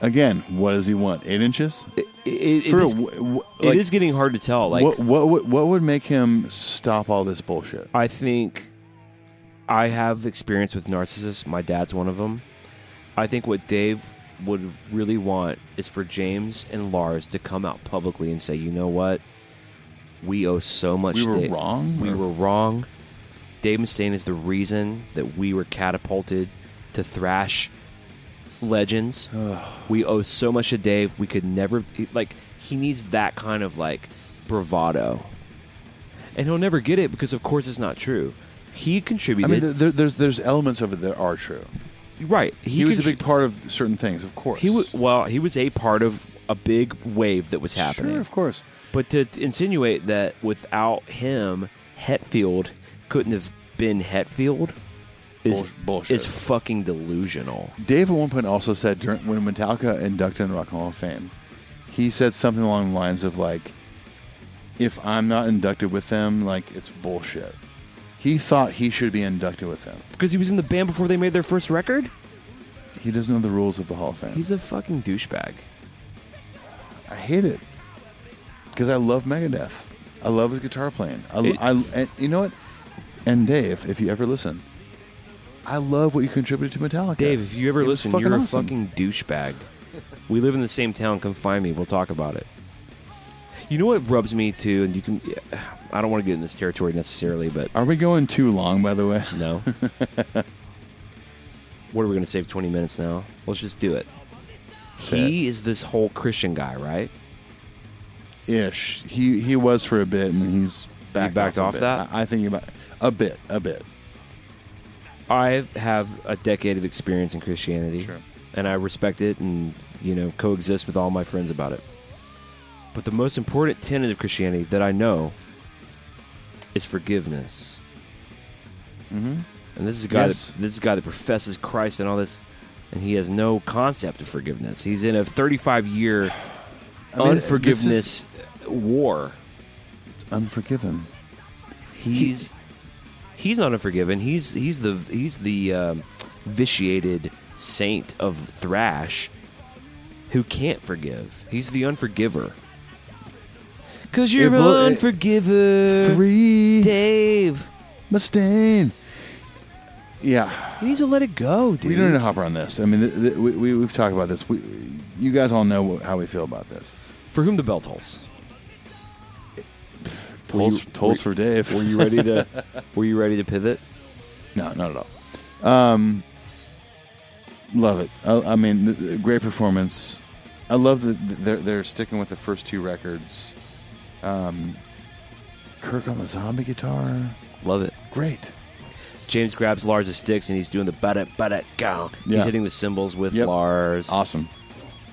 S4: Again, what does he want? Eight inches?
S3: it, it, it
S4: For a
S3: is-
S4: w- w-
S3: it
S4: like,
S3: is getting hard to tell. Like
S4: what, what would what would make him stop all this bullshit?
S3: I think I have experience with narcissists. My dad's one of them. I think what Dave would really want is for James and Lars to come out publicly and say, you know what? We owe so much.
S4: We were
S3: to-
S4: wrong,
S3: We
S4: or-
S3: were wrong. Dave Mustaine is the reason that we were catapulted to thrash legends. We owe so much to Dave. We could never like he needs that kind of like bravado, and he'll never get it because of course it's not true. He
S4: I
S3: contributed,
S4: mean, there, there's there's elements of it that are true.
S3: right?
S4: He, was a
S3: contri-
S4: big part of certain things, of course.
S3: He was well. He was a part of a big wave that was happening.
S4: Sure, of course.
S3: But to t- insinuate that without him, Hetfield couldn't have been Hetfield is
S4: Bull- bullshit.
S3: is fucking delusional.
S4: Dave at one point also said during, when Metallica inducted in Rock and Roll of Fame, he said something along the lines of like, "If I'm not inducted with them, like it's bullshit." He thought he should be inducted with them.
S3: Because he was in the band before they made their first record?
S4: He doesn't know the rules of the Hall of Fame.
S3: He's a fucking douchebag.
S4: I hate it because I love Megadeth. I love his guitar playing. I,
S3: It-
S4: I and you know what? And Dave, if you ever listen, I love what you contributed to Metallica.
S3: Dave, if you ever
S4: It was
S3: listen,
S4: fucking
S3: you're
S4: awesome.
S3: a fucking douchebag. we live in the same town. Come find me. We'll talk about it. You know what rubs me too, and you can. I don't want to get in this territory
S4: (laughs)
S3: necessarily, but
S4: Are we going too long, by the way?
S3: no. what are we going to save twenty minutes now? Let's just do it. He is this whole Christian guy, right?
S4: Ish. He he was for a bit, and he's backed,
S3: backed
S4: off,
S3: off
S4: a bit.
S3: that?
S4: I, I think about a bit, a bit.
S3: I have a decade of experience in Christianity,
S4: Sure.
S3: and I respect it, and you know coexist with all my friends about it. But the most important tenet of Christianity that I know is forgiveness. Mm-hmm. And this is a guy.
S4: Yes.
S3: That, this is a guy that professes Christ and all this, and he has no concept of forgiveness. He's in a 35 year
S4: mean, this
S3: unforgiveness war.
S4: Unforgiven.
S3: He's he's not unforgiven. He's he's the he's the um, vitiated saint of thrash who can't forgive. He's the unforgiver. Cause you're
S4: It will- it-
S3: unforgiver,
S4: Three
S3: Dave.
S4: Mustaine. Yeah.
S3: You need to let it go, dude.
S4: We don't need to hopper on this. I mean, th- th- we, we, we've talked about this. We, you guys all know wh- how we feel about this.
S3: For whom the bell tolls.
S4: Tolls,
S3: you-
S4: tolls for Dave.
S3: Were you ready to? (laughs) were you ready to pivot?
S4: no, not at all. Um, love it. I, I mean, th- th- great performance. I love that th- they're, they're sticking with the first two records. Um, Kirk on the zombie guitar.
S3: Love it.
S4: Great.
S3: James grabs Lars' sticks and he's doing the but it but it go.
S4: Yeah.
S3: He's hitting the cymbals with
S4: Yep.
S3: Lars.
S4: Awesome.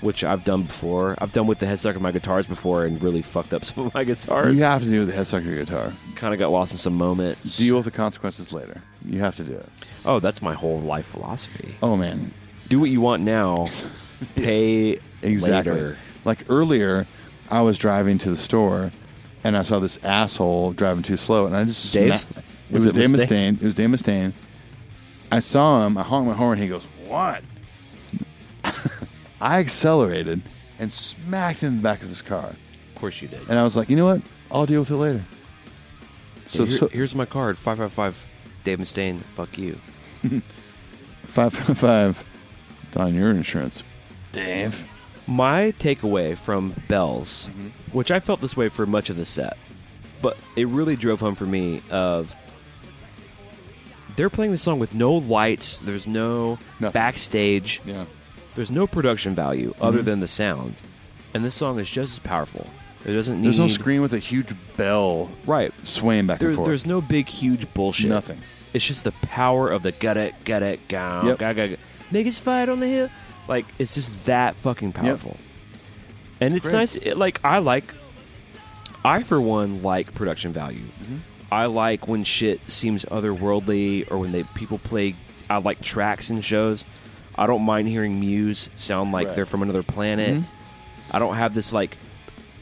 S3: which I've done before. I've done with the headstock of my guitars before and really fucked up (laughs) some of my guitars.
S4: You have to do the headsucker guitar.
S3: Kind of got lost in some moments.
S4: Deal with the consequences later. You have to do it.
S3: oh, that's my whole life philosophy.
S4: Oh, man.
S3: Do what you
S4: (laughs)
S3: want now, pay
S4: Exactly.
S3: later.
S4: Like earlier, I was driving to the store and I saw this asshole driving too slow, and I just
S3: Dave?
S4: smacked- It
S3: Was
S4: was,
S3: it
S4: Dave Mustaine.
S3: Mustaine?
S4: It was Dave Mustaine. I saw him. I honked my horn. He goes, "What?" (laughs) I accelerated and smacked him in the back of his car,
S3: Of course you did.
S4: and I was like, "You know what? I'll deal with it later." So,
S3: So, here-
S4: so
S3: here's my card, five five five. Dave Mustaine, fuck you.
S4: five five five. It's on your insurance.
S3: My takeaway from Bells,
S4: Mm-hmm.
S3: which I felt this way for much of the set, but it really drove home for me of they're playing the song with no lights, there's no
S4: Nothing.
S3: backstage.
S4: Yeah.
S3: There's no production value
S4: Mm-hmm.
S3: other than the sound, and this song is just as powerful. It doesn't need
S4: There's no screen with a huge bell
S3: right.
S4: swaying back
S3: There,
S4: and forth.
S3: there's no big huge bullshit.
S4: Nothing.
S3: It's just the power of the gut it, gut it, gow,
S4: Yep.
S3: gow, gow, gow. make us fight on the hill. Like it's just that fucking powerful, and it's
S4: Great.
S3: nice. It, like I like, I for one like production value.
S4: Mm-hmm.
S3: I like when shit seems otherworldly or when they people play. I like tracks in shows. I don't mind hearing Muse sound like
S4: Right. Mm-hmm.
S3: they're from another planet. I don't have this like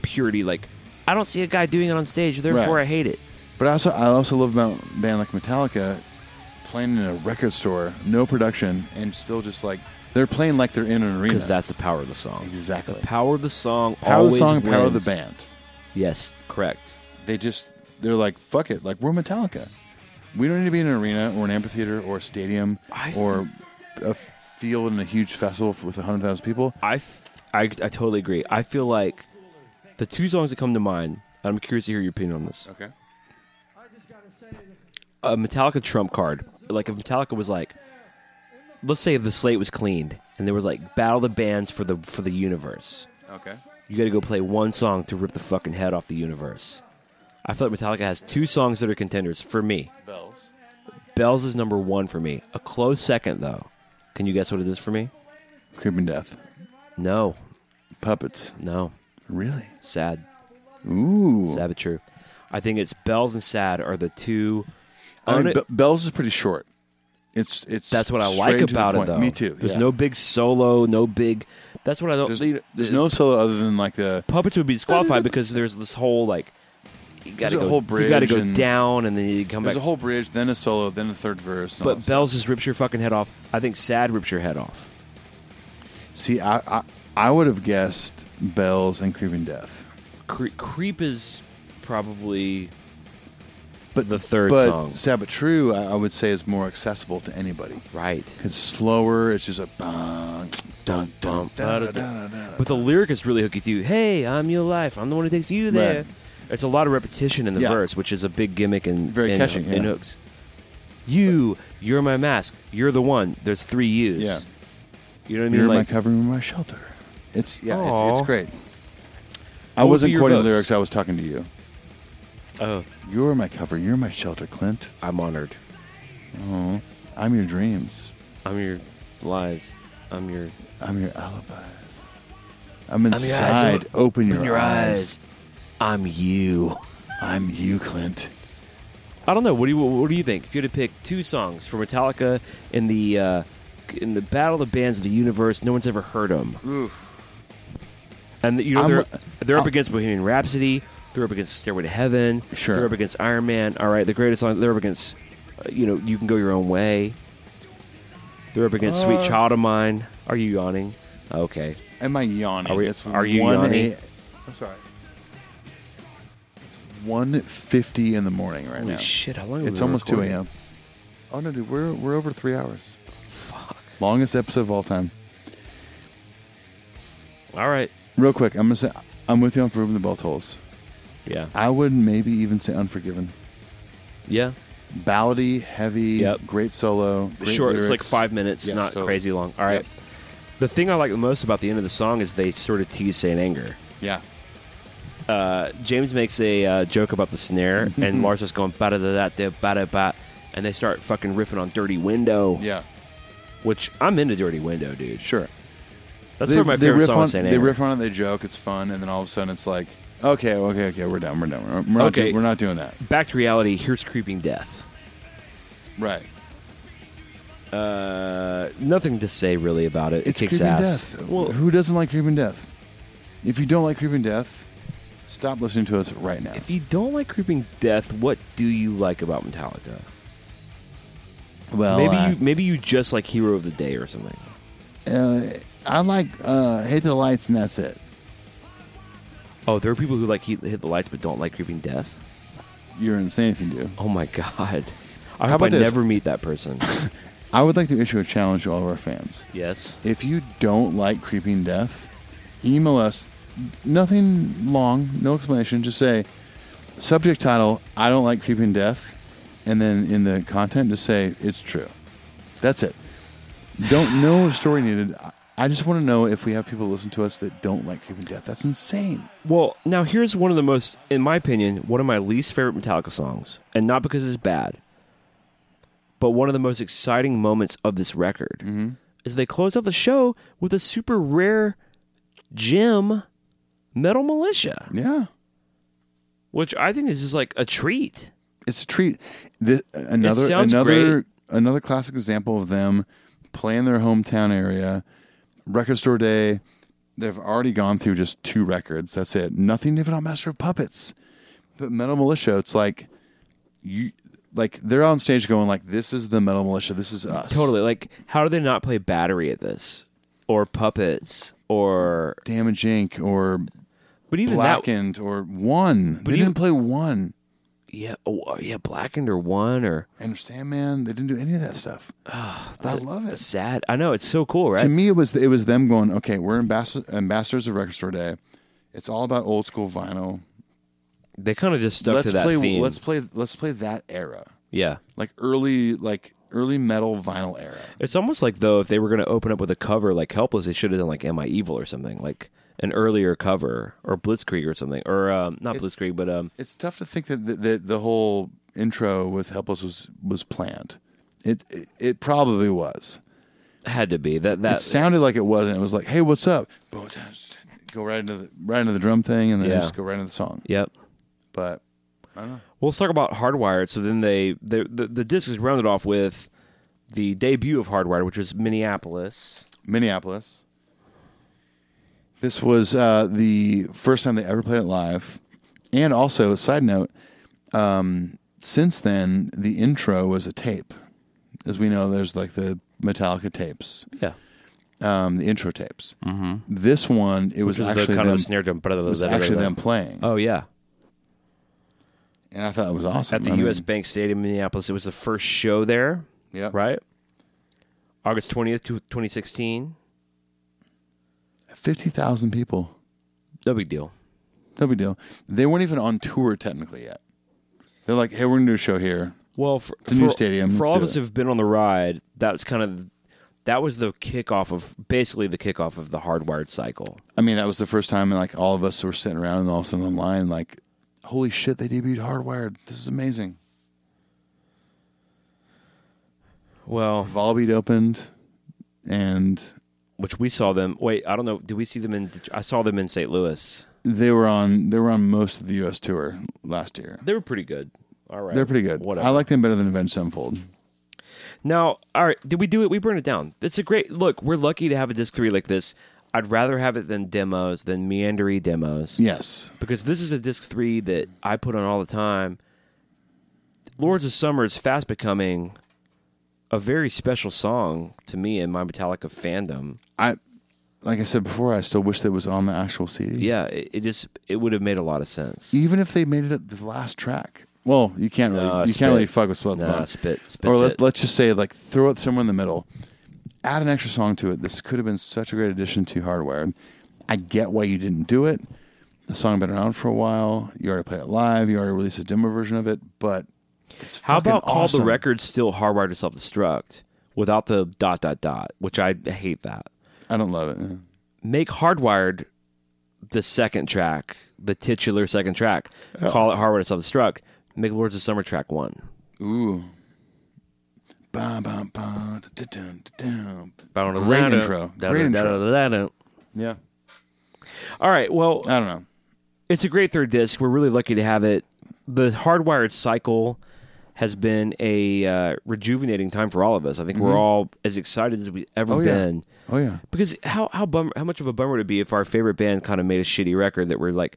S3: purity. Like I don't see a guy doing it on stage, therefore
S4: Right.
S3: I hate it.
S4: But I also I also love about a band like Metallica playing in a record store, no production, and still just like they're playing like they're in an arena.
S3: because that's the power of the song.
S4: Exactly.
S3: The power of the song.
S4: power of
S3: always
S4: the song, power of the
S3: wins.
S4: band.
S3: Yes, correct.
S4: They just they're like fuck it, like we're Metallica. We don't need to be in an arena or an amphitheater or a stadium
S3: I
S4: or a field in a huge festival with hundred thousand people.
S3: I, f- I, I totally agree. I feel like the two songs that come to mind. I'm curious to hear your opinion on this.
S4: Okay.
S3: A Metallica trump card. Like if Metallica was like, let's say the slate was cleaned and there was like battle the bands for the for the universe.
S4: Okay.
S3: You got to go play one song to rip the fucking head off the universe. I feel like Metallica has two songs that are contenders for me.
S4: Bells.
S3: Bells is number one for me. A close second though. Can you guess what it is for me?
S4: Creeping Death.
S3: No,
S4: Puppets.
S3: no.
S4: Really?
S3: Sad.
S4: Ooh.
S3: Sad but true. I think it's Bells and Sad are the two.
S4: I mean,
S3: Unex-
S4: Be- Bells is pretty short. It's it's
S3: that's what I
S4: straight to
S3: like
S4: the
S3: about it,
S4: point.
S3: though.
S4: Me too.
S3: There's
S4: yeah.
S3: no big solo, no big. That's what I don't.
S4: There's,
S3: you know,
S4: there's
S3: uh,
S4: no solo other than like the
S3: puppets would be disqualified because there's this whole like. You gotta
S4: There's a
S3: go.
S4: whole
S3: you gotta
S4: bridge
S3: go
S4: and-
S3: down, and then you come
S4: there's
S3: back.
S4: a whole bridge, then a solo, then a third verse. and all
S3: but
S4: that
S3: Bells just rips your fucking head off. I think Sad rips your head off.
S4: stuff. see, I, I I would have guessed Bells and Creeping Death,
S3: Cre- Creep is probably
S4: but
S3: The third
S4: but
S3: song.
S4: Sad but True, I, I would say is more accessible to anybody.
S3: right.
S4: It's slower. It's just a bang,
S5: dun, dun, dun, dun. But the lyric is really hooky too. Hey, I'm your life. I'm the one who takes you there.
S4: Right.
S3: It's a lot of repetition in the
S4: Yeah.
S3: verse, which is a big gimmick and
S4: Very
S3: and,
S4: catchy, yeah.
S3: and hooks. You, you're my mask. You're the one. There's three yous.
S4: Yeah.
S3: You know what I mean?
S4: You're
S3: like,
S4: my covering, my shelter. It's yeah,
S3: Aw.
S4: it's, it's great. I
S3: What would be
S4: wasn't
S3: your
S4: quoting the
S3: votes?
S4: lyrics. I was talking to you.
S3: oh,
S4: You're my cover. You're my shelter, Clint.
S3: I'm honored.
S4: I'm your dreams.
S3: I'm your lies. I'm your
S4: I'm your alibis. I'm
S3: eyes.
S4: inside. Open, your,
S3: your
S4: eyes.
S3: eyes. I'm you.
S4: I'm you, Clint.
S3: I don't know. What do you What do you think? If you had to pick two songs for Metallica in the uh, in the battle of the bands of the universe, no one's ever heard them. And you know
S4: I'm-
S3: they're they're up
S4: I'm-
S3: against Bohemian Rhapsody. They're up against Stairway to Heaven.
S4: Sure.
S3: They're up against Iron Man. All right, the greatest song. They're up against uh, you know You Can Go Your Own Way. They're up against Sweet Child of Mine. Are you yawning? Okay.
S4: Am I yawning?
S3: Are we-
S4: It's
S3: are you
S4: one
S3: yawning?
S4: A, I'm sorry. One fifty in the morning right
S3: Holy
S4: now.
S3: shit! How long? have we
S4: It's
S3: been
S4: almost two
S3: recording?
S4: a.m. Oh no, dude, we're we're over three hours. Fuck. Longest episode of all time.
S3: All right.
S4: Real quick, I'm gonna say I'm with you on Ruben the Bell Tolls.
S3: Yeah.
S4: I would maybe even say Unforgiven.
S3: Yeah.
S4: Ballady, heavy,
S3: Yep.
S4: great solo. Great
S3: short. It's like
S4: lyrics.
S3: five minutes,
S4: Yes,
S3: not
S4: totally.
S3: crazy long. All right.
S4: Yep.
S3: The thing I like the most about the end of the song is they sort of tease Saint Anger.
S4: Yeah.
S3: Uh, James makes a uh, joke about the snare,
S4: (laughs)
S3: and Lars is going ba da da da da ba da ba, and they start fucking riffing on "Dirty Window,"
S4: Yeah.
S3: which I'm into "Dirty Window," dude.
S4: Sure.
S3: That's probably my favorite
S4: riff
S3: song
S4: on,
S3: on Saint
S4: They
S3: Anger.
S4: riff on it, they joke, it's fun, and then all of a sudden it's like, okay, okay, okay, we're done, we're done. We're, we're not,
S3: Okay.
S4: do- we're not doing that.
S3: Back to reality. Here's "Creeping Death."
S4: Right.
S3: Uh, nothing to say really about it.
S4: It's
S3: it kicks
S4: Creeping
S3: ass.
S4: Death.
S3: Well,
S4: Who doesn't like Creeping Death? If you don't like Creeping Death, stop listening to us right now.
S3: if you don't like "Creeping Death," what do you like about Metallica?
S4: Well,
S3: maybe
S4: uh,
S3: you maybe you just like Hero of the Day or something.
S4: uh, I like uh, Hate the Lights, and that's it.
S3: Oh, there are people who like hit, hit the lights but don't like creeping death.
S4: You're insane if you do.
S3: Oh my (laughs) god! I
S4: How
S3: hope
S4: about
S3: I
S4: this?
S3: never meet that person.
S4: I would like to issue a challenge to all of our fans.
S3: (laughs) yes.
S4: If you don't like Creeping Death, email us. Nothing long, no explanation. Just say subject title: I don't like Creeping Death, and then in the content, just say it's true. That's it. Don't no story needed. I- I just want to know if we have people listen to us that don't like Creeping Death. That's insane.
S3: Well, now here's one of the most, in my opinion, one of my least favorite Metallica songs, and not because it's bad, but one of the most exciting moments of this record
S4: Mm-hmm.
S3: is they close out the show with a super rare gem, Metal Militia,
S4: Yeah,
S3: which I think is just like a treat.
S4: it's a treat. Thi- another
S3: sounds
S4: another
S3: great.
S4: another classic example of them playing their hometown area, record store day. They've already gone through just two records. That's it. Nothing even on Master of Puppets, but Metal Militia. It's like you like they're on stage going like, "This is the Metal Militia. This is us."
S3: Totally. Like, how do they not play Battery at this, or Puppets, or
S4: Damage Inc. or
S3: But even that,
S4: Blackened or One. They
S3: even-
S4: didn't play One.
S3: yeah, oh, oh, yeah, blackened or one or
S4: And Sandman. They didn't do any of that stuff.
S3: Ah,
S4: I love it.
S3: sad. I know it's so cool, right?
S4: to me it was it was them going okay we're ambassadors ambassadors of record store day it's all about old school vinyl
S3: they kind of just stuck
S4: let's
S3: to that
S4: play
S3: theme.
S4: let's play let's play that era
S3: yeah,
S4: like early like early metal vinyl era
S3: it's almost like though if they were going to open up with a cover like "Helpless," they should have done like "Am I Evil" or something like an earlier cover or Blitzkrieg or something or um, not
S4: It's-
S3: Blitzkrieg, but um,
S4: it's tough to think that the, the, the whole intro with helpless was was planned it it, it probably was
S3: had to be that
S4: it
S3: that
S4: sounded like it wasn't it was like hey what's up Boom, go right into the right into the drum thing and then
S3: Yeah.
S4: just go right into the song
S3: yep.
S4: but
S3: Well, let's talk about Hardwired. So then they, they the the disc is rounded off with the debut of Hardwired, which was Minneapolis.
S4: Minneapolis. This was uh, the first time they ever played it live. And also, a side note, um, since then, the intro was a tape. As we know, there's like the Metallica tapes,
S3: Yeah,
S4: um, the intro tapes. Mm-hmm. This one, it was
S3: Just
S4: actually,
S3: the kind
S4: them,
S3: of the snare drum. blah, blah,
S4: it was
S3: blah, blah,
S4: actually
S3: blah.
S4: them playing.
S3: Oh yeah.
S4: And I thought it was awesome.
S3: at the
S4: I mean,
S3: U.S. Bank Stadium in Minneapolis. It was the first show there,
S4: yeah.
S3: right? August twentieth, twenty sixteen.
S4: fifty thousand people.
S3: No big deal.
S4: No big deal. They weren't even on tour technically yet. They're like, hey, we're gonna do a show here.
S3: Well, for,
S4: It's a new
S3: for-
S4: stadium.
S3: For
S4: Let's
S3: all of
S4: do
S3: us
S4: it.
S3: who've been on the ride, that was kind of that was the kickoff of basically the kickoff of the hardwired cycle.
S4: I mean, that was the first time, like all of us were sitting around and all of a sudden online, like, holy shit, they debuted Hardwired. This is amazing.
S3: Well,
S4: Volbeat opened, and
S3: which we saw them. Wait, I don't know. Did we see them in? Det- I saw them in St. Louis.
S4: they were on they were on most of the U.S. tour last year.
S3: They were pretty good. All right,
S4: They're pretty good.
S3: Whatever.
S4: I like them better than Avenged Sevenfold.
S3: Now, all right, did we do it? We burned it down. It's a great look. We're lucky to have a disc three like this. I'd rather have it than demos, than meandery demos,
S4: Yes,
S3: because this is a disc three that I put on all the time. Lords of Summer is fast becoming a very special song to me in my Metallica fandom.
S4: I like I said before, I still wish that was on the actual CD.
S3: Yeah, it, it just it would have made a lot of sense.
S4: even if they made it at the last track. Well, you can't really
S3: Nah,
S4: you
S3: spit.
S4: can't really fuck with Sweat
S3: Nah,
S4: Alone.
S3: spit- spit's
S4: Or let's
S3: it.
S4: let's just say like throw it somewhere in the middle. Add an extra song to it. This could have been such a great addition to Hardwired. I get why you didn't do it. The song been around for a while. You already played it live. You already released a demo version of it, but it's
S3: How
S4: fucking
S3: about call
S4: awesome.
S3: the record still hardwired to self destruct without the dot dot dot, which I hate that.
S4: I don't love it.
S3: make Hardwired the second track, the titular second track.
S4: Oh.
S3: Call it Hardwired Self Destruct. Make Lords of Summer track one.
S4: Ooh. Ba, ba, ba, da, da, da, da, da. Great
S3: Da-da-da-da-da.
S4: intro. Great intro.
S3: Da-da-da-da-da.
S4: Yeah.
S3: All right. Well,
S4: I don't know.
S3: it's a great third disc. We're really lucky to have it. The Hardwired cycle has been a uh, rejuvenating time for all of us. I think we're all as excited as we've ever
S4: Mm-hmm. Oh, yeah.
S3: been.
S4: Oh yeah.
S3: Because how how bum how much of a bummer would it be if our favorite band kind of made a shitty record that we're like,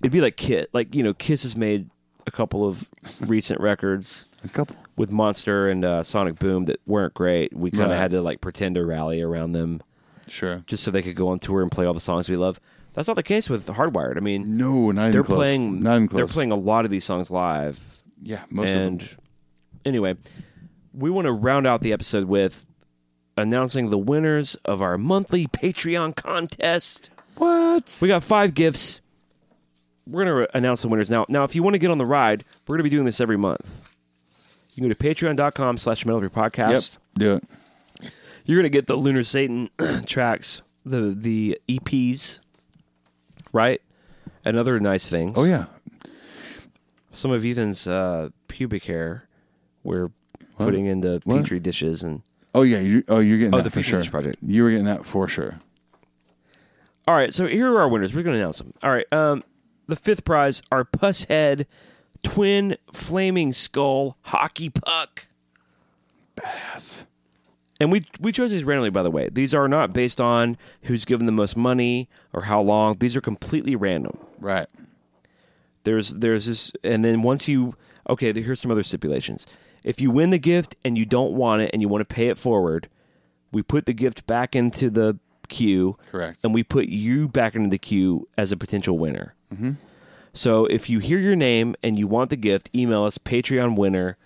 S3: it'd be like Kit, like you know, Kiss has made a couple of recent records
S4: A couple.
S3: with Monster and uh, Sonic Boom that weren't great. We kind of
S4: Right.
S3: had to like pretend to rally around them
S4: Sure.
S3: just so they could go on tour and play all the songs we love. That's not the case with Hardwired. I mean,
S4: No, not even
S3: they're
S4: close.
S3: playing
S4: Not even close.
S3: they're playing a lot of these songs live,
S4: Yeah, most of them.
S3: and anyway, we want to round out the episode with announcing the winners of our monthly Patreon contest.
S4: What?
S3: We got five gifts. We're gonna announce the winners now. Now, if you want to get on the ride, we're gonna be doing this every month. You can go to patreon.com slash metal Gear
S4: Yep.
S3: podcast.
S4: Do it.
S3: You're gonna get the Lunar Satan (clears throat) tracks, the the EPs, right? And other nice things.
S4: Oh yeah.
S3: Some of Ethan's uh, pubic hair we're putting into
S4: What?
S3: petri dishes and
S4: Oh yeah. You, oh, you're getting
S3: Oh,
S4: that
S3: the
S4: for
S3: Future
S4: sure.
S3: Image Project.
S4: You were getting that for sure.
S3: All right, so here are our winners. We're going to announce them. All right, um, the fifth prize, our puss head twin flaming skull hockey puck. Badass. And we we chose these randomly, by the way. These are not based on who's given the most money or how long. These are completely random.
S4: Right.
S3: There's there's this, and then once you okay, here's some other stipulations. If you win the gift and you don't want it and you want to pay it forward, we put the gift back into the queue.
S4: Correct.
S3: And we put you back into the queue as a potential winner. Mm-hmm. So if you hear your name and you want the gift, email us Patreon winner.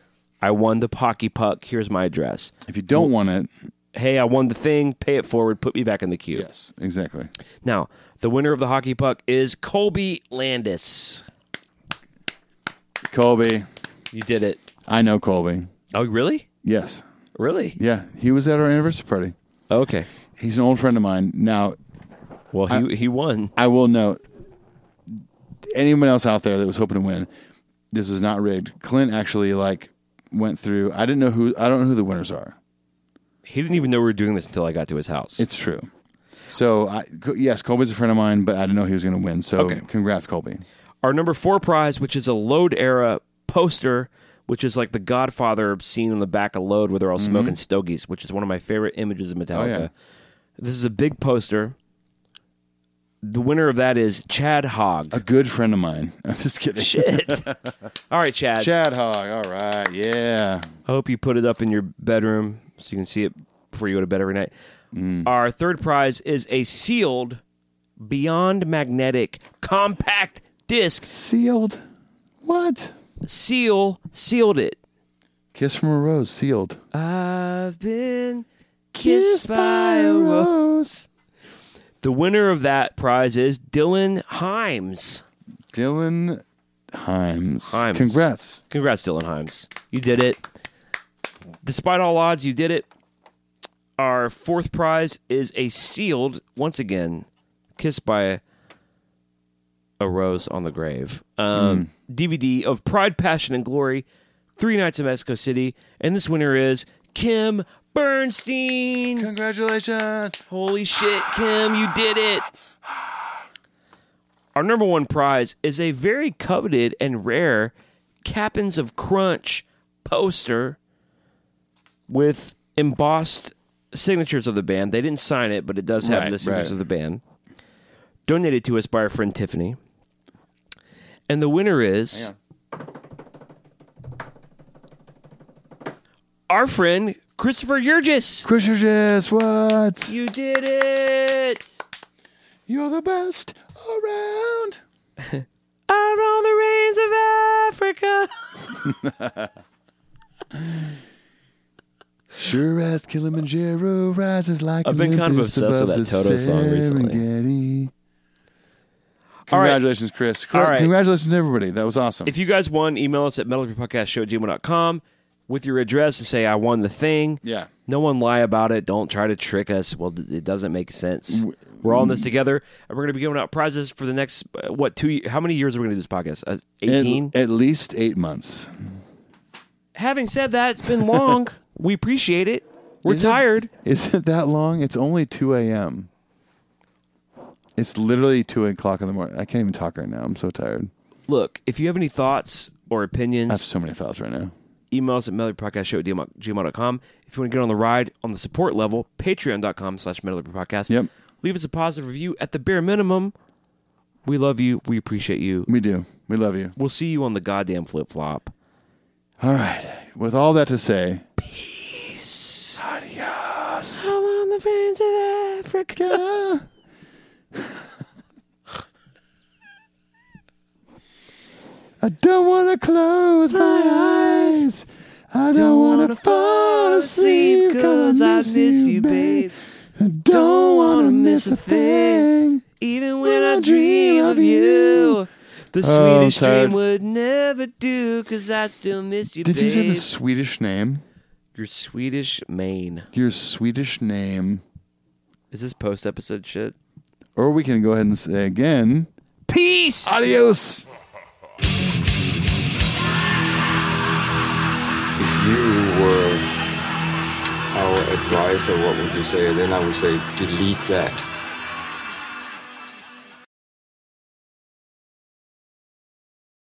S3: I won the Pocky Puck. Here's my address.
S4: If you don't want it,
S3: Hey, I won the thing. Pay it forward. Put me back in the queue.
S4: yes, exactly.
S3: Now, the winner of the hockey puck is Colby Landis.
S4: Colby,
S3: You did it.
S4: I know Colby.
S3: Oh, really?
S4: Yes.
S3: Really?
S4: Yeah, he was at our anniversary party.
S3: Okay.
S4: He's an old friend of mine. Now,
S3: Well, he he won.
S4: I will note anyone else out there that was hoping to win, this is not rigged. Clint actually like went through. I didn't know who. I don't know who the winners are.
S3: He didn't even know we were doing this until I got to his house.
S4: It's true. So I, Co- yes, Colby's a friend of mine, but I didn't know he was going to win. So
S3: Okay.
S4: congrats, Colby.
S3: Our number four prize, which is a Load era poster, which is like the Godfather scene on the back of Load where they're all smoking stogies, which is one of my favorite images of Metallica.
S4: Mm-hmm. Oh, yeah.
S3: This is a big poster. The winner of that is Chad Hogg.
S4: (laughs) A good friend of mine. I'm just kidding. (laughs)
S3: All right, Chad.
S4: Chad Hogg. All right. Yeah.
S3: I hope you put it up in your bedroom so you can see it before you go to bed every night. Our third prize is a sealed Beyond Magnetic compact disc.
S4: Sealed. What?
S3: Seal sealed it.
S4: Kiss from a rose. Sealed.
S3: I've been kissed by a ro-
S4: rose.
S3: The winner of that prize is Dylan Himes.
S4: Dylan Himes.
S3: Himes.
S4: Congrats.
S3: Congrats, Dylan Himes. You did it. Despite all odds, you did it. Our fourth prize is a sealed, once again, Kiss by a Rose on the Grave um, DVD of Pride, Passion, and Glory, Three Nights in Mexico City. And this winner is Kim Bernstein.
S4: Congratulations.
S3: Holy shit, Kim, you did it. Our number one prize is a very coveted and rare Captains of Crunch poster with embossed signatures of the band. They didn't sign it, but it does have
S4: Right,
S3: the signatures
S4: right.
S3: of the band. Donated to us by our friend Tiffany. And the winner is our friend Christopher Yurgis.
S4: Congratulations. What?
S3: You did it!
S4: You're the best around.
S3: I'm on the reins of Africa.
S4: Sure as Kilimanjaro rises like
S3: I've been kind of
S4: Olympus
S3: obsessed with
S4: above
S3: that
S4: the
S3: Toto song recently.
S4: Serengeti.
S3: All right.
S4: Congratulations, Chris.
S3: All right.
S4: Congratulations, to everybody. That was awesome.
S3: If you guys won, email us at metalpodcastshow at gmail.com with your address and say, I won the thing.
S4: yeah.
S3: No one lie about it. Don't try to trick us. Well, d- it doesn't make sense. We're all in this together, and we're going to be giving out prizes for the next, uh, what, two, ye- how many years are we going to do this podcast? Uh, 18?
S4: At, at least eight months.
S3: Having said that, it's
S4: (laughs)
S3: been long. we appreciate it. We're
S4: Is it-
S3: tired.
S4: Is it that long? It's only 2 a.m. It's literally 2 o'clock in the morning. I can't even talk right now. I'm so tired.
S3: Look, if you have any thoughts or
S4: I have
S3: opinions,
S4: so many thoughts right now.
S3: email us at metalpodcastshow at gmail.com. If you want to get on the ride on the support level, patreon.com slash metalpodcast.
S4: Yep.
S3: Leave us a positive review at the bare minimum. We love you. We appreciate you.
S4: We do. We love you.
S3: We'll see you on the goddamn flip flop.
S4: All right. With all that to say, peace. Adios. I'm on the fringe of Africa. I don't want to close my eyes. I don't want to fall asleep because I miss you, babe. I don't want to miss a thing.
S3: Even when
S4: I
S3: I
S4: dream
S3: dream
S4: of
S3: of you,
S4: Oh,
S3: the
S4: I'm
S3: sweetest
S4: tired.
S3: dream would never do, cause I still miss you,
S4: Did
S3: babe.
S4: you say the Swedish name?
S3: Your Swedish main.
S4: Your Swedish name.
S3: Is this post episode shit?
S4: Or we can go ahead and say again.
S3: Peace!
S4: Adios.
S10: If you were our advisor, what would you say? And then I would say, delete that.